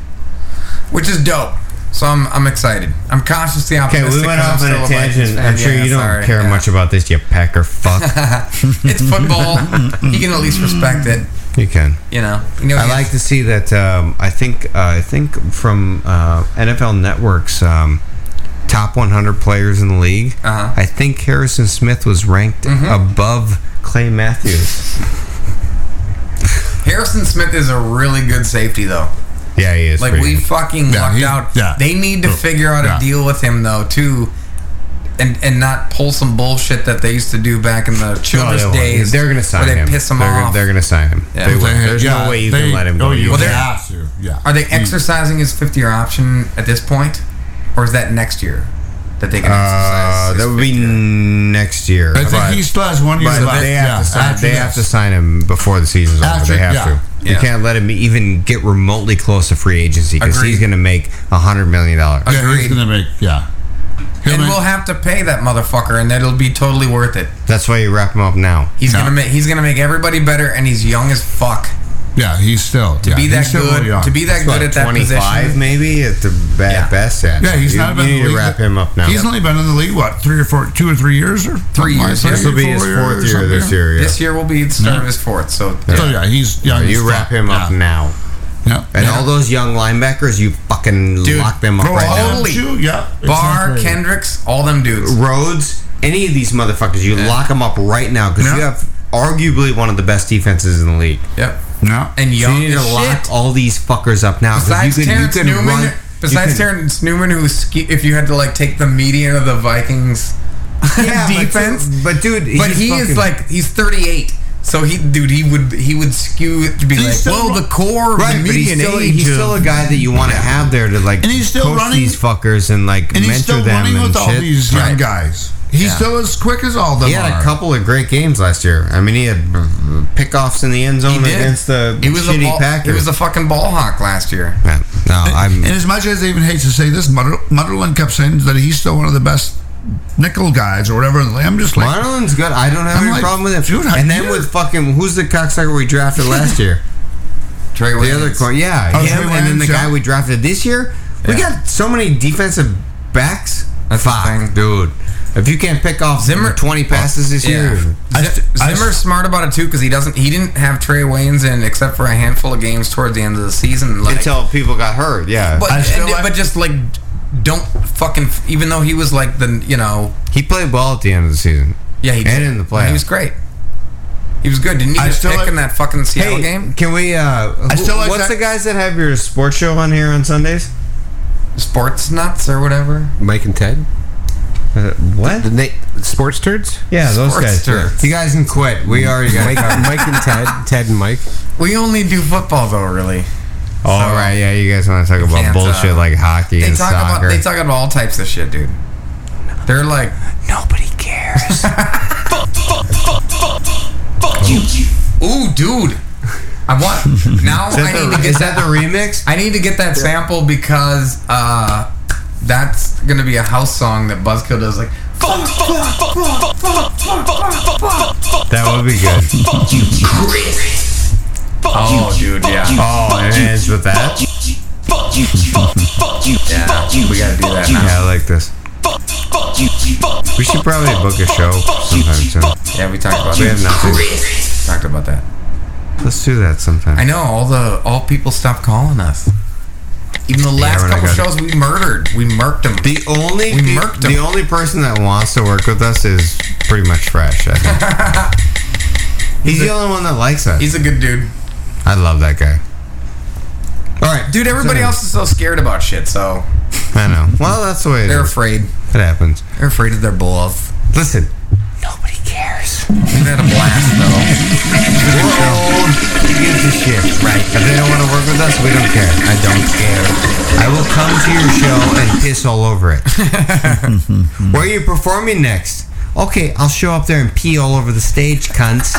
Speaker 2: which is dope. So I'm, I'm excited. I'm consciously
Speaker 3: Okay,
Speaker 2: optimistic.
Speaker 3: we went
Speaker 2: 'cause I'm
Speaker 3: off on
Speaker 2: still
Speaker 3: a
Speaker 2: Vikings
Speaker 3: tangent.
Speaker 2: fan.
Speaker 3: I'm sure
Speaker 2: Yeah,
Speaker 3: you don't
Speaker 2: sorry.
Speaker 3: care much about this, you
Speaker 2: [laughs]
Speaker 3: pecker fuck.
Speaker 2: it's football.
Speaker 3: [laughs]
Speaker 2: you can at least respect it.
Speaker 3: You can.
Speaker 2: You know. You know
Speaker 3: I like to see that. Um, I think. Uh, I think from uh, NFL Network's um, top 100 players in the league. Uh-huh. I think Harrison Smith was ranked
Speaker 2: Mm-hmm.
Speaker 3: above Clay Matthews.
Speaker 2: Harrison Smith is a really good safety though.
Speaker 3: yeah, he is.
Speaker 2: like
Speaker 3: pretty
Speaker 2: we
Speaker 3: good.
Speaker 2: fucking
Speaker 3: Yeah,
Speaker 2: lucked
Speaker 3: he's-
Speaker 2: out.
Speaker 3: yeah.
Speaker 2: They need to
Speaker 3: Yeah.
Speaker 2: figure out
Speaker 3: Yeah.
Speaker 2: a deal with him though too. And, and not pull some bullshit that they used to do back in the
Speaker 3: No,
Speaker 2: children's
Speaker 3: they won't.
Speaker 2: days.
Speaker 3: They're gonna sign
Speaker 2: where they
Speaker 3: him.
Speaker 2: Piss him
Speaker 3: they're,
Speaker 2: off.
Speaker 3: Gonna, they're gonna sign him.
Speaker 2: Yeah.
Speaker 3: They
Speaker 2: They-
Speaker 3: will. There's
Speaker 2: yeah,
Speaker 3: no way you
Speaker 2: they-
Speaker 3: can let him
Speaker 2: oh,
Speaker 3: go.
Speaker 2: you
Speaker 3: Well, they're-
Speaker 2: have
Speaker 4: to. Yeah.
Speaker 2: Are they exercising his 50 year option at this point? Or is that next year that they can exercise?
Speaker 3: Uh, that would be next year.
Speaker 4: I think
Speaker 3: but-
Speaker 4: he still has one year
Speaker 3: but
Speaker 4: left.
Speaker 3: They, have,
Speaker 4: Yeah,
Speaker 3: to sign,
Speaker 4: after
Speaker 3: they
Speaker 4: this.
Speaker 3: have to sign him before the season's
Speaker 4: After-
Speaker 3: over. They have
Speaker 4: yeah.
Speaker 3: to. You
Speaker 4: Yeah.
Speaker 3: can't let him even get remotely close to free agency because
Speaker 2: Agreed.
Speaker 3: he's going to make a hundred million dollars.
Speaker 4: Yeah, he's gonna make. Yeah.
Speaker 2: and we'll have to pay that motherfucker, and that'll be totally worth it.
Speaker 3: That's why you wrap him up now.
Speaker 2: He's gonna make he's gonna make everybody better, and he's young as fuck.
Speaker 4: Yeah, he's still
Speaker 2: To
Speaker 4: yeah,
Speaker 2: be
Speaker 4: he's
Speaker 2: that
Speaker 4: still
Speaker 2: good-
Speaker 4: really young.
Speaker 2: to be that He's good what, at that 25 position.
Speaker 3: maybe at the ba- best. At
Speaker 4: Yeah, he's
Speaker 3: you,
Speaker 4: not
Speaker 3: you
Speaker 4: been in
Speaker 3: need
Speaker 4: the
Speaker 3: to
Speaker 4: league.
Speaker 3: wrap him up now.
Speaker 4: He's only been in the league what three or four, two or three years or something like that?
Speaker 3: This will be his
Speaker 4: Four years
Speaker 3: fourth
Speaker 4: or
Speaker 3: year this
Speaker 4: something.
Speaker 3: year. yeah.
Speaker 2: This year will be the start of his fourth. So
Speaker 4: So yeah, he's young.
Speaker 3: Yeah,
Speaker 4: as
Speaker 3: you wrap
Speaker 4: fuck.
Speaker 3: him up
Speaker 4: Yeah.
Speaker 3: now.
Speaker 4: Yeah.
Speaker 3: And all those young linebackers, you fucking
Speaker 4: Dude,
Speaker 3: lock them up
Speaker 4: bro,
Speaker 3: right now.
Speaker 4: all of you, yeah,
Speaker 2: Barr,
Speaker 3: exactly.
Speaker 2: Kendricks, all them dudes.
Speaker 3: Rhodes, any of these motherfuckers, you lock 'em lock them up right now because you
Speaker 2: Yeah.
Speaker 3: have arguably one of the best defenses in the league.
Speaker 2: Yep.
Speaker 3: No.
Speaker 2: And young
Speaker 3: you need to
Speaker 2: as
Speaker 3: lock
Speaker 2: shit.
Speaker 3: all these fuckers up now. 'cause
Speaker 2: Besides
Speaker 3: you can,
Speaker 2: Terrence
Speaker 3: you can
Speaker 2: Newman,
Speaker 3: run, you
Speaker 2: besides
Speaker 3: can-
Speaker 2: Terrence Newman, who ske- if you had to like take the median of the Vikings
Speaker 3: [laughs] Yeah, but
Speaker 2: defense,
Speaker 3: dude- but dude,
Speaker 2: but
Speaker 3: he's
Speaker 2: he
Speaker 3: fucking-
Speaker 2: is like he's 38. So he, dude, he would he would skew it to be
Speaker 3: He's
Speaker 2: like,
Speaker 3: still
Speaker 2: well,
Speaker 3: ru-
Speaker 2: the core, of
Speaker 3: Right,
Speaker 2: the
Speaker 3: but he's
Speaker 2: median
Speaker 3: still,
Speaker 2: age
Speaker 3: he's
Speaker 2: of-
Speaker 3: still a guy that you want to have there to like
Speaker 4: And he's still
Speaker 3: coach
Speaker 4: running-
Speaker 3: these fuckers and like
Speaker 4: and
Speaker 3: mentor
Speaker 4: he's still
Speaker 3: them
Speaker 4: running
Speaker 3: and
Speaker 4: with
Speaker 3: shit.
Speaker 4: all these young
Speaker 3: Right.
Speaker 4: guys. He's
Speaker 3: Yeah.
Speaker 4: still as quick as all of them
Speaker 3: He had
Speaker 4: are.
Speaker 3: a couple of great games last year. I mean, he had uh, pickoffs in the end zone
Speaker 2: He did.
Speaker 3: against the
Speaker 2: He was a
Speaker 3: shitty
Speaker 2: ball-
Speaker 3: Packers.
Speaker 2: he was a fucking ball hawk last year.
Speaker 3: Yeah. No, I'm.
Speaker 4: And as much as I even hate to say this, Mutter- Mutterland kept saying that he's still one of the best nickel guys or whatever. I'm just like
Speaker 3: Marlin's good. I don't have
Speaker 4: I'm
Speaker 3: any
Speaker 4: like,
Speaker 3: problem with him.
Speaker 4: dude, I-
Speaker 3: and then with fucking who's the cocksucker we drafted last year?
Speaker 2: Trey
Speaker 3: the
Speaker 2: Williams.
Speaker 3: other corner, yeah,
Speaker 2: Oh, Trey
Speaker 3: him, and then
Speaker 2: Williams,
Speaker 3: the
Speaker 2: yeah.
Speaker 3: guy we drafted this year. We
Speaker 2: Yeah.
Speaker 3: got so many defensive backs. Fuck, dude. If you can't pick off Zimmer twenty passes this year,
Speaker 2: Zim- Zimmer's smart about it too because he doesn't. He didn't have Trey Waynes in except for a handful of games towards the end of the season. Like,
Speaker 3: until people got hurt, yeah.
Speaker 2: but, and- but just like don't fucking. Even though he was like the you know
Speaker 3: he played well at the end of the season.
Speaker 2: yeah he
Speaker 3: and
Speaker 2: did.
Speaker 3: in the
Speaker 2: No,
Speaker 3: playoffs,
Speaker 2: he was great. He was good. Didn't he
Speaker 3: I
Speaker 2: just
Speaker 3: still
Speaker 2: pick
Speaker 3: like-
Speaker 2: in that fucking Seattle
Speaker 3: Hey,
Speaker 2: game?
Speaker 3: Can we? uh
Speaker 2: I
Speaker 3: who-
Speaker 2: still like
Speaker 3: What's
Speaker 2: that-
Speaker 3: the guys that have your sports show on here on Sundays?
Speaker 2: Sports nuts or whatever.
Speaker 16: Mike and Ted.
Speaker 3: Uh, what?
Speaker 16: The, na- sports turds?
Speaker 3: Yeah, those guys.
Speaker 16: Sports turds.
Speaker 3: You guys can quit. We already got
Speaker 16: Mike, Mike and Ted. Ted and Mike.
Speaker 2: We only do football though, really.
Speaker 3: Oh, All right, yeah, you guys want
Speaker 2: [laughs]
Speaker 3: to talk about
Speaker 2: can't, uh,
Speaker 3: bullshit like hockey
Speaker 2: They
Speaker 3: and
Speaker 2: talk
Speaker 3: soccer?
Speaker 2: about they talk about all types of shit, dude. They're like
Speaker 3: nobody cares.
Speaker 2: fuck you. [laughs] Ooh, dude. I want now.
Speaker 3: Is that
Speaker 2: I need
Speaker 3: the-
Speaker 2: to get
Speaker 3: is that the remix?
Speaker 2: I need to get that sample because uh, that's gonna be a house song that Buzzkill does. Like
Speaker 3: that would be good.
Speaker 18: Fuck you, Chris. Fuck
Speaker 2: Oh,
Speaker 18: you,
Speaker 2: dude,
Speaker 18: fuck
Speaker 2: yeah.
Speaker 18: you,
Speaker 3: Oh,
Speaker 18: fuck
Speaker 3: it
Speaker 18: you,
Speaker 3: ends with that?
Speaker 18: fuck you, Fuck you, fuck, fuck you,
Speaker 3: Yeah,
Speaker 18: fuck you,
Speaker 3: we gotta do
Speaker 18: fuck
Speaker 3: that
Speaker 18: you,
Speaker 3: now. Yeah, I like this.
Speaker 18: Fuck, fuck you, fuck,
Speaker 3: We should
Speaker 18: fuck,
Speaker 3: probably
Speaker 18: fuck,
Speaker 3: book a
Speaker 18: fuck,
Speaker 3: show
Speaker 18: fuck you,
Speaker 3: sometime soon.
Speaker 18: fuck,
Speaker 2: yeah, we talked
Speaker 18: fuck
Speaker 2: about
Speaker 3: We
Speaker 2: that.
Speaker 3: have nothing.
Speaker 18: Chris.
Speaker 2: Talked about that.
Speaker 3: Let's do that sometime.
Speaker 2: I know all the all people stopped calling us. Even the last
Speaker 3: we're not
Speaker 2: couple
Speaker 3: gonna-
Speaker 2: shows we murdered, we murked them.
Speaker 3: The only
Speaker 2: we
Speaker 3: the,
Speaker 2: murked them.
Speaker 3: the only person that wants to work with us is pretty much fresh. I
Speaker 2: [laughs]
Speaker 3: think. He's the only one that likes us.
Speaker 2: He's a good dude.
Speaker 3: I love that guy. All right,
Speaker 2: Dude, everybody
Speaker 3: So-
Speaker 2: else is so scared about shit, so
Speaker 3: I know. Well, that's the way it
Speaker 2: they're
Speaker 3: is.
Speaker 2: afraid.
Speaker 3: It happens.
Speaker 2: They're afraid of their bluff.
Speaker 3: Listen,
Speaker 2: Nobody cares. We've had a blast [laughs] though.
Speaker 3: world gives a shit. Right. If they don't want to work with us, we don't care. I don't care. I will come to your show and piss all
Speaker 2: [laughs]
Speaker 3: over it. Where are you performing next? Okay, I'll show up there and pee all over the stage, cunts.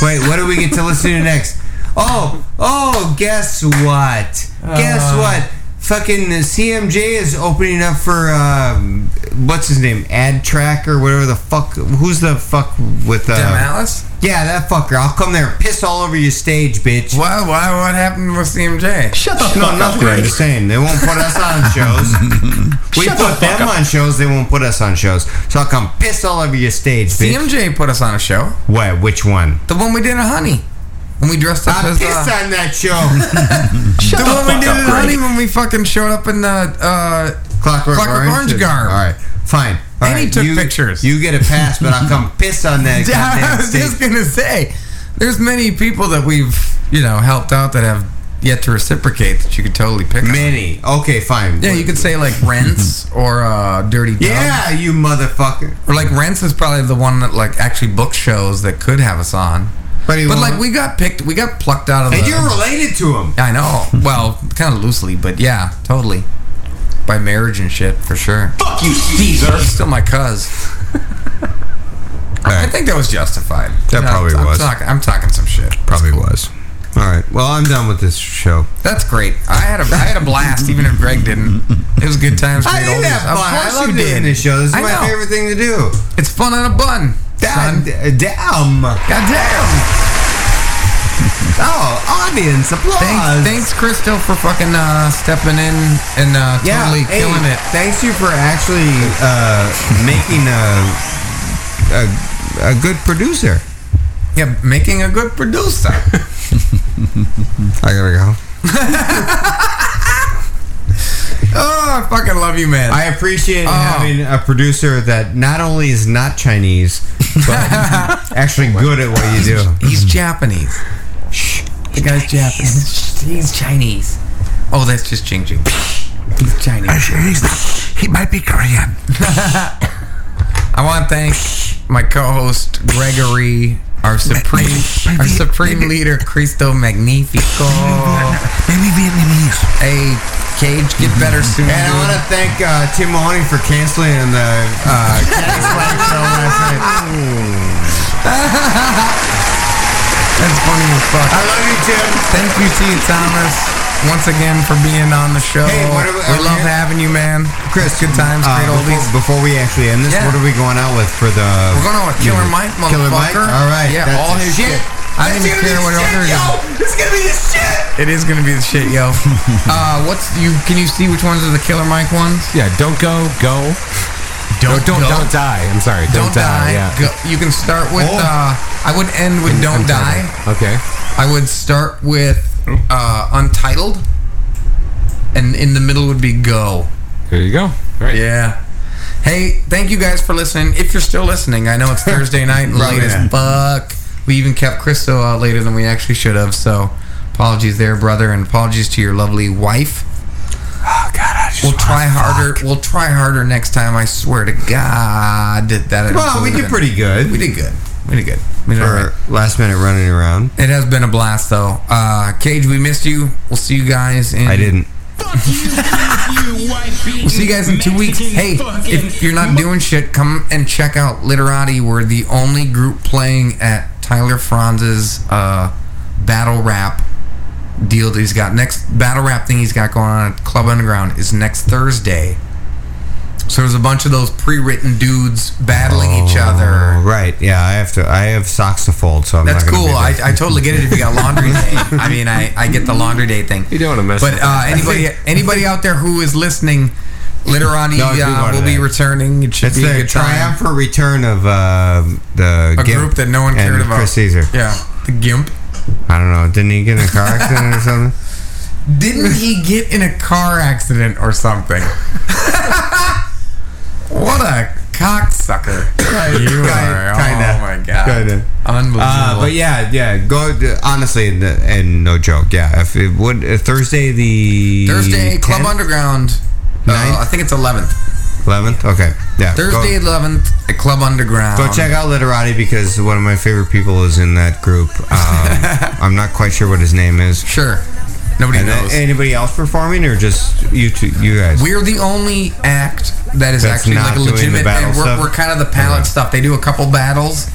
Speaker 3: Wait, what do we get to listen to next? Oh, oh, guess what?
Speaker 2: Uh.
Speaker 3: Guess what? Fucking CMJ is opening up for um, what's his name? Ad Track or whatever the fuck. Who's the fuck with uh,
Speaker 2: Tim Alice?
Speaker 3: yeah, that fucker. I'll come there and piss all over your stage, bitch.
Speaker 2: Why why what happened with CMJ? Shut
Speaker 3: No, nothing. I'm just saying. They won't put us on shows. we
Speaker 2: Shut the
Speaker 3: put
Speaker 2: fuck
Speaker 3: them
Speaker 2: up.
Speaker 3: on shows. They won't put us on shows. So I'll come piss all over your stage, bitch.
Speaker 2: CMJ put us on a show.
Speaker 3: What? Which one?
Speaker 2: The one we did at Honey. When we dressed up
Speaker 3: I
Speaker 2: as
Speaker 3: pissed
Speaker 2: uh,
Speaker 3: on that show.
Speaker 2: [laughs] [laughs] the, one we did
Speaker 3: up,
Speaker 2: at
Speaker 3: Greg.
Speaker 2: Honey when we fucking showed up in the uh
Speaker 3: Clockwork,
Speaker 2: Clockwork Orange garb.
Speaker 3: All right, fine. All
Speaker 2: And he
Speaker 3: right,
Speaker 2: took
Speaker 3: you-
Speaker 2: pictures.
Speaker 3: You get a pass, but
Speaker 2: [laughs]
Speaker 3: I'll come piss on that
Speaker 2: I
Speaker 3: goddamn
Speaker 2: was
Speaker 3: stage.
Speaker 2: just gonna say there's many people that we've, you know, helped out that have yet to reciprocate that you could totally pick on.
Speaker 3: Many. Okay, fine.
Speaker 2: Yeah, you could say
Speaker 3: [laughs]
Speaker 2: like rents or uh, dirty. Dozen.
Speaker 3: Yeah, you motherfucker.
Speaker 2: Or like Rents is probably the one that like actually book shows that could have us on.
Speaker 3: But, he
Speaker 2: But
Speaker 3: won't.
Speaker 2: like we got picked, we got plucked out of.
Speaker 3: and
Speaker 2: the,
Speaker 3: you're related to him.
Speaker 2: I know.
Speaker 3: [laughs]
Speaker 2: Well, kind of loosely, but yeah, totally. By marriage and shit, for sure.
Speaker 18: Fuck you, Caesar.
Speaker 2: He's still my cuz. I think that was justified.
Speaker 3: That probably
Speaker 2: I'm,
Speaker 3: was.
Speaker 2: I'm talking, I'm talking some shit.
Speaker 3: Probably was. All right. Well, I'm done with this show.
Speaker 2: That's great. I had a I had a blast, even if Greg
Speaker 3: Mm-hmm.
Speaker 2: didn't. It was good times.
Speaker 3: I
Speaker 2: great
Speaker 3: did
Speaker 2: oldies.
Speaker 3: have
Speaker 2: Of
Speaker 3: fun. I
Speaker 2: course
Speaker 3: love
Speaker 2: you
Speaker 3: doing
Speaker 2: did.
Speaker 3: this show. This is
Speaker 2: I
Speaker 3: my
Speaker 2: know.
Speaker 3: favorite thing to do.
Speaker 2: It's fun on a bun.
Speaker 3: God,
Speaker 2: son.
Speaker 3: damn.
Speaker 2: God damn.
Speaker 3: Oh, audience applause.
Speaker 2: Thanks, thanks, Crystal, for fucking uh, stepping in and uh,
Speaker 3: Yeah,
Speaker 2: totally
Speaker 3: hey,
Speaker 2: killing it.
Speaker 3: Thanks you for actually uh, making a, a a good [laughs] producer.
Speaker 2: Yeah, making a good [laughs] producer.
Speaker 3: I gotta go.
Speaker 2: oh, I fucking love you, man. [laughs]
Speaker 3: I appreciate
Speaker 2: Oh.
Speaker 3: having a producer that not only is not Chinese,
Speaker 2: [laughs]
Speaker 3: but actually good at what you do.
Speaker 2: He's Japanese. The guy's Japanese. He's Chinese. Oh, that's just Jing Jing. He's Chinese.
Speaker 4: he's not, he might be
Speaker 2: [laughs]
Speaker 4: Korean.
Speaker 2: I want to thank my co-host Gregory, our supreme, our supreme leader Cristo Magnifico. Maybe Vietnamese. Hey, Cage, get better soon.
Speaker 3: And I want to thank uh, Tim Mahoney for canceling the uh, Cactus Flag show
Speaker 13: [laughs]
Speaker 3: last night.
Speaker 2: That's funny as fuck. I love you, Tim. Thank you, T. Thomas, once again for being on the show.
Speaker 3: Hey, what are
Speaker 2: we,
Speaker 3: we-
Speaker 16: um,
Speaker 3: are we
Speaker 2: love
Speaker 3: here?
Speaker 2: having you, man.
Speaker 3: Chris,
Speaker 2: good times,
Speaker 3: uh,
Speaker 2: great oldies.
Speaker 3: Before, before we actually end this,
Speaker 2: Yeah.
Speaker 3: what are we going out with for the?
Speaker 2: We're going out with Killer Mike, motherfucker.
Speaker 3: Killer Mike. All right.
Speaker 2: Yeah,
Speaker 3: that's
Speaker 2: all his shit. I don't even care what other it is.
Speaker 3: It's gonna be this shit.
Speaker 2: It is gonna be the shit,
Speaker 16: [laughs]
Speaker 2: yo. uh, what's you? Can you see which ones are the Killer Mike ones?
Speaker 16: Yeah, don't go, go.
Speaker 2: Don't
Speaker 16: No, don't,
Speaker 2: go.
Speaker 16: don't die. I'm sorry.
Speaker 2: Don't, die.
Speaker 16: Yeah.
Speaker 2: Go- you can start with.
Speaker 16: Oh.
Speaker 2: Uh, I would end with Don't Die.
Speaker 16: Okay.
Speaker 2: I would start with uh, Untitled, and in the middle would be Go.
Speaker 16: There you go. Right.
Speaker 2: Yeah. Hey, thank you guys for listening. If you're still listening, I know
Speaker 16: [laughs]
Speaker 2: it's Thursday night, and
Speaker 16: Right,
Speaker 2: late as
Speaker 16: yeah.
Speaker 2: fuck. We even kept Christo out later than we actually should have. So, apologies there, brother, and apologies to your lovely wife.
Speaker 3: Oh,
Speaker 2: We'll try harder. We'll try harder next time. I swear to God that.
Speaker 3: Well, we
Speaker 2: included-
Speaker 3: did pretty good.
Speaker 2: We did good. We did good. We did all right.
Speaker 3: For last minute running around.
Speaker 2: It has been a blast, though. Uh, Cage, we missed you. We'll see you guys. In-
Speaker 3: I didn't.
Speaker 2: We'll see you guys in two weeks. Hey, if you're not doing shit, come and check out Literati. We're the only group playing at Tyler Franz's uh, battle rap deal that he's got. Next battle rap thing he's got going on at Club Underground is next Thursday. So there's a bunch of those pre-written dudes battling each
Speaker 3: Oh,
Speaker 2: other.
Speaker 3: Right. Yeah. I have to. I have socks to fold, so I'm
Speaker 2: That's
Speaker 3: not gonna
Speaker 2: cool.
Speaker 3: Be
Speaker 2: I, I totally get it if you got
Speaker 3: [laughs]
Speaker 2: laundry day. I mean, I, I get the laundry day thing. You
Speaker 16: don't want to mess.
Speaker 2: But
Speaker 16: with
Speaker 2: uh, [laughs]
Speaker 16: that.
Speaker 2: anybody
Speaker 3: [laughs]
Speaker 2: anybody out there who is listening, later on,
Speaker 3: No, I do
Speaker 2: uh,
Speaker 3: want
Speaker 2: will be
Speaker 3: that.
Speaker 2: returning. It should
Speaker 3: it's
Speaker 2: be a
Speaker 3: the
Speaker 2: good time.
Speaker 3: triumphant return of uh, the
Speaker 2: A
Speaker 3: Gimp
Speaker 2: group that no one
Speaker 3: and
Speaker 2: cared about.
Speaker 3: Chris Caesar.
Speaker 2: Yeah, the Gimp.
Speaker 3: I don't know. Didn't he get in a car accident or something?
Speaker 2: Didn't he get in a car accident or something? [laughs] what a cocksucker!
Speaker 3: You
Speaker 2: Guy-
Speaker 3: are.
Speaker 2: [laughs] Oh my god!
Speaker 3: Kinda.
Speaker 2: Unbelievable.
Speaker 3: Uh, but yeah, yeah. Go honestly, and, and no joke. Yeah, if it would if Thursday the
Speaker 2: Thursday, Club
Speaker 3: 10th?
Speaker 2: Underground. Uh, I think it's 11th.
Speaker 3: 11th. Okay, yeah. go-
Speaker 2: Thursday, 11th at Club Underground.
Speaker 3: Go check out Literati because one of my favorite people is in that group.
Speaker 2: [laughs]
Speaker 3: Um, I'm not quite sure what his name is.
Speaker 2: Sure. Nobody
Speaker 3: And, uh,
Speaker 2: knows.
Speaker 3: Anybody else performing or just you two, you guys?
Speaker 2: We're the only act that is
Speaker 3: That's
Speaker 2: actually like
Speaker 3: not
Speaker 2: a
Speaker 3: doing the
Speaker 2: legitimate.
Speaker 3: battle
Speaker 2: And we're,
Speaker 3: stuff?
Speaker 2: we're kind of the palette stuff. They do a couple battles,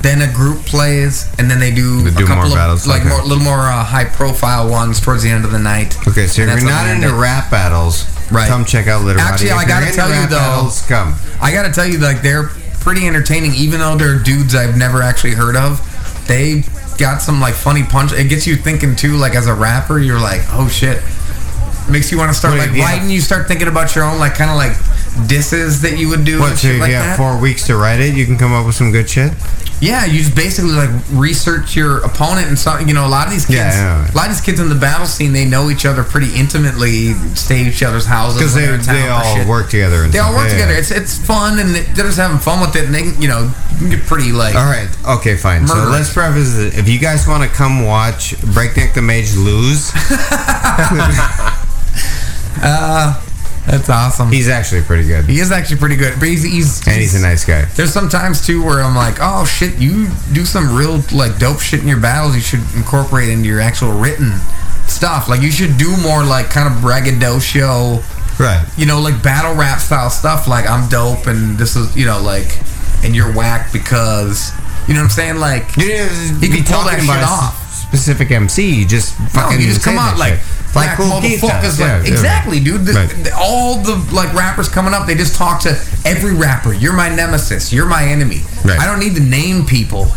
Speaker 2: then a group plays, and then they do,
Speaker 3: They do
Speaker 2: a couple
Speaker 3: more
Speaker 2: of
Speaker 3: battles,
Speaker 2: like
Speaker 3: okay.
Speaker 2: more, little more uh, high profile ones towards the end of the night.
Speaker 3: Okay, so if
Speaker 2: And that's
Speaker 3: you're
Speaker 2: how
Speaker 3: not
Speaker 2: we end
Speaker 3: into
Speaker 2: it.
Speaker 3: rap battles,
Speaker 2: Right.
Speaker 3: come check out Literati.
Speaker 2: Actually,
Speaker 3: If
Speaker 2: I
Speaker 3: you're
Speaker 2: gotta
Speaker 3: into
Speaker 2: tell you,
Speaker 3: rap
Speaker 2: though-
Speaker 3: battles, come.
Speaker 2: I gotta tell you, like they're pretty entertaining, even though they're dudes I've never actually heard of. They got some like funny punch. It gets you thinking too. Like as a rapper, you're like, oh shit. Makes you want to start
Speaker 3: Wait,
Speaker 2: like
Speaker 3: yeah.
Speaker 2: writing. You start thinking about your own like kind of like disses that you would do.
Speaker 3: What?
Speaker 2: and
Speaker 3: So
Speaker 2: shit
Speaker 3: you
Speaker 2: like that.
Speaker 3: got four weeks to write it. You can come up with some good shit.
Speaker 2: Yeah, you just basically like research your opponent and so you know a lot of these kids,
Speaker 3: Yeah, I know.
Speaker 2: a lot of these kids in the battle scene, they know each other pretty intimately, stay at each other's houses
Speaker 3: Because
Speaker 2: when
Speaker 3: they,
Speaker 2: they're in town
Speaker 3: they
Speaker 2: or
Speaker 3: all
Speaker 2: shit.
Speaker 3: work together. And
Speaker 2: They all
Speaker 3: stuff.
Speaker 2: work
Speaker 3: Yeah, yeah.
Speaker 2: together. It's it's fun and they're just having fun with it, and they can, you know you can get pretty like
Speaker 3: All right. Okay. Fine.
Speaker 2: Murder.
Speaker 3: So let's preface it. If you guys want to come watch Breakneck the Mage lose,
Speaker 2: [laughs] Uh, that's awesome.
Speaker 3: he's actually pretty good,
Speaker 2: He is actually pretty good, but he's, he's,
Speaker 3: and he's a nice guy.
Speaker 2: There's some times too where I'm like, oh shit, you do some real like dope shit in your battles. You should incorporate into your actual written stuff. Like you should do more like kind of braggadocio,
Speaker 3: Right.
Speaker 2: you know, like battle rap style stuff. Like I'm dope and this is you know like and you're whack because you know what I'm saying. Like
Speaker 3: You didn't
Speaker 2: he
Speaker 3: be
Speaker 2: can pull that
Speaker 3: talking
Speaker 2: shit
Speaker 3: about a s-
Speaker 2: off.
Speaker 3: specific MC. You just fucking
Speaker 2: no, you just
Speaker 3: say
Speaker 2: come
Speaker 3: that
Speaker 2: out like
Speaker 3: shit.
Speaker 2: like
Speaker 3: Cool Keith
Speaker 2: motherfuckers.
Speaker 3: does.
Speaker 2: Like,
Speaker 3: Yeah,
Speaker 2: exactly, dude. The-
Speaker 3: Right.
Speaker 2: the- all the like rappers coming up, they just talk to every rapper. You're my nemesis. You're my enemy.
Speaker 3: Right.
Speaker 2: I don't need to name people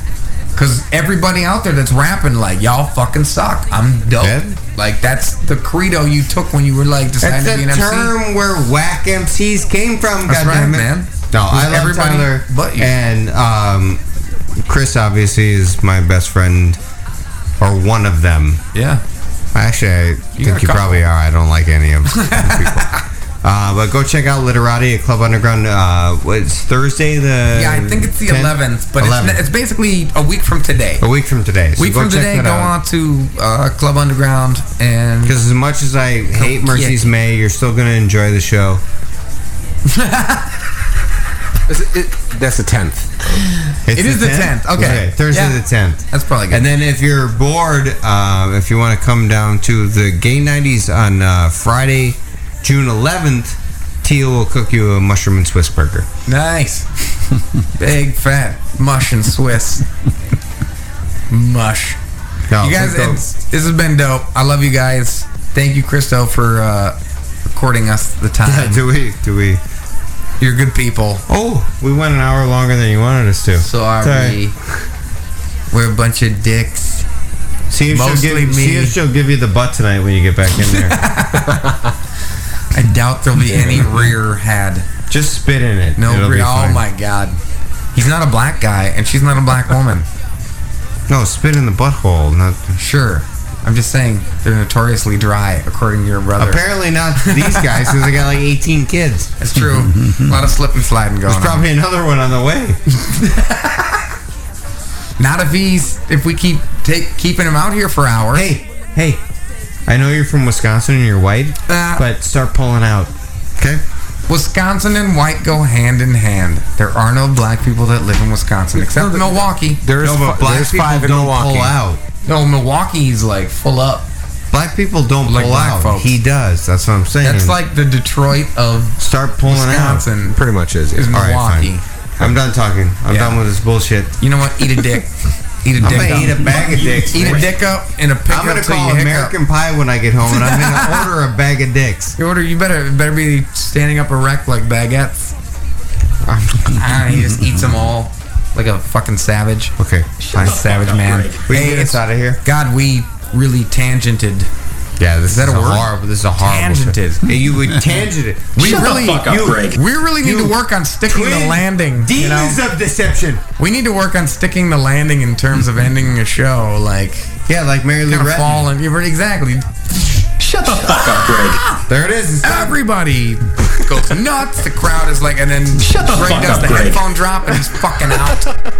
Speaker 2: because everybody out there that's rapping like y'all fucking suck. I'm dope.
Speaker 3: Yeah.
Speaker 2: Like that's the credo you took when you were like deciding
Speaker 3: That's
Speaker 2: to be an
Speaker 3: the
Speaker 2: MC.
Speaker 3: term where whack MCs came from.
Speaker 2: That's right,
Speaker 3: goddammit.
Speaker 2: man.
Speaker 3: No, I love
Speaker 2: Everybody
Speaker 3: Tyler.
Speaker 2: but you.
Speaker 3: and um, Chris obviously is my best friend, or one of them.
Speaker 2: Yeah.
Speaker 3: Actually, I
Speaker 2: You got a
Speaker 3: think
Speaker 2: couple. [laughs]
Speaker 3: you probably are. I don't like any of them people. Uh, but go check out Literati at Club Underground. Uh, it's Thursday the
Speaker 2: Yeah, I think it's the
Speaker 3: 10th?
Speaker 2: 11th, but it's,
Speaker 3: 11th.
Speaker 2: it's basically a week from today.
Speaker 3: a week from today. So
Speaker 2: week
Speaker 3: go
Speaker 2: from
Speaker 3: check
Speaker 2: today,
Speaker 3: that
Speaker 2: go
Speaker 3: out.
Speaker 2: on to uh, Club Underground and
Speaker 3: Because as much as I
Speaker 2: [laughs]
Speaker 3: hate
Speaker 2: yeah.
Speaker 3: Mercy's May, you're still gonna enjoy the show.
Speaker 2: [laughs]
Speaker 16: that's the tenth.
Speaker 2: It is the 10th, okay.
Speaker 3: Thursday
Speaker 2: Yeah.
Speaker 3: the tenth.
Speaker 2: That's probably good.
Speaker 3: And then if you're bored, um, if you want to come down to the Gay Nineties on uh, Friday, June eleventh, Teal will cook you a mushroom and Swiss burger.
Speaker 2: Nice. [laughs] Big fat mush and Swiss. Mush.
Speaker 3: No,
Speaker 2: you guys,
Speaker 3: that's dope.
Speaker 2: it's, this has been dope. I love you guys. Thank you, Christo, for uh, recording us
Speaker 3: [laughs]
Speaker 2: the time.
Speaker 3: do we? Do we?
Speaker 2: You're good people.
Speaker 3: Oh, we went an hour longer than you wanted us to.
Speaker 2: Sorry. We're a bunch of dicks.
Speaker 3: See if, she'll
Speaker 2: Mostly
Speaker 3: give,
Speaker 2: me.
Speaker 3: see if she'll give you the butt tonight when you get back in
Speaker 2: [laughs]
Speaker 3: there.
Speaker 2: I doubt there'll be
Speaker 3: [laughs]
Speaker 2: any rear had.
Speaker 3: Just spit in it.
Speaker 2: No
Speaker 3: It'll be
Speaker 2: rear. Oh
Speaker 3: fine.
Speaker 2: my god. He's not a black guy, and she's not a
Speaker 3: [laughs]
Speaker 2: black woman.
Speaker 3: No, spit in the butthole. Not
Speaker 2: sure. I'm just saying they're notoriously dry, according to your brother.
Speaker 3: Apparently not these guys because they got like 18 kids.
Speaker 2: That's true. a lot of slip and sliding going
Speaker 3: There's probably another one on the way.
Speaker 2: on. Not if he's if we keep take, keeping him out here for hours. Hey,
Speaker 3: hey. I know you're from Wisconsin and you're white,
Speaker 2: Uh,
Speaker 3: but start pulling out. Okay.
Speaker 2: Wisconsin and white go hand in hand. There are no black people that live in Wisconsin except Milwaukee.
Speaker 16: There's No, but fi- black there's people five in don't Milwaukee. pull out.
Speaker 2: No, Milwaukee's like full up.
Speaker 3: Black people don't
Speaker 2: like
Speaker 3: pull
Speaker 2: black
Speaker 3: out.
Speaker 2: folks.
Speaker 3: He does. That's what I'm saying.
Speaker 2: That's like the Detroit of
Speaker 3: start pulling
Speaker 2: Wisconsin.
Speaker 3: out. Pretty much is.
Speaker 2: is
Speaker 3: All right, fine.
Speaker 2: Milwaukee.
Speaker 3: I'm done talking. I'm
Speaker 2: Yeah.
Speaker 3: done with this bullshit.
Speaker 2: You know what? Eat a dick. Eat a
Speaker 3: I'm
Speaker 2: dick.
Speaker 3: gonna
Speaker 2: up.
Speaker 3: eat a bag of dicks,
Speaker 2: Eat a
Speaker 3: man.
Speaker 2: dick up and a pick
Speaker 3: I'm gonna
Speaker 2: up till
Speaker 3: call
Speaker 2: you hiccup.
Speaker 3: American Pie when I get home, and
Speaker 2: [laughs]
Speaker 3: I'm gonna order a bag of dicks.
Speaker 2: You order. You better better be standing up erect [laughs] like baguettes. ah, he just eats them all like a fucking savage.
Speaker 3: Okay,
Speaker 2: fine. savage man.
Speaker 3: We can get us out of here.
Speaker 2: God, we really tangented.
Speaker 3: Yeah, this
Speaker 2: is that
Speaker 3: is
Speaker 2: a
Speaker 3: a
Speaker 2: word?
Speaker 3: horrible- this is a horrible show.
Speaker 2: Tangented.
Speaker 3: Yeah, you
Speaker 2: [laughs]
Speaker 3: would tangent it.
Speaker 2: We
Speaker 3: Shut the
Speaker 2: really,
Speaker 3: fuck up,
Speaker 2: you-
Speaker 3: Greg.
Speaker 2: we really need
Speaker 3: You
Speaker 2: to work on sticking the
Speaker 3: twin
Speaker 2: landing. you know?
Speaker 3: demons of deception.
Speaker 2: We need to work on sticking the landing in terms of ending a show. Like
Speaker 3: yeah, like Mary Lou Retton.
Speaker 2: Fallen. You've already- exactly. Shut the fuck up, Greg.
Speaker 3: There it is.
Speaker 2: Ah! Everybody goes nuts. The crowd is like, and then shut
Speaker 3: the
Speaker 2: Greg
Speaker 3: fuck
Speaker 2: does
Speaker 3: up,
Speaker 2: the
Speaker 3: Greg.
Speaker 2: headphone drop and he's fucking out.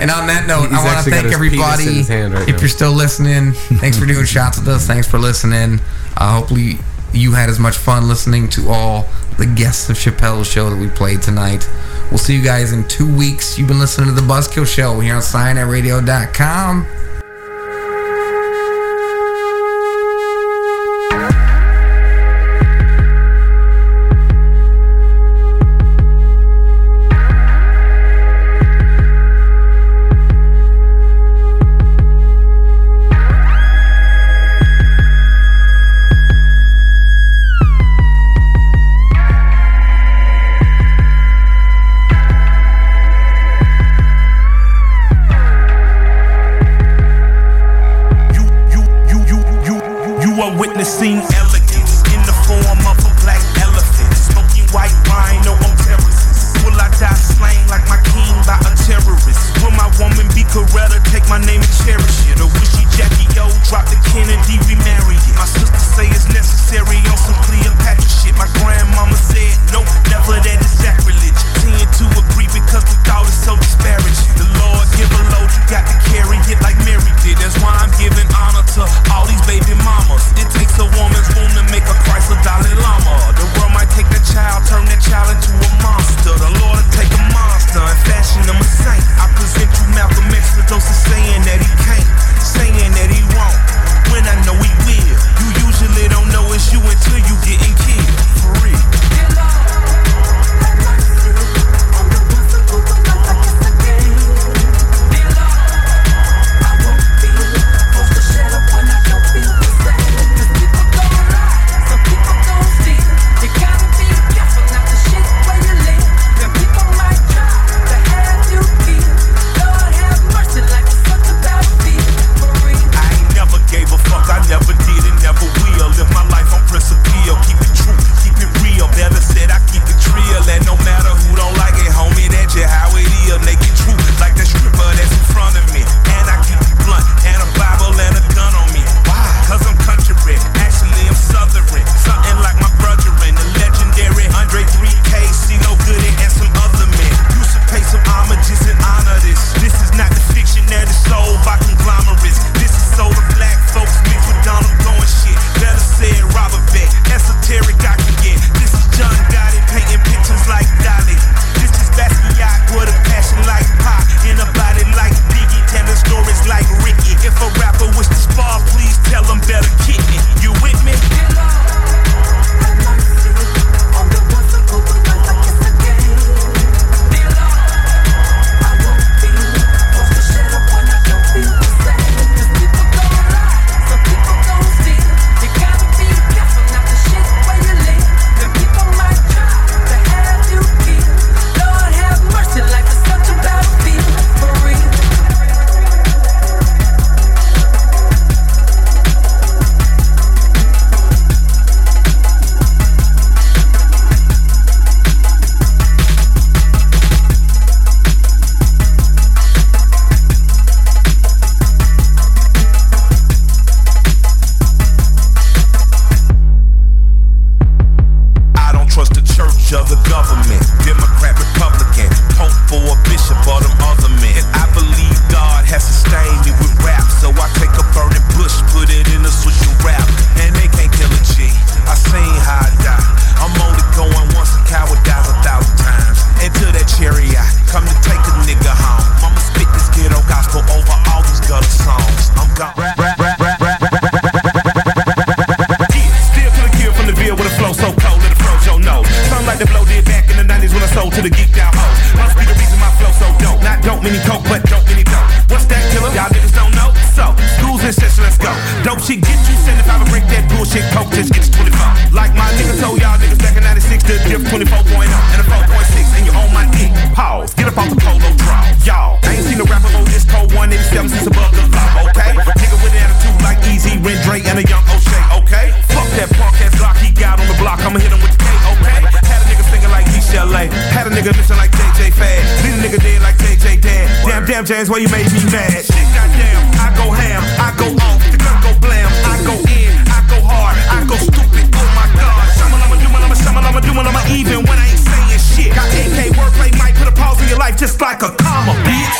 Speaker 2: And on that note,
Speaker 16: He's
Speaker 2: I want to
Speaker 16: actually got
Speaker 2: thank
Speaker 16: his penis in
Speaker 2: everybody.
Speaker 16: his hand right
Speaker 2: if
Speaker 16: now.
Speaker 2: you're still listening, thanks for doing shots with us. Thanks for listening. Uh, hopefully, you had as much fun listening to all the guests of Chappelle's show that we played tonight. We'll see you guys in two weeks. You've been listening to the Buzzkill Show here on SignRadio.com.
Speaker 7: You are witnessing elegance in the form of a black elephant. Smoking white wine, no on terraces. Will I die slain like my king by a terrorist? Will my woman be Coretta? Take my name and cherish it. Or will she Jackie O? Drop the Kennedy, remarry it. My sister say it's necessary on some Cleopatra shit. My grandmama said no, never that is sacrilege. Tend to agree because the thought is so disparaging. The Lord give a load, you got to carry it like Mary did. That's why I'm giving honor to all these baby mamas. It takes a woman's womb to make a Christ a Dalai Lama. The world might take that child, turn that child into a monster. The Lord will take a monster and fashion him a saint. I present you Malcolm X with those who saying that he can't, saying that he won't. bullshit. Get you 75 and break that bullshit. Coke just get you 25. Like my niggas told y'all niggas back in 96, the diff 24.0 and a 4.6. And you own my dick. Pause. Get up off the polo draw. Y'all, I ain't seen a rapper go this cold 187 since above the law, okay? Nigga with an attitude like Easy, Ren Dre, and a young O'Shea, okay? Fuck that punk ass block he got on the block. I'ma hit him with the K, okay? Had a nigga singing like DCLA. Had a nigga listen like JJ Fad. Lead a nigga dead like JJ Dad. Damn, damn, James, why Oh, you made me mad? Shit, goddamn. I go ham, I go off, the gun go blam. I go in, I go hard, I go stupid. Oh my god. Someone I'ma do, I'ma summon, I'ma do, I'ma even when I ain't saying shit. Got AK wordplay, might put a pause in your life just like a comma, bitch.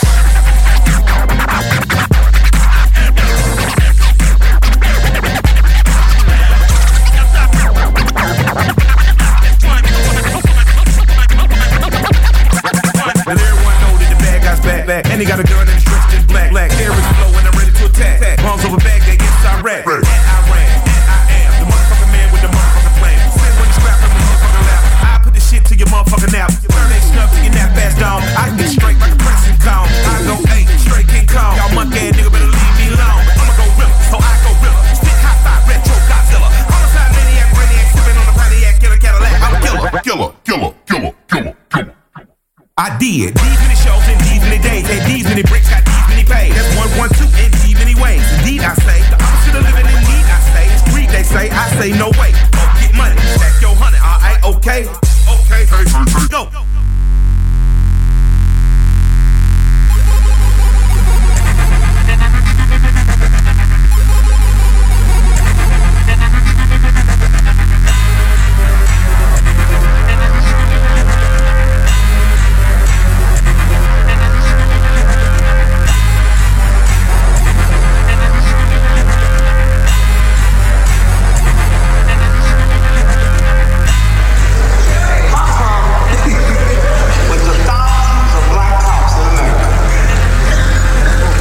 Speaker 7: Let everyone know that the bad guy's back, back. And he got a gun and he's dressed in black. Black hair is blowing, I'm ready to attack. attack. Bombs over Baghdad, yes, I rat. And I ran, and I am the motherfucking man with the motherfucking plan. Send when you strap on the motherfucking lap. I put this shit to your motherfucking nap. Turn that snub to your nap ass down. I can get straight like a pressing cone. I go eight, straight King Kong. Y'all monkey ass nigga better leave me alone. I'ma go real, so I go real. Stick high five, retro Godzilla. Homicide maniac, brainiac, sipping on the Pontiac, killer Cadillac. I'm a killer.
Speaker 23: Killer, killer, killer, killer.
Speaker 7: I did. These many shows and these many days. Had these many bricks, got these many pays. That's one, one, two, and these many ways. Indeed, I say. The opposite of living in need, I say. It's greed, they say. I say, no way. Go get money. Stack your honey. All right, okay. Okay, hey, hey, hey. go.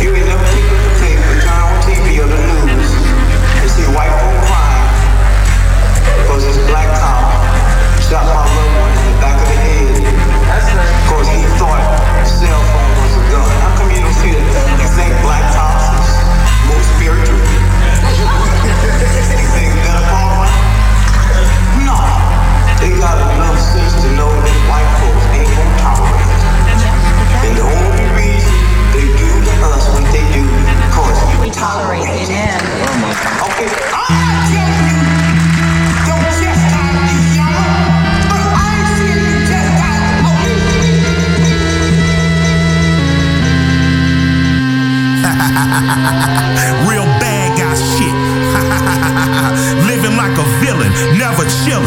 Speaker 9: You ain't never seen the tape, but turn on TV or the news and see white folk crying because this black cop shot my little one in the back of the head because he thought cell phone was a gun. How come you don't see that? You think black cops is more spiritual? you think they're foreign? No. They got enough sense to know that white folks ain't gonna tolerate it. And the only reason they do to us what they do because we tolerate it. Okay. I tell you, don't chastise me, y'all. But I ain't seen you chastise the
Speaker 7: [laughs] Real bad guy shit. [laughs] Living like a villain, never chillin'.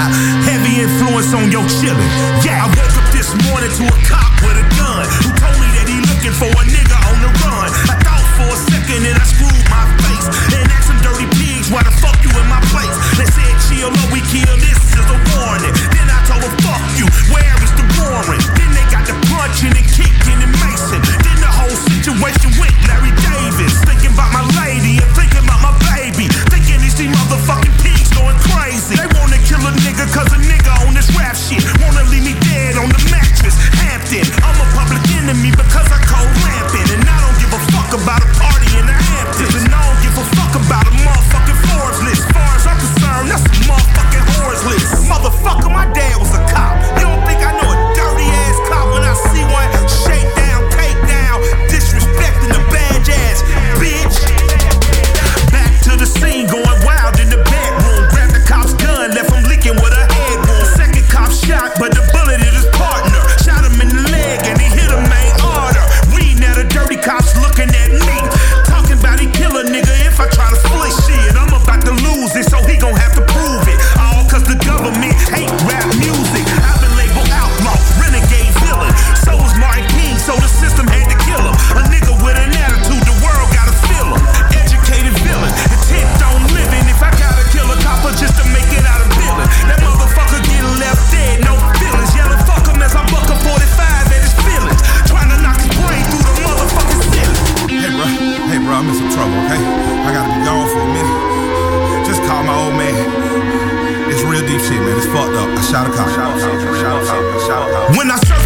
Speaker 7: [laughs] Heavy influence on your chillin'. Yeah, I woke up this morning to a cop with a gun who told me that he looking for a nigga on the run. I thought for a second and I screwed my face and asked some dirty pigs why the fuck you in my place. They said chill or we kill. This is a warning. Then I told them fuck you. Where is the warrant? Then they got the punching and kicking and macing. Then the whole situation with Larry Davis. Thinking about my lady and thinking about my baby. Thinking these these motherfucking pigs going crazy. They wanna kill a nigga cause a nigga on this rap shit. Wanna leave me dead on the mattress. Hampton. I'm a public enemy because I cold lamping. And I don't give a fuck about a party in the Hamptons. And I don't give a fuck about a motherfucking Forbes list. As far as I'm concerned, that's a motherfucking whores list. Motherfucker, my dad was a cop. You don't think I know a dirty ass cop when I see one? Shake down, take down, disrespecting the badge ass, bitch. Back to the scene, going wild in the bedroom. Grabbed the cop's gun, left him leaking with a head wound. Second cop shot, but the bullet hit his partner. Shot him in the leg and he hit a main artery. We now the dirty cops looking at me. Talking about he kill a nigga if I try to flee shit. I'm about to lose it, so he gon' have to prove it. All cause the government hate rap music. I've been labeled outlaw, renegade villain. So was Martin King, so the system had to kill him. A nigga with an attitude, the world gotta feel him. Educated villain, intent on living. If I gotta kill a copper just to make it out of villain. That motherfucker get left dead, no feelings. Yelling fuck him as I buck a 45 at his feelings. Trying to knock his brain through the motherfucking ceiling.
Speaker 24: Hey, bro. Hey, bro, I'm in some trouble, okay? I gotta be gone for a minute. Just call my old man. It's real deep shit, man. It's fucked up. I shot a cop. Shout out, shout out, shout out, shout out.
Speaker 7: When I surf